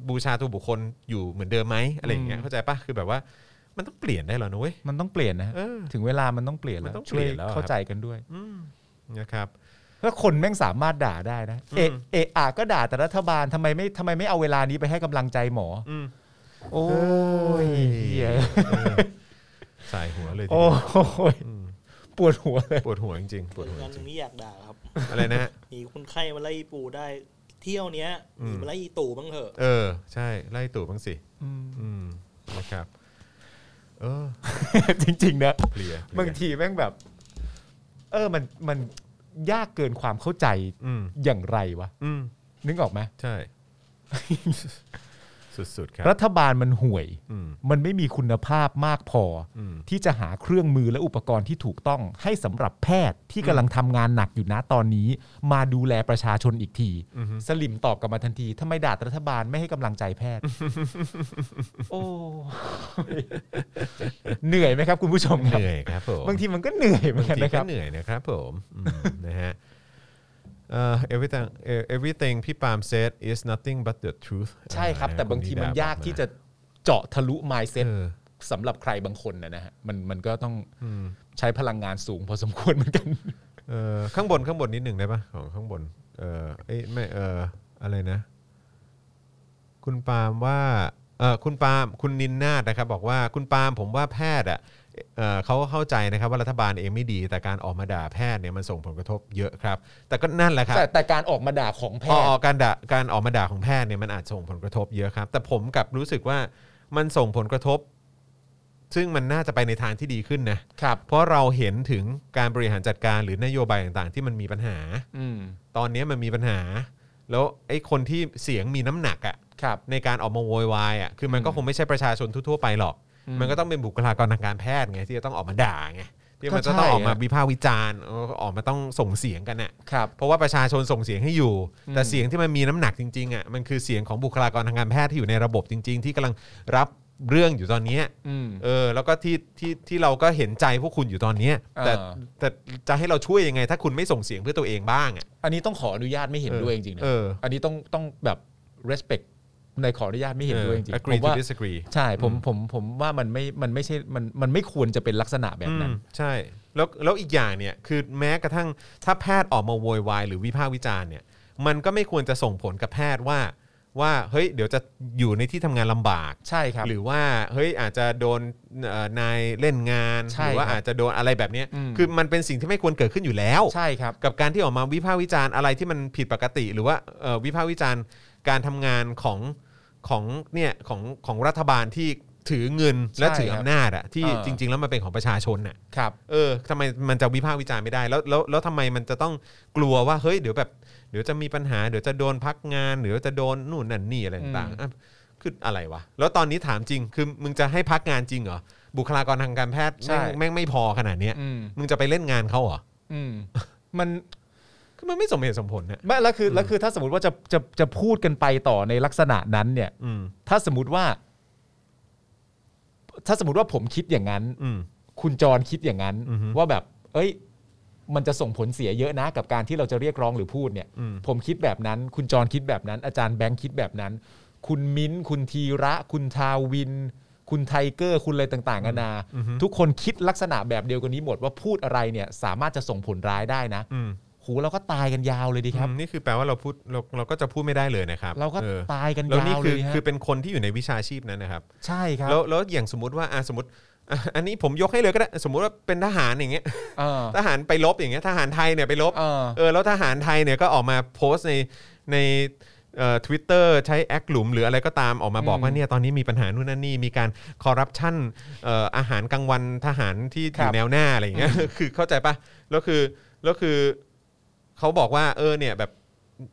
Speaker 2: บูชาตัวบุคคลอยู่เหมือนเดิมไหมอะไรอย่างเงี้ยเข้าใจปะคือแบบว่ามันต้องเปลี่ยนได้แล้วนะเว้ย
Speaker 3: มันต้องเปลี่ยนนะฮะ
Speaker 2: เออ
Speaker 3: ถึงเวลามันต้องเปลี่ยนแล้
Speaker 2: มัน
Speaker 3: ว
Speaker 2: ต้องเป
Speaker 3: ช่
Speaker 2: ลี่
Speaker 3: วย
Speaker 2: ยนแล้วครับ
Speaker 3: เข้าใจกันด้วย
Speaker 2: อืมนะครับ
Speaker 3: แล้วคนแม่งสามารถด่าได้นะเอะเอะอะก็ด่าแต่รัฐบาลทำไมไม่ทำไมไม่เอาเวลานี้ไปให้กำลังใจหมออ
Speaker 2: ม
Speaker 3: โอ้ยเหี้ย
Speaker 2: สายหัวเลยที
Speaker 3: โอ้
Speaker 2: เดียวย
Speaker 3: ปวดหัวเลย
Speaker 2: ปวดหัวจริงๆปวดหัว
Speaker 6: งาน
Speaker 2: จริง
Speaker 6: นี้อยากด่าครับ
Speaker 2: ๆอะไรนะฮะ
Speaker 6: มีคนไข้มาไล่ปูได้ เที่ยวเนี้ย
Speaker 2: อืม
Speaker 6: มีมาไล่อีตู่บ้างเถอะ
Speaker 2: เออ ใช่ ไล่ตู่บ้างสิ อืมนะครับ เออ
Speaker 3: จริงๆนะ
Speaker 2: เพลียเพลีย
Speaker 3: บางทีแม่งแบบ เออมันมันยากเกินความเข้าใจ
Speaker 2: อืม
Speaker 3: อย่างไรวะ
Speaker 2: อืม
Speaker 3: นึกออกไหม
Speaker 2: ใช่ สุดๆครับ
Speaker 3: รัฐบาลมันห่วย
Speaker 2: อืม
Speaker 3: มันไม่มีคุณภาพมากพอ
Speaker 2: อืม
Speaker 3: ที่จะหาเครื่องมือและอุปกรณ์ที่ถูกต้อง ให้สำหรับแพทย์ที่กำลังทำงานหนักอยู่นะตอนนี้ มาดูแลประชาชนอีกที สลิมตอบกลับมาทันทีทำไมด่ารัฐบาลไม่ให้กำลังใจแพทย์ โอ้ยเหนื่อยไหมครับ คุณผู้ชมค
Speaker 2: เห
Speaker 3: รับ
Speaker 2: นื่อยครับผม
Speaker 3: บางทีมันก็เหนื่อยเหมื
Speaker 2: บา
Speaker 3: อง น
Speaker 2: ทีก็
Speaker 3: กันนะครับ
Speaker 2: เหนื่อยนะครับผมอืมนะฮะเอ่อ everything everything พี่ปาล์ม said is nothing but the truth
Speaker 3: ใช่ครับ
Speaker 2: อ่
Speaker 3: แต่บางทีมันยากที่จะเจาะทะลุไมเซ็ต
Speaker 2: เออ
Speaker 3: สำหรับใครบางคนนะนะฮะมันมันก็ต้องใช้พลังงานสูงพอสมควรเหมือนกัน
Speaker 2: เออข้างบนข้างบนนิดหนึ่งได้ปะของข้างบน เออเอ้ยไม่เอออะไรนะ คุณปาล์มว่าเออคุณปาล์มคุณนินนาดนะครับ บอกว่าคุณปาล์มผมว่าแพทย์อ่ะเอ่อเขาเข้าใจนะครับว่ารัฐบาลเองไม่ดี แต่การออกมาด่าแพทย์เนี่ยมันส่งผลกระทบเยอะครับ แต่ก็นั่นแหละครับ
Speaker 3: แต่แต่การออกมาด่าของแพ
Speaker 2: อ๋อ
Speaker 3: ทย์
Speaker 2: อ๋อการด่าการออกมาด่าของแพทย์เนี่ยมันอาจส่งผลกระทบเยอะครับ แต่ผมกลับรู้สึกว่ามันส่งผลกระทบ ซึ่งมันน่าจะไปในทางที่ดีขึ้นนะ
Speaker 3: ครับ
Speaker 2: เพราะเราเห็นถึงการบริหารจัดการหรือนโยบายต่างๆ ที่มันมีปัญหา
Speaker 3: อืม
Speaker 2: ตอนนี้มันมีปัญหา แล้วไอ้คนที่เสียงมีน้ำหนักอะ
Speaker 3: ครับ
Speaker 2: ในการออกมาโวยวายอะคือมันก็คงไม่ใช่ประชาชนทั่วๆไปหรอก
Speaker 3: อืม
Speaker 2: มันก็ต้องเป็นบุคลากรทางการแพทย์ไงที่จะต้องออกมาด่าไงที่มัน
Speaker 3: ก็
Speaker 2: จะ
Speaker 3: ใช่
Speaker 2: ต้องออกมา
Speaker 3: อะ
Speaker 2: วิพากษ์วิจารณ์เออออกมาต้องส่งเสียงกันน่ะ
Speaker 3: ครับ
Speaker 2: เพราะว่าประชาชนส่งเสียงให้อยู่
Speaker 3: อืม
Speaker 2: แต่เสียงที่มันมีน้ำหนักจริงๆอะมันคือเสียงของบุคลากรทางการแพทย์ที่อยู่ในระบบจริง ๆ ที่กำลังรับเรื่องอยู่ตอนเนี้ย
Speaker 3: อืม
Speaker 2: เออแล้วก็ที่ที่ที่เราก็เห็นใจพวกคุณอยู่ตอนเนี้ยแต่
Speaker 3: อ่า
Speaker 2: แต่จะให้เราช่วยยังไง ถ้าคุณไม่ส่งเสียงเพื่อตัวเองบ้างอ่ะ
Speaker 3: อันนี้ต้องขออนุญาตไม่เห็น
Speaker 2: เออ
Speaker 3: ด้วยจริงๆนะ
Speaker 2: เออ
Speaker 3: อันนี้ต้องต้องแบบ respect ในขออนุญาตไม่เห็นด้วยจริง
Speaker 2: ออ
Speaker 3: ๆผ
Speaker 2: agree
Speaker 3: ม
Speaker 2: to
Speaker 3: ว่า
Speaker 2: disagree
Speaker 3: ใช่ผมผมผมว่ามันไม่มันไม่ใช่มันมันไม่ควรจะเป็นลักษณะแบบนั้น
Speaker 2: อืมใช่แล้วแล้วอีกอย่างเนี่ยคือแม้กระทั่งถ้าแพทย์ออกมาโวยวายหรือวิพากษ์วิจารณ์เนี่ยมันก็ไม่ควรจะส่งผลกับแพทย์ว่าว่าเฮ้ยเดี๋ยวจะอยู่ในที่ทำงานลำบาก
Speaker 3: ใช่ครับ
Speaker 2: หรือว่าเฮ้ยอาจจะโดนเอ่อนายเล่นงาน
Speaker 3: ใช่
Speaker 2: หรือว่า
Speaker 3: ครับ
Speaker 2: อาจจะโดนอะไรแบบเนี้ย
Speaker 3: อืม
Speaker 2: คือมันเป็นสิ่งที่ไม่ควรเกิดขึ้นอยู่แล้ว
Speaker 3: ใช่ครับ
Speaker 2: กับการที่ออกมาวิพากษ์วิจารณ์อะไรที่มันผิดปกติ หรือว่าเอ่อวิพากษ์วิจารณ์การทำงานของของเนี่ยของของรัฐบาลที่ถือเงินและ
Speaker 3: ใช่
Speaker 2: ถือ
Speaker 3: ครับ
Speaker 2: อำนาจอะที่
Speaker 3: เออ
Speaker 2: จริง ๆ แล้วมันเป็นของประชาชนน่ะ
Speaker 3: ครับ
Speaker 2: เออทำไมมันจะวิพากษ์วิจารณ์ไม่ได้แล้วแล้วแล้วทำไมมันจะต้องกลัวว่าเฮ้ยเดี๋ยวแบบเดี๋ยวจะมีปัญหาเดี๋ยวจะโดนพักงานเดี๋ยวจะโดนนู่นนั่นนี่อะไรต่างๆอ่ะคืออะไรวะแล้วตอนนี้ถามจริงคือมึงจะให้พักงานจริงเหรอบุคลากรทางการแพทย์แม่ง
Speaker 3: ใช่
Speaker 2: แม่งไม่พอขนาดเนี้ย
Speaker 3: อืม
Speaker 2: มึงจะไปเล่นงานเขาเหรอ
Speaker 3: อื มมัน
Speaker 2: คือมันไม่สมเหตุสมผลนะ
Speaker 3: ไม่แล้วคือแล้วคือถ้าสมมติว่าจะจะจะพูดกันไปต่อในลักษณะนั้นเนี่ย
Speaker 2: อืม
Speaker 3: ถ้าสมมติว่า ถ้าสมมติว่าผมคิดอย่างนั้น
Speaker 2: อืม
Speaker 3: คุณจรคิดอย่างนั้น
Speaker 2: อือฮึ
Speaker 3: ว่าแบบ เอ้ย มันจะส่งผลเสียเยอะนะกับการที่เราจะเรียกร้องหรือพูดเนี่ย
Speaker 2: อืม
Speaker 3: ผมคิดแบบนั้น คุณจรคิดแบบนั้น อาจารย์แบงค์คิดแบบนั้น คุณมิ้นท์คุณธีระ คุณทาวิน คุณไทเกอร์ คุณอะไรต่างๆนานา ทุกคนคิดลักษณะแบบเดียวกันนี้หมดว่าพูดอะไรเนี่ยสามารถจะส่งผลร้ายได้นะ
Speaker 2: อืม
Speaker 3: โหูเราก็ตายกันยาวเลยดีครับ
Speaker 2: อืมนี่คือแปลว่าเราพูดเราเราก็จะพูดไม่ได้เลยนะครับ
Speaker 3: เราก็
Speaker 2: ออ
Speaker 3: ตายกัน
Speaker 2: แล้ว
Speaker 3: ยา
Speaker 2: นี่
Speaker 3: วเล
Speaker 2: คือย
Speaker 3: ฮะ
Speaker 2: คือเป็นคนที่อยู่ในวิชาชีพนั้นนะครับ
Speaker 3: ใช่ครับ
Speaker 2: แล้วแล้วอย่างสมมติว่าอ่ะสมมติอ่ะอันนี้ผมยกให้เลยก็ได้สมมติว่าเป็นทหารอย่างเงี้ย
Speaker 3: เออ
Speaker 2: ทหารไปลบอย่างเงี้ยทหารไทยเนี่ยไปลบ
Speaker 3: เออ
Speaker 2: เออแล้วทหารไทยเนี่ยก็ออกมาโพสต์ในในเอ่อทวิตเตอร์ใช้แอคหลุมหรืออะไรก็ตามออกมาบอก
Speaker 3: อืม
Speaker 2: ว่าเนี่ยตอนนี้มีปัญหานู่นนั่นนี่มีการคอร์รัปชันอาหารกลางวันทหารที่อ
Speaker 3: ครั
Speaker 2: ยู่
Speaker 3: บ
Speaker 2: แนวหน้าอะไรอย่างเงี้ย คือเข้าใจปะแล้วคือแล้วคือเขาบอกว่าเออเนี่ยแบบ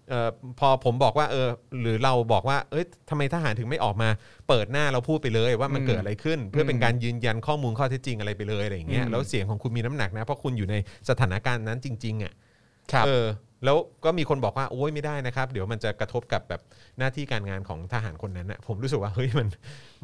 Speaker 2: เอ่อพอผมบอกว่าเออหรือเราบอกว่าเอ้ยทำไมทหารถึงไม่ออกมาเปิดหน้าเราพูดไปเลยว่ามันเกิดอะไรขึ้น เพื่อเป็นการยืนยันข้อมูลข้อเท็จจริงอะไรไปเลยอะไรอย่างเงี้ย
Speaker 3: อืม
Speaker 2: แล้วเสียงของคุณมีน้ำหนักนะเพราะคุณอยู่ในสถานการณ์นั้นจริงๆอ่ะ
Speaker 3: ครับ
Speaker 2: เออแล้วก็มีคนบอกว่าโอ้ยไม่ได้นะครับ เดี๋ยวมันจะกระทบกับแบบหน้าที่การงานของทหารคนนั้นนะผมรู้สึกว่าเฮ้ยมัน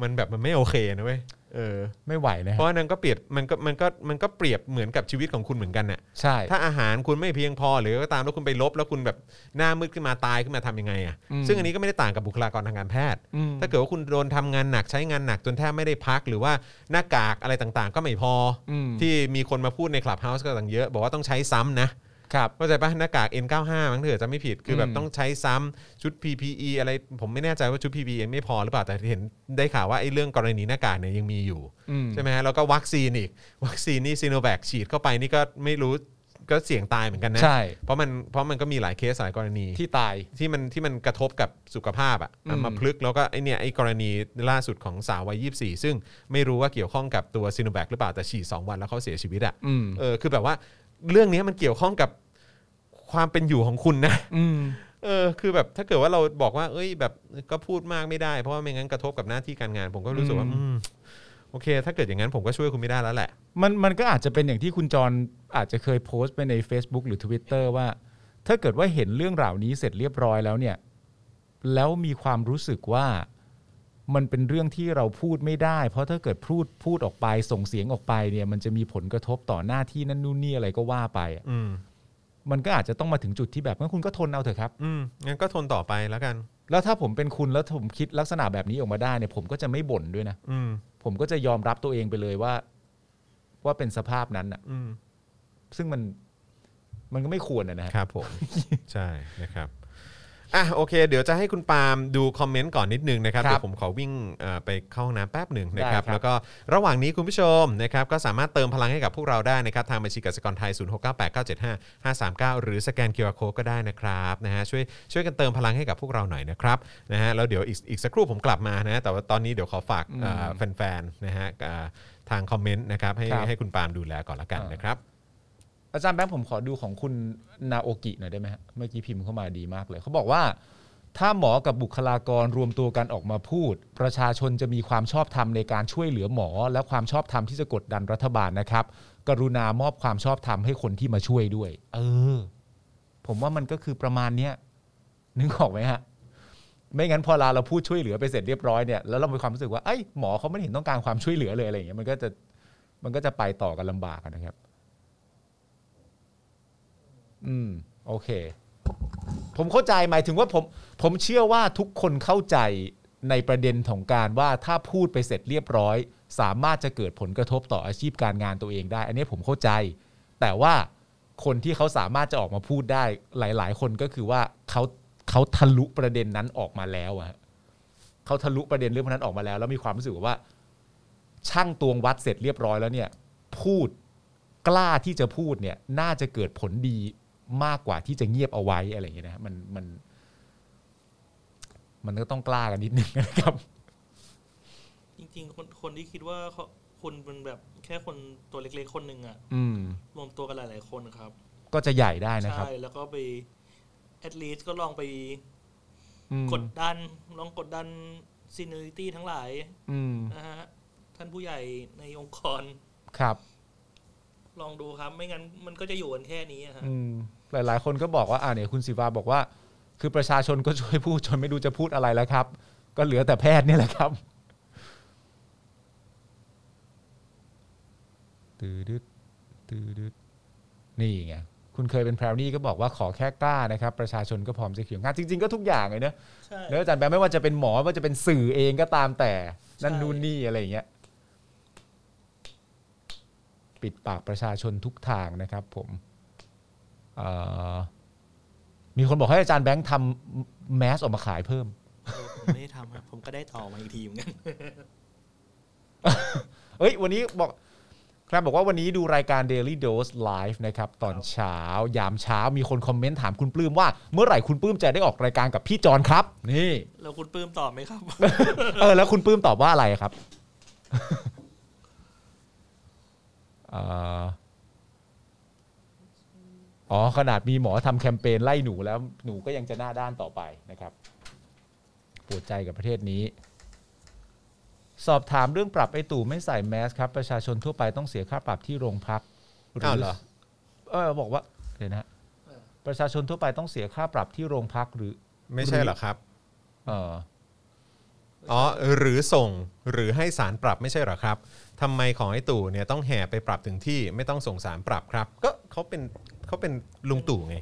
Speaker 2: มันแบบมันไม่โอเคนะเว้ยเออ
Speaker 3: ไม่ไหวนะ
Speaker 2: เพ
Speaker 3: ฮะ
Speaker 2: ราะอันนั้นก็เปรียบมันก็มันก็มันก็เปรียบเหมือนกับชีวิตของคุณเหมือนกันน่ะ
Speaker 3: ใช่
Speaker 2: ถ้าอาหารคุณไม่เพียงพอหรือก็ตามแล้วคุณไปลบแล้วคุณแบบหน้ามืดขึ้นมาตายขึ้นมาทำยังไงอ่ะซึ่งอันนี้ก็ไม่ได้ต่างกับบุคลากรทางการแพทย์
Speaker 3: อืม
Speaker 2: ถ้าเกิดว่าคุณโดนทำงานหนักใช้งานหนักจนแทบไม่ได้พักหรือว่าหน้ากากอะไรต่างๆ ก็ไม่พอ
Speaker 3: อืม
Speaker 2: อที่มีคนมาพูดในคลับเฮาส์ก็ต่างเยอะ บอกว่าต้องใช้ซ้ำนะ
Speaker 3: ครับ
Speaker 2: เข้าใจปะหน้ากาก N95 มั้งเถอะจะไม่ผิดคือแบบ
Speaker 3: อืม
Speaker 2: ต้องใช้ซ้ำชุด PPE อะไรผมไม่แน่ใจว่าชุด PPE ไม่พอหรือเปล่าแต่เห็นได้ข่าวว่าไอ้เรื่องกรณีหน้ากากเนี่ยยังมีอยู่
Speaker 3: อืม
Speaker 2: ใช่ไหมฮะแล้วก็วัคซีนอีก วัคซีนนี่ซีโนแวคฉีดเข้าไปนี่ก็ไม่รู้ก็เสี่ยงตายเหมือนกันนะ
Speaker 3: ใช่
Speaker 2: เพราะมันเพราะมันก็มีหลายเคสหลายกรณีที่
Speaker 3: ที่ตาย
Speaker 2: ที่มันที่มันกระทบกับสุขภาพอะ
Speaker 3: อืม
Speaker 2: มาพลึกแล้วก็ไอเนี่ยไอกรณีล่าสุดของสาววัย24 ซึ่งไม่รู้ว่าเกี่ยวข้องกับตัวซีโนแวคหรือเปล่าแต่ฉีดสองวันแล้วเขาเสียชีวิตอะ
Speaker 3: อืม
Speaker 2: เออคือแบบว่าเรื่องนี้มันเกี่ยวข้องกับความเป็นอยู่ของคุณนะ
Speaker 3: อืม
Speaker 2: เออคือแบบถ้าเกิดว่าเราบอกว่า เอ้ย แบบก็พูดมากไม่ได้ เพราะว่าไม่งั้นกระทบกับหน้าที่การงาน ผมก็รู้สึกว่า
Speaker 3: อืม
Speaker 2: อืมโอเค ถ้าเกิดอย่างนั้นผมก็ช่วยคุณไม่ได้แล้วแหละ
Speaker 3: มันมันก็อาจจะเป็นอย่างที่คุณจรอาจจะเคยโพสต์ไปใน Facebook หรือ Twitter ว่า ถ้าเกิดว่าเห็นเรื่องเหล่านี้เสร็จเรียบร้อยแล้วเนี่ย แล้วมีความรู้สึกว่ามันเป็นเรื่องที่เราพูดไม่ได้ เพราะถ้าเกิดพูดพูดออกไปส่งเสียงออกไปเนี่ย มันจะมีผลกระทบต่อหน้าที่นั่นนู่นนี่อะไรก็ว่าไปอะ
Speaker 2: อืม
Speaker 3: มันก็อาจจะต้องมาถึงจุดที่แบบงั้นคุณก็ทนเอาเถอะครับ
Speaker 2: อืมงั้นก็ทนต่อไปแล้วกัน
Speaker 3: แล้วถ้าผมเป็นคุณแล้วผมคิดลักษณะแบบนี้ออกมาได้เนี่ยผมก็จะไม่บ่นด้วยนะ
Speaker 2: อืม
Speaker 3: ผมก็จะยอมรับตัวเองไปเลยว่า ว่าเป็นสภาพนั้นน่ะ
Speaker 2: อืม
Speaker 3: ซึ่งมันมันก็ไม่ควรนะนะฮะ
Speaker 2: ครับผม ใช่นะครับอ่ะโอเค เดี๋ยวจะให้คุณปาล์มดูคอมเมนต์ก่อนนิดนึงนะครับ
Speaker 3: ครับ
Speaker 2: เดี๋ยวผมขอวิ่งเอ่อไปเข้าห้องน้ำแป๊บหนึ่งนะครับ
Speaker 3: ได้ครับ
Speaker 2: แล้วก็ระหว่างนี้คุณผู้ชมนะครับก็สามารถเติมพลังให้กับพวกเราได้นะครับ ทางบัญชีกสิกรไทย 0698975539 หรือสแกน QR Code ก็ได้นะครับนะฮะช่วยช่วยกันเติมพลังให้กับพวกเราหน่อยนะครับนะฮะแล้วเดี๋ยวอีกอีกสักครู่ผมกลับมานะแต่ว่าตอนนี้เดี๋ยวขอฝากเอ่อแฟนๆนะฮะเอ่อทางคอมเมนต์นะครับให้
Speaker 3: ครับ
Speaker 2: ให้คุณปาล์มดูแลก่อนละกันนะครับ
Speaker 3: อาจารย์แบงค์ผมขอดูของคุณนาโอกิหน่อยได้ไหมฮะเมื่อกี้พิมพ์เข้ามาดีมากเลย เขาบอกว่า ถ้าหมอกับบุคลากรรวมตัวกันออกมาพูด ประชาชนจะมีความชอบธรรมในการช่วยเหลือหมอ และความชอบธรรมที่จะกดดันรัฐบาลนะครับ กรุณามอบความชอบธรรมให้คนที่มาช่วยด้วย เออ ผมว่ามันก็คือประมาณเนี้ยนึกออกไหมฮะ ไม่งั้นพอเราเราพูดช่วยเหลือไปเสร็จเรียบร้อยเนี่ยแล้วเรามีความรู้สึกว่าเอ้ยหมอเขาไม่เห็นต้องการความช่วยเหลือเลยอะไรอย่างเงี้ยมันก็จะมันก็จะไปต่อกันลำบากอะนะครับ อืมโอเค ผมเข้าใจหมายถึงว่าผมผมเชื่อว่าทุกคนเข้าใจในประเด็นของการว่าถ้าพูดไปเสร็จเรียบร้อย สามารถจะเกิดผลกระทบต่ออาชีพการงานตัวเองได้ อันนี้ผมเข้าใจ แต่ว่าคนที่เขาสามารถจะออกมาพูดได้หลาย ๆ คนก็คือว่าเขาเขาทะลุประเด็นนั้นออกมาแล้วอะฮะเขาทะลุประเด็นเรื่องพวกนั้นออกมาแล้ว แล้วมีความรู้สึกว่า ช่างตวงวัดเสร็จเรียบร้อยแล้วเนี่ย พูด กล้าที่จะพูดเนี่ยน่าจะเกิดผลดีมากกว่าที่จะเงียบเอาไว้อะไรอย่างเงี้ยนะมันมัน มันก็ต้องกล้ากันนิดนึงนะครับ
Speaker 6: จริง ๆ คนคนที่คิดว่าเขาคุณเป็นแบบแค่คนตัวเล็กๆคนหนึ่งอะ
Speaker 3: อืม
Speaker 6: รวมตัวกันหลาย ๆ คนครับ
Speaker 3: ก็จะใหญ่ได้นะครับ
Speaker 6: ใช่ แล้วก็ไป at least ก็ลองไป
Speaker 3: อืม
Speaker 6: กดดัน ลองกดดันซีเนอริตี้ทั้งหลาย
Speaker 3: อืม
Speaker 6: นะฮะ ท่านผู้ใหญ่ในองค์กร
Speaker 3: ครับ
Speaker 6: ลองดูครับ ไม่งั้นมันก็จะอยู่กันแค่นี้อะฮะ
Speaker 3: อืมหลาย ๆ คนก็บอกว่าอ่าเนี่ยคุณศิวาบอกว่า คือประชาชนก็ช่วยพูดจนไม่รู้จะพูดอะไรแล้วครับ ก็เหลือแต่แพทย์เนี่ยแหละครับตืดดตืดด นี่ไงคุณเคยเป็นแพรวนี่ก็บอกว่าขอแค่กล้านะครับ ประชาชนก็พร้อมจะเขียนงานจริง ๆ ก็ทุกอย่างเลยเนอะ
Speaker 6: ใช่
Speaker 3: แล้วอาจารย์แบงค์ไม่ว่าจะเป็นหมอว่าจะเป็นสื่อเองก็ตามแต่นั่น
Speaker 6: ใช่
Speaker 3: นู่นนี่อะไรอย่างเงี้ยปิดปากประชาชนทุกทางนะครับผมเอ่อมีคนบอกให้อาจารย์แบงค์ทำแมสออกมาขายเพิ่ม
Speaker 6: ผมไม่ได้ทำครับผมก็ได้ต่อมาอีกทีเหมือนกัน
Speaker 3: เอ้ยวันนี้บอกครับบอกว่าวันนี้ดูรายการ Daily Dose Live นะครับ ตอนเช้ายามเช้ามีคนคอมเมนต์ถามคุณปลื้มว่า เมื่อไหร่คุณปลื้มจะได้ออกรายการกับพี่จอนครับ นี่
Speaker 6: แล้วคุณปลื้มตอบไหมครับ
Speaker 3: เออแล้วคุณปลื้มตอบว่าอะไรครับ เอ่ออ๋อขนาดมีหมอทำแคมเปญไล่หนูแล้วหนูก็ยังจะหน้าด้านต่อไปนะครับปวดใจกับประเทศนี้ สอบถามเรื่องปรับไอ้ตู่ไม่ใส่แมสครับ ประชาชนทั่วไปต้องเสียค่าปรับที่โรงพัก
Speaker 2: อ้าวเหรอ
Speaker 3: เออบอกว่าเดี๋ยวนะฮะประชาชนทั่วไปต้องเสียค่าปรับที่โรงพักหรือ
Speaker 2: ไม่ใช่เหรอครับ
Speaker 3: เออ
Speaker 2: อ๋อหรือส่งหรือให้สารปรับไม่ใช่เหรอครับทำไมของไอ้ตู่เนี่ยต้องแห่ไปปรับถึงที่ไม่ต้องส่งสารปรับครับ ก็เขาเป็นเขาเป็นลุงตู่ไง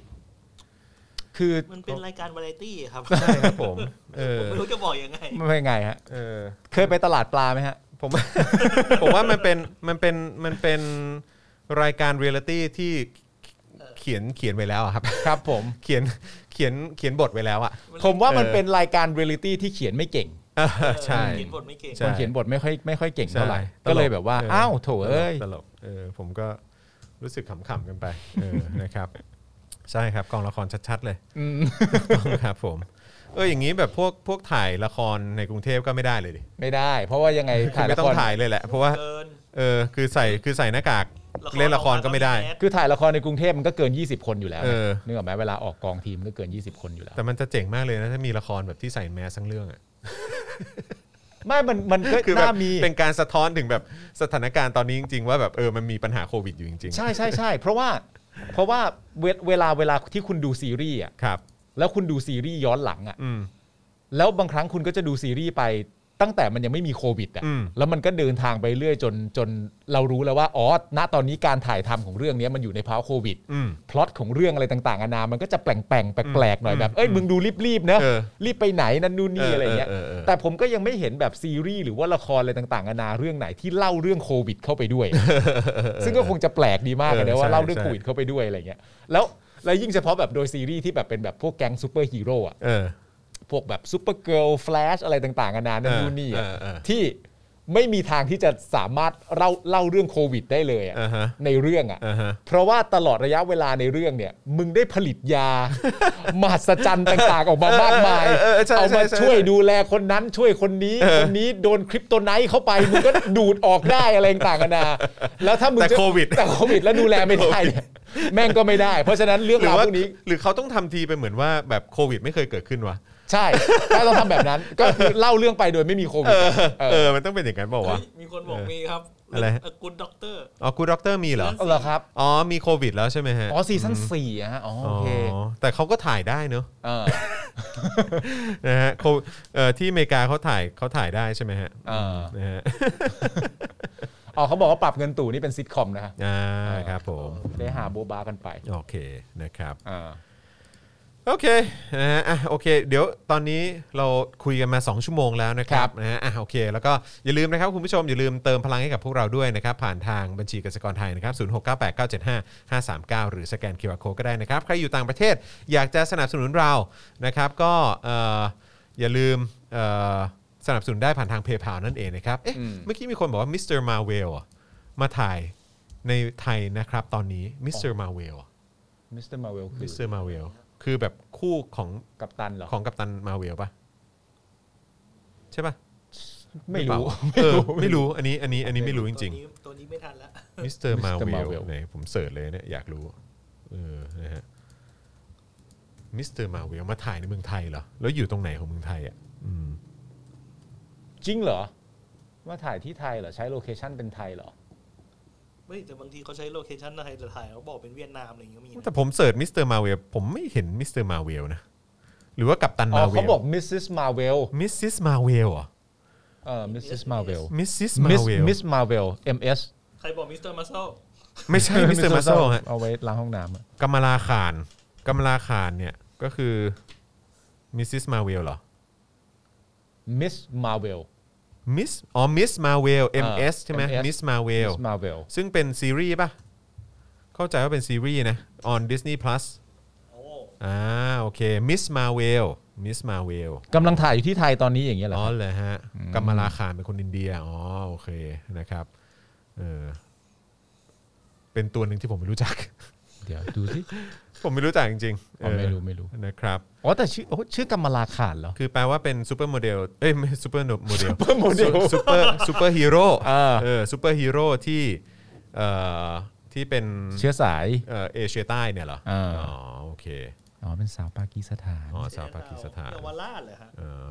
Speaker 3: คือ
Speaker 6: มันเป็นรายการวาไรตี้ครับ
Speaker 2: ใช่ครับผมเออ
Speaker 6: ไม่รู้จะบอกยังไง
Speaker 3: ไม่เป็นไงฮะ
Speaker 2: เออ
Speaker 3: เคยไปตลาดปลาไหมฮะ
Speaker 2: ผม ผมว่ามันเป็นมันเป็นมันเป็นรายการเรียลลิตี้ที่เขียนเขียนไว้แล้ว อะครับ
Speaker 3: ครับผม
Speaker 2: เขียนเขียนเขียนบทไว้แล้วอะ
Speaker 3: ผมว่ามันเป็นรายการเรียลิตี้ที่เขียนไม่เก่ง
Speaker 2: เออใช่
Speaker 6: เขียนบทไม่เก่ง
Speaker 2: ใช่
Speaker 3: คนเขียนบทไม่ค่อยไม่ค่อยเก่ง
Speaker 2: ใช่
Speaker 3: เท่าไหร่
Speaker 2: ต
Speaker 3: ก็เลยแบบว่า อ้าวโถเอ้ย
Speaker 2: ตลกเออผมก็รู้สึกขำๆกันไปเออนะครับ ใช่ครับกองละครชัดๆเลยต้อง ครับผม เอออย่างนี้แบบพวกพวกถ่ายละครในกรุงเทพก็ไม่ได้เลยดิ
Speaker 3: ไม่ได้ เพราะว่ายังไง
Speaker 2: คือ
Speaker 3: ถ่าย
Speaker 2: ไม่
Speaker 3: ละ
Speaker 2: ต้อ
Speaker 3: ครง
Speaker 2: ถ่ายเลยแหละ เพราะว่า
Speaker 6: เกิน
Speaker 2: เออคือใส่คือใส่หน้ากากเล่นละครก็ไม่ได้
Speaker 3: คือถ่ายละครในกรุงเทพมันก็เกิน 20 คนอยู่แล้ว
Speaker 2: เออ
Speaker 3: นึกออกไหมเวลาออกกองทีมก็เกิน 20 คนอยู่แล้ว
Speaker 2: แต่มันจะเจ๋งมากเลยนะถ้ามีละครแบบที่ใส่แมสทั้งเรื่องอ่ะ
Speaker 3: ไม่ มันมันก็
Speaker 2: คือแบบ
Speaker 3: น่ามี
Speaker 2: เป็นการสะท้อนถึงแบบสถานการณ์ตอนนี้จริงๆว่าแบบเออมันมีปัญหาโควิดอยู่จริงๆ
Speaker 3: ใช่ใช่ใช่เพราะว่าเพราะว่าเวลเวลาเวลาที่คุณดูซีรีส์อ่ะ
Speaker 2: ครับ
Speaker 3: แล้วคุณดูซีรีส์ย้อนหลังอ่ะ
Speaker 2: อืม
Speaker 3: แล้วบางครั้งคุณก็จะดูซีรีส์ไปตั้งแต่มันยังไม่มีโควิดอ่ะ
Speaker 2: อืม
Speaker 3: แล้วมันก็เดินทางไปเรื่อยจนจนเรารู้แล้วว่าอ๋อณตอนนี้การถ่ายทำของเรื่องเนี้ยมันอยู่ในภาวะโควิด
Speaker 2: อืม
Speaker 3: พล็อตของเรื่องอะไรต่างๆนานามันก็จะแปลงแปลงๆแปลกๆหน่อยแบบเอ้ยมึงดูรีบๆนะ
Speaker 2: เออ
Speaker 3: รีบไปไหนนั่นนู่นนี่
Speaker 2: เออ
Speaker 3: อะไรเงี้ย
Speaker 2: เออเออเออ
Speaker 3: แต่ผมก็ยังไม่เห็นแบบซีรีส์หรือว่าละครอะไรต่างๆนานาเรื่องไหนที่เล่าเรื่องโควิดเข้าไปด้วย ซึ่งก็คงจะแปลกดีมากเลย
Speaker 2: เอ
Speaker 3: นะ
Speaker 2: อ
Speaker 3: ว่า
Speaker 2: ใช่
Speaker 3: เล่าเรื่อง
Speaker 2: ใช่
Speaker 3: โควิดเข้าไปด้วยอะไรเงี้ยแล้วแล้วยิ่งเฉพาะแบบโดยซีรีส์ที่แบบเป็นแบบพวกแก๊งซูเปอร์ฮีโร่อะ
Speaker 2: เออ
Speaker 3: พวกแบบซูเปอร์เกิลแฟลชอะไรต่างๆกันานานั่น
Speaker 2: เออ
Speaker 3: นู่นนี่อะ
Speaker 2: เออเออ
Speaker 3: ที่ไม่มีทางที่จะสามารถเล่าเล่าเรื่องโควิดได้เลยอะ
Speaker 2: อ่าฮะ
Speaker 3: ในเรื่องอ่ะ
Speaker 2: อ่าฮะ
Speaker 3: เพราะว่าตลอดระยะเวลาในเรื่องเนี่ย มึงได้ผลิตยา มหัศจรรย์ต่างๆ ออกมามากมาย
Speaker 2: เออเออเออใช่
Speaker 3: เอามา
Speaker 2: ใช่ใช่
Speaker 3: ช่วยดูแลคนนั้นช่วยคนนี้
Speaker 2: เออ
Speaker 3: คนนี้โดนคริปโตไนท์เข้าไป มึงก็ดูดออกได้อะไรต่างๆกันานาแล้วถ้ามึง
Speaker 2: แต่
Speaker 3: จะ
Speaker 2: โควิด
Speaker 3: แต่โควิดแล้วดูแลไม่ได้เนี่ยแม่งก็ไม่ได้ เพราะฉะนั้นเรื่อง
Speaker 2: หรือ
Speaker 3: ราว
Speaker 2: ว่า
Speaker 3: พวกนี้
Speaker 2: หรือเขาต้องทำทีเป็นเหมือนว่าแบบโควิด ไม่เคยเกิดขึ้นวะ
Speaker 3: ใช่ก็ต้องทำแบบ นั้น ก็คือเล่าเรื่องไปโดยไม่มีโควิด เออ
Speaker 2: เออมันต้องเป็นอย่างนั้นเปล่าวะ
Speaker 6: เฮ้ยมีคนบอกมีครับ
Speaker 2: อะไรฮะ
Speaker 6: กุณด็อกเตอร์
Speaker 2: อ๋อคุณด็อกเตอร์มีเหรอ
Speaker 3: เอาเหรอครับ
Speaker 2: อ๋อมีโควิดแล้วใช่ไหมฮะ
Speaker 3: อ๋อซีซั่นสี่อะฮะ อ๋อ
Speaker 2: อ๋
Speaker 3: โอ
Speaker 2: อ
Speaker 3: เค
Speaker 2: แต่เขาก็ถ่ายได้เนอะ
Speaker 3: เออ
Speaker 2: นะฮะโคเอ่อที่อเมริกาเขาถ่ายเขาถ่ายได้ใช่ไหมฮะ
Speaker 3: เออ
Speaker 2: นะฮะ
Speaker 3: อ๋อเขาบอกว่าปรับเงินตู่นี่เป็นซิทคอมนะฮะ
Speaker 2: อ่าครับผม
Speaker 3: ได้หาโบบากันไป
Speaker 2: โอเคนะครับ
Speaker 3: อ่า
Speaker 2: โอเคนะฮะอ่ะโอเค เดี๋ยวตอนนี้เราคุยกันมา 2 ชั่วโมงแล้วนะครับนะฮะอ่ะโอเค แล้วก็อย่าลืมนะครับคุณผู้ชมอย่าลืมเติมพลังให้กับพวกเราด้วยนะครับ ผ่านทางบัญชีกสิกรไทยนะครับศูนย์หกเก้หรือสแกนเคอร์โคก็ได้นะครับ ใครอยู่ต่างประเทศอยากจะสนับสนุนเรานะครับ ก็เอ่ออย่าลืมเอ่อสนับสนุนได้ผ่านทางเพย์พานั่นเองนะครับเอ๊ะเมื่อกี้มีคนบอกว่ามิสเตอร์มาเวลมาถ่ายในไทยนะครับตอนนี้มิสเตอร์มาเวล
Speaker 3: มิสเตอร์มาเวลคื
Speaker 2: มิ
Speaker 3: อ
Speaker 2: สเตอร์มาเวลคือแบบคู่ของ
Speaker 3: กัปตันเหรอ
Speaker 2: ของกัปตันมาเวลปะใช่ปะ
Speaker 3: ไม่รู้
Speaker 2: หอเปล่าเออไม่รู้อันนี้อันนี้อันนี้ไม่รู้จริง
Speaker 6: ตัวนี้ตัวนี้ไม่ทันละ
Speaker 2: ๆมิสเตอร์มาเว
Speaker 3: Mr.
Speaker 2: ล
Speaker 3: Marvel
Speaker 2: ไหนผมเสิร์ชเลยเนี่ยอยากรู้เออนะฮะมิสเตอร์มาเวลมาถ่ายในเมืองไทยเหรอ แล้วอยู่ตรงไหนของเมืองไทยอ่ะอืม
Speaker 3: จริงเหรอ ว่าถ่ายที่ไทยเหรอ ใช้โลเคชั่นเป็นไทยเหรอ
Speaker 6: เฮ้ยแต่บางทีเขาใช้โลเคชั่นไทยแต่ถ่ายเขาบอกเป็นเวียดนามอะไรอย่างเงี้ยมีนะ
Speaker 2: แต่ผมเสิร์ชมิสเตอร์มาเวลผมไม่เห็นมิสเตอร์มาเวลนะ หรือว่ากัปตัน
Speaker 3: อ๋
Speaker 2: มา
Speaker 3: อ
Speaker 2: เว
Speaker 3: เขา
Speaker 2: ล
Speaker 3: บอกมิสซิสมาเวล
Speaker 2: มิสซิสมาเวลอ่ะ
Speaker 3: เออมิสซิสมาเวล
Speaker 2: มิสซิสมา
Speaker 3: มิส
Speaker 2: เวล
Speaker 3: มิสมาเวล MS
Speaker 6: ใครบอกมิสเตอร์มัสเซล
Speaker 2: ไม่ใช่มิสเตอร์มาโซฮะ
Speaker 3: เอาไว้ล้างห้องน้ำอะ
Speaker 2: กมลาขานกมลาขานเนี่ยก็คือมิสซิสมาเวลเหรอ
Speaker 3: มิสมาเวล
Speaker 2: มิสอ๋อมิสมาเวล
Speaker 3: อ่า
Speaker 2: MS ใช่ไหม
Speaker 3: MS
Speaker 2: มิสมาเว
Speaker 3: มิ
Speaker 2: ล
Speaker 3: สมาเวล
Speaker 2: ซึ่งเป็นซีรีส์ป่ะ เข้าใจว่าเป็นซีรีส์นะ on Disney Plus อ่าโอเคมิสมาเวลมิสมาเวล
Speaker 3: กำลังถ่ายอยู่ที่ไทยตอนนี้อย่างเงี้ยเหร
Speaker 2: อ๋
Speaker 3: อ
Speaker 2: อ
Speaker 3: ครับ
Speaker 2: เลยฮะกัมมาลาขานเป็นคนอินเดีย อ๋อ โอเคนะครับเออเป็นตัวหนึ่งที่ผมไม่รู้จัก
Speaker 3: เดี๋ยวดู สิ
Speaker 2: ผมไม่รู้จักจริงๆ
Speaker 3: อ๋อไม่รู้ไม่รู้
Speaker 2: เออนะครับ
Speaker 3: อ๋อแต่ชื่อโอ้ชื่อกรรมลาขานเหร อ
Speaker 2: คือแปลว่าเป็นซูเปอร์โมเดล เอ้ยไม่ซูเปอร์โมเดล
Speaker 3: supermodel
Speaker 2: ซูเปอร์ซูเปอร์ฮีโร่
Speaker 3: อ่า
Speaker 2: เออซูเปอร์ฮีโร่ที่เอ่อที่เป็น
Speaker 3: เชื้อสาย
Speaker 2: เอ่อเอเชียใต้เนี่ยเหรอ
Speaker 3: อ่า
Speaker 2: อ๋อโอเค
Speaker 3: อ๋อเป็นสาวปากีสถาน
Speaker 2: อ๋อสาวปากีสถาน
Speaker 6: เยาวราชเหรอฮะ
Speaker 2: เออ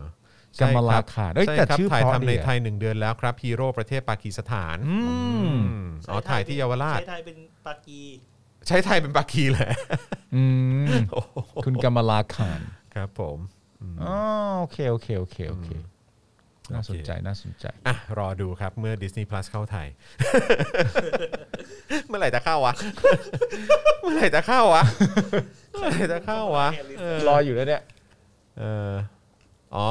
Speaker 2: ใช่
Speaker 3: กำมะลา
Speaker 2: รับ
Speaker 3: ขาดเอ้ย
Speaker 2: ใช่
Speaker 3: แต่
Speaker 2: ครับ
Speaker 3: ชื่อ
Speaker 2: ถ่าย
Speaker 3: เพราะ
Speaker 2: ทำใน
Speaker 3: ดีอะ
Speaker 2: ไทยหนึ่งเดือนแล้วครับฮีโร่ประเทศปากีสถาน
Speaker 3: ม
Speaker 2: อืมอ๋อถ่ายที่เยาวราช
Speaker 6: ใช้ไทยเป็นปากี
Speaker 2: ใช้ไทยเป็นปากี เลย
Speaker 3: อืมคุณกรรมลาขาน
Speaker 2: ครับผม
Speaker 3: อ๋อโอเคโอเคโอเคโอเค น่าสนใจน่าสนใจ
Speaker 2: อ่ะ รอดูครับเมื่อ Disney Plus เข้าไทย เมื่อไหร่จะเข้าวะ เมื่อไหร่จะเข้าวะ เมื่อไหร่จะเข้าวะเออ
Speaker 3: รออยู่แล้วเนี่ย
Speaker 2: เอออ๋อ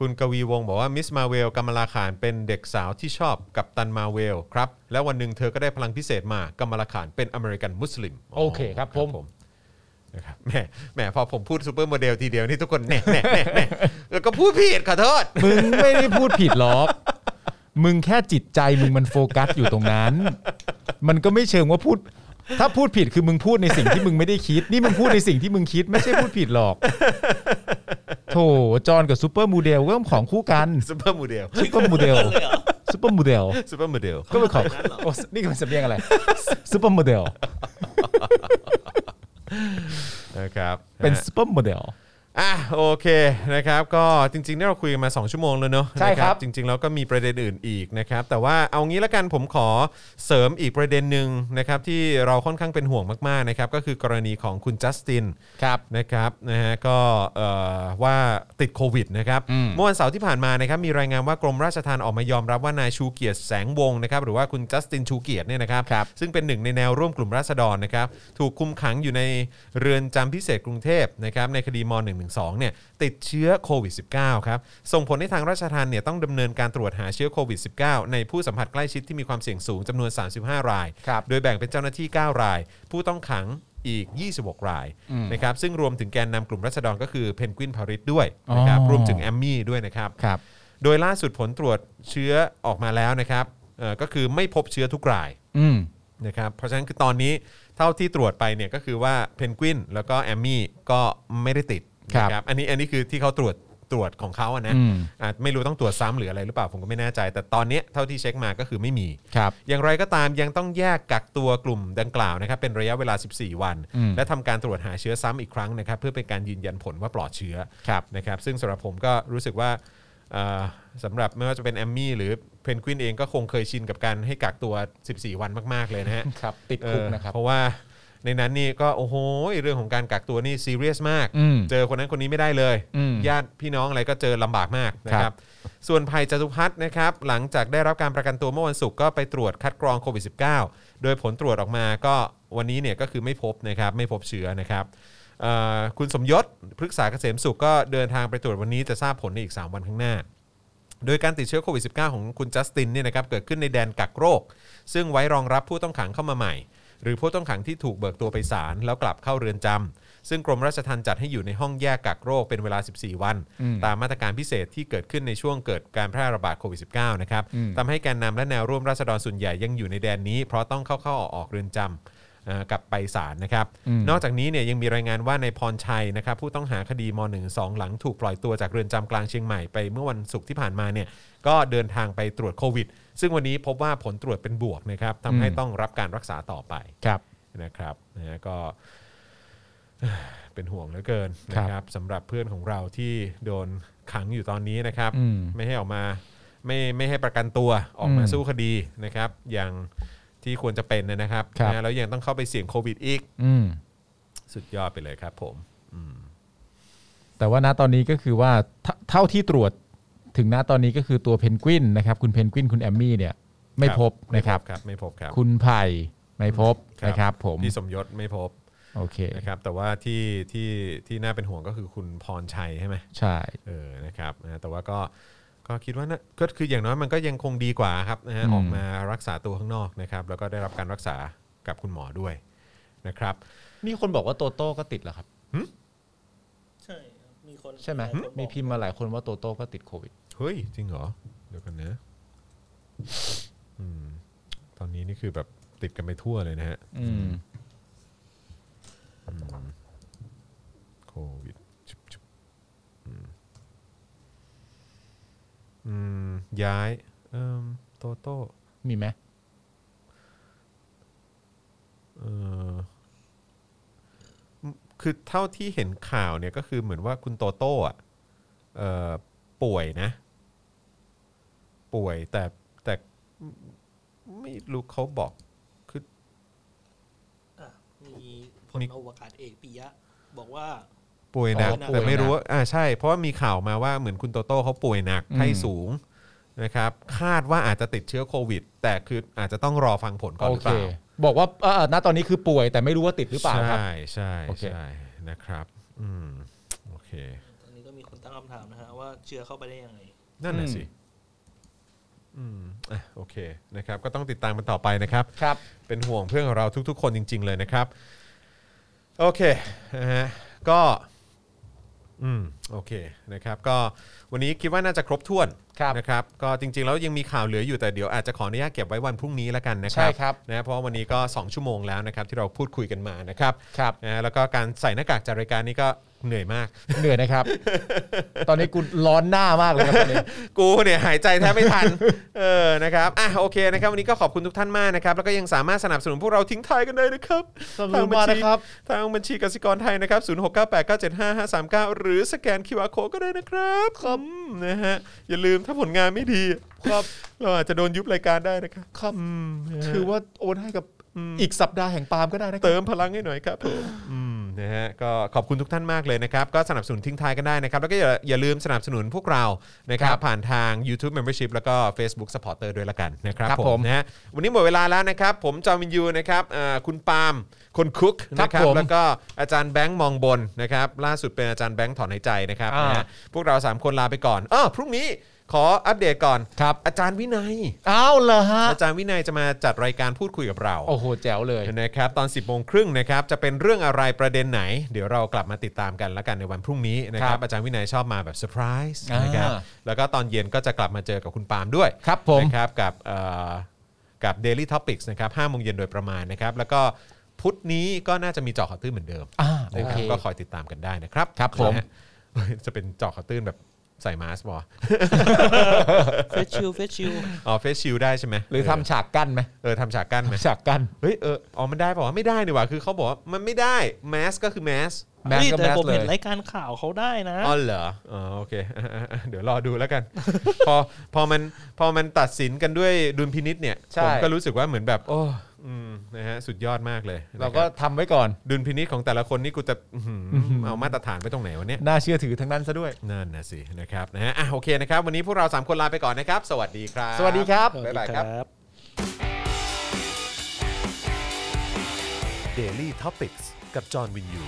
Speaker 2: คุณกวีวงศ์บอกว่ามิสมาเวลกัมลาขานเป็นเด็กสาวที่ชอบกับตันมาเวลครับ แล้ววันหนึ่งเธอก็ได้พลังพิเศษมากัมลาขานเป็นอเมริกันมุสลิม
Speaker 3: โอเคครับผม
Speaker 2: นะครับแหมแหมพอผมพูดซูเปอร์โมเดลทีเดียวนี่ทุกคนแหน่แหน่แหน่แหน่แล้วก็พูดผิดขอโทษ
Speaker 3: มึงไม่ได้พูดผิดหรอก มึงแค่จิตใจมึงมันโฟกัสอยู่ตรงนั้น มันก็ไม่เชิงว่าพูด ถ้าพูดผิดคือมึงพูดในสิ่งที่มึงไม่ได้คิด นี่มึงพูดในสิ่งที่มึงคิด ไม่ใช่พูดผิดหรอก โถจอห์นกับซูเปอร์โมูเดลก็ต้องของคู่กัน
Speaker 2: ซูเปอร์โมเดล
Speaker 3: ซูเปอร์โมูเดล
Speaker 6: เลยเหรอ
Speaker 3: ซูเปอร์โมูเดล
Speaker 2: ซูเปอร์โมเดล
Speaker 3: ก็เป็นของโอ้นี่คือมันสำเนียงอะไร ซูเปอร์โมูเดล
Speaker 2: นะครับ
Speaker 3: เป็น
Speaker 2: ฮะ
Speaker 3: ซูเปอร์โมูเดล
Speaker 2: อ่ะโอเคนะครับก็จริงๆเนี่ยเราคุยกันมา 2 ชั่วโมงแล้วเนอะ
Speaker 3: ใช่ครับ
Speaker 2: นะจริงๆแล้วก็มีประเด็นอื่นอีกนะครับแต่ว่าเอางี้ละกันผมขอเสริมอีกประเด็นหนึ่งนะครับที่เราค่อนข้างเป็นห่วงมากๆนะครับก็คือกรณีของคุณจัสติน
Speaker 3: ครับ
Speaker 2: นะครับนะฮะก็เอ่อว่าติดโควิดนะครับ
Speaker 3: อืม
Speaker 2: เมื่อวันเสาร์ที่ผ่านมานะครับมีรายงานว่ากรมราชธรรม์ออกมายอมรับว่านายชูเกียรติแสงวงศ์นะครับหรือว่าคุณจัสตินชูเกียรติเนี่ยนะครับ
Speaker 3: ครับ
Speaker 2: ซึ่งเป็นหนึ่งในแนวร่วมกลุ่มราษฎรนะครับถูกคุมขังอยู่ในเรือนจำพิเศษกรุงเทพนะครับในคดีม .112 เนี่ยติดเชื้อโควิด -19 ครับส่งผลให้ทางราชธรรม์เนี่ยต้องดำเนินการตรวจหาเชื้อโควิด -19 ในผู้สัมผัสใกล้ชิดที่มีความเสี่ยงสูงจำนวน 35 ราย
Speaker 3: ครับ
Speaker 2: โดยแบ่งเป็นเจ้าหน้าที่ 9 ราย ผู้ต้องขังอีก 26 รายนะครับซึ่งรวมถึงแกนนำกลุ่มรัษฎรก็คือเพนกวินพาริสด้วยนะครับ
Speaker 3: อ๋อ
Speaker 2: รวมถึงแอมมี่ด้วยนะครับ
Speaker 3: ครับ
Speaker 2: โดยล่าสุดผลตรวจเชื้อออกมาแล้วนะครับเอ่อก็คือไม่พบเชื้อทุกราย
Speaker 3: อืม
Speaker 2: นะครับเพราะฉะนั้นคือตอนนี้เท่าที่ตรวจไปเนี่ยก็คือว่าเพนกวินแล้วก็แอมมี่ก็ไม่ได้ติด
Speaker 3: ครับ
Speaker 2: นะครับอันนี้อันนี้คือที่เขาตรวจตรวจของเขาอะนะ
Speaker 3: อืม
Speaker 2: อาจไม่รู้ต้องตรวจซ้ำหรืออะไรหรือเปล่าผมก็ไม่แน่ใจ แต่ตอนเนี้ยเท่าที่เช็คมาก็คือไม่มี
Speaker 3: ครับ
Speaker 2: อย่างไรก็ตามยังต้องแยกกักตัวกลุ่มดังกล่าวนะครับเป็นระยะเวลา 14 วัน
Speaker 3: อืม
Speaker 2: และทำการตรวจหาเชื้อซ้ำอีกครั้งนะครับเพื่อเป็นการยืนยันผลว่าปลอดเชื้อ
Speaker 3: ครับ
Speaker 2: นะครับซึ่งสำหรับผมก็รู้สึกว่าเอ่อสำหรับไม่ว่าจะเป็นแอมมี่หรือเพนกวินเองก็คงเคยชินกับการให้กักตัว 14 วันมากๆเลยนะฮะ
Speaker 3: ครับ ติดคุกนะครั
Speaker 2: เอ
Speaker 3: บ
Speaker 2: อเพราะว่าในนั้นนี่ก็โอ้โหเรื่องของการกักตัวนี่ซีเรียสมาก
Speaker 3: อืม
Speaker 2: เจอคนนั้นคนนี้ไม่ได้เลย
Speaker 3: อืม
Speaker 2: ญาติพี่น้องอะไรก็เจอลำบากมากนะค
Speaker 3: ครั
Speaker 2: รับ
Speaker 3: บ
Speaker 2: ส่วนภัยจตุพัฒน์นะครับ หลังจากได้รับการประกันตัวเมื่อวันศุกร์ก็ไปตรวจคัดกรองโควิด -19 โดยผลตรวจออกมาก็วันนี้เนี่ยก็คือไม่พบนะครับ ไม่พบเชื้อนะครับเอ่อคุณสมยศพฤกษาเกษมสุขก็เดินทางไปตรวจวันนี้จะทราบผลในอีก 3 วันข้างหน้า โดยการติดเชื้อโควิด -19 ของคุณจัสตินเนี่ยนะครับเกิดขึ้นในแดนกักโรค ซึ่งไว้รองรับผู้ต้องขังเข้ามาใหม่ หรือผู้ต้องขังที่ถูกเบิกตัวไปศาลแล้วกลับเข้าเรือนจำซึ่งกรมราชทัณฑ์จัดให้อยู่ในห้องแยกกักโรคเป็นเวลา 14 วัน ตามมาตรการพิเศษที่เกิดขึ้นในช่วงเกิดการแพร่ระบาดโควิด -19 นะครับทำให้แกนนำและแนวร่วมราษฎรส่วนใหญ่ยังอยู่ในแดนนี้ เพราะต้องเข้าๆออกๆเรือนจำ เอ่อกลับไปศาลนะครับ นอกจากนี้เนี่ยยังมีรายงานว่านายพรชัยนะครับผู้ต้องหาคดีม .12 หลังถูกปล่อยตัวจากเรือนจำกลางเชียงใหม่ไปเมื่อวันศุกร์ที่ผ่านมาเนี่ยก็เดินทางไปตรวจโควิด ซึ่งวันนี้พบว่าผลตรวจเป็นบวกนะครับทำให้
Speaker 3: อืม
Speaker 2: ต้องรับการรักษาต่อไป
Speaker 3: ครับ
Speaker 2: นะครับนะฮะก็ เอ่อเป็นห่วงเหลือเกินนะครับสำหรับเพื่อนของเราที่โดนขังอยู่ตอนนี้นะครับ
Speaker 3: อืม
Speaker 2: ไม่ให้ออกมาไม่ไม่ให้ประกันตัวออกมา
Speaker 3: อืม
Speaker 2: สู้คดีนะครับ อย่างที่ควรจะเป็นนะครับ
Speaker 3: ครับ
Speaker 2: นะแล้วยังต้องเข้าไปเสี่ยงโควิดอีก
Speaker 3: อืม
Speaker 2: สุดยอดไปเลยครับผม
Speaker 3: แต่ว่าณตอนนี้ก็คือว่าเท่าเท่าที่ตรวจถึงณตอนนี้ก็คือตัวเพนกวินนะครับ คุณเพนกวินคุณแอมมี่เนี่ย ไม่
Speaker 2: ครับ
Speaker 3: พบนะครับ
Speaker 2: ครับไม่พบครับ
Speaker 3: คุณไผ่ ไม่พบนะครับผม
Speaker 2: พี่สมยศไม่พบ
Speaker 3: โอเค
Speaker 2: นะครับแต่ว่าที่ที่ที่น่าเป็นห่วงก็คือคุณพรชัยใช่ไหม
Speaker 3: ใช่
Speaker 2: เออ นะครับนะแต่ว่าก็ ก็คิดว่านะก็คืออย่างน้อยมันก็ยังคงดีกว่าครับนะฮะออกมารักษาตัวข้างนอกนะครับ แล้วก็ได้รับการรักษากับคุณหมอด้วยนะครับ
Speaker 3: มีคนบอกว่าโตโต้ก็ติดเหรอครับ
Speaker 6: ใช่ครับมีคน
Speaker 3: ใช่ไหม
Speaker 6: ลายคนบอก
Speaker 3: มีพิมพ์มาหลายคนว่าโตโต้ก็ติดโควิด
Speaker 2: เฮ้ย จริงเหรอ เดี๋ยวกันนะอืมตอนนี้นี่คือแบบติดกันไปทั่วเลยนะฮะ
Speaker 3: อืม
Speaker 2: โควิดชุบชุบอืมอืม ย้ายเอ่มโตโต้
Speaker 3: มีไหม
Speaker 2: เอ่อคือเท่าที่เห็นข่าวเนี่ยก็คือเหมือนว่าคุณโตโต้อะเอ่อป่วยนะ ป่วยแต่แต่ไม่รู้เขาบอกคือ
Speaker 6: อ่ะมีพล
Speaker 2: มี
Speaker 6: อวกาศเอกปิยะ บอกว่า
Speaker 2: ป่วยหนัก
Speaker 6: อ๋อป่วยหนัก
Speaker 2: แต่ไม่รู้ว่าอ่าใช่ เพราะว่ามีข่าวมาว่าเหมือนคุณโตโต้เขาป่วยหนักไข้สูงนะครับ คาดว่าอาจจะติดเชื้อโควิด แต่คืออาจจะต้องรอฟังผลก่อน
Speaker 3: โอ
Speaker 2: หรือ
Speaker 3: เค
Speaker 2: เปล่า
Speaker 3: บอกว่าเออณตอนนี้คือป่วยแต่ไม่รู้ว่าติดหรือเปล่าครับ
Speaker 2: ใช่ใช่
Speaker 3: โอเค
Speaker 2: ใช่นะครับ อืมโอเค
Speaker 6: ตอนนี้ก็มีคนตั้งคำถามนะฮะว่าเชื้อเข้าไปได้ยังไง
Speaker 2: นั่นแหละ
Speaker 3: อืม
Speaker 2: สิ อืมอ่ะโอเคนะครับ ก็ต้องติดตามกันต่อไปนะครับ
Speaker 3: ครับ
Speaker 2: เป็นห่วงเพื่อนของเราทุกๆ คนจริง ๆ เลยนะครับ โอเคนะฮะก็ อืมโอเคนะครับ ก็วันนี้คิดว่าน่าจะครบถ้วน
Speaker 3: ครับ
Speaker 2: นะครับ ก็จริง ๆ แล้วยังมีข่าวเหลืออยู่แต่เดี๋ยวอาจจะขออนุญาตเก็บไว้วันพรุ่งนี้แล้วกันนะครั
Speaker 3: ใช่ครับ
Speaker 2: นะเพราะวันนี้ก็ 2 ชั่วโมงแล้วนะครับ ที่เราพูดคุยกันมานะครับ
Speaker 3: ครับ
Speaker 2: นะฮะแล้วก็การใส่หน้ากากจัดรายการนี้ก็เหนื่อยมาก
Speaker 3: เหนื่อยนะครับ ตอนนี้กูร้อนหน้ามากเลยครับตอนนี้
Speaker 2: กูเนี่ยหายใจแทบไม่ทัน เออ นะครับ อ่ะ โอเค นะครับ วันนี้ก็ขอบคุณทุกท่านมากนะครับ แล้วก็ยังสามารถสนับสนุนพวกเราทิ้งท้ายกันได้นะครับ
Speaker 3: สนับสนุนมานะครับ
Speaker 2: ทางบัญชีกสิกรไทยนะครับ 0698975539 หรือสแกน QR Code ก็ได้นะครับครับนะฮะ อย่าลืมถ้าผลงานไม่ดีครับเราอาจจะโดนยุบรายการได้นะครับครับ
Speaker 3: ถือว่าโอนให้กับอีกสัปดาห์แห่งปาล์มก็ได้นะครับ
Speaker 2: เติมพลังให้หน่อยครับผมอืมนะฮะ ก็ขอบคุณทุกท่านมากเลยนะครับ ก็สนับสนุนทิ้งท้ายกันได้นะครับ แล้วก็อย่าอย่าลืมสนับสนุนพวกเรา นะครับ
Speaker 3: ครับ
Speaker 2: ผ่านทาง YouTube Membership แล้วก็ Facebook Supporter ด้วยละกันนะครับ
Speaker 3: ครับผม
Speaker 2: นะฮะวันนี้หมดเวลาแล้วนะครับ ผมจอมวินยูนะครับอ่าคุณปาล์มคนคุกนะค
Speaker 3: ครั
Speaker 2: รับบ
Speaker 3: ผม
Speaker 2: แล้วก็อาจารย์แบงค์มองบนนะครับล่าสุดเป็นอาจารย์แบงค์ถอนหายใจนะครับ
Speaker 3: อ่าน
Speaker 2: นะฮะพวกเรา 3 คนลาไปก่อนเออพรุ่งนี้ขออัปเดตก่อน
Speaker 3: ครับ
Speaker 2: อาจารย์วินัย
Speaker 3: อ้าวเหรอฮะ
Speaker 2: อาจารย์วินัยจะมาจัดรายการพูดคุยกับเรา
Speaker 3: โอ้โหแจ๋วเลย
Speaker 2: นะครับตอน 10บโมงครึ่งนะครับจะเป็นเรื่องอะไรประเด็นไหน เดี๋ยวเรากลับมาติดตามกันแล้วกันในวันพรุ่งนี้นะค
Speaker 3: ค
Speaker 2: รั
Speaker 3: รั
Speaker 2: บบ อาจารย์วินัยชอบมาแบบเซอร์ไพรส์
Speaker 3: อ่าน
Speaker 2: นะครับแล้วก็ตอนเย็นก็จะกลับมาเจอกับคุณปาล์มด้วย
Speaker 3: ครับผม
Speaker 2: นะครับกับเอ่อกับ Daily Topics นะครับ5โมงเย็นโดยประมาณนะครับ แล้วก็พุธนี้ก็น่าจะมีเจาะข่าวตื้นเหมือนเดิม
Speaker 3: อ่า
Speaker 2: นะครั
Speaker 3: โอ
Speaker 2: บ
Speaker 3: เค
Speaker 2: ก็คอยติดตามกันได้นะครับ
Speaker 3: ครับผม
Speaker 2: นะฮะ จะเป็นเจาะข่าวตื้นแบบใส่มาสก์บอ
Speaker 4: เฟชชิลเฟชชิล
Speaker 2: อ๋อเฟซชิลได้ใช่ไหม
Speaker 3: หรือทำฉากกั้นไหม
Speaker 2: เออทำฉากกั้นไหม
Speaker 3: ฉากกั้น
Speaker 2: เฮ้ยเอออ๋อมันได้ป่าวะไม่ได้นี่หว่าคือเขาบอกว่ามันไม่ได้แมสก็คือแมส
Speaker 3: แมส
Speaker 6: เฮ้ย
Speaker 3: ก็
Speaker 6: แต่
Speaker 3: แมส
Speaker 6: ผม
Speaker 3: เล
Speaker 6: เห็น
Speaker 3: ย
Speaker 6: รายการข่าวเขาได้นะ
Speaker 2: อ๋อเหรออ๋อโอเค อ่ะอ่ะอ่ะเดี๋ยวรอดูแล้วกัน พอพอมันพอมันตัดสินกันด้วยดุลพินิษเนี่ย
Speaker 3: ใช่
Speaker 2: ผมก็รู้สึกว่าเหมือนแบบโอ้อืมนะฮะสุดยอดมากเลยนะครับ
Speaker 3: เราก็ทำไว้ก่อน
Speaker 2: ดุลพินิจของแต่ละคนนี่กูจะอื้อหือเอามาตรฐานไปตรงไหนวะเนี่ย
Speaker 3: น่าเชื่อถือทั้งนั้นซะด้วย
Speaker 2: นั่นนะสินะครับนะฮะอ่ะโอเคนะครับ วันนี้พวกเรา 3 คนลาไปก่อนนะครับ สวัสดีครับ
Speaker 3: สวัสดีครับ
Speaker 2: บ๊ายบายครับ
Speaker 1: Daily t o p i c กกับจอห์นวินยู